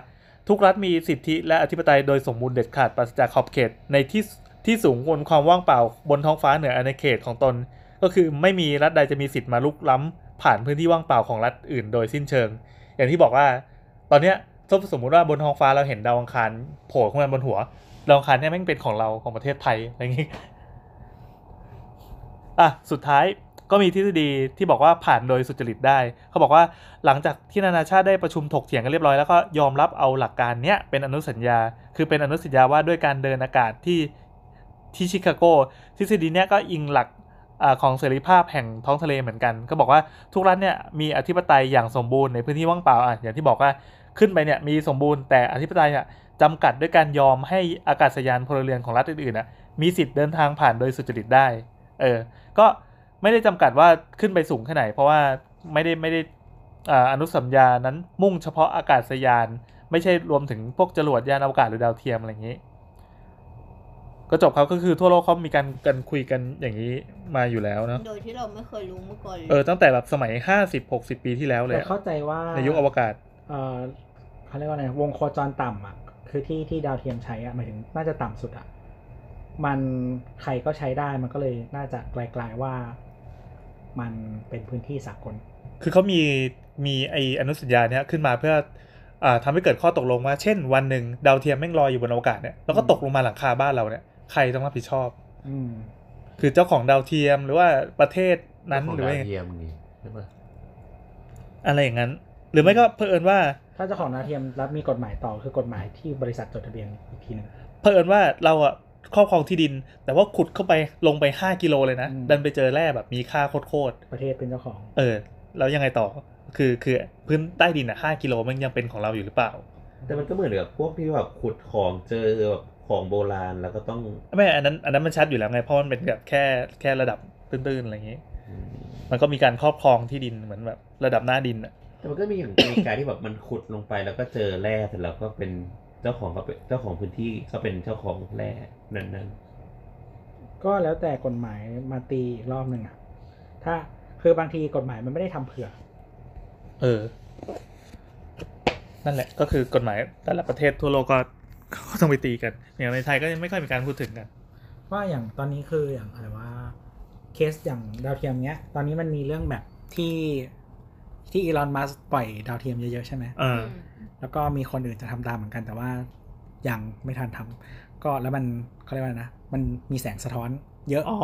C: ทุกรัฐมีสิทธิและอธิปไตยโดยสมบูรณ์เด็ดขาดปราศจากขอบเขต ในที่ที่สูงบนความว่างเปล่าบนท้องฟ้าเหนืออาณาเขตของตน ก็คือไม่มีรัฐใดจะมีสิทธิ์มาลุกล้ำผ่านพื้นที่ว่างเปล่าของรัฐอื่นโดยสิ้นเชิง อย่างที่บอกว่า ตอนเนี้ยสมมติว่าบนท้องฟ้าเราเห็นดาวอังคารโผล่ขึ้นมาบนหัวดาวอังคารเนี่ยแม่งเป็นของเราของประเทศไทยอะไรอย่างงี้ อ่ะสุดท้ายก็มีทฤษฎีที่บอกว่าผ่านโดยสุจริตได้ เขาบอกว่าหลังจากที่นานาชาติได้ประชุมถกเถียงกันเรียบร้อยแล้วก็ยอมรับเอาหลักการเนี้ยเป็นอนุสัญญา คือเป็นอนุสัญญาว่าด้วยการเดินอากาศที่ที่ชิคาโก ทฤษฎีเนี้ยก็อิงหลักอาของเสรีภาพแห่งท้องทะเลเหมือนกัน ก็บอกว่าทุกรัฐเนี่ยมีอธิปไตยอย่างสมบูรณ์ในพื้นที่ว่างเปล่าอ่ะอย่างที่บอกว่าขึ้นไปเนี่ยมีสมบูรณ์แต่อธิปไตยอ่ะจำกัดด้วยการยอมให้อากาศยานพลเรือนของรัฐอื่นๆอ่ะมีสิทธิ์เดินทางผ่านโดยสุจริตได้ เออ ก็ไม่ได้จำกัดว่าขึ้นไปสูงแค่ไหน เพราะว่าไม่ได้ไม่ได้อ่าอนุสัญญานั้นมุ่งเฉพาะอากาศยาน ไม่ใช่รวมถึงพวกจรวดยานอวกาศหรือดาวเทียมอะไรอย่างนี้ ก็จบครับก็คือทั่วโลกเขามีการกันคุยกันอย่างนี้มาอยู่แล้วเนาะ
G: โดยที่เราไม่เคยรู้มาก่อนเลย
C: เออตั้งแต่แบบสมัย 50 60 ปีที่แล้วเลย
B: แต่
C: อะ
B: เข้าใจว่า
C: ในยุคอวกาศ
B: เออเขาเรียกว่าไงวงโคจรต่ำอ่ะ คือที่ที่ดาวเทียมใช้อ่ะหมายถึงน่าจะต่ำสุดอ่ะ มันใครก็ใช้ได้มันก็เลยน่าจะไกลๆว่า มันเป็นพื้นที่สากล
C: คือเขามีมีไออนุสัญญาเนี้ยขึ้นมาเพื่ออ่าทำให้เกิดข้อตกลงว่า เช่น วันหนึ่งดาวเทียมแม่งลอยอยู่บนอวกาศเนี่ยแล้วก็
B: อืม
C: ตกลงมาหลังคาบ้านเราเนี่ยใครต้องรับผิดชอบ
B: อืม
C: คือเจ้าของดาวเทียมหรือว่าประเทศนั้น
D: ของ
C: หรือ
D: ดา
C: ว่า
D: ว
C: อย่าง
D: เทียมนี่ใช่ปะ
C: อะไรอย่างนั้น หรือไม่ก็เผอิญว่า
B: ถ้าเจ้าของดาวเทียมรับมีกฎหมายต่อคือกฎหมายที่บริษัทจดทะเบียนอีกทีหนึ่ง
C: เผอิญว่าเราอะครอบครองที่ดิน แต่ว่าขุดเข้าไปลงไป 5 กิโลเลยนะ
B: อืม
C: ดันไปเจอแร่แบบมีค่าโคตร
B: ประเทศเป็นเจ้าของ
C: ๆเออ แล้วยังไงต่อคือคือพื้นใต้ดินอะห้ากิโลมันยังเป็นของเราอยู่หรือเปล่า
A: แต่มันก็เหมือนกับพวกที่แบบขุดของเจอแบบของโบราณแล้วก็ต้อง
C: ไม่อันนั้นอันนั้นมันชัดอยู่แล้วไงเพราะมันเป็นแบบแค่แค่ระดับตื้นๆอะไรอย่างนี้ มันก็มีการครอบครองที่ดินเหมือนแบบระดับหน้าดินอะ
A: แต่มันก็มีอย่างอเมริกาที่แบบมันขุดลงไปแล้วก็เจอแร่เสร็จแล้วก็เป็นเจ้าของก็เป็นเจ้าของพื้นที่ก็เป็นเจ้าของแร่นั้น
B: ก็แล้วแต่กฎหมายมาตีอีกรอบหนึ่งอ่ะ ถ้าคือบางทีกฎหมายมันไม่ได้ทำเผื่อ
C: เออ นั่นแหละก็คือกฎหมายแต่ละประเทศทั่วโลกก็ก็ต้องไปตีกันอย่างในไทยก็ยังไม่ค่อยมีการพูดถึงกัน
B: ว่าอย่างตอนนี้คืออย่างอะไรว่าเคสอย่างดาวเทียมเนี้ย ตอนนี้มันมีเรื่องแบบที่ที่อีลอนมัสปล่อยดาวเทียมเยอะๆใช่ไหม
C: เออ
B: แล้วก็มีคนอื่นจะทำตามเหมือนกันแต่ว่ายังไม่ทันทำก็แล้วมันเขาเรียกว่าอะไรนะ มันมีแสงสะท้อนเยอะ
C: อ๋อ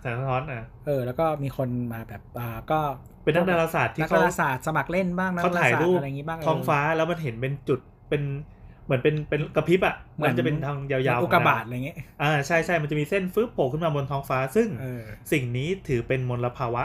C: แสงสะท้อนอ่ะ
B: เออ แล้วก็มีคนมาแบบอ่าก็
C: เป็นนักดาราศาสตร์ที่
B: นัก
C: เขา
B: ดาราศาสตร์สมัครเล่นบ้างนัก
C: เขา
B: ดารา
C: ถ่า
B: ศายสต
C: รู
B: ร์
C: ป
B: อะไรอย่างงี้บ้างเ
C: ท้องฟ้าแล้วมันเห็นเป็นจุดเป็นเหมือนเป็นเป็นกระพริบอ่ะเหมือนจะเป็นทางยาวๆ
B: เหมือนอุกกาบาตอะไรอย่างเงี้ย
C: อ่าใช่ใช่มันจะมีเส้นฟึ๊บโผล่ขึ้นมาบนท้องฟ้า ซึ่ง
B: เออ
C: สิ่งนี้ถือเป็นมลภาวะ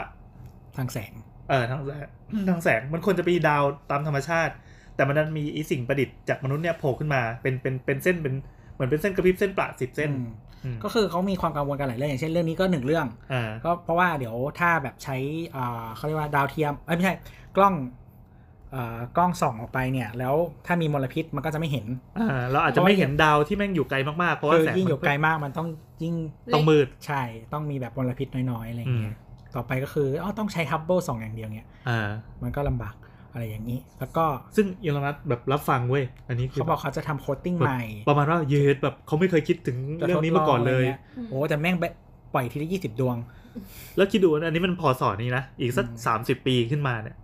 B: ทางแสง
C: เออทางแสง ทางแสงมันควรจะมีดาวตามธรรมชาติ แต่มันดันมีอีสิ่งประดิษฐ์จากมนุษย์เนี่ยโผล่ขึ้นมาเป็นเป็นเป็นเส้นเป็นเหมือนเป็นเส้นกระพริบเส้นประสิบเส้น
B: อืม
C: อืม
B: ก็คือเขามีความกังวลกันหลายเรื่องอย่างเช่นเรื่องนี้ก็หนึ่งเรื่อง
C: อ่า
B: ก็เพราะว่าเดี๋ยวถ้าแบบใช้อ่าเขาเรียกว่าดาวเทียมเอ้ยไม่ใช่กล้องอ่ากล้องส่องออกไปเนี่ย แล้วถ้ามีมลพิษมันก็จะไม่เห็น
C: อ่าเราอาจจะไม่เห็นดาวที่แม่งอยู่ไกลมากๆเพราะว่า
B: คือ
C: แสง
B: ยิ่งอยู่ไกล
C: มัน
B: มากมันต้องยิ่ง
C: ต้องมืด
B: ใช่ต้องมีแบบมลพิษน้อยๆอะไรอย่างเงี้ยต่อไปก็คืออ๋อต้องใช้ฮับเบิลสองอย่างเดียวเนี่ย
C: อ่า
B: มันก็ลำบากอะไรอย่างนี้ แล้วก็
C: ซึ่งอีลอนมัสก์แบบรับฟังเว้ยอันนี้คือ
B: เขาบอกเขาจะทำโคตติ้งใหม่
C: ประมาณว่าเยดแบบเขาไม่เคยคิดถึงเรื่องนี้มาก่อนเลย
B: จะทดงะไรงี้โอ้แต่แม่งปล่อยทีละยี่สิบดวง
C: แล้วคิดดูนะอันนี้มันพอสอนนี้นะ อีกสัก
B: อืม
C: สามสิบปีขึ้นมาเนี่ย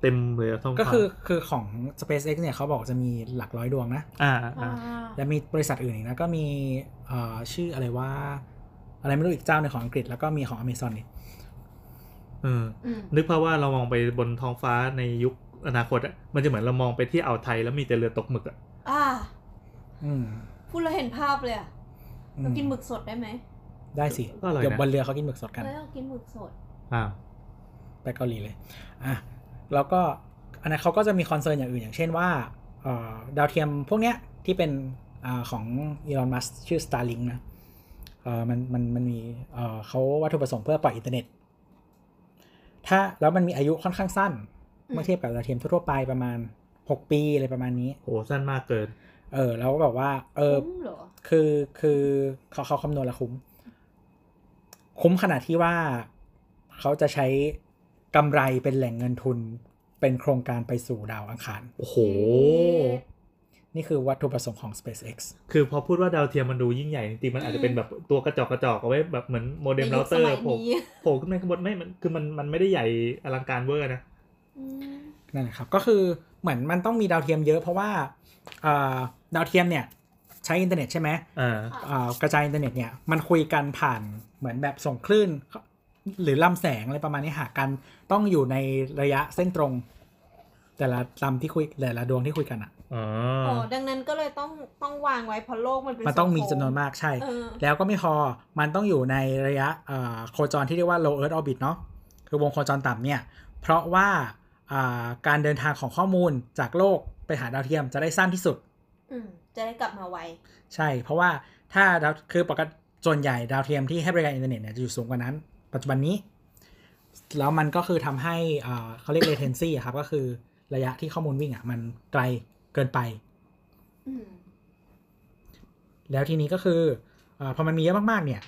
C: เต็มเลยอะท้องฟ้า
B: ก็คือคือของ SpaceX เนี่ยเขาบอกจะมีหลักร้อยดวงนะ
C: อ่าอ่า
B: แล้วมีบริษัทอื่นอีกนะ ก็มีเอ่อชื่ออะไรว่า อะไรไม่รู้อีกเจ้าในงของอังกฤษ แล้วก็มีของอเมซอนอีก
C: เออ
G: อืม
C: นึกภาพว่าเรามองไปบนท้องฟ้าในยุคอนาคตอะมันจะเหมือนเรามองไปที่อ่าวไทยแล้วมีแต่เรือตกหมึกอะ
G: อ่า
B: อืม
G: พูดแล้วเห็นภาพเลยอะ
B: อื
G: เรากินหมึกสดได้ไหม
B: ได้สิ
C: ก็อร่อย
B: เดี๋ยวบ
C: นะ
B: นเรือเขากินหมึกสดกัน
G: เฮ้ยเรากินหมึกสด
C: อ้าว
B: ไปเกาหลีเลยอ่ะแล้วก็อันนั้นเขาก็จะมีคอนเซิร์นอย่างอื่น อย่างเช่นว่าเอ่อดาวเทียมพวกเนี้ยที่เป็นอาของอีลอนมัสชื่อ Starlink นะเอ่อมันมันมันมีเอ่อเขาวัตถุประสงค์เพื่อปล่อยอินเทอร์เน็ต ถ้าแล้วมันมีอายุค่อนข้างสั้น เมื่อเทียบกับดาวเทียมทั่วๆไปประมาณ 6 ปีอะไรประมาณนี้
C: โหสั้นมากเกิน
B: เออแล้วก็แบบว่าเออ
G: คุ้มเหรอ
B: คือคือเขาเขาคำนวณและคุ้ม คุ้มขนาดที่ว่าเขาจะใช้กำไรเป็นแหล่งเงินทุนเป็นโครงการไปสู่ดาวอังคาร
C: โอ้โห
B: นี่คือวัตถุประสงค์ของ SpaceX
C: คือพอพูดว่าดาวเทียมมันดูยิ่งใหญ่จริงๆมันอาจจะเป็นแบบตัวกระจอกกระจอกเอาไว้แบบเหมือนโมเด็ม
G: ในยุค
C: เราเตอ
G: ส
C: ร์
G: มัย
C: โผล่
G: นี้
C: โผล่ขึ้นไปข้างบนไม่มันคือมันมันไม่ได้ใหญ่อลังการเวอร์นะ
G: อืม
B: นั่นแหละครับ ก็คือเหมือนมันต้องมีดาวเทียมเยอะเพราะว่าอ่าดาวเทียมเนี่ย ใช้อินเทอร์เน็ตใช่ไหม
C: อ่า
B: อ่ากระจายอินเทอร์เน็ตเนี่ยมันคุยกันผ่านเหมือนแบบส่งคลื่น หรือลำแสงอะไรประมาณนี้หากันต้องอยู่ในระยะเส้นตรง แต่ละลำที่คุยแต่ละดวงที่คุยกันอ่ะ
C: อ๋อ
G: อ๋อดังนั้นก็เลยต้องต้องวางไว้เพราะโลกมันเป็น
B: มันต้องมี
G: สั
B: จำนวนมากใช่
G: เออ
B: แล้วก็ไม่พอมันต้องอยู่ในระยะเอ่อโคจรที่เรียกว่า low earth orbit เนาะคือวงโคจรต่ำเนี่ย เพราะว่าอ่าการเดินทางของข้อมูลจากโลกไปหาดาวเทียมจะได้สั้นที่สุด
G: อืมจะได้กลับมาไว
B: ใช่ เพราะว่าถ้าดาวคือปกติส่วนใหญ่ดาวเทียมที่ให้บริการอินเทอร์เน็ตเนี่ยจะอยู่สูงกว่านั้น ปัจจุบันนี้ แล้วมันก็คือทำให้อ่าเขาเรียก latency อะครับ ก็คือระยะที่ข้อมูลวิ่งอ่ะมันไกลเกินไป
G: อืม
B: แล้วทีนี้ก็คืออาพอมันมีเยอะมากๆ เนี่ย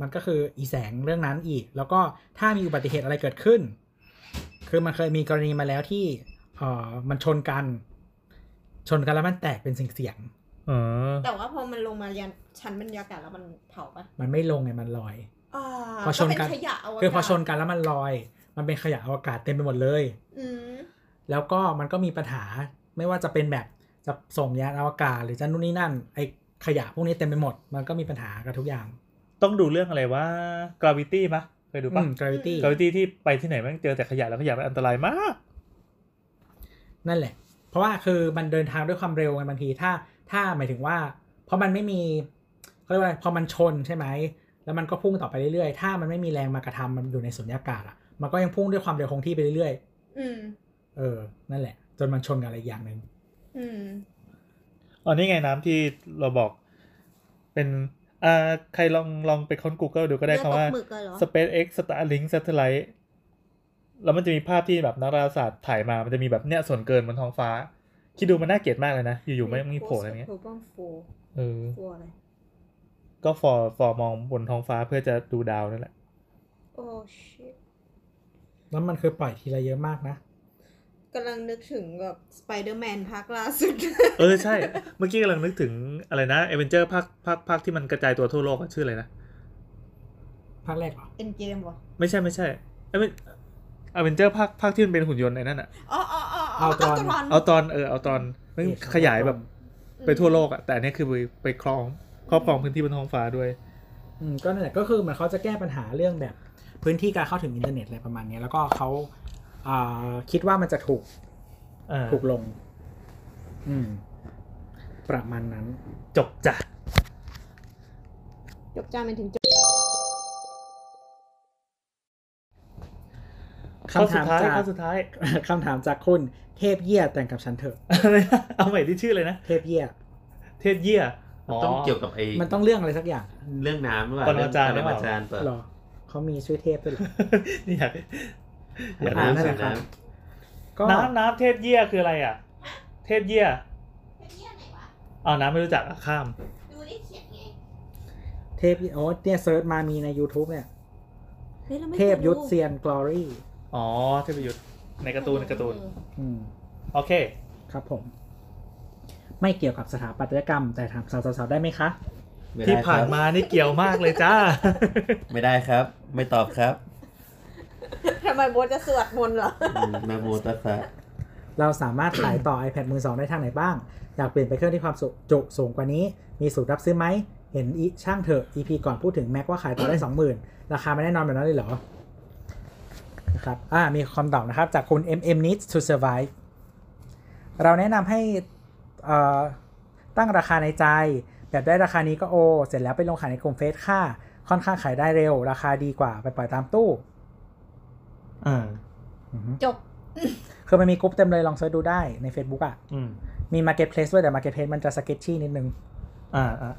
B: มันก็คืออีแสงเรื่องนั้นอีก แล้วก็ถ้ามีอุบัติเหตุอะไรเกิดขึ้น คือมันเคยมีกรณีมาแล้วที่เอ่อมันชนกัน ชนกันแล้วมันแตกเป็นเสียง
C: อ๋อ
G: แต่ว่าพอมันลงมาเรียนชั้นบรรยากาศแล้วมันเผาปะ
B: ๆมันไม่ลงไงมันลอย
G: อ่า
B: พอชนกัน
G: เป็ขยะวกาศ
B: คือพอชนกันแล้วมันลอย มันเป็นขยะอวกาศเต็มไปหมดเลย
G: อืม
B: แล้วก็มันก็มีปัญหา ไม่ว่าจะเป็นแบบจะส่งยานอวกาศหรือจะนู่นนี่นั่น ไอขยะพวกนี้เต็มไปหมด มันก็มีปัญหากับทุกอย่าง
C: ต้องดูเรื่องอะไรว่า gravity ปะเคยดูปะ
B: กราวิตี้
C: gravity ที่ไปที่ไหนแม่งเจอแต่ขยะแล้วขยะมันอันตรายมาก
B: นั่นแหละ เพราะว่าคือมันเดินทางด้วยความเร็วไงบางทีถ้าถ้าหมายถึงว่า เพราะมันไม่มีเขาเรียกว่าอะไรพอมันชนใช่ไหม แล้วมันก็พุ่งต่อไปเรื่อยๆ ถ้ามันไม่มีแรงมากระทำมันอยู่ในสุญญากาศอ่ะ มันก็ยังพุ่งด้วยความเร็วคงที่ไปเรื่อย
G: อืม
B: ๆ เออ นั่นแหละ จนมันชนกับอะไรอย่างหนึ่ง
G: อืม
C: อ๋อนี่ไงน้ำที่เราบอก เป็นอ่าใครลองลองไปค้น Google ดูก็ได้คำว่า
G: เนื้อตกหมึกอะเหรอ
C: SpaceX Starlink Satellite แล้วมันจะมีภาพที่แบบนักดาราศาสตร์ถ่ายมา มันจะมีแบบเนี่ยส่วนเกินบนท้องฟ้า คิดดูมันน่าเกลียดมากเลยนะ อยู่ๆไม่มีโผล่อะไรเงี้ย
G: Purple Four
C: เออ
G: Four อะไร
C: ก็ฟอร์ฟอร์มองบนท้องฟ้าเพื่อจะดูดาวนั่นแหละ
G: โอ้ชิต
B: แล้วมันคือปล่อยทีละเยอะมากนะ
G: กำลังนึกถึงแบบ Spider-Man ภาคล่าสุด
C: เออ ใช่ เมื่อกี้กำลังนึกถึงอะไรนะเอเวนเจอร์ภาคภาคภาคที่มันกระจายตัวทั่วโลกอะชื่ออะไรนะ
B: ภาคแรกเหรอ
G: เอ็นเกมเหรอ
C: ไม่ใช่ไม่ใช่เอเวนเอเวนเจอร์ภาคภาคที่มันเป็นหุ่นยนต์ไอ้นั่นอะ
G: อ๋ออ๋ออ๋อ
B: เอาตอน
G: ตอน
C: เอาตอนเออเอาตอนแม่งขยายแบบ ไปทั่วโลกอะแต่อันนี้คือไปไปครองครอบครองพื้นที่บนท้องฟ้าด้วย
B: อืมก็นั่นแหละก็คือเหมือนเขาจะแก้ปัญหาเรื่องแบบพื้นที่การเข้าถึงอินเทอร์เน็ตอะไรประมาณเนี้ยแล้วก็เขาอ่าคิดว่ามันจะถูกถูกลง อืม ประมาณนั้น
C: จบจ้ะ
G: จบจานมันถึงจบ
C: ข้อ
B: คำ
C: สุ
B: ถา
C: ด
B: ม
C: ท้าย
B: จาก
C: ข้อสุดท้าย
B: คำถามจากคุณเทพเยี่ยแต่งกับฉันเถอะ
C: อะไรนะเอาใหม่ที่ชื่อเลยนะ
B: เทพเยี่ย
C: เทพเยี่ย
D: มันต้องเกี่ยวกับไอ้
B: มันต้องเรื่องอะไรสักอย่าง
D: เรื่องน้ำหรือเปล่า
C: ปรมาจารย์หรือ
D: เป
C: เปล่า
D: อาจารย์เปล่า
B: หรอเขามีชื่อเทพด้วยเหรอ
C: นี่อยากอยาก
B: อ่า
C: รู้
D: น้ำ
B: ได้แห
D: ใส่
B: ละครับ
D: น้
B: ก็
C: น้ำน้ำเทพเยี่ยคืออะไรอ่ะ เทพเยี่ยเอาน้ำไม่รู้จักอะข้าม
F: ดูได้เขียนไง
B: เทพเยี่ยโอ้เนี่ยเซิร์ชมามีใน YouTube เนี่ย
G: ฮ้ราไม่
B: เทพ
G: คดู
B: ยุทธเซียนกลอรี่
C: อ๋อ เทพยุทธในการ์ตูนในการ์ตูน
B: อืม
C: โอเค
B: ครับผม ไม่เกี่ยวกับสถาปัตยกรรม แต่ถามสาวๆได้ไหมคะ
D: ำไม่
C: ที่
D: ได้ค
C: ผ่า
D: รั
C: น
D: บ
C: มานี่เกี่ยวมากเลยจ้า
D: ไม่ได้ครับ ไม่ตอบครับ
G: ทำไมโบทจะสวดมนต์เหรอ
D: อืมนะโมตัสสะ
B: เราสามารถขายต่อ iPad มือสองได้ทางไหนบ้าง อยากเปลี่ยนไปเครื่องที่ความสุจุสูงกว่านี้ มีสูตรรับซื้อไหม เห็นอีช่างเถอะ EP ก่อนพูดถึงแม็กว่าขายต่อได้ 20,000 ราคาไม่แน่นอนแบบนั้นเลยเหรอ นะครับ อ่า มีคำตอบนะครับ จากคุณ MM needs to survive เราแนะนำให้เอ่อตั้งราคาในใจ แบบได้ราคานี้ก็โอ เสร็จแล้วไปลงขายในกลุ่มเฟซค่า ค่อนข้างขายได้เร็ว ราคาดีกว่าไปปล่อยตามตู้
C: อ่า
B: อือฮึ
E: จบ
B: คือมันมีกรุ๊ปเต็มเลยลองเสิร์ชดูได้ใน Facebook อ่ะ
C: อืม
B: มี Marketplace ด้วยแต่ Marketplace มันจะสเก็ตชี่นิดนึง
C: อ่าอ่า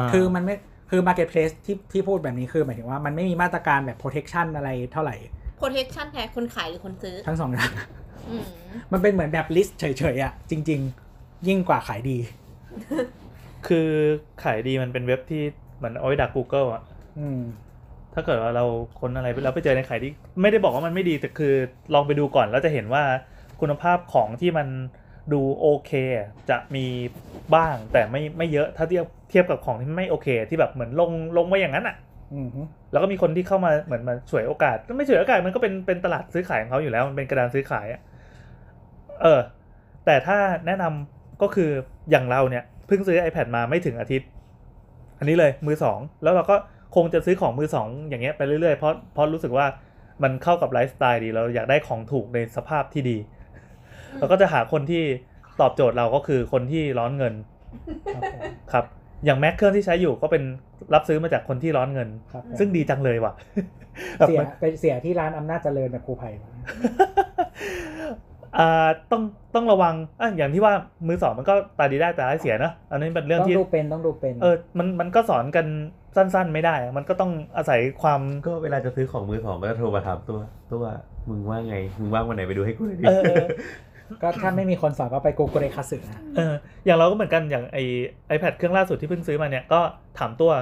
C: า
B: คือมันไม่ คือ Marketplace ที่ที่พูดแบบนี้คือหมายถึงว่ามันไม่มีมาตรการแบบ protection อะไรเท่าไหร่
E: protection แพ้คนขายหรือคนซื้อ
B: ทั้งสองอย่าง
E: อืม
B: มันเป็นเหมือนแบบ list เฉยๆอ่ะ จริง ๆ ยิ่งกว่าขายดี
C: คือขายดีมันเป็นเว็บที่เหมือนเอาไว้ดัก Google อ่ะ
B: อืม
C: ถ้าเกิดว่าเราคนอะไรเราไปเจอในขายที่ไม่ได้บอกว่ามันไม่ดีแต่คือลองไปดูก่อนแล้วจะเห็นว่าคุณภาพของที่มันดูโอเค จะมีบ้างแต่ไม่ไม่เยอะถ้าเทียบเทียบกับของที่ไม่โอเค ที่แบบเหมือนลงลงไว้อย่างนั้นอ่ะ
B: อืมฮึ
C: แล้วก็มีคนที่เข้ามาเหมือนมาฉวยโอกาสไม่ฉวยโอกาสมันก็เป็นเป็นตลาดซื้อขายของเขาอยู่แล้วมันเป็นกระดานซื้อขายอะเออ แต่ถ้าแนะนำก็คืออย่างเราเนี่ยเพิ่งซื้อ iPad มาไม่ถึงอาทิตย์ อันนี้เลยมือสองแล้วเราก็คงจะซื้อของมือสองอย่างเงี้ยไปเรื่อยๆเพราะเพราะรู้สึกว่ามันเข้ากับไลฟ์สไตล์ดีเราอยากได้ของถูกในสภาพที่ดีเราก็จะหาคนที่ตอบโจทย์เราก็คือคนที่ร้อนเงิน
B: ครับผม
C: ครับ อย่างแม็กเครื่องที่ใช้อยู่ก็เป็นรับซื้อมาจากคนที่ร้อนเงิน
B: ครับผม
C: ซึ่งดีจังเลยว่ะ
B: เสียไปเสียที่ร้านอำนาจเจริญแบบครูไผ่มา
C: อ่าต้องต้องระวังอะอย่างที่ว่ามือสองมันก็ตาดีได้แต่ร้ายเสียเนอะอันนี้เป็นเรื่อง
B: ต้อง
C: ที่
B: ดูเป็นต้องดูเป็น
C: เออมันมันก็สอนกันสั้นๆไม่ได้อะมันก็ต้องอาศัย ความ
D: ก็เวลาจะซื้อของมือสองก็จะโทรมาถามตัวตัวมึงว่าไง มึงว่างวันไหนไปดูให้กูหน่อยดิ
C: เออเออ
B: ก็ถ้าไม่มีคนสอนก็ไปกูเกิลคัสสึนะ
C: เอออย่างเราก็เหมือนกันอย่างไอไอแพดเครื่องล่าสุดที่เพิ่งซื้อมาเนี่ยก็ถามตัว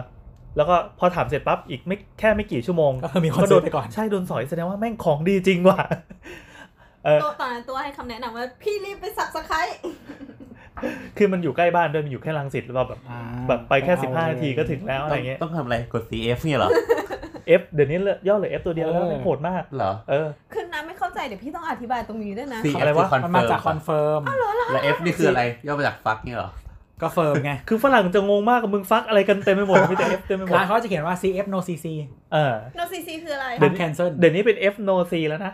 C: แล้วก็พอถามเสร็จปั๊บอีกไม่แค่ไม่กี่ชั่วโมง
B: ก็มีคน
C: โด
B: ซื้อไปก่อน
C: ใช่โดนสอยแสดงว่าแม่งของดีจริงว่ะ เออ
E: ตัวตอนนั้นตัวให้คำแนะนำว่า พี่รีบไปสับสไครต์
C: คือมันอยู่ใกล้บ้านด้วยมันอยู่แค่ลังสิตแล้วแบบ
B: อ่า
C: แบบไปแค่
B: เอ
C: สิบห้านาทีก็ถึงแล้วอะไร
D: ต้อง
C: เงี้ย
D: ต้องทำอะไรกด CF เนี่ยเหรอ
C: F เดี๋ยวนี้เลยย่อเหลือ F ตัวเดียวแล้วไม่งโหดมาก
D: เหรอ
C: เออ
E: ขึ้นน้ำไม่เข้าใจเดี๋ยวพี่ต้องอธิบายตรงนี้ด้วยนะ
D: CF
C: อะไรวะ
D: คอน
B: มัน
D: เฟิร์ม
B: มาจากคอนเฟิร์ม
D: และ F นี่คืออะไร ย่อมาจากฟักเนี่ยเหรอ
B: ก็เฟิร์มไง
C: คือฝรั่งจะงงมากกับมึงฟักอะไรกันเต็มไปหมด มีแต่ F เต็มไปหมด
B: ร้านเขาจะเขียนว่า CF no CC
C: เออ
E: โนซีซีคืออะไร
C: เดี๋ยว
B: ห้าม cancel
C: เดี๋ยวนี้เป็น F no C แล้วนะ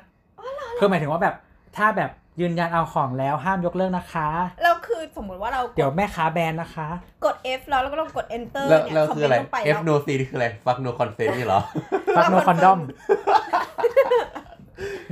B: คือหมายถึงว่าแบบถ้าแบบยืนยันเอาของแล้วห้ามยกเลิกนะคะ
E: เราคือสมมุติว่าเราก
B: เดี๋ย
E: ด
B: วแม่ค้าแบนนะคะ
E: กด F แล้วเราก็ต้องกด enter
D: แล้ว
E: เนี่ย
D: แล้ว
E: คอม
D: คือ
E: เมน
D: อะไร
E: ต์ลงไป
D: F
E: แล้ว
D: no C นี่คืออะไรฟัก no consent นี่เหร อ
B: ฟักโนคอนดอม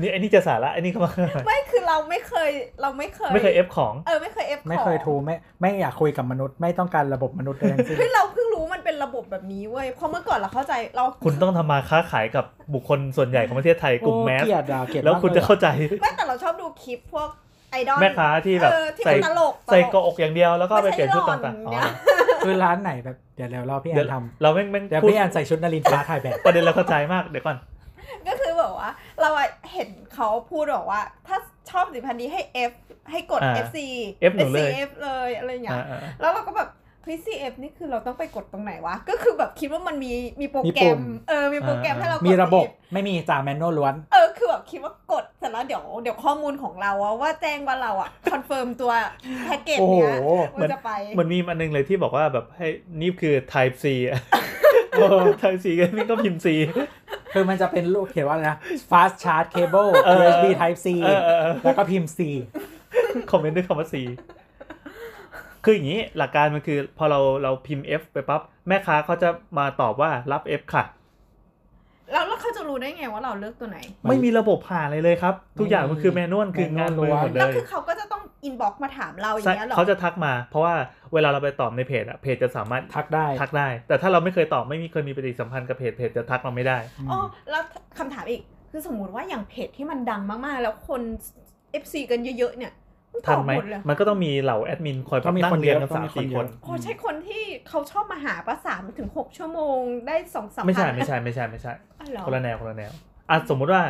C: นี่ไอ้นี่จะสาระไอ้นี่ก็มา
E: ไม่คือเราไม่เคยเราไม่เคย
C: ไม่เคย F ของ
E: เออไม่เคย F
B: ไม่เคย
E: ของ
B: ทูไม่ไม่อยากคุยกับมนุษย์ไม่ต้องการระบบมนุษย์ใดทั้งสิ้น
E: เฮ้ยเราเพิ่งรู้มันเป็นระบบแบบนี้เว้ยเพราะเมื่อก่อนเราเข้าใจเรา
C: คุณต้องทำมาค้าขายกับบุคคลส่วนใหญ่ของประเทศไทยกลุ่มแม
B: โอ้
C: ส
B: เกลียดอะเกลียด
C: แล้วคุณจะเข้าใจ
E: ไม่แต่เราชอบดูคลิปพวกไอดอล
C: แม่ค้าที่แบบ
E: เออที่
C: ใส่
E: มันตลก
C: ใส่
E: ตล
C: กระอกอย่างเดียวแล้วก็ไปเปลี่ยนชุด
E: ไม่ใช่
C: ต่างๆ
E: หล่อน
C: อ๋อ
E: เนี่ย
B: คือร้านไหนแบบเดี๋ยวเดี๋ยวรอพี่แอ
C: เดี๋ยวน
B: ท
C: เราแม่งแม่ง
B: ำเดี๋ยว
C: พูด
B: พี่แอนใส่ชุดนารินฟ้า ถ่ายแบบ
C: ประเด็นเราเข้าใจมากเดี๋ยวก่อน
E: ก็คือแบบว่า เราอะเห็นเขาพูดบอกว่า ถ้าชอบสินพันนี้ให้ F ให้กด
C: อ่า
E: FC
C: F หนูเลย
E: F เลย อะไรอย่างเงี้ย
C: อ่า
E: แล้วเราก็แบบเฮ้ย CF นี่คือเราต้องไปกดตรงไหนวะ ก็คือแบบคิดว่ามันมีมีโปรแกรม
B: มีปุ่ม
E: เออมีโปรแกรม
C: อ่า
E: ให้เรากด
B: มีระบบ
E: CF
B: ไม่มีจ่าแมนนวลล้วน
E: เออคือแบบคิดว่ากดเสร็จแล้วเดี๋ยวเดี๋ยวข้อมูลของเราอะว่าแจ้งว่าเราอะคอนเฟิร์มตัวแพ็กเกจ
B: โอ้โห
E: เนี้ยมันจะไป
C: ๆเหมือนมีอันนึงเลยที่บอกว่าแบบให้นี่คือ type C อะ type C ก็นี่ก็พิมพ์ C
B: คือมันจะเป็นลูกเขียนว่าอะไรนะ fast charge cable
C: เออ
B: USB Type C
C: เออเออเออ
B: แล้วก็พิมพ์ C
C: คอมเมนต์ด้วยคำว่า C คืออย่างนี้หลักการมันคือพอเราเราพิมพ์ F ไปปั๊บแม่ค้าเขาจะมาตอบว่ารับ F ค่ะ
E: แล้วแล้วเขาจะรู้ได้ไงว่าเราเลือกตัวไหน
C: ไม่มีระบบผ่านเลยเลยครับ ทุกอย่างมันคือแมนนวลคืองานมือหมดเล
E: ก็
C: ย
E: คือเขาก็จะต้องอินบ็อกมาถามเราอย่างเงี้ยหรอ
C: เขาจะทักมา เพราะว่าเวลาเราไปตอบในเพจอะเพจจะสามารถ
B: ทักได้
C: ทักได้ แต่ถ้าเราไม่เคยตอบไม่มีเคยมีปฏิสัมพันธ์กับเพจเพจจะทักเราไม่ได้
B: อืม
E: อ๋อแล้วคำถามอีก คือสมมุติว่าอย่างเพจที่มันดังมากๆ แล้วคน FC กันเยอะๆ เนี่ยมันต
C: ทัน
E: อบ
C: ไหม
E: หมดเลย
C: มันก็ต้องมีเหล่าแอดมินคอยแบ
B: ต้
C: บ
B: องมี
C: นั่
B: คน
C: งเรียง
B: เยอะ
C: กัน
B: ต้อง
C: สาม
B: มีคน
C: สี่
B: เย
C: ค
B: อะ
C: น
E: โอ้ใช่คนที่เขาชอบมาหาประสามถึงหกชั่วโมงได้สองสาม
C: ไม่ใช่
E: พัน
C: ไม่ใช่ไม่ใช่ไม่ใช่
E: อ๋อเหรอ
C: คนละแนวคนละแนวอ่ะสมมุติว่า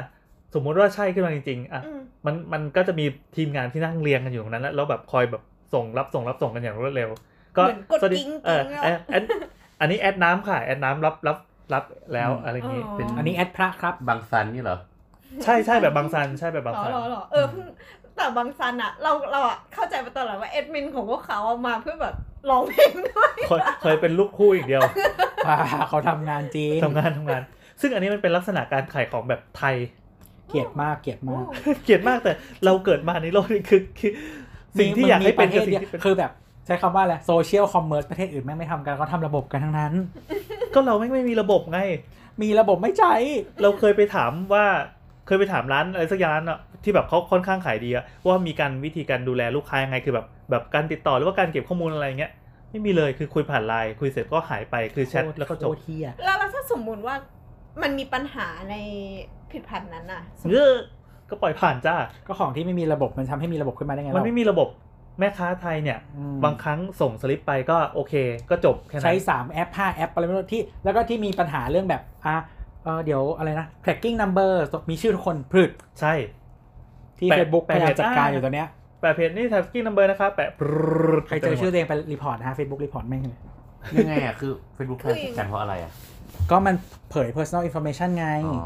C: สมมุติว่าใช่ขึ้นมาจริงๆอ่ะ
E: อืม
C: มันมันก็จะมีทีมงานที่นั่งเรียงกันอยู่ตรงนั้นแล้วแล้วแบบคอยแบบส่งรับส่งรับส่งกันอย่างรวดเร็ว ก็
E: เหมือนกด
C: สวัสดี
E: กิ้ง
C: เออแอดแอดอันนี้แอดน้ำค่ะแอดน้ำรับรับรับแล้วอะไรอย่างงี้
D: เป็น
B: อันนี้แอดพระครับ
D: บางซันนี่เหรอ
C: ใช่ใช่แบบบางซันใช่แบบ
E: หร
C: บาง
E: อ
C: ซัน
E: เหรอเหรอเออเพิ่งแต่บางซันอะเราเราอะเข้าใจมาตลอดว่าแอดมินของพวกเขาอะมาเพื่อแบบร้องเพลงด้วย
C: เคยเคยเป็นลูกคู่อย่างเดี ยว
B: ป่าเขาทำงานจริง
C: ทำงานทำงาน ซึ่งอันนี้มันเป็นลักษณะการขายของแบบไทย
B: เกลียดมากเกลียด
E: โอ้
B: มาก
C: เกลียดมากแต่เราเกิดมาในโลกนี้คือคือสิ่งที่อยากให้เป็น
B: มี
C: กั
B: ระท
C: บ
B: ศ
C: สิ่ง
B: ดียว
C: ที่เป็น
B: คือแบบใช้คำว่าอะไรโซเชียลคอมเมอร์สประเทศอื่นแม่งไม่ทำกันเขาทำระบบกันทั้งนั้น
C: ก็เราไม่งไม่มีระบบไง
B: มีระบบไม่ใช้
C: เราเคยไปถามว่า เคยไปถามร้านอะไรสักอย่างร้านอะที่แบบเขาค่อนข้างขายดีอะว่ามีการวิธีการดูแลลูกค้ายังไงคือแบบแบบการติดต่อหรือว่าการเก็บข้อมูลอะไรเงี้ยไม่มีเลยคือคุยผ่านไลน์คุยเสร็จก็หายไปคือแชทแล้วก็จบ
B: โคตรเหี้ย
E: แล้วแล้วถ้าสมมุติว่ามันมีปัญหาในผลิดพันนั้นอ่ะ
C: เง้อก็ปล่อยผ่านจ้า
B: ก็ของที่ไม่มีระบบมันทำให้มีระบบขึ้นมาได้ไง
C: มันไม่มีระบบแม่ค้าไทยเนี่ย
B: อืม
C: บางครั้งส่งสลิปไปก็โอเค ก็จบแค่นั้
B: ใช้
C: น
B: 3 แอป 5 แอปอะไรไม่รู้ที่ แล้วก็ที่มีปัญหาเรื่องแบบอ่ะเอ่อเดี๋ยวอะไรนะ tracking number มีชื่อทุกคนพรึด
C: ใช่
B: ที่
C: แปะ
B: Facebook พ
C: แปะ
B: ยายามจัดการ
C: อ่า
B: อยู่ตัวเนี้ย
C: แปะเพจนี่แท็กกิ้งนัมเบอร์นะคะแปะปรึ๊ด
B: ใครเจอชื่อตัวเองไปรีพอร์ตนะฮะ Facebook รีพอร์ตแม่งเลย
D: ยังไงอ่ะคือ Facebook แพร่จัดการเพราะอะไรอ่ะ
B: ก็มันเผย personal information ไง
D: อ๋อ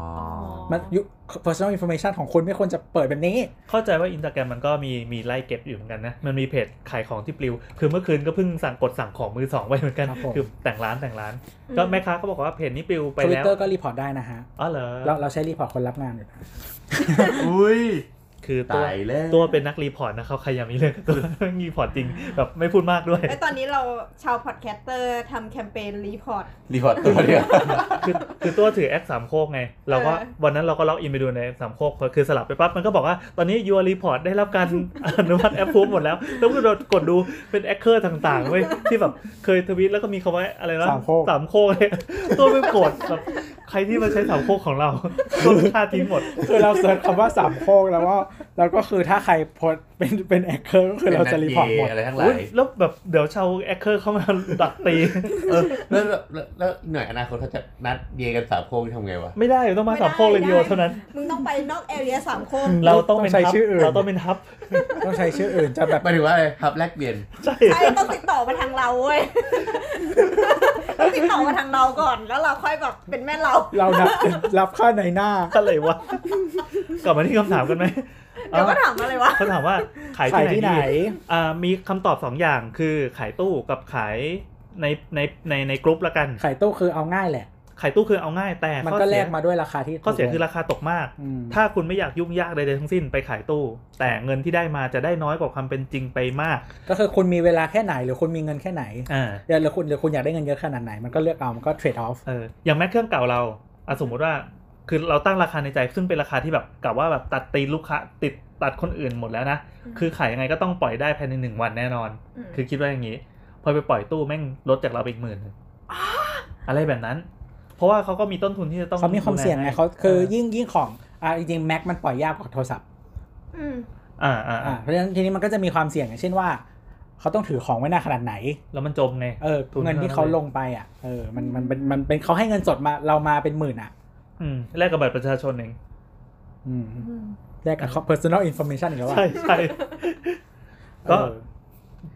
B: มันยุ personal information ของคุณไม่ควรจะเปิดแบบนี้
C: เข้าใจว่าอินสตาแกรมมันก็มีมีไล่เก็บอยู่เหมือนกันนะ มันมีเพจขายของที่ปลิว คือเมื่อคืนก็เพิ่งสั่งกดสั่งของมือสองไปเหมือนกัน
B: ครับผม
C: คือแต่งร้านแต่งร้าน ก็แม่ค้าก็บอกว่าเพจนี้ปลิวไปแล้ว
B: Twitter ก็รีพอร์ตได้นะฮะ
C: อ๋อเหรอ
B: เราเราใช้รีพอร์ตคนรับงานอยู่นะ
D: อุ้ย
C: คือตัว
D: ตายแล้ว
C: ตัวเป็นนักรีพอร์ตนะเขาใครอยังมีเรื่องกับตัว รีพอร์ตจริงแบบไม่พูดมากด้วย
E: ไอ้ตอนนี้เราชาวพอดแคสเตอร์ทำแคมเปญรีพอร์ต
D: รีพอร์ตตัวเนี่ย
C: คือคือตัวถือแอคสามโคกไง เราก็
E: เออ
C: วันนั้นเราก็ล็อกอินไปดูในแอคสามโคกคือสลับไปปั๊บ มันก็บอกว่าตอนนี้ your report ได้รับ การ อนุมัติแอปพูฟหมดแล้ว แล้วก็เรากดดูเป็นแอคเคอร์ต่างๆเว้ยที่แบบเคยทวิตแล้วก็มีคำว่าอะไรนะ
B: สามโคก
C: สามโคก เนี่ยตัวเป็นโกรธแบบใครที่มาใช้สามโคกของเรา ก็ฆ่าทิ้งหมด
B: คือเราเสิร์ชคำว่าสามโคกแล้วก็แล้วก็คือถ้าใครโพสต์เป็นเป็นแอคเคอร์ก็คือเราจะรีพอร์ตหมด
D: อะไรทั้งหลา
C: อุ๊ย
D: ย
C: แล้วแบบเดี๋ยวชาวแอคเคอร์เข้ามาดักตี
D: เออแล้วแล้วแล้วแล้วหน่วยอนาคตเขาจะนัดเยกันสามโคกทำไงวะ
C: ไม่ได้ต้องมาสามโคกเลยเดียวเท่านั้น
E: มึงต้องไปนอกแอเรียสามโคก
C: เราต้องเป็น
B: ต้องใช้
C: ทับ
B: ชื่ออื่น
C: เราต้องเป็นทับ
B: ต้องใช้ชื่ออื่นจะแบบ
D: หมายถึงว่าอะไรครับแลกเปลี่ยน
C: ใช่
E: ใช่ต้องติดต่อมาทางเราเว้ยต้องติดต่อมาทางเราก่อนแล้วเราค่อยแบบเป็นแม่เรา
B: เรานับรับค่าในหน้า
C: อะไรวะ กลับมาที่คำถามกันไหม
E: เดี๋ยวก็ถามอะไรวะ
C: เขาถามว่าขาย
B: ขาย
C: ที่
B: ที่ไห
C: ไห
B: น
C: นดีอ่ามีคำตอบสองอย่างคือขายตู้กับขายในในในในกรุ๊ปละกัน
B: ขายตู้คือเอาง่ายแหละ
C: ขายตู้คือเอาง่ายแต่
B: มัน
C: ข้อ
B: ก็
C: เสี
B: แล
C: ย
B: กมาด้วยราคาที่
C: ข้อเสียคือราคาตกมาก
B: ถ้า
C: ถ้าคุณไม่อยากยุ่งยากใดๆทั้งสิ้นไปขายตู้ แต่เงินที่ได้มาจะได้น้อยกว่าความเป็นจริงไปมาก
B: ก็คือคุณมีเวลาแค่ไหนหรือคุณมีเงินแค่ไหน
C: อ่า
B: เดี๋ยวหรือคุณหรือคุณอยากได้เงินเยอะขนาดไหน มันก็เลือกเอา มันก็เทรดออฟ
C: เอออย่างแม้เครื่องเก่าเราอะสมมุติว่าคือเราตั้งราคาในใจ ซึ่งเป็นราคาที่แบบกะว่าแบบตัดตีนลูกค้าติดตัดคนอื่นหมดแล้วนะ
E: อืม
C: คือขายยังไงก็ต้องปล่อยได้ภายในหนึ่งวันแน่นอน คือคิดว่าอย่างนี้ พอไปปล่อยตู้แม่งลดจากเราไปอีกหมื่นหนึ่ งอะไรแบบนั้น เพราะว่าเขาก็มีต้นทุนที่จะต้อง
B: เขามีความเสี่ยงไง
C: ดูแลให้
B: เขาคือยิ่งยิ่งของอ่าจริงแม็กมันปล่อยยากกว่าโทรศัพท์
E: ม
C: อ่าอ่า
B: อ่า
C: อ่า
B: เพราะฉะนั้นทีนี้มันก็จะมีความเสี่ยงอย่างเช่นว่า เขาต้องถือของไว้หน้าขนาดไหน
C: แล้วมันจมไง
B: เออ
C: ทุน
B: เงินที่เขาลงไปอ่ะเออมันมันเป็นมันเป็นเขาให้เงินสดมาเรามาเป็นหมื่นอ่ะ
C: อืมแลกกับบัตรประชาชนเอง
B: อืมแลกกับเขา personal information อีกแล้วอ่ะ
C: ใช่ใช่ก็
B: เออ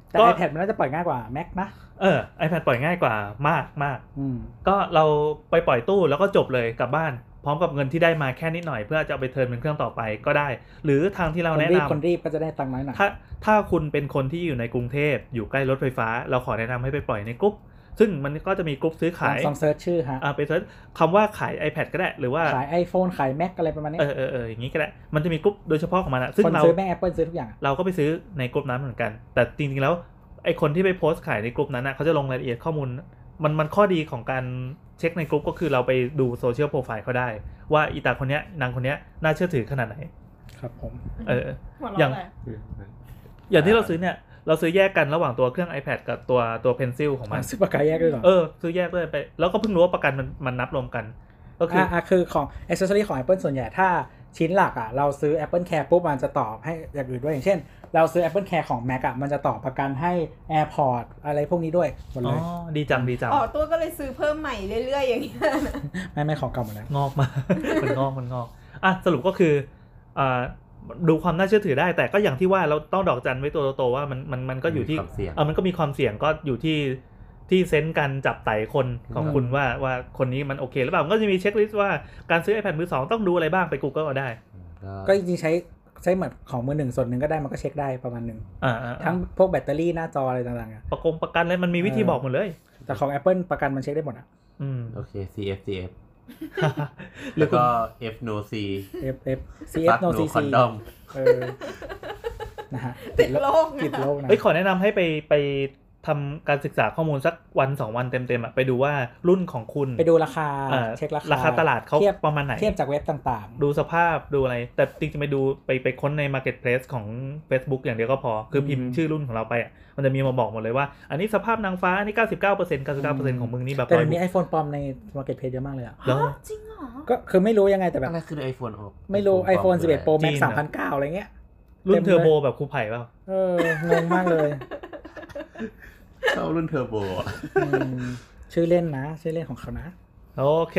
B: แต่
C: ก็
B: iPad มันน่าจะปล่อยง่ายกว่า Mac นะ
C: เออ iPad ปล่อยง่ายกว่ามากมาก
B: อืม
C: ก็เราไปปล่อยตู้แล้วก็จบเลยกลับบ้าน พร้อมกับเงินที่ได้มาแค่นิดหน่อยเพื่อจะเอาไปเทิร์นเป็นเครื่องต่อไปก็ได้ หรือทางที่เรา
B: คน
C: แนะ
B: รีบ
C: นำ
B: คนรีบก็จะได้ตังค์น้อยหน่อย
C: ถ้าถ้าคุณเป็นคนที่อยู่ในกรุงเทพอยู่ใกล้รถไฟฟ้า เราขอแนะนำให้ไปปล่อยในกรุ๊ปซึ่งมันก็จะมีกรุ๊ปซื้อ
B: ลอ
C: ขาง ย
B: ลองเซิร์ชชื่อฮะ
C: อ่าไปเซิร์ชคำว่าขาย iPad ก็ได้ หรือว่า
B: ขาย iPhone ขาย Mac อะไรประมาณนี้
C: เออเออเอออย่างนี้ก็ได้ มันจะมีกรุ๊ปโดยเฉพาะของมันอะซึ่ง
B: คน
C: เรา
B: ซื้อแม่ Apple ซื้อทุกอย่างอะ
C: เราก็ไปซื้อในกลุ่มนั้นเหมือนกัน แต่จริงๆ แล้วไอคนที่ไปโพสต์ขายในกลุ่มนั้นนะเขาจะลงรายละเอียดข้อมูล มันมันข้อดีของการเช็คในกลุ่มก็คือเราไปดูโซเชียลโปรไฟล์เขาได้ ว่าอีตาคนเนี้ยนางคนเนี้ยน่าเชื่อถือขนาดไหน
B: ครับผม
C: เออ
E: หัวเราะ
C: อย่าง
E: อะไร
C: อย่างที่เราซื้อเนี่ย เราซื้อแยกกันระหว่างตัวเครื่อง iPad กับตัวตัวเพนซิลของมัน
B: ซื้อปากกาแยกด้วยเหรอ
C: เออ ซื้อแยกด้วยไป แล้วก็เพิ่งรู้ว่าประกันมันมันนับรวมกัน ก็คือ
B: อ่ะ
C: อ
B: อ่ะคือของ accessory ของ Apple ส่วนใหญ่ถ้าชิ้นหลักอ่ะเราซื้อ Apple Care ปุ๊บมันจะต่อให้อย่างอื่นด้วยอย่างเช่น เราซื้อ Apple Care ของ Mac อ่ะมันจะต่อประกันให้ AirPod อะไรพวกนี้ด้วยหมด
C: อ๋
B: เล
C: อย ดีจังดีจัง
E: อ๋อตัวก็เลยซื้อเพิ่มใหม่เรื่อยๆอย่างเงี้ย
B: ไม่ไม่ของเก่าหมดแล้ว
C: งอกมา มันงอกมันงอกอ่ะสรุปก็คืออ่าดูความน่าเชื่อถือได้ แต่ก็อย่างที่ว่าเราต้องดอกจันไว้ตัวโตๆว่ามันมันมันก็อยู่ที่
D: ความเสี่ยง
C: เออมันก็มีความเสี่ยงก็อยู่ที่ที่เซนส์การจับไต่คนของคุณว่าว่าคนนี้มันโอเคหรือเปล่ามันก็จะมีเช็คลิสต์ว่าการซื้อ iPad มือสองต้องดูอะไรบ้างไป Google เอาได้
B: ก็จริงๆใช้ใช้เหมือนของมือหนึ่งส่วนหนึ่งก็ได้มันก็เช็คได้ประมาณหนึ่ง
C: อ่าอ่า
B: ทั้งพวกแบตเตอรี่หน้าจออะไรต่างๆอ่ะ
C: ประกงประกันเลยมันมีวิธีบอกหมดเลย
B: แต่ของ Apple ประกันมันเช็คได้หมดอ่ะ
C: อืม
D: โอเค CF CF
C: หรื
D: แล้
C: อ
D: ว
C: คุณ
D: ก็ F no C
B: F F C F no C C
D: คอนดอม
B: เออนะฮะ
E: ติดโรคไง
B: ติดโลกนะ
C: เอ้ยขอแนะนำให้ไปไป ทำการศึกษาข้อมูลสักวันสองวันเต็มๆอะไปดูว่ารุ่นของคุณ
B: ไปดูราคา
C: เอ่อ
B: เช็คราคา
C: ราคาตลาดเขา
B: ทียบ
C: ประมาณไหน
B: เทียบจากเว็บต่างๆ
C: ดูสภาพดูอะไร แต่จริงๆไปดูไปไปค้นใน Marketplace ของ Facebook อย่างเดียวก็พอ คือพิมพ์
B: อืม
C: ชื่อรุ่นของเราไปอะมันจะมีมาบอกหมดเลยว่า อันนี้สภาพนางฟ้า อันนี้ 99% 99%ของมึงนี่แบบ
B: แต่
C: ร้อ
B: มั
C: ย
B: นมี
C: บุก
B: iPhone ปลอมใน Market Place เยอะมากเลยอ่ะ
C: แล้ว
G: จริงเหรอ
B: ก็คือไม่รู้ยังไงแต่แบบ
D: อะไรคือ iPhone ออก
B: ไม่รู้ iPhone 11 Pro
C: จี
B: Max
C: นอะ
B: 3,900อะไรเงี้ย
C: รุ่น
B: เต็มเลย
C: เทอร์โบแบบครูไผ่เปล่า
B: เอองงมากเลย
D: ชอบรุ่นเทอร์โบอะ
B: อืมชื่อเล่นนะ ชื่อเล่นของเขานะ
C: โอเค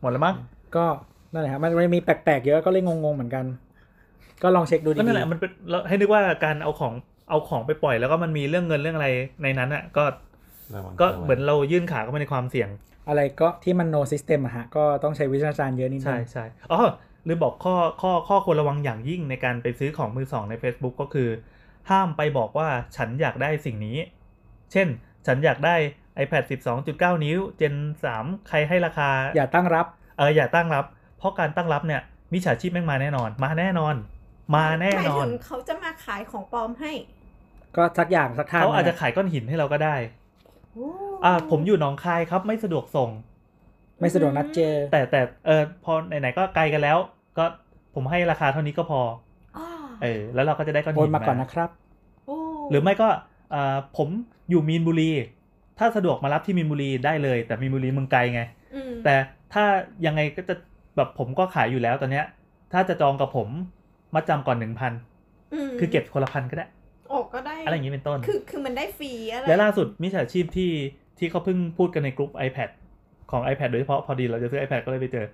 C: หมดแล้วมั้ง
B: ก็นั่นแหละครับมันมันมีแปลกๆเยอะก็เลยงงๆเหมือนกัน ก็ลองเช็คดูดี
C: ก็นั่นแหละมันเป็นเราให้นึกว่าการเอาของเอาของไปปล่อย แล้วก็มันมีเรื่องเงินเรื่องอะไรในนั้นอ่ะก็ก็เหมือนเรายื่นขาเข้าไปในความเสี่ยง
B: ๆอะไรก็ที่มัน no system อะฮะ ก็ต้องใช้วิชาจารย์เยอะนิดนึ
C: ใช่
B: ง
C: ใช่อ๋อลืมบอกข้อข้อข้อควรระวังอย่างยิ่งในการไปซื้อของมือสองใน Facebook ก็คือ ห้ามไปบอกว่าฉันอยากได้สิ่งนี้ เช่น ฉันอยากได้ iPad 12.9 นิ้ว Gen 3 ใครให้ราคา
B: อย่าตั้งรับ
C: เอออย่าตั้งรับ เพราะการตั้งรับเนี่ยมิจฉาชีพแม่งมาแน่นอน มาแน่นอน มาแน่
E: หมาย
C: นอ
E: ถึ
C: น
E: งเขาจะมาขายของปลอมให้
B: ก็สักอย่างสักทาง
C: เขาอาจจะขายก้อนหินให้เราก็ได้
E: โอ้
C: อ่าผมอยู่หนองคายครับไม่สะดวกส่ง
B: ไม่สะดวกนัดเจอ
C: แต่แต่เออพอไหนๆก็ไกลกันแล้ว ก็ผมให้ราคาเท่านี้ก็พอ
E: อ้อ
C: เออแล้วเราก็จะได้ก้อน
B: โอ
C: หิ
B: น
C: น
B: มาก่อนนะครับ
E: โอ้
C: หรือไม่ก็เอ่อผมอยู่มีนบุรี ถ้าสะดวกมารับที่มีนบุรีได้เลย แต่มีนบุรีเมืองไกลไง
E: อืม
C: แต่ถ้ายังไงก็จะแบบผมก็ขายอยู่แล้วตอนเนี้ย ถ้าจะจองกับผมมาจำก่อนหนึ่งพัน
E: ม
C: คือเก็บคนละพันก็ได้
E: โอ้ก็ได้
C: อะไรอย่างนี้เป็นต้น
E: คือคือมันได้ฟรีอะไร
C: และล่าสุดมิจฉาชีพที่ที่เขาเพิ่งพูดกันในกลุ่ม iPad ของ iPad โดยเฉพาะพอดีเราจะซื้อ iPad ก็เลยไปเจอ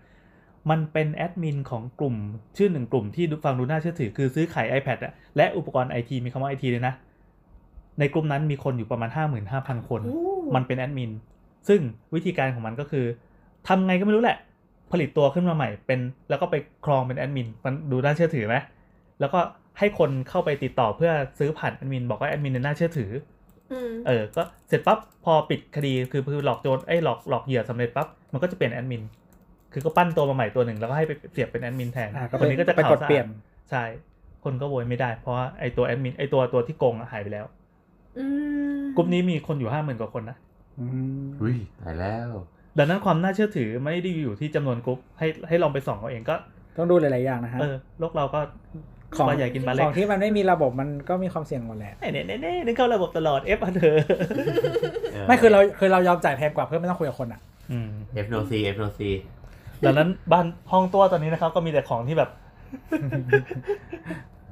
C: มันเป็นแอดมินของกลุ่ม ชื่อหนึ่งกลุ่มที่ดูฟังดูน่าเชื่อถือคือซื้อขาย iPad อะและอุปกรณ์ไอทีมีคำว่าไอทีเลยนะ ในกลุ่มนั้นมีคนอยู่ประมาณ 55,000 คน
E: โอ้
C: มันเป็นแอดมิน ซึ่งวิธีการของมันก็คือทำไงก็ไม่รู้แหละ ผลิตตัวขึ้นมาใหม่เป็นแล้วก็ไปครองเป็นแอดมิน มันดูน่าเชื่อถือไหมแล้วก็ให้คนเข้าไปติดต่อเพื่อซื้อผ่านแอดมินบอกว่าแอดมินเนี่ยน่าเชื่อถือ
E: อืม
C: เออ ก็เสร็จปั๊บพอปิดคดีคือคือหลอกโจรไอ้ยหลอกหลอกเหยื่อสำเร็จปั๊บมันก็จะเปลี่ยนแอดมิน คือก็ปั้นตัวมาใหม่ตัวหนึ่งแล้วก็ให้ไปเสียบเป็นแอดมินแทน
B: อ่าก็
C: คนนี้ก็จะ
B: ไปกด
C: ข่าวสาร
B: เปลี่ยน
C: ใช่ คนก็โวยไม่ได้เพราะว่าไอ้ตัวแอดมินไอ้ตัวตัวที่โกงอะหายไปแล้ว
E: อืม
C: กลุ่มนี้มีคนอยู่ห้าหมื่นกว่าคนนะ
B: อืม
D: อุ้ยตายแล้ว
C: ดังนั้นความน่าเชื่อถือไม่ได้อยู่ที่จำนวนกลุ่มให้ให้ลองไปส่องเอาเองก็
B: ต้องดูหลาย ๆ อย่างนะฮะ
C: เออโลกเราก็
B: ของ
C: ปลาใหญ่กินปลา
B: ข
C: เล็ก
B: องที่มันไม่มีระบบมันก็มีความเสี่ยงหมดแหละ
C: เน่เน่เน่นึกเข้าระบบตลอดเอฟอ่ะเธอ
B: ไม่คือเราคือเรายอมจ่ายแพงกว่าเพื่อไม่ต้องคุยกับคน อ่ะ
C: อืม
D: F no C F no C
C: ดังนั้นบ้านห้องตัวตอนนี้นะครับก็มีแต่ของที่แบบ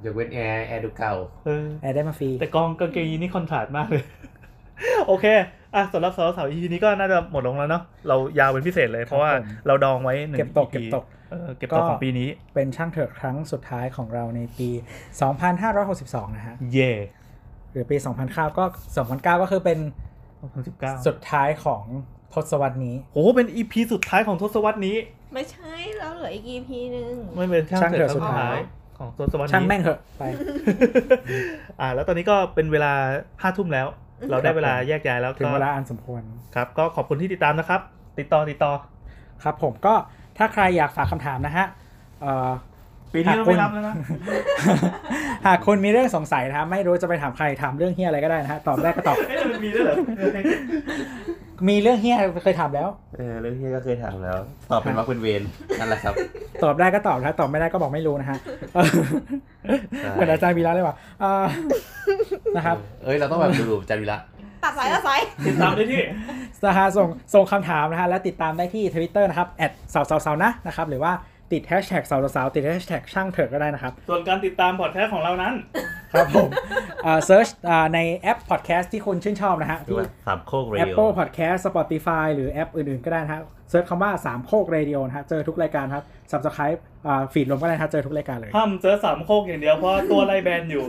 D: ยกเว้นแอร์แอร์ดูเก่า
C: เออ
B: แอร์ได้มาฟรี
C: แต่กองกางเกงยีนนี่คอนทราสต์มากเลย โอเค อ่ะสำหรับสาวสาว EP นี้ก็น่าจะหมดลงแล้วเนาะเรายาวเป็นพิเศษเลยเพราะว่า
B: ครับผม
C: เราดองไว้หนึ่ง
B: เก็บตก
C: EP
B: เก็บตก
C: เออเก็บตกของปีนี้
B: เป็นช่างเถอะครั้งสุดท้ายของเราในปี 2562 นะฮะ
C: เย่
B: หรือปี 2009 ก็ 2009 ก็คือเป็น
C: 2019
B: สุดท้ายของทศวรรษนี้
C: โอ้โหเป็น EP สุดท้ายของทศวรรษนี้
E: ไม่ใช่แล้วเหลืออีก EP หนึ่ง
C: ไม่เป็นช่าง
B: ช่าง
C: เถ
B: เถ
C: อะ
B: อะ
C: สุด
B: สุด
C: ท้า
B: ท้าย ย
C: ของทศวรรษนี้
B: ช่างแม่งเถอะไป
C: อ่ะแล้วตอนนี้ก็เป็นเวลาห้าทุ่มแล้ว เราได้เวลาแยกย้ายแล้ว
B: ถึง
C: ก็
B: เวลาอันสมควร
C: ครับ ก็ขอบคุณที่ติดตามนะครับ ติดต่อติดต่อ
B: ครับผมก็ถ้าใครอยากฝากคำถามนะฮะเอ่อ
C: ปีนี้เราไม่รับแล้วนะ
B: หากคุณมีเรื่องสงสัยนะครับไม่รู้จะไปถามใครถามเรื่องเฮียอะไรก็ได้นะฮะตอบได้ก็ตอบ
C: เอ๊ะมันมี ด้วยเหรอ
B: มีเรื่องเฮียเคยถามแล้ว
D: เออเรื่องที่ก็เคยถามแล้ว ตอบเป็นว่าเป็นเวนนั่นแหละครับ
B: ตอบได้ก็ตอบนะตอบไม่ได้ก็บอกไม่รู้นะฮะเออ
D: ใช่
B: เหมือนอาจารย์วีระเลยว่ะเอ่อ นะครับ
D: เอ้ย เราต้องแบบดูๆจันวิระ
E: ตัดสายตัดสาย
C: ติดตามได้ที่
B: สหาส่งส่งคำถามนะฮะและติดตามได้ที่ทวิตเตอร์นะครับแอดสาวสาวสาวนะนะครับหรือว่าติดแฮชแท็กสาวสาวติดแฮชแท็กช่างเถอะก็ได้นะครับ
C: ส่วนการติดตามพอดแคสต์ของเรานั้น
B: ครับผมเซิร์ชในแอปพอดแคสต์ที่คุณชื่นชอบนะฮะ
D: คือ
B: ที่
D: ว่าสามโคกเรดิโอ
B: Apple Podcast Spotify หรือแอปอื่นๆ ก็ได้นะฮะเซิร์ชคำว่าสามโคกเรดิโอนะฮะเจอทุกรายการครับ Subscribe ฟีดรวมก็ได้นะฮะเจอทุกรายการเลย
C: ห้ามเจอสามโคกอย่างเดียวเพราะตัวไล่แบนอยู่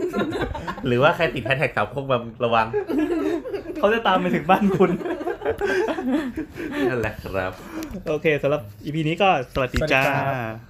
D: หรือว่าใครติดแฮชแท็กสามโคกแบบระวัง
C: เขาจะตามไปถึงบ้านคุณ
D: นั่นแหละครับ
C: โอเคสำหรับอีพีนี้ก็สวัสดี
B: สวัสดี
C: จ้
B: ครับ
C: า